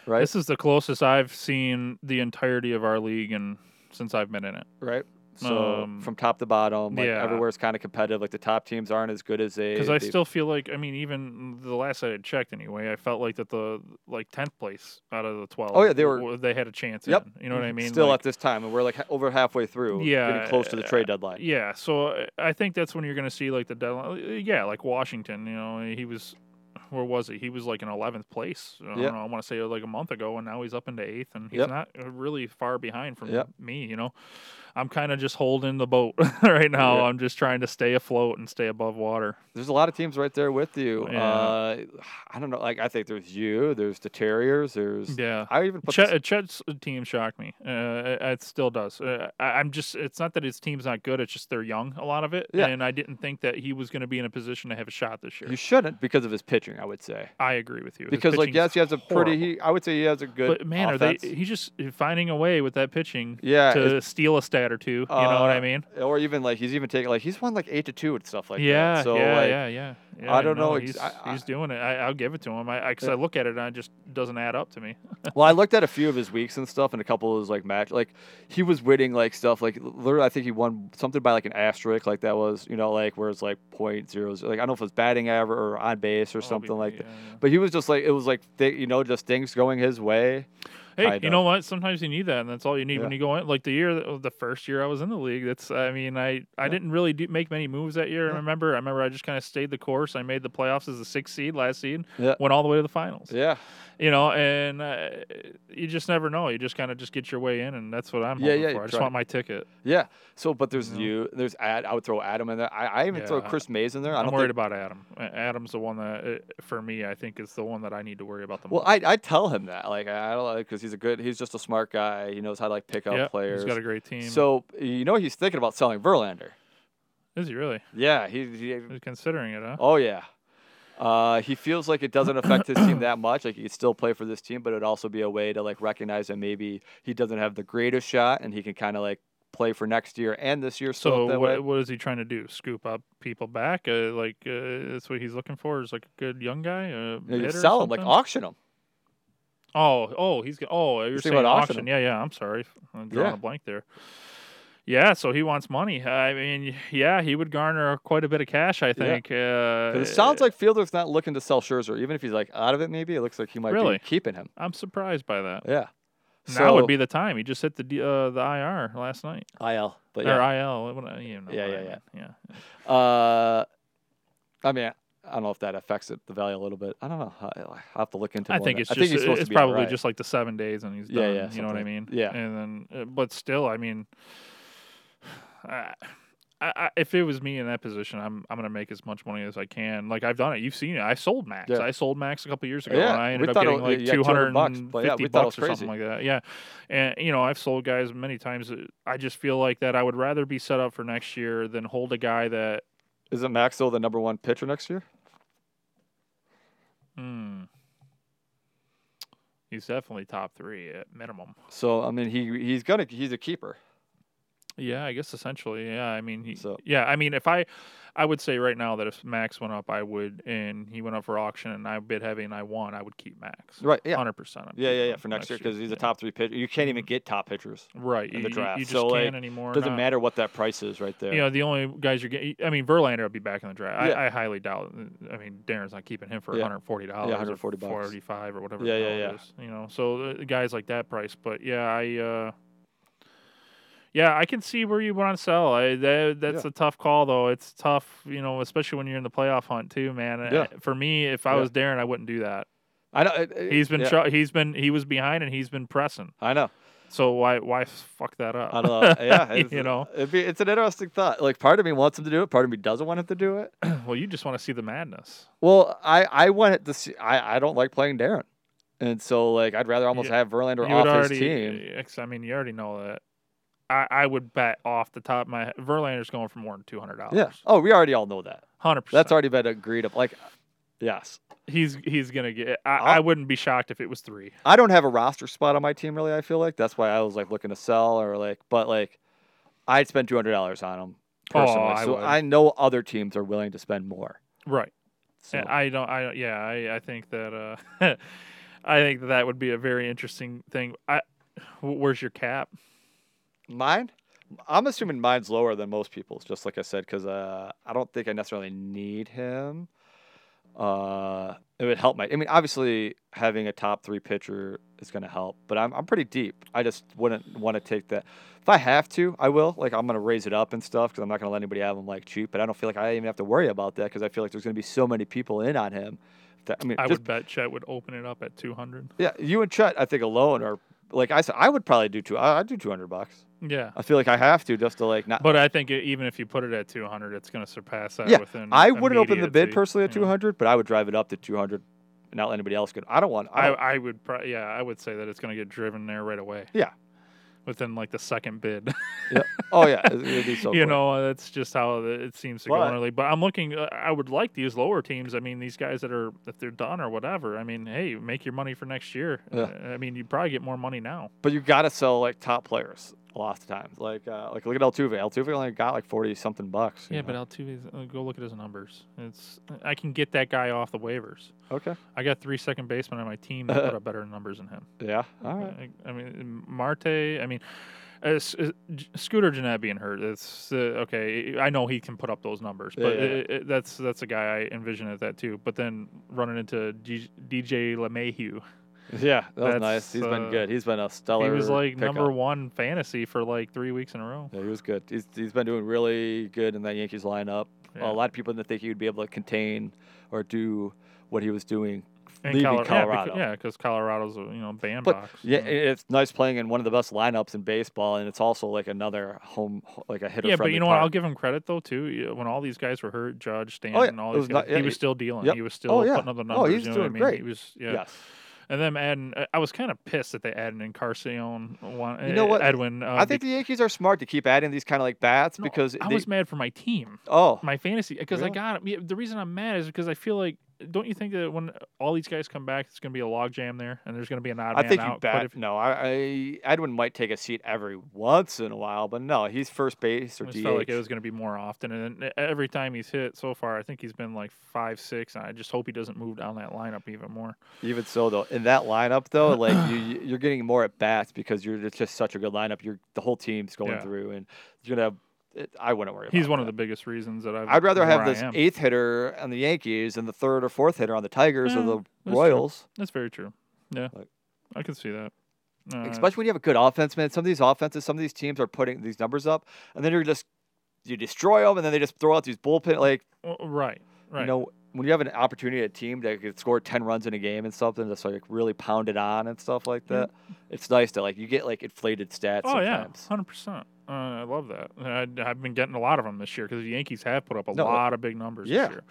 Speaker 1: right?
Speaker 2: This is the closest I've seen the entirety of our league and since I've been in it.
Speaker 1: right. So
Speaker 2: um,
Speaker 1: from top to bottom, like
Speaker 2: yeah.
Speaker 1: everywhere's kind of competitive. Like the top teams aren't as good as they.
Speaker 2: Because I
Speaker 1: they-
Speaker 2: still feel like I mean, even the last I had checked anyway, I felt like that the like tenth place out of the twelve.
Speaker 1: Oh, yeah, they were-
Speaker 2: w- they had a chance.
Speaker 1: Yep. Mm-hmm.
Speaker 2: in, you know what I mean.
Speaker 1: still
Speaker 2: Like,
Speaker 1: at this time, and we're like ha- over halfway through.
Speaker 2: Yeah,
Speaker 1: getting close to the trade deadline.
Speaker 2: Uh, Yeah, so I- I think that's when you're going to see like the deadline. uh, Yeah, like Washington, you know, he was where was he? He was like in 11th place. I don't
Speaker 1: Yep.
Speaker 2: know. I want to say like a month ago, and now he's up into eighth, and he's
Speaker 1: Yep.
Speaker 2: not uh, really far behind from
Speaker 1: Yep.
Speaker 2: me. You know, I'm kind of just holding the boat right now.
Speaker 1: Yeah.
Speaker 2: I'm just trying to stay afloat and stay above water.
Speaker 1: There's a lot of teams right there with you.
Speaker 2: Yeah.
Speaker 1: Uh, I don't know. Like I think there's you. There's the Terriers. There's
Speaker 2: Yeah.
Speaker 1: I even put
Speaker 2: Chet,
Speaker 1: this-
Speaker 2: uh, Chet's team shocked me. Uh, it it still does. Uh, I, I'm just. It's not that his team's not good. It's just they're young. A lot of it.
Speaker 1: Yeah.
Speaker 2: And I didn't think that he was going to be in a position to have a shot this year.
Speaker 1: you shouldn't because of his pitching. I would say
Speaker 2: I agree with you. His
Speaker 1: because like
Speaker 2: pitching's
Speaker 1: yes, he has a pretty.
Speaker 2: horrible.
Speaker 1: He, I would say he has a good.
Speaker 2: but man,
Speaker 1: offense.
Speaker 2: are they? He's just finding a way with that pitching
Speaker 1: Yeah,
Speaker 2: to steal a stat or two. You know what
Speaker 1: Uh,
Speaker 2: I mean?
Speaker 1: or even like he's even taking like he's won like eight to two and stuff like
Speaker 2: yeah,
Speaker 1: that. So
Speaker 2: yeah,
Speaker 1: like,
Speaker 2: yeah, yeah, yeah.
Speaker 1: I don't
Speaker 2: no,
Speaker 1: know ex-
Speaker 2: He's,
Speaker 1: I-
Speaker 2: he's doing it. I, I'll give it to him. I because I,
Speaker 1: Yeah.
Speaker 2: look at it and I just doesn't add up to me.
Speaker 1: Well, I looked at a few of his weeks and stuff, and a couple of his like match like he was winning like stuff like literally I think he won something by like an asterisk like that was you know like where it's like point zero like I don't know if it's batting average or on base or something like that. But he was just like it was like th- you know just things going his way.
Speaker 2: Hey,
Speaker 1: kind
Speaker 2: you know what? Sometimes you need that, and that's all you need when
Speaker 1: Yeah.
Speaker 2: you go in. Like the year, that- the first year I was in the league. That's, I mean, I I
Speaker 1: Yeah.
Speaker 2: didn't really do, make many moves that year.
Speaker 1: Yeah.
Speaker 2: I remember, I remember, I just kind of stayed the course. I made the playoffs as the sixth seed, last seed,
Speaker 1: Yeah.
Speaker 2: went all the way to the finals.
Speaker 1: Yeah,
Speaker 2: you know, and uh, you just never know. You just kind of just get your way in, and that's what I'm
Speaker 1: Yeah,
Speaker 2: hoping
Speaker 1: yeah,
Speaker 2: for.
Speaker 1: you
Speaker 2: I just
Speaker 1: try
Speaker 2: want my ticket.
Speaker 1: yeah. So, but there's
Speaker 2: Yeah.
Speaker 1: you. There's Ad. I would throw Adam in there. I, I even throw
Speaker 2: Yeah.
Speaker 1: Chris Mays in there. I
Speaker 2: I'm
Speaker 1: don't
Speaker 2: worried
Speaker 1: think,
Speaker 2: about Adam. A- Adam's the one that, uh, for me, I think is the one that I need to worry about the
Speaker 1: well,
Speaker 2: most.
Speaker 1: I, I tell him that like I I don't like because he's a good he's just a smart guy. He knows how to like pick up
Speaker 2: Yep,
Speaker 1: players.
Speaker 2: he's got a great team.
Speaker 1: So you know he's thinking about selling Verlander.
Speaker 2: is he really
Speaker 1: Yeah, he. he
Speaker 2: He's considering it? Huh?
Speaker 1: oh yeah. Uh, he feels like it doesn't affect his team that much. Like he could still play for this team, but it'd also be a way to like recognize that maybe he doesn't have the greatest shot, and he can kind of like play for next year and this year. So
Speaker 2: So
Speaker 1: that
Speaker 2: what,
Speaker 1: way.
Speaker 2: what is he trying to do? Scoop up people back? Uh, like uh, that's what he's looking for is like a good young guy. Uh,
Speaker 1: You know, you
Speaker 2: hitter or
Speaker 1: sell him, like
Speaker 2: something?
Speaker 1: auction him.
Speaker 2: Oh, oh, he's got. Oh, you're,
Speaker 1: thinking
Speaker 2: saying
Speaker 1: about
Speaker 2: auction.
Speaker 1: auction him.
Speaker 2: Yeah, yeah. I'm sorry, I'm drawing
Speaker 1: Yeah.
Speaker 2: a blank there. Yeah, so he wants money. I mean, yeah, he would garner quite a bit of cash, I think. Uh,
Speaker 1: 'Cause it sounds like Fielder's not looking to sell Scherzer, even if he's like out of it. Maybe it looks like he might
Speaker 2: Really?
Speaker 1: be keeping him.
Speaker 2: I'm surprised by that.
Speaker 1: Yeah.
Speaker 2: now
Speaker 1: So-
Speaker 2: would be the time. He just hit the D- uh, the IR last night
Speaker 1: IL, but yeah.
Speaker 2: or IL. What, you know,
Speaker 1: Yeah,
Speaker 2: what
Speaker 1: yeah,
Speaker 2: I
Speaker 1: yeah.
Speaker 2: meant. yeah.
Speaker 1: Uh, I mean, I don't know if that affects it, the value a little bit. I don't know. I, I have to look into.
Speaker 2: I
Speaker 1: more
Speaker 2: think
Speaker 1: of
Speaker 2: it's
Speaker 1: that.
Speaker 2: just
Speaker 1: I think he's supposed
Speaker 2: it's
Speaker 1: to be
Speaker 2: probably
Speaker 1: alright.
Speaker 2: just like the seven days and he's
Speaker 1: Yeah,
Speaker 2: done.
Speaker 1: yeah,
Speaker 2: you know what I
Speaker 1: something
Speaker 2: mean?
Speaker 1: like- yeah.
Speaker 2: And then, uh, but still, I mean, I, I, I- if it was me in that position, I'm I'm gonna make as much money as I can. Like I've done it. You've seen it. I sold Max.
Speaker 1: Yeah.
Speaker 2: I sold Max a couple years ago,
Speaker 1: Yeah,
Speaker 2: and I
Speaker 1: we
Speaker 2: ended up
Speaker 1: thought it
Speaker 2: getting
Speaker 1: was-
Speaker 2: like
Speaker 1: yeah, 200
Speaker 2: 250
Speaker 1: bucks, but yeah, we thought it
Speaker 2: bucks
Speaker 1: was
Speaker 2: or something like that. Yeah. And you know, I've sold guys many times. I just feel like that I would rather be set up for next year than hold a guy that.
Speaker 1: Isn't Maxwell the number one pitcher next year?
Speaker 2: Hmm, he's definitely top three at minimum.
Speaker 1: So I mean, he he's gonna he's a keeper.
Speaker 2: Yeah, I guess essentially. Yeah, I mean, he,
Speaker 1: So-
Speaker 2: yeah, I mean, if I, I would say right now that if Max went up, I would, and he went up for auction, and I bid heavy and I won, I would keep Max.
Speaker 1: Right. Yeah.
Speaker 2: hundred percent.
Speaker 1: Yeah, yeah, yeah. For next year, because he's a top three pitcher. You can't even get top pitchers.
Speaker 2: right
Speaker 1: in the
Speaker 2: you- you-
Speaker 1: draft.
Speaker 2: You, just
Speaker 1: So, like,
Speaker 2: can't anymore.
Speaker 1: Doesn't
Speaker 2: Mm-hmm. not-
Speaker 1: matter what that price is, right there.
Speaker 2: You know, the only guys you're getting. I mean, Verlander will be back in the draft.
Speaker 1: Yeah.
Speaker 2: I, I highly doubt. I mean, Darren's not keeping him for
Speaker 1: Yeah.
Speaker 2: one hundred forty dollars.
Speaker 1: Yeah, $140 bucks.
Speaker 2: forty-five or whatever.
Speaker 1: Yeah,
Speaker 2: the
Speaker 1: yeah,
Speaker 2: hell it
Speaker 1: yeah.
Speaker 2: is, You know, so uh, guys like that price. But yeah, I. uh yeah, I can see where you want to sell. I, that, that's
Speaker 1: Yeah.
Speaker 2: a tough call, though. It's tough, you know, especially when you're in the playoff hunt too, man. Uh,
Speaker 1: Yeah.
Speaker 2: For me, if I
Speaker 1: Yeah.
Speaker 2: was Darren, I wouldn't do that.
Speaker 1: I know. it- it-
Speaker 2: He's been,
Speaker 1: yeah,
Speaker 2: tr- he's been, he was behind, and he's been pressing.
Speaker 1: I know.
Speaker 2: So why, why fuck that up?
Speaker 1: I don't know. Yeah. It's, uh,
Speaker 2: you know.
Speaker 1: it'd be, it's an interesting thought. Like, part of me wants him to do it. Part of me doesn't want him to do it.
Speaker 2: well, you just want to see the madness.
Speaker 1: Well, I I want it to see. I I don't like playing Darren, and so like I'd rather almost
Speaker 2: Yeah.
Speaker 1: have Verlander
Speaker 2: you
Speaker 1: off
Speaker 2: would already,
Speaker 1: his team.
Speaker 2: ex- I mean, you already know that. I, I would bet off the top of my head, Verlander's going for more than two hundred dollars.
Speaker 1: Yeah. Oh, we already all know that.
Speaker 2: hundred percent.
Speaker 1: That's already been agreed up. Like, yes.
Speaker 2: He's he's gonna get. I,
Speaker 1: I'll-
Speaker 2: I wouldn't be shocked if it was three.
Speaker 1: I don't have a roster spot on my team really. I feel like that's why I was like looking to sell or like, but like, I'd spend two hundred dollars on him
Speaker 2: Oh,
Speaker 1: personally.
Speaker 2: I
Speaker 1: so
Speaker 2: would.
Speaker 1: I know other teams are willing to spend more.
Speaker 2: Right.
Speaker 1: So
Speaker 2: And I don't. I don't. Yeah. I I think that. Uh, I think that, that would be a very interesting thing. I. wh- Where's your cap?
Speaker 1: mine, I'm assuming mine's lower than most people's. Just like I said, because uh, I don't think I necessarily need him. Uh, it would help my. I mean, obviously having a top three pitcher is going to help, but I'm I'm pretty deep. I just wouldn't want to take that. If I have to, I will. Like I'm going to raise it up and stuff because I'm not going to let anybody have him like cheap. But I don't feel like I even have to worry about that because I feel like there's going to be so many people in on him. That, I mean,
Speaker 2: I
Speaker 1: just,
Speaker 2: would bet Chet would open it up at two hundred.
Speaker 1: yeah, you and Chet, I think alone are like I said, I would probably do two. I, I'd do two hundred bucks.
Speaker 2: Yeah.
Speaker 1: I feel like I have to just to like not
Speaker 2: But I think it, even if you put it at two hundred, it's gonna surpass that.
Speaker 1: Yeah,
Speaker 2: Within
Speaker 1: I wouldn't open the bid
Speaker 2: Mm-hmm. immediacy,
Speaker 1: personally at
Speaker 2: you know?
Speaker 1: 200, but I would drive it up to 200 and not let anybody else get. I don't want. I
Speaker 2: I,
Speaker 1: don't,
Speaker 2: I would pro- yeah I would say that it's going to get driven there right away.
Speaker 1: Yeah.
Speaker 2: Within like the second bid,
Speaker 1: oh yeah, it's gonna be so.
Speaker 2: you
Speaker 1: quick.
Speaker 2: know that's just how the- it seems to
Speaker 1: But-
Speaker 2: go early. But I'm looking. uh, I would like these lower teams. I mean, these guys that are if they're done or whatever. I mean, hey, make your money for next year.
Speaker 1: Yeah.
Speaker 2: Uh, I mean, you probably get more money now.
Speaker 1: but you gotta sell like top players a lot of times. Like uh, like look at Altuve. Altuve only got like 40 something bucks. you
Speaker 2: Yeah, but
Speaker 1: know?
Speaker 2: Altuve's uh, go look at his numbers. It's I can get that guy off the waivers.
Speaker 1: okay.
Speaker 2: I got three second basemen on my team that put up better numbers than him.
Speaker 1: Yeah. All right.
Speaker 2: I, I mean, Marte. I mean, uh, S- uh, J- Scooter Jeanette being hurt. It's uh, okay. I know he can put up those numbers,
Speaker 1: Yeah,
Speaker 2: but
Speaker 1: yeah, yeah.
Speaker 2: it- it- that's that's a guy I envision at that too. But then running into G- DJ LeMahieu,
Speaker 1: Yeah, that was
Speaker 2: That's,
Speaker 1: nice. He's been
Speaker 2: uh,
Speaker 1: good. He's been a stellar.
Speaker 2: he was like
Speaker 1: pickup.
Speaker 2: number one fantasy for like three weeks in a row.
Speaker 1: Yeah, he was good. He's, he's been doing really good in that Yankees lineup.
Speaker 2: Yeah.
Speaker 1: A lot of people didn't think he would be able to contain or do what he was doing
Speaker 2: And
Speaker 1: leaving
Speaker 2: Colo-
Speaker 1: Colorado.
Speaker 2: yeah, because Colorado's a you know
Speaker 1: But
Speaker 2: bandbox.
Speaker 1: yeah,
Speaker 2: you know.
Speaker 1: it- it's nice playing in one of the best lineups in baseball, and it's also like another home, like a hitter.
Speaker 2: Yeah, but
Speaker 1: friendly
Speaker 2: you know what? I'll
Speaker 1: park.
Speaker 2: give him credit though too. Yeah, When all these guys were hurt, Judge, Stanton, all
Speaker 1: it
Speaker 2: these
Speaker 1: was
Speaker 2: guys,
Speaker 1: not- Oh, yeah,
Speaker 2: he
Speaker 1: he-
Speaker 2: was still dealing.
Speaker 1: yep.
Speaker 2: He was still
Speaker 1: Oh, yeah.
Speaker 2: putting up the
Speaker 1: Oh,
Speaker 2: numbers.
Speaker 1: he's
Speaker 2: you know what I
Speaker 1: doing
Speaker 2: mean?
Speaker 1: great.
Speaker 2: He was
Speaker 1: Yes.
Speaker 2: And then adding, uh, I- I was kind of pissed that they added an Encarnacion. One,
Speaker 1: You know what?
Speaker 2: Edwin. Uh,
Speaker 1: I think the Yankees are smart to keep adding these kind of like bats
Speaker 2: bec- no,
Speaker 1: because
Speaker 2: I
Speaker 1: they-
Speaker 2: was mad for my team,
Speaker 1: oh
Speaker 2: my fantasy, because
Speaker 1: Really?
Speaker 2: I got him. The reason I'm mad is because I feel like don't you think that when all these guys come back, it's going to be a logjam there, and there's going to be an odd
Speaker 1: I
Speaker 2: man
Speaker 1: think you
Speaker 2: out? quite a
Speaker 1: bet.
Speaker 2: few-
Speaker 1: No, I, I Edwin might take a seat every once in a while, but no, he's first base or
Speaker 2: I
Speaker 1: DH.
Speaker 2: just felt like it was going to be more often, and then e, every time he's hit so far, I think he's been like five, six, and I just hope he doesn't move down that lineup even more.
Speaker 1: Even so, though, in that lineup, though, like you, you- you're getting more at bats because you're it's just such a good lineup. You're the whole team's going
Speaker 2: Yeah.
Speaker 1: through, and you're gonna. It, I wouldn't worry.
Speaker 2: He's
Speaker 1: about
Speaker 2: one
Speaker 1: that.
Speaker 2: of the biggest reasons that I've.
Speaker 1: I'd rather have
Speaker 2: where I
Speaker 1: this
Speaker 2: am.
Speaker 1: eighth hitter on the Yankees and the third or fourth hitter on the Tigers or
Speaker 2: Yeah,
Speaker 1: the
Speaker 2: true.
Speaker 1: Royals,
Speaker 2: That's very true. Yeah,
Speaker 1: Like-
Speaker 2: I can see that. Uh,
Speaker 1: especially when you have a good offense, man. Some of these offenses, some of these teams are putting these numbers up, and then you're just you destroy them, and then they just throw out these bullpen. Like
Speaker 2: well, right, right.
Speaker 1: you know, when you have an opportunity, a team that could score ten runs in a game and something that's like really pounded on and stuff like that, it's nice to like you get like inflated stats.
Speaker 2: oh yeah,
Speaker 1: sometimes.
Speaker 2: hundred percent. Uh, I love that. I, I've been getting a lot of them this year because the Yankees have put up a
Speaker 1: No,
Speaker 2: lot of big numbers
Speaker 1: yeah.
Speaker 2: this year.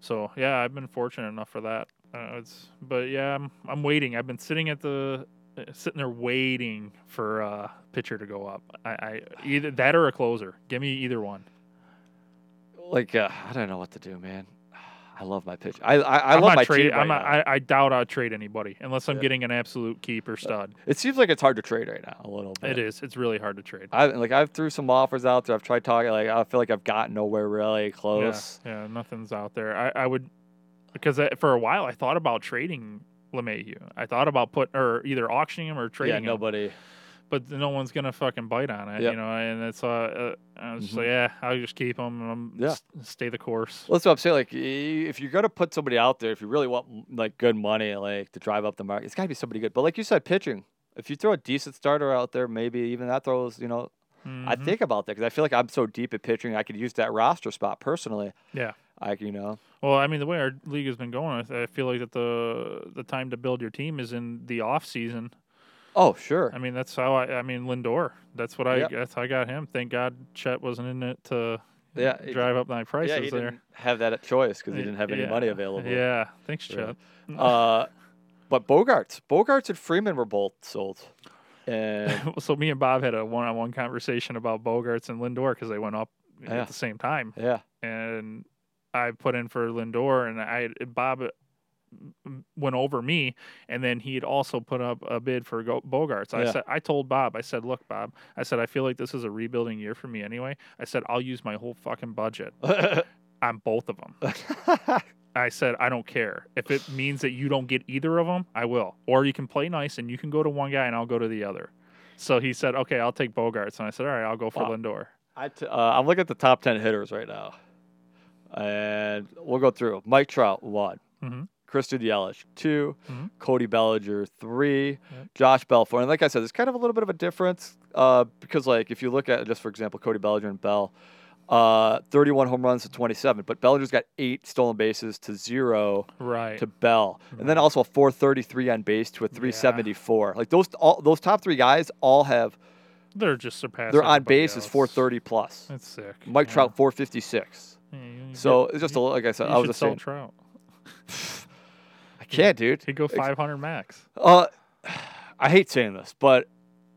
Speaker 2: So yeah, I've been fortunate enough for that. Uh, it's but yeah, I'm I'm waiting. I've been sitting at the uh, sitting there waiting for uh pitcher to go up. I, I either that or a closer. Give me either one.
Speaker 1: Like uh, I don't know what to do, man. I love my pitch. I I, I
Speaker 2: I'm
Speaker 1: love
Speaker 2: not
Speaker 1: my
Speaker 2: trade-
Speaker 1: team. Right
Speaker 2: I'm not.
Speaker 1: now.
Speaker 2: I, I doubt I'll trade anybody unless I'm
Speaker 1: Yeah. Uh,
Speaker 2: getting an absolute keep or stud.
Speaker 1: it seems like it's hard to trade right now a little bit.
Speaker 2: It is. It's really hard to trade.
Speaker 1: I like I've threw some offers out there. I've tried talking. Like I feel like I've gotten nowhere really close.
Speaker 2: Yeah, yeah, nothing's out there. I, I would because I, for a while I thought about trading LeMahieu. I thought about put or either auctioning him or
Speaker 1: Yeah,
Speaker 2: trading him,
Speaker 1: nobody.
Speaker 2: but no one's gonna fucking bite on it,
Speaker 1: Yep. Mm-hmm.
Speaker 2: you know. And it's uh, uh I was just like, yeah, I'll just keep him and I'm
Speaker 1: Yeah.
Speaker 2: s- stay the course.
Speaker 1: Well, that's what I'm saying. Like y- if you're gonna put somebody out there, if you really want like good money, like to drive up the market, it's gotta be somebody good. But like you said, pitching. If you throw a decent starter out there, maybe even that throws. You know, I
Speaker 2: Mhm.
Speaker 1: think about that because I feel like I'm so deep at pitching. I could use that roster spot personally.
Speaker 2: Yeah.
Speaker 1: I you know.
Speaker 2: Well, I mean, the way our league has been going, I, th- I feel like that the the time to build your team is in the off season.
Speaker 1: Oh sure.
Speaker 2: I mean, that's how I. I mean, Lindor. That's what I.
Speaker 1: Yep.
Speaker 2: That's how I got him. Thank God, Chet wasn't in it to
Speaker 1: Yeah, it-
Speaker 2: drive up my prices
Speaker 1: yeah, he
Speaker 2: there.
Speaker 1: didn't have that at choice because he
Speaker 2: Yeah,
Speaker 1: didn't have any
Speaker 2: Eh, yeah,
Speaker 1: money available.
Speaker 2: Yeah, thanks,
Speaker 1: Right.
Speaker 2: Chad.
Speaker 1: Uh, but Bogarts, Bogarts and Freeman were both sold. And
Speaker 2: so me and Bob had a one-on-one conversation about Bogarts and Lindor because they went up
Speaker 1: Yeah.
Speaker 2: at the same time,
Speaker 1: yeah,
Speaker 2: and I put in for Lindor, and I Bob uh, went over me, and then he had also put up a bid for Go- Bogarts. I
Speaker 1: Yeah.
Speaker 2: said I told Bob, I said, look, Bob, I said I feel like this is a rebuilding year for me anyway. I said I'll use my whole fucking budget on both of them. I said, I don't care. If it means that you don't get either of them, I will. Or you can play nice and you can go to one guy and I'll go to the other. So he said, okay, I'll take Bogarts. And I said, all right, I'll go for
Speaker 1: Wow.
Speaker 2: Lindor.
Speaker 1: I t- uh, I'm looking at the top ten hitters right now, and we'll go through. 'em. Mike Trout one,
Speaker 2: Mhm.
Speaker 1: Christian Yelich 2
Speaker 2: Mhm.
Speaker 1: Cody Bellinger 3
Speaker 2: Yep.
Speaker 1: Josh Belfort. And like I said, there's kind of a little bit of a difference uh, because, like, if you look at just for example, Cody Bellinger and Bell, uh, 31 home runs to 27, but Bellinger's got eight stolen bases to zero.
Speaker 2: Right.
Speaker 1: to Bell, and then also a 433 on base to a 374. Like those, all those top three guys all have
Speaker 2: They're just surpassing.
Speaker 1: their on
Speaker 2: everybody
Speaker 1: base is
Speaker 2: else.
Speaker 1: 430 plus.
Speaker 2: That's sick.
Speaker 1: Mike
Speaker 2: Yeah.
Speaker 1: Trout 456.
Speaker 2: Yeah, you- you
Speaker 1: So
Speaker 2: get-
Speaker 1: it's just a,
Speaker 2: you-
Speaker 1: like I said,
Speaker 2: you
Speaker 1: I was
Speaker 2: should
Speaker 1: just
Speaker 2: sell
Speaker 1: saying,
Speaker 2: Trout.
Speaker 1: I can't, dude.
Speaker 2: He'd go
Speaker 1: Ex-
Speaker 2: 500 max.
Speaker 1: Uh, I hate saying this, but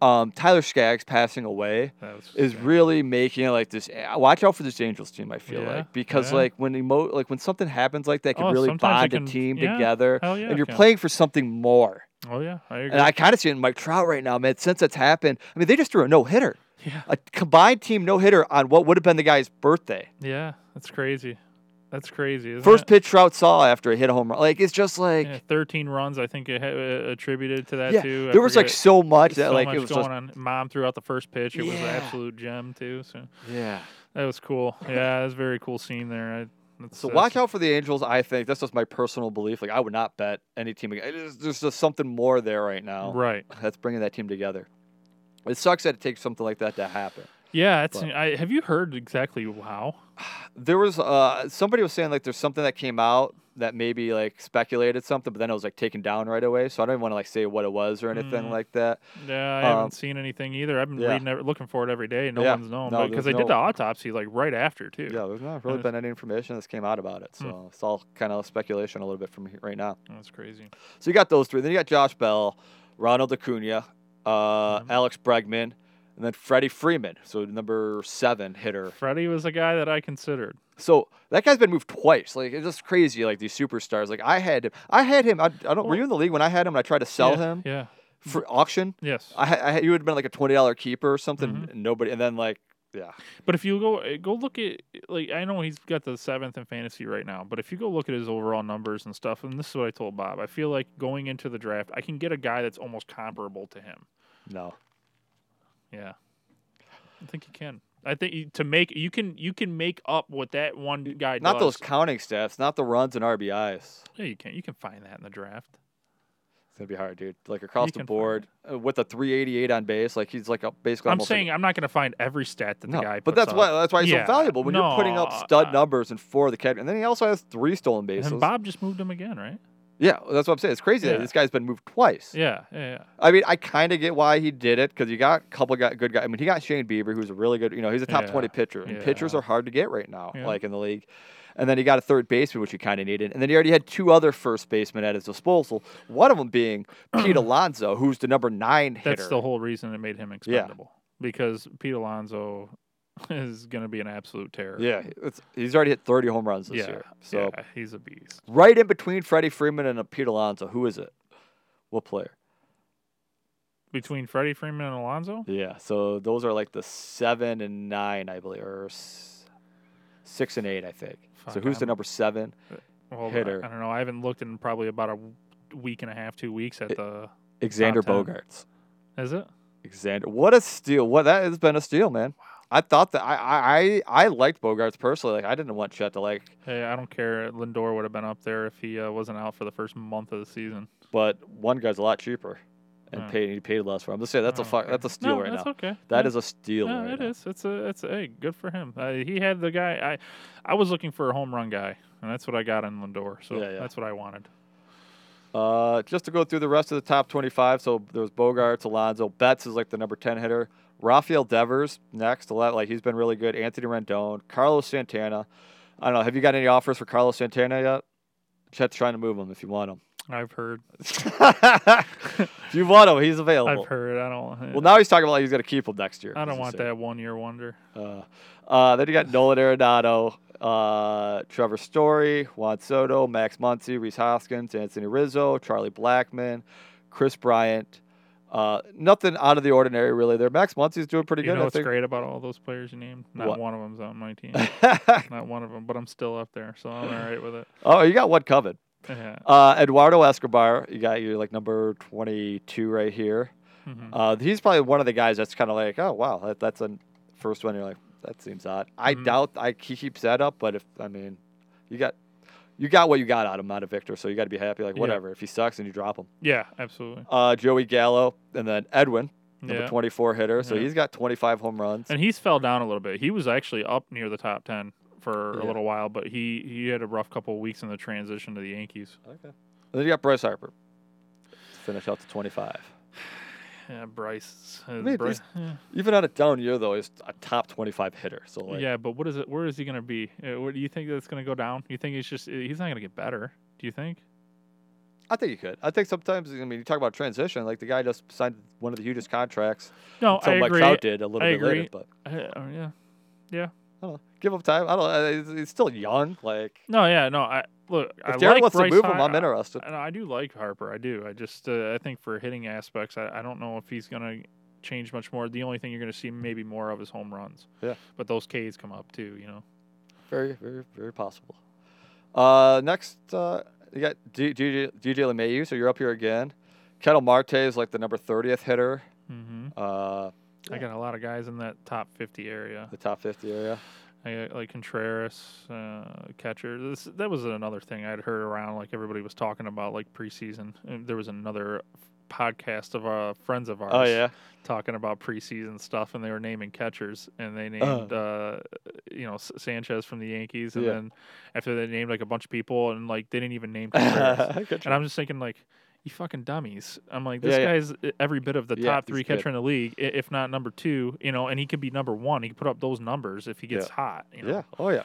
Speaker 1: um, Tyler Skaggs passing away
Speaker 2: That's
Speaker 1: is really making like this. uh, Watch out for this Angels team. I feel
Speaker 2: Yeah,
Speaker 1: like because
Speaker 2: yeah.
Speaker 1: like when emo, like when something happens like that, can
Speaker 2: Oh,
Speaker 1: really
Speaker 2: sometimes
Speaker 1: bond
Speaker 2: it can-
Speaker 1: a team
Speaker 2: yeah,
Speaker 1: together,
Speaker 2: hell yeah,
Speaker 1: and
Speaker 2: it
Speaker 1: you're
Speaker 2: can.
Speaker 1: playing for something more.
Speaker 2: Oh, yeah. I agree.
Speaker 1: And I kind of see it in Mike Trout right now, man. Since that's happened, I mean, they just threw a no hitter,
Speaker 2: yeah.
Speaker 1: a combined team no hitter on what would have been the guy's birthday.
Speaker 2: Yeah. That's crazy. That's crazy. Isn't
Speaker 1: First
Speaker 2: it?
Speaker 1: pitch Trout saw after a hit a home run. Like it's just like
Speaker 2: Yeah,
Speaker 1: yeah,
Speaker 2: 13 runs, I think, it ha- uh, attributed to that, too. I
Speaker 1: there was like
Speaker 2: forget.
Speaker 1: so much that
Speaker 2: so
Speaker 1: like
Speaker 2: much
Speaker 1: it was
Speaker 2: going
Speaker 1: just,
Speaker 2: on. Mom threw out the first pitch. It was an
Speaker 1: Yeah.
Speaker 2: absolute gem too. So
Speaker 1: yeah.
Speaker 2: that was cool. Yeah, that was a very cool scene there. I, that's,
Speaker 1: So
Speaker 2: that's-
Speaker 1: watch out for the Angels. I think that's just my personal belief. Like I would not bet any team. ag- There's there's just something more there right now
Speaker 2: Right.
Speaker 1: that's bringing that team together. It sucks that it takes something like that to happen.
Speaker 2: Yeah. That's,
Speaker 1: But-
Speaker 2: I, have you heard exactly how?
Speaker 1: There was uh somebody was saying like there's something that came out that maybe like speculated something, but then it was like taken down right away. So I don't even want to like say what it was or anything
Speaker 2: Mm.
Speaker 1: like that.
Speaker 2: Yeah, I
Speaker 1: Um,
Speaker 2: haven't seen anything either. I've been
Speaker 1: yeah.
Speaker 2: reading, it, looking for it every day. No
Speaker 1: Yeah,
Speaker 2: one's known
Speaker 1: no,
Speaker 2: because they
Speaker 1: there's
Speaker 2: did the
Speaker 1: no-
Speaker 2: autopsy like right after too.
Speaker 1: Yeah, there's not really
Speaker 2: it's-
Speaker 1: been any information that's came out about it. So
Speaker 2: Mm.
Speaker 1: it's all kind of speculation a little bit from here, right now.
Speaker 2: That's crazy.
Speaker 1: So you got those three. Then you got Josh Bell, Ronald Acuna, uh,
Speaker 2: Mhm.
Speaker 1: Alex Bregman. And And then Freddie Freeman, so number seven hitter.
Speaker 2: Freddie was a guy that I considered.
Speaker 1: So that guy's been moved twice. Like it's just crazy. Like these superstars. Like I had him. I had him. I, I don't. were
Speaker 2: Well-
Speaker 1: you in the league when I had him? And I tried to sell
Speaker 2: Yeah,
Speaker 1: him
Speaker 2: Yeah.
Speaker 1: for auction.
Speaker 2: Yes.
Speaker 1: I, ha- I had- you would have been like a twenty dollar keeper or something.
Speaker 2: Mm-hmm.
Speaker 1: and Nobody. And then like yeah.
Speaker 2: But if you go eh, go look at like I know he's got the seventh in fantasy right now, but if you go look at his overall numbers and stuff, and this is what I told Bob, I feel like going into the draft, I can get a guy that's almost comparable to him.
Speaker 1: No.
Speaker 2: Yeah, I think you can. I think you, to make you can you can make up what that one guy
Speaker 1: Not
Speaker 2: does.
Speaker 1: those counting stats. Not the runs and RBIs.
Speaker 2: Yeah, you can. You can find that in the draft.
Speaker 1: It's gonna be hard, dude. Like across
Speaker 2: You
Speaker 1: the
Speaker 2: can find
Speaker 1: board uh, with a 388 on base, like he's like a, basically.
Speaker 2: I'm
Speaker 1: almost like-
Speaker 2: saying I'm not going to find every stat that
Speaker 1: no,
Speaker 2: the guy.
Speaker 1: but
Speaker 2: puts
Speaker 1: that's
Speaker 2: up.
Speaker 1: why that's why he's
Speaker 2: Yeah,
Speaker 1: so valuable when you're putting up
Speaker 2: no,
Speaker 1: stud
Speaker 2: uh,
Speaker 1: numbers and four of the catch, and then he also has three stolen bases.
Speaker 2: And Bob just moved him again, right?
Speaker 1: yeah, that's what I'm saying. It's crazy
Speaker 2: Yeah.
Speaker 1: that this guy's been moved twice.
Speaker 2: Yeah, yeah, yeah.
Speaker 1: I mean, I kind of get why he did it because you got a couple got good guys. I mean, he got Shane Bieber, who's a really good, you know, he's a top
Speaker 2: Yeah,
Speaker 1: 20 pitcher, and pitchers
Speaker 2: yeah.
Speaker 1: are hard to get right now,
Speaker 2: Yeah.
Speaker 1: like in the league. And then he got a third baseman, which he kind of needed. And then he already had two other first basemen at his disposal. One of them being Pete Alonso, who's the number nine hitter.
Speaker 2: That's the whole reason it made him expendable. Because Pete Alonso is going to be an absolute terror.
Speaker 1: yeah, it's, he's already hit 30 home runs this
Speaker 2: Yeah.
Speaker 1: year. So
Speaker 2: yeah, he's a beast.
Speaker 1: right in between Freddie Freeman and a Pete Alonso, who is it? What player?
Speaker 2: Between Freddie Freeman and Alonso?
Speaker 1: Yeah, so those are like the seven and nine, I believe, or s- six and eight, I think. so
Speaker 2: Fuck,
Speaker 1: who's the
Speaker 2: I'm-
Speaker 1: number seven?
Speaker 2: Well, I-
Speaker 1: Hitter.
Speaker 2: I, don't know. I haven't looked in probably about a w- week and a half, two weeks at
Speaker 1: It-
Speaker 2: the.
Speaker 1: Xander
Speaker 2: Top
Speaker 1: Bogarts.
Speaker 2: Is it?
Speaker 1: Xander, what a steal! What that has been a steal, man. I thought that I I I I liked Bogarts personally. Like I didn't want Chet to like,
Speaker 2: Hey, I don't care. Lindor would have been up there if he uh, wasn't out for the first month of the season.
Speaker 1: but one guy's a lot cheaper, and
Speaker 2: Oh.
Speaker 1: paid he paid less for. him. I'm just saying that's a
Speaker 2: Oh,
Speaker 1: fuck,
Speaker 2: okay.
Speaker 1: that's a steal
Speaker 2: no,
Speaker 1: right
Speaker 2: that's
Speaker 1: now.
Speaker 2: okay.
Speaker 1: That
Speaker 2: Yeah.
Speaker 1: is a steal.
Speaker 2: Yeah,
Speaker 1: right
Speaker 2: it
Speaker 1: now.
Speaker 2: is. It's a. It's a. Hey, good for him. Uh, he had the guy. I, I was looking for a home run guy, and that's what I got in Lindor. So
Speaker 1: Yeah, yeah.
Speaker 2: that's what I wanted.
Speaker 1: Uh, just to go through the rest of the top 25. So there's Bogarts, Alonso, Betts is like the number 10 hitter. Rafael Devers next. a lot- Like he's been really good. Anthony Rendon, Carlos Santana. I don't know. Have you got any offers for Carlos Santana yet? Chet's trying to move him if you want him.
Speaker 2: I've heard.
Speaker 1: if you want him, he's available.
Speaker 2: I've heard. I don't.
Speaker 1: Well, now he's talking about he's going to keep him next year.
Speaker 2: I don't
Speaker 1: He's
Speaker 2: want
Speaker 1: insane.
Speaker 2: that one year wonder.
Speaker 1: Uh, uh, then you got Nolan Arenado, uh, Trevor Story, Juan Soto, Max Muncy, Reese Hoskins, Anthony Rizzo, Charlie Blackman, Chris Bryant. Uh, nothing out of the ordinary really there. Max Muncy's doing pretty
Speaker 2: You
Speaker 1: good,
Speaker 2: know
Speaker 1: I
Speaker 2: what's
Speaker 1: think.
Speaker 2: great about all those players you named? Not
Speaker 1: What?
Speaker 2: one of them's on my team. Not one of them. But I'm still up there, so I'm all right with it.
Speaker 1: oh, you got one covered.
Speaker 2: Yeah.
Speaker 1: Uh, Eduardo Escobar, you got your like number 22 right here.
Speaker 2: Mhm.
Speaker 1: Uh, he's probably one of the guys that's kind of like, oh wow, that, that's a first one. You're like, that seems odd. I
Speaker 2: Mhm.
Speaker 1: doubt I he keeps that up, but if I mean, you got you got what you got out of him, out of Victor, so you got to be happy. Like
Speaker 2: Yeah.
Speaker 1: whatever, if he sucks and you drop him,
Speaker 2: Yeah. Absolutely.
Speaker 1: uh, Joey Gallo and then Edwin, number
Speaker 2: Yeah.
Speaker 1: 24 hitter, so
Speaker 2: Yeah.
Speaker 1: he's got 25 home runs.
Speaker 2: And he's fell down a little bit. He was actually up near the top ten for
Speaker 1: Yeah.
Speaker 2: a little while, but he he had a rough couple of weeks in the transition to the Yankees.
Speaker 1: okay, and then you got Bryce Harper. to Finish out to 25.
Speaker 2: Yeah, Bryce. uh,
Speaker 1: mean,
Speaker 2: Bryce- yeah.
Speaker 1: Even on a down year, though, he's a top 25 hitter. So, like,
Speaker 2: yeah, but what is it? Where is he going to be? Uh, where, do you think that's going to go down? You think he's just he's not going to get better? Do you think?
Speaker 1: I think you could. I think sometimes, I mean, you talk about transition, like the guy just signed one of the hugest contracts
Speaker 2: No,
Speaker 1: until
Speaker 2: Oh, I
Speaker 1: Mike
Speaker 2: agree.
Speaker 1: Trout did a little
Speaker 2: I
Speaker 1: bit later.
Speaker 2: agree.
Speaker 1: But
Speaker 2: I- oh, yeah.
Speaker 1: I don't know. Give him time. I don't. know. He's, he's still young. Like
Speaker 2: No, yeah, no. I look.
Speaker 1: if
Speaker 2: I
Speaker 1: Darren
Speaker 2: like
Speaker 1: wants
Speaker 2: Bryce
Speaker 1: to move him,
Speaker 2: Har-
Speaker 1: I'm interested.
Speaker 2: I, I do like Harper. I do. I just uh, I think for hitting aspects, I, I don't know if he's going to change much more. The only thing you're going to see maybe more of is home runs.
Speaker 1: Yeah.
Speaker 2: But those Ks come up too. You know.
Speaker 1: Very, very, very possible. Uh, next, uh, you got D- DJ DJ LeMayu. So you're up here again. Kettle Marte is like the number 30th hitter.
Speaker 2: Mm-hmm.
Speaker 1: Uh,
Speaker 2: I
Speaker 1: Yeah.
Speaker 2: got a lot of guys in that top 50 area.
Speaker 1: the top 50 area.
Speaker 2: I got, like Contreras, uh, catcher. This, that was another thing I'd heard around. Like everybody was talking about, like preseason. And there was another podcast of uh, friends of ours.
Speaker 1: Oh yeah.
Speaker 2: talking about preseason stuff, and they were naming catchers, and they named uh, you know S- Sanchez from the Yankees, and
Speaker 1: Uh-huh. Yeah.
Speaker 2: then after they named like a bunch of people, and like they didn't even name Contreras.
Speaker 1: Good
Speaker 2: and
Speaker 1: try.
Speaker 2: I'm just thinking like. You fucking dummies! I'm like this
Speaker 1: Yeah, yeah.
Speaker 2: guy's uh, every bit of the
Speaker 1: Yeah,
Speaker 2: top
Speaker 1: he's
Speaker 2: three
Speaker 1: good.
Speaker 2: catcher in the league, i- if not number two. You know, and he could be number one. He could put up those numbers if he gets hot. You know?
Speaker 1: yeah. Oh yeah.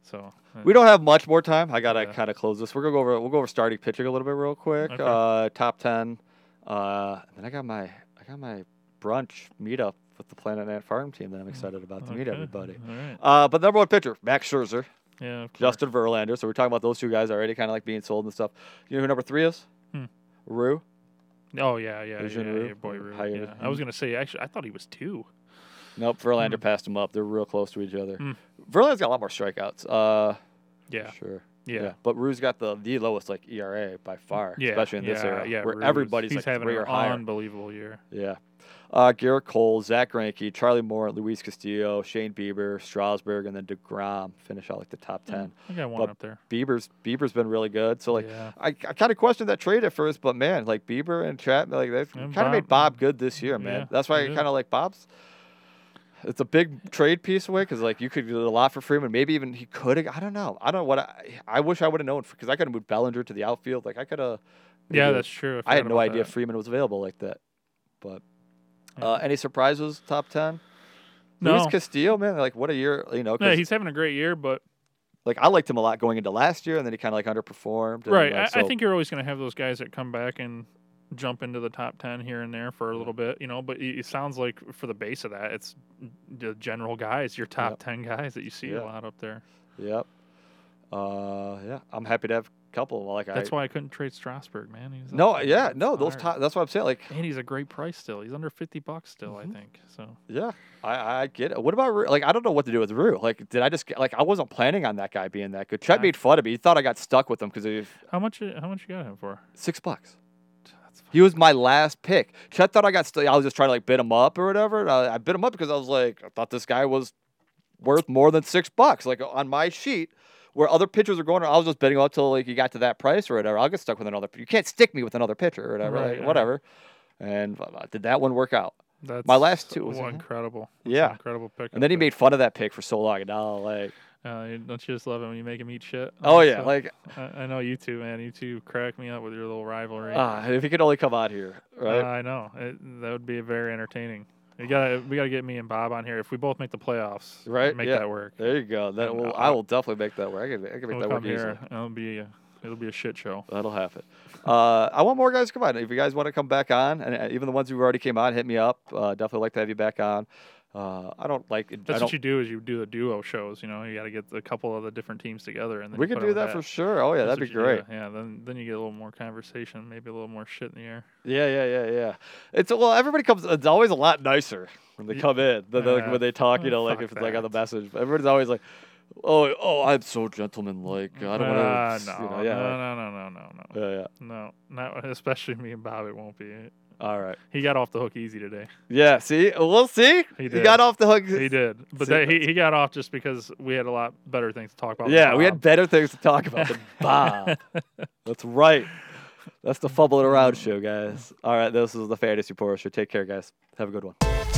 Speaker 2: So uh,
Speaker 1: We don't have much more time. I gotta
Speaker 2: Yeah.
Speaker 1: kind of close this. We're gonna go over. We'll go over starting pitching a little bit real quick.
Speaker 2: Okay.
Speaker 1: Uh, top ten. Uh, and then I got my I got my brunch meetup with the Planet Ant Farm team that I'm excited about to meet
Speaker 2: Okay.
Speaker 1: everybody.
Speaker 2: All right.
Speaker 1: Uh, but number one pitcher, Max Scherzer,
Speaker 2: Yeah. Of course.
Speaker 1: Justin Verlander. So we're talking about those two guys already, kind of like being sold and stuff. You know who number three is?
Speaker 2: Hmm.
Speaker 1: Rue.
Speaker 2: Oh yeah, yeah, yeah,
Speaker 1: Asian
Speaker 2: yeah,
Speaker 1: Rue,
Speaker 2: yeah, boy
Speaker 1: or
Speaker 2: Rue.
Speaker 1: higher
Speaker 2: Yeah. I was gonna say actually, I thought he was two.
Speaker 1: Nope, Verlander passed him up. They're real close to each other.
Speaker 2: Hmm.
Speaker 1: Verlander's got a lot more strikeouts. Uh,
Speaker 2: Yeah,
Speaker 1: sure.
Speaker 2: yeah,
Speaker 1: but Rue's got the the lowest like ERA by far,
Speaker 2: yeah.
Speaker 1: especially in this
Speaker 2: yeah,
Speaker 1: era
Speaker 2: yeah,
Speaker 1: where
Speaker 2: Rue's-
Speaker 1: everybody's
Speaker 2: he's
Speaker 1: like
Speaker 2: having
Speaker 1: three
Speaker 2: an
Speaker 1: or higher.
Speaker 2: unbelievable year.
Speaker 1: Yeah. Uh, Garrett Cole, Zach Greinke, Charlie Moore, Luis Castillo, Shane Bieber, Strasburg, and then Degrom finish out like the
Speaker 2: Mm.
Speaker 1: top ten.
Speaker 2: I got one
Speaker 1: But-
Speaker 2: up there.
Speaker 1: Bieber's Bieber's been really good, so like
Speaker 2: yeah,
Speaker 1: I, I kind of questioned that trade at first, but man, like Bieber and Chapman, like they've
Speaker 2: And
Speaker 1: kind of made
Speaker 2: Bob-
Speaker 1: Bob good this year, man.
Speaker 2: yeah,
Speaker 1: That's why I
Speaker 2: they did.
Speaker 1: kind of like Bob's. It's a big trade piece away because like you could get a lot for Freeman. Maybe even he could. have I don't know. I don't know what I. I wish I would have known because I could have moved Bellinger to the outfield. Like I could have.
Speaker 2: yeah, that's true.
Speaker 1: I had
Speaker 2: forgot
Speaker 1: no
Speaker 2: about
Speaker 1: idea
Speaker 2: that.
Speaker 1: Freeman was available like that. But
Speaker 2: Yeah.
Speaker 1: uh, any surprises? Top ten.
Speaker 2: No.
Speaker 1: Luis Castillo, man, like what a year, you know. 'cause,
Speaker 2: No, he's having a great year, but
Speaker 1: like I liked him a lot going into last year, and then he kind of like underperformed. and,
Speaker 2: right,
Speaker 1: like,
Speaker 2: I, I
Speaker 1: so-
Speaker 2: think you're always going to have those guys that come back and jump into the top ten here and there for a little bit, you know. But it, it sounds like for the base of that, it's the general guys, your top
Speaker 1: Yep.
Speaker 2: ten guys that you see
Speaker 1: Yeah.
Speaker 2: a lot up there.
Speaker 1: Yep. Uh, yeah, I'm happy to have a couple. Like
Speaker 2: That's
Speaker 1: I,
Speaker 2: why I couldn't trade Strasburg, man. He's up
Speaker 1: no,
Speaker 2: there.
Speaker 1: yeah,
Speaker 2: It's
Speaker 1: no, those
Speaker 2: hard.
Speaker 1: top, that's what I'm saying. Like,
Speaker 2: And he's a great price still. He's under fifty bucks still,
Speaker 1: Mm-hmm.
Speaker 2: I think. So
Speaker 1: yeah, I, I get it. What about Rue? like I don't know what to do with Rue. Like, did I just get, like I wasn't planning on that guy being that good. Chet
Speaker 2: I-
Speaker 1: made fun of me. He thought I got stuck with him because he was
Speaker 2: how much? How much you got him for?
Speaker 1: six bucks.
Speaker 2: That's fine.
Speaker 1: He was my last pick. Chet thought I got stuck. I was just trying to like bid him up or whatever. And I, I bid him up because I was like I thought this guy was worth more than six bucks. Like on my sheet. Where other pitchers are going, I was just bidding up till like he got to that price or whatever. I'll get stuck with another. You can't stick me with another pitcher or whatever.
Speaker 2: Right,
Speaker 1: like,
Speaker 2: yeah.
Speaker 1: Whatever. And uh, did that one work out?
Speaker 2: That's
Speaker 1: last two, was it
Speaker 2: oh,
Speaker 1: him?
Speaker 2: incredible. That's an
Speaker 1: Yeah.
Speaker 2: incredible pick.
Speaker 1: And then he made fun of that pick for so long. And now, like,
Speaker 2: Uh, you- don't you just love it when you make him eat shit?
Speaker 1: oh yeah,
Speaker 2: So-
Speaker 1: like
Speaker 2: I, I know you two, man. You two crack me up with your little rivalry.
Speaker 1: ah, if he could only come out here,
Speaker 2: Uh,
Speaker 1: right?
Speaker 2: I know it, that would be very entertaining. You gotta, we gotta get me and Bob on here if we both make the playoffs.
Speaker 1: Right,
Speaker 2: make
Speaker 1: yeah.
Speaker 2: that work.
Speaker 1: there you go. That
Speaker 2: and
Speaker 1: will,
Speaker 2: I-
Speaker 1: I will definitely make that work. I can, I can make
Speaker 2: We'll
Speaker 1: that work
Speaker 2: come
Speaker 1: easily.
Speaker 2: here. It'll be, a, it'll be a shit show.
Speaker 1: That'll happen. Uh, I want more guys to come on. If you guys want to come back on, and uh, even the ones who already came on, hit me up. Uh, definitely like to have you back on. Uh, I don't like. I
Speaker 2: That's
Speaker 1: don't,
Speaker 2: what you do is you do the duo shows. You know, you gotta get a couple of the different teams together, and then
Speaker 1: we
Speaker 2: you
Speaker 1: could
Speaker 2: put
Speaker 1: do
Speaker 2: them
Speaker 1: that
Speaker 2: at
Speaker 1: for sure. Oh yeah,
Speaker 2: That's
Speaker 1: that'd be
Speaker 2: what you
Speaker 1: great.
Speaker 2: do. Yeah, then then you get a little more conversation, maybe a little more shit in the air.
Speaker 1: Yeah, yeah, yeah, yeah. It's well, everybody comes. It's always a lot nicer when they
Speaker 2: Ye-
Speaker 1: come in than like,
Speaker 2: Yeah.
Speaker 1: when they talk.
Speaker 2: Oh,
Speaker 1: You know, like
Speaker 2: fuck
Speaker 1: if it's like on the
Speaker 2: that.
Speaker 1: message, everybody's always like, "Oh, oh, I'm so gentlemanlike. I don't
Speaker 2: Uh,
Speaker 1: want to."
Speaker 2: no,
Speaker 1: you know,
Speaker 2: no,
Speaker 1: yeah, like-
Speaker 2: no, no, no, no, no,
Speaker 1: yeah, yeah.
Speaker 2: no, not especially me and Bob. It won't be.
Speaker 1: All right.
Speaker 2: He got off the hook easy today.
Speaker 1: Yeah. See, we'll see.
Speaker 2: He
Speaker 1: You
Speaker 2: did.
Speaker 1: got off the hook.
Speaker 2: He did, but
Speaker 1: See,
Speaker 2: that, he, he got off just because we had a lot better things to talk about. than
Speaker 1: Yeah, we had
Speaker 2: Bob.
Speaker 1: better things to talk about than Bob. That's right. That's the fumbling around show, guys. All right, this is the Fantasy Porsche. Take care, guys. Have a good one.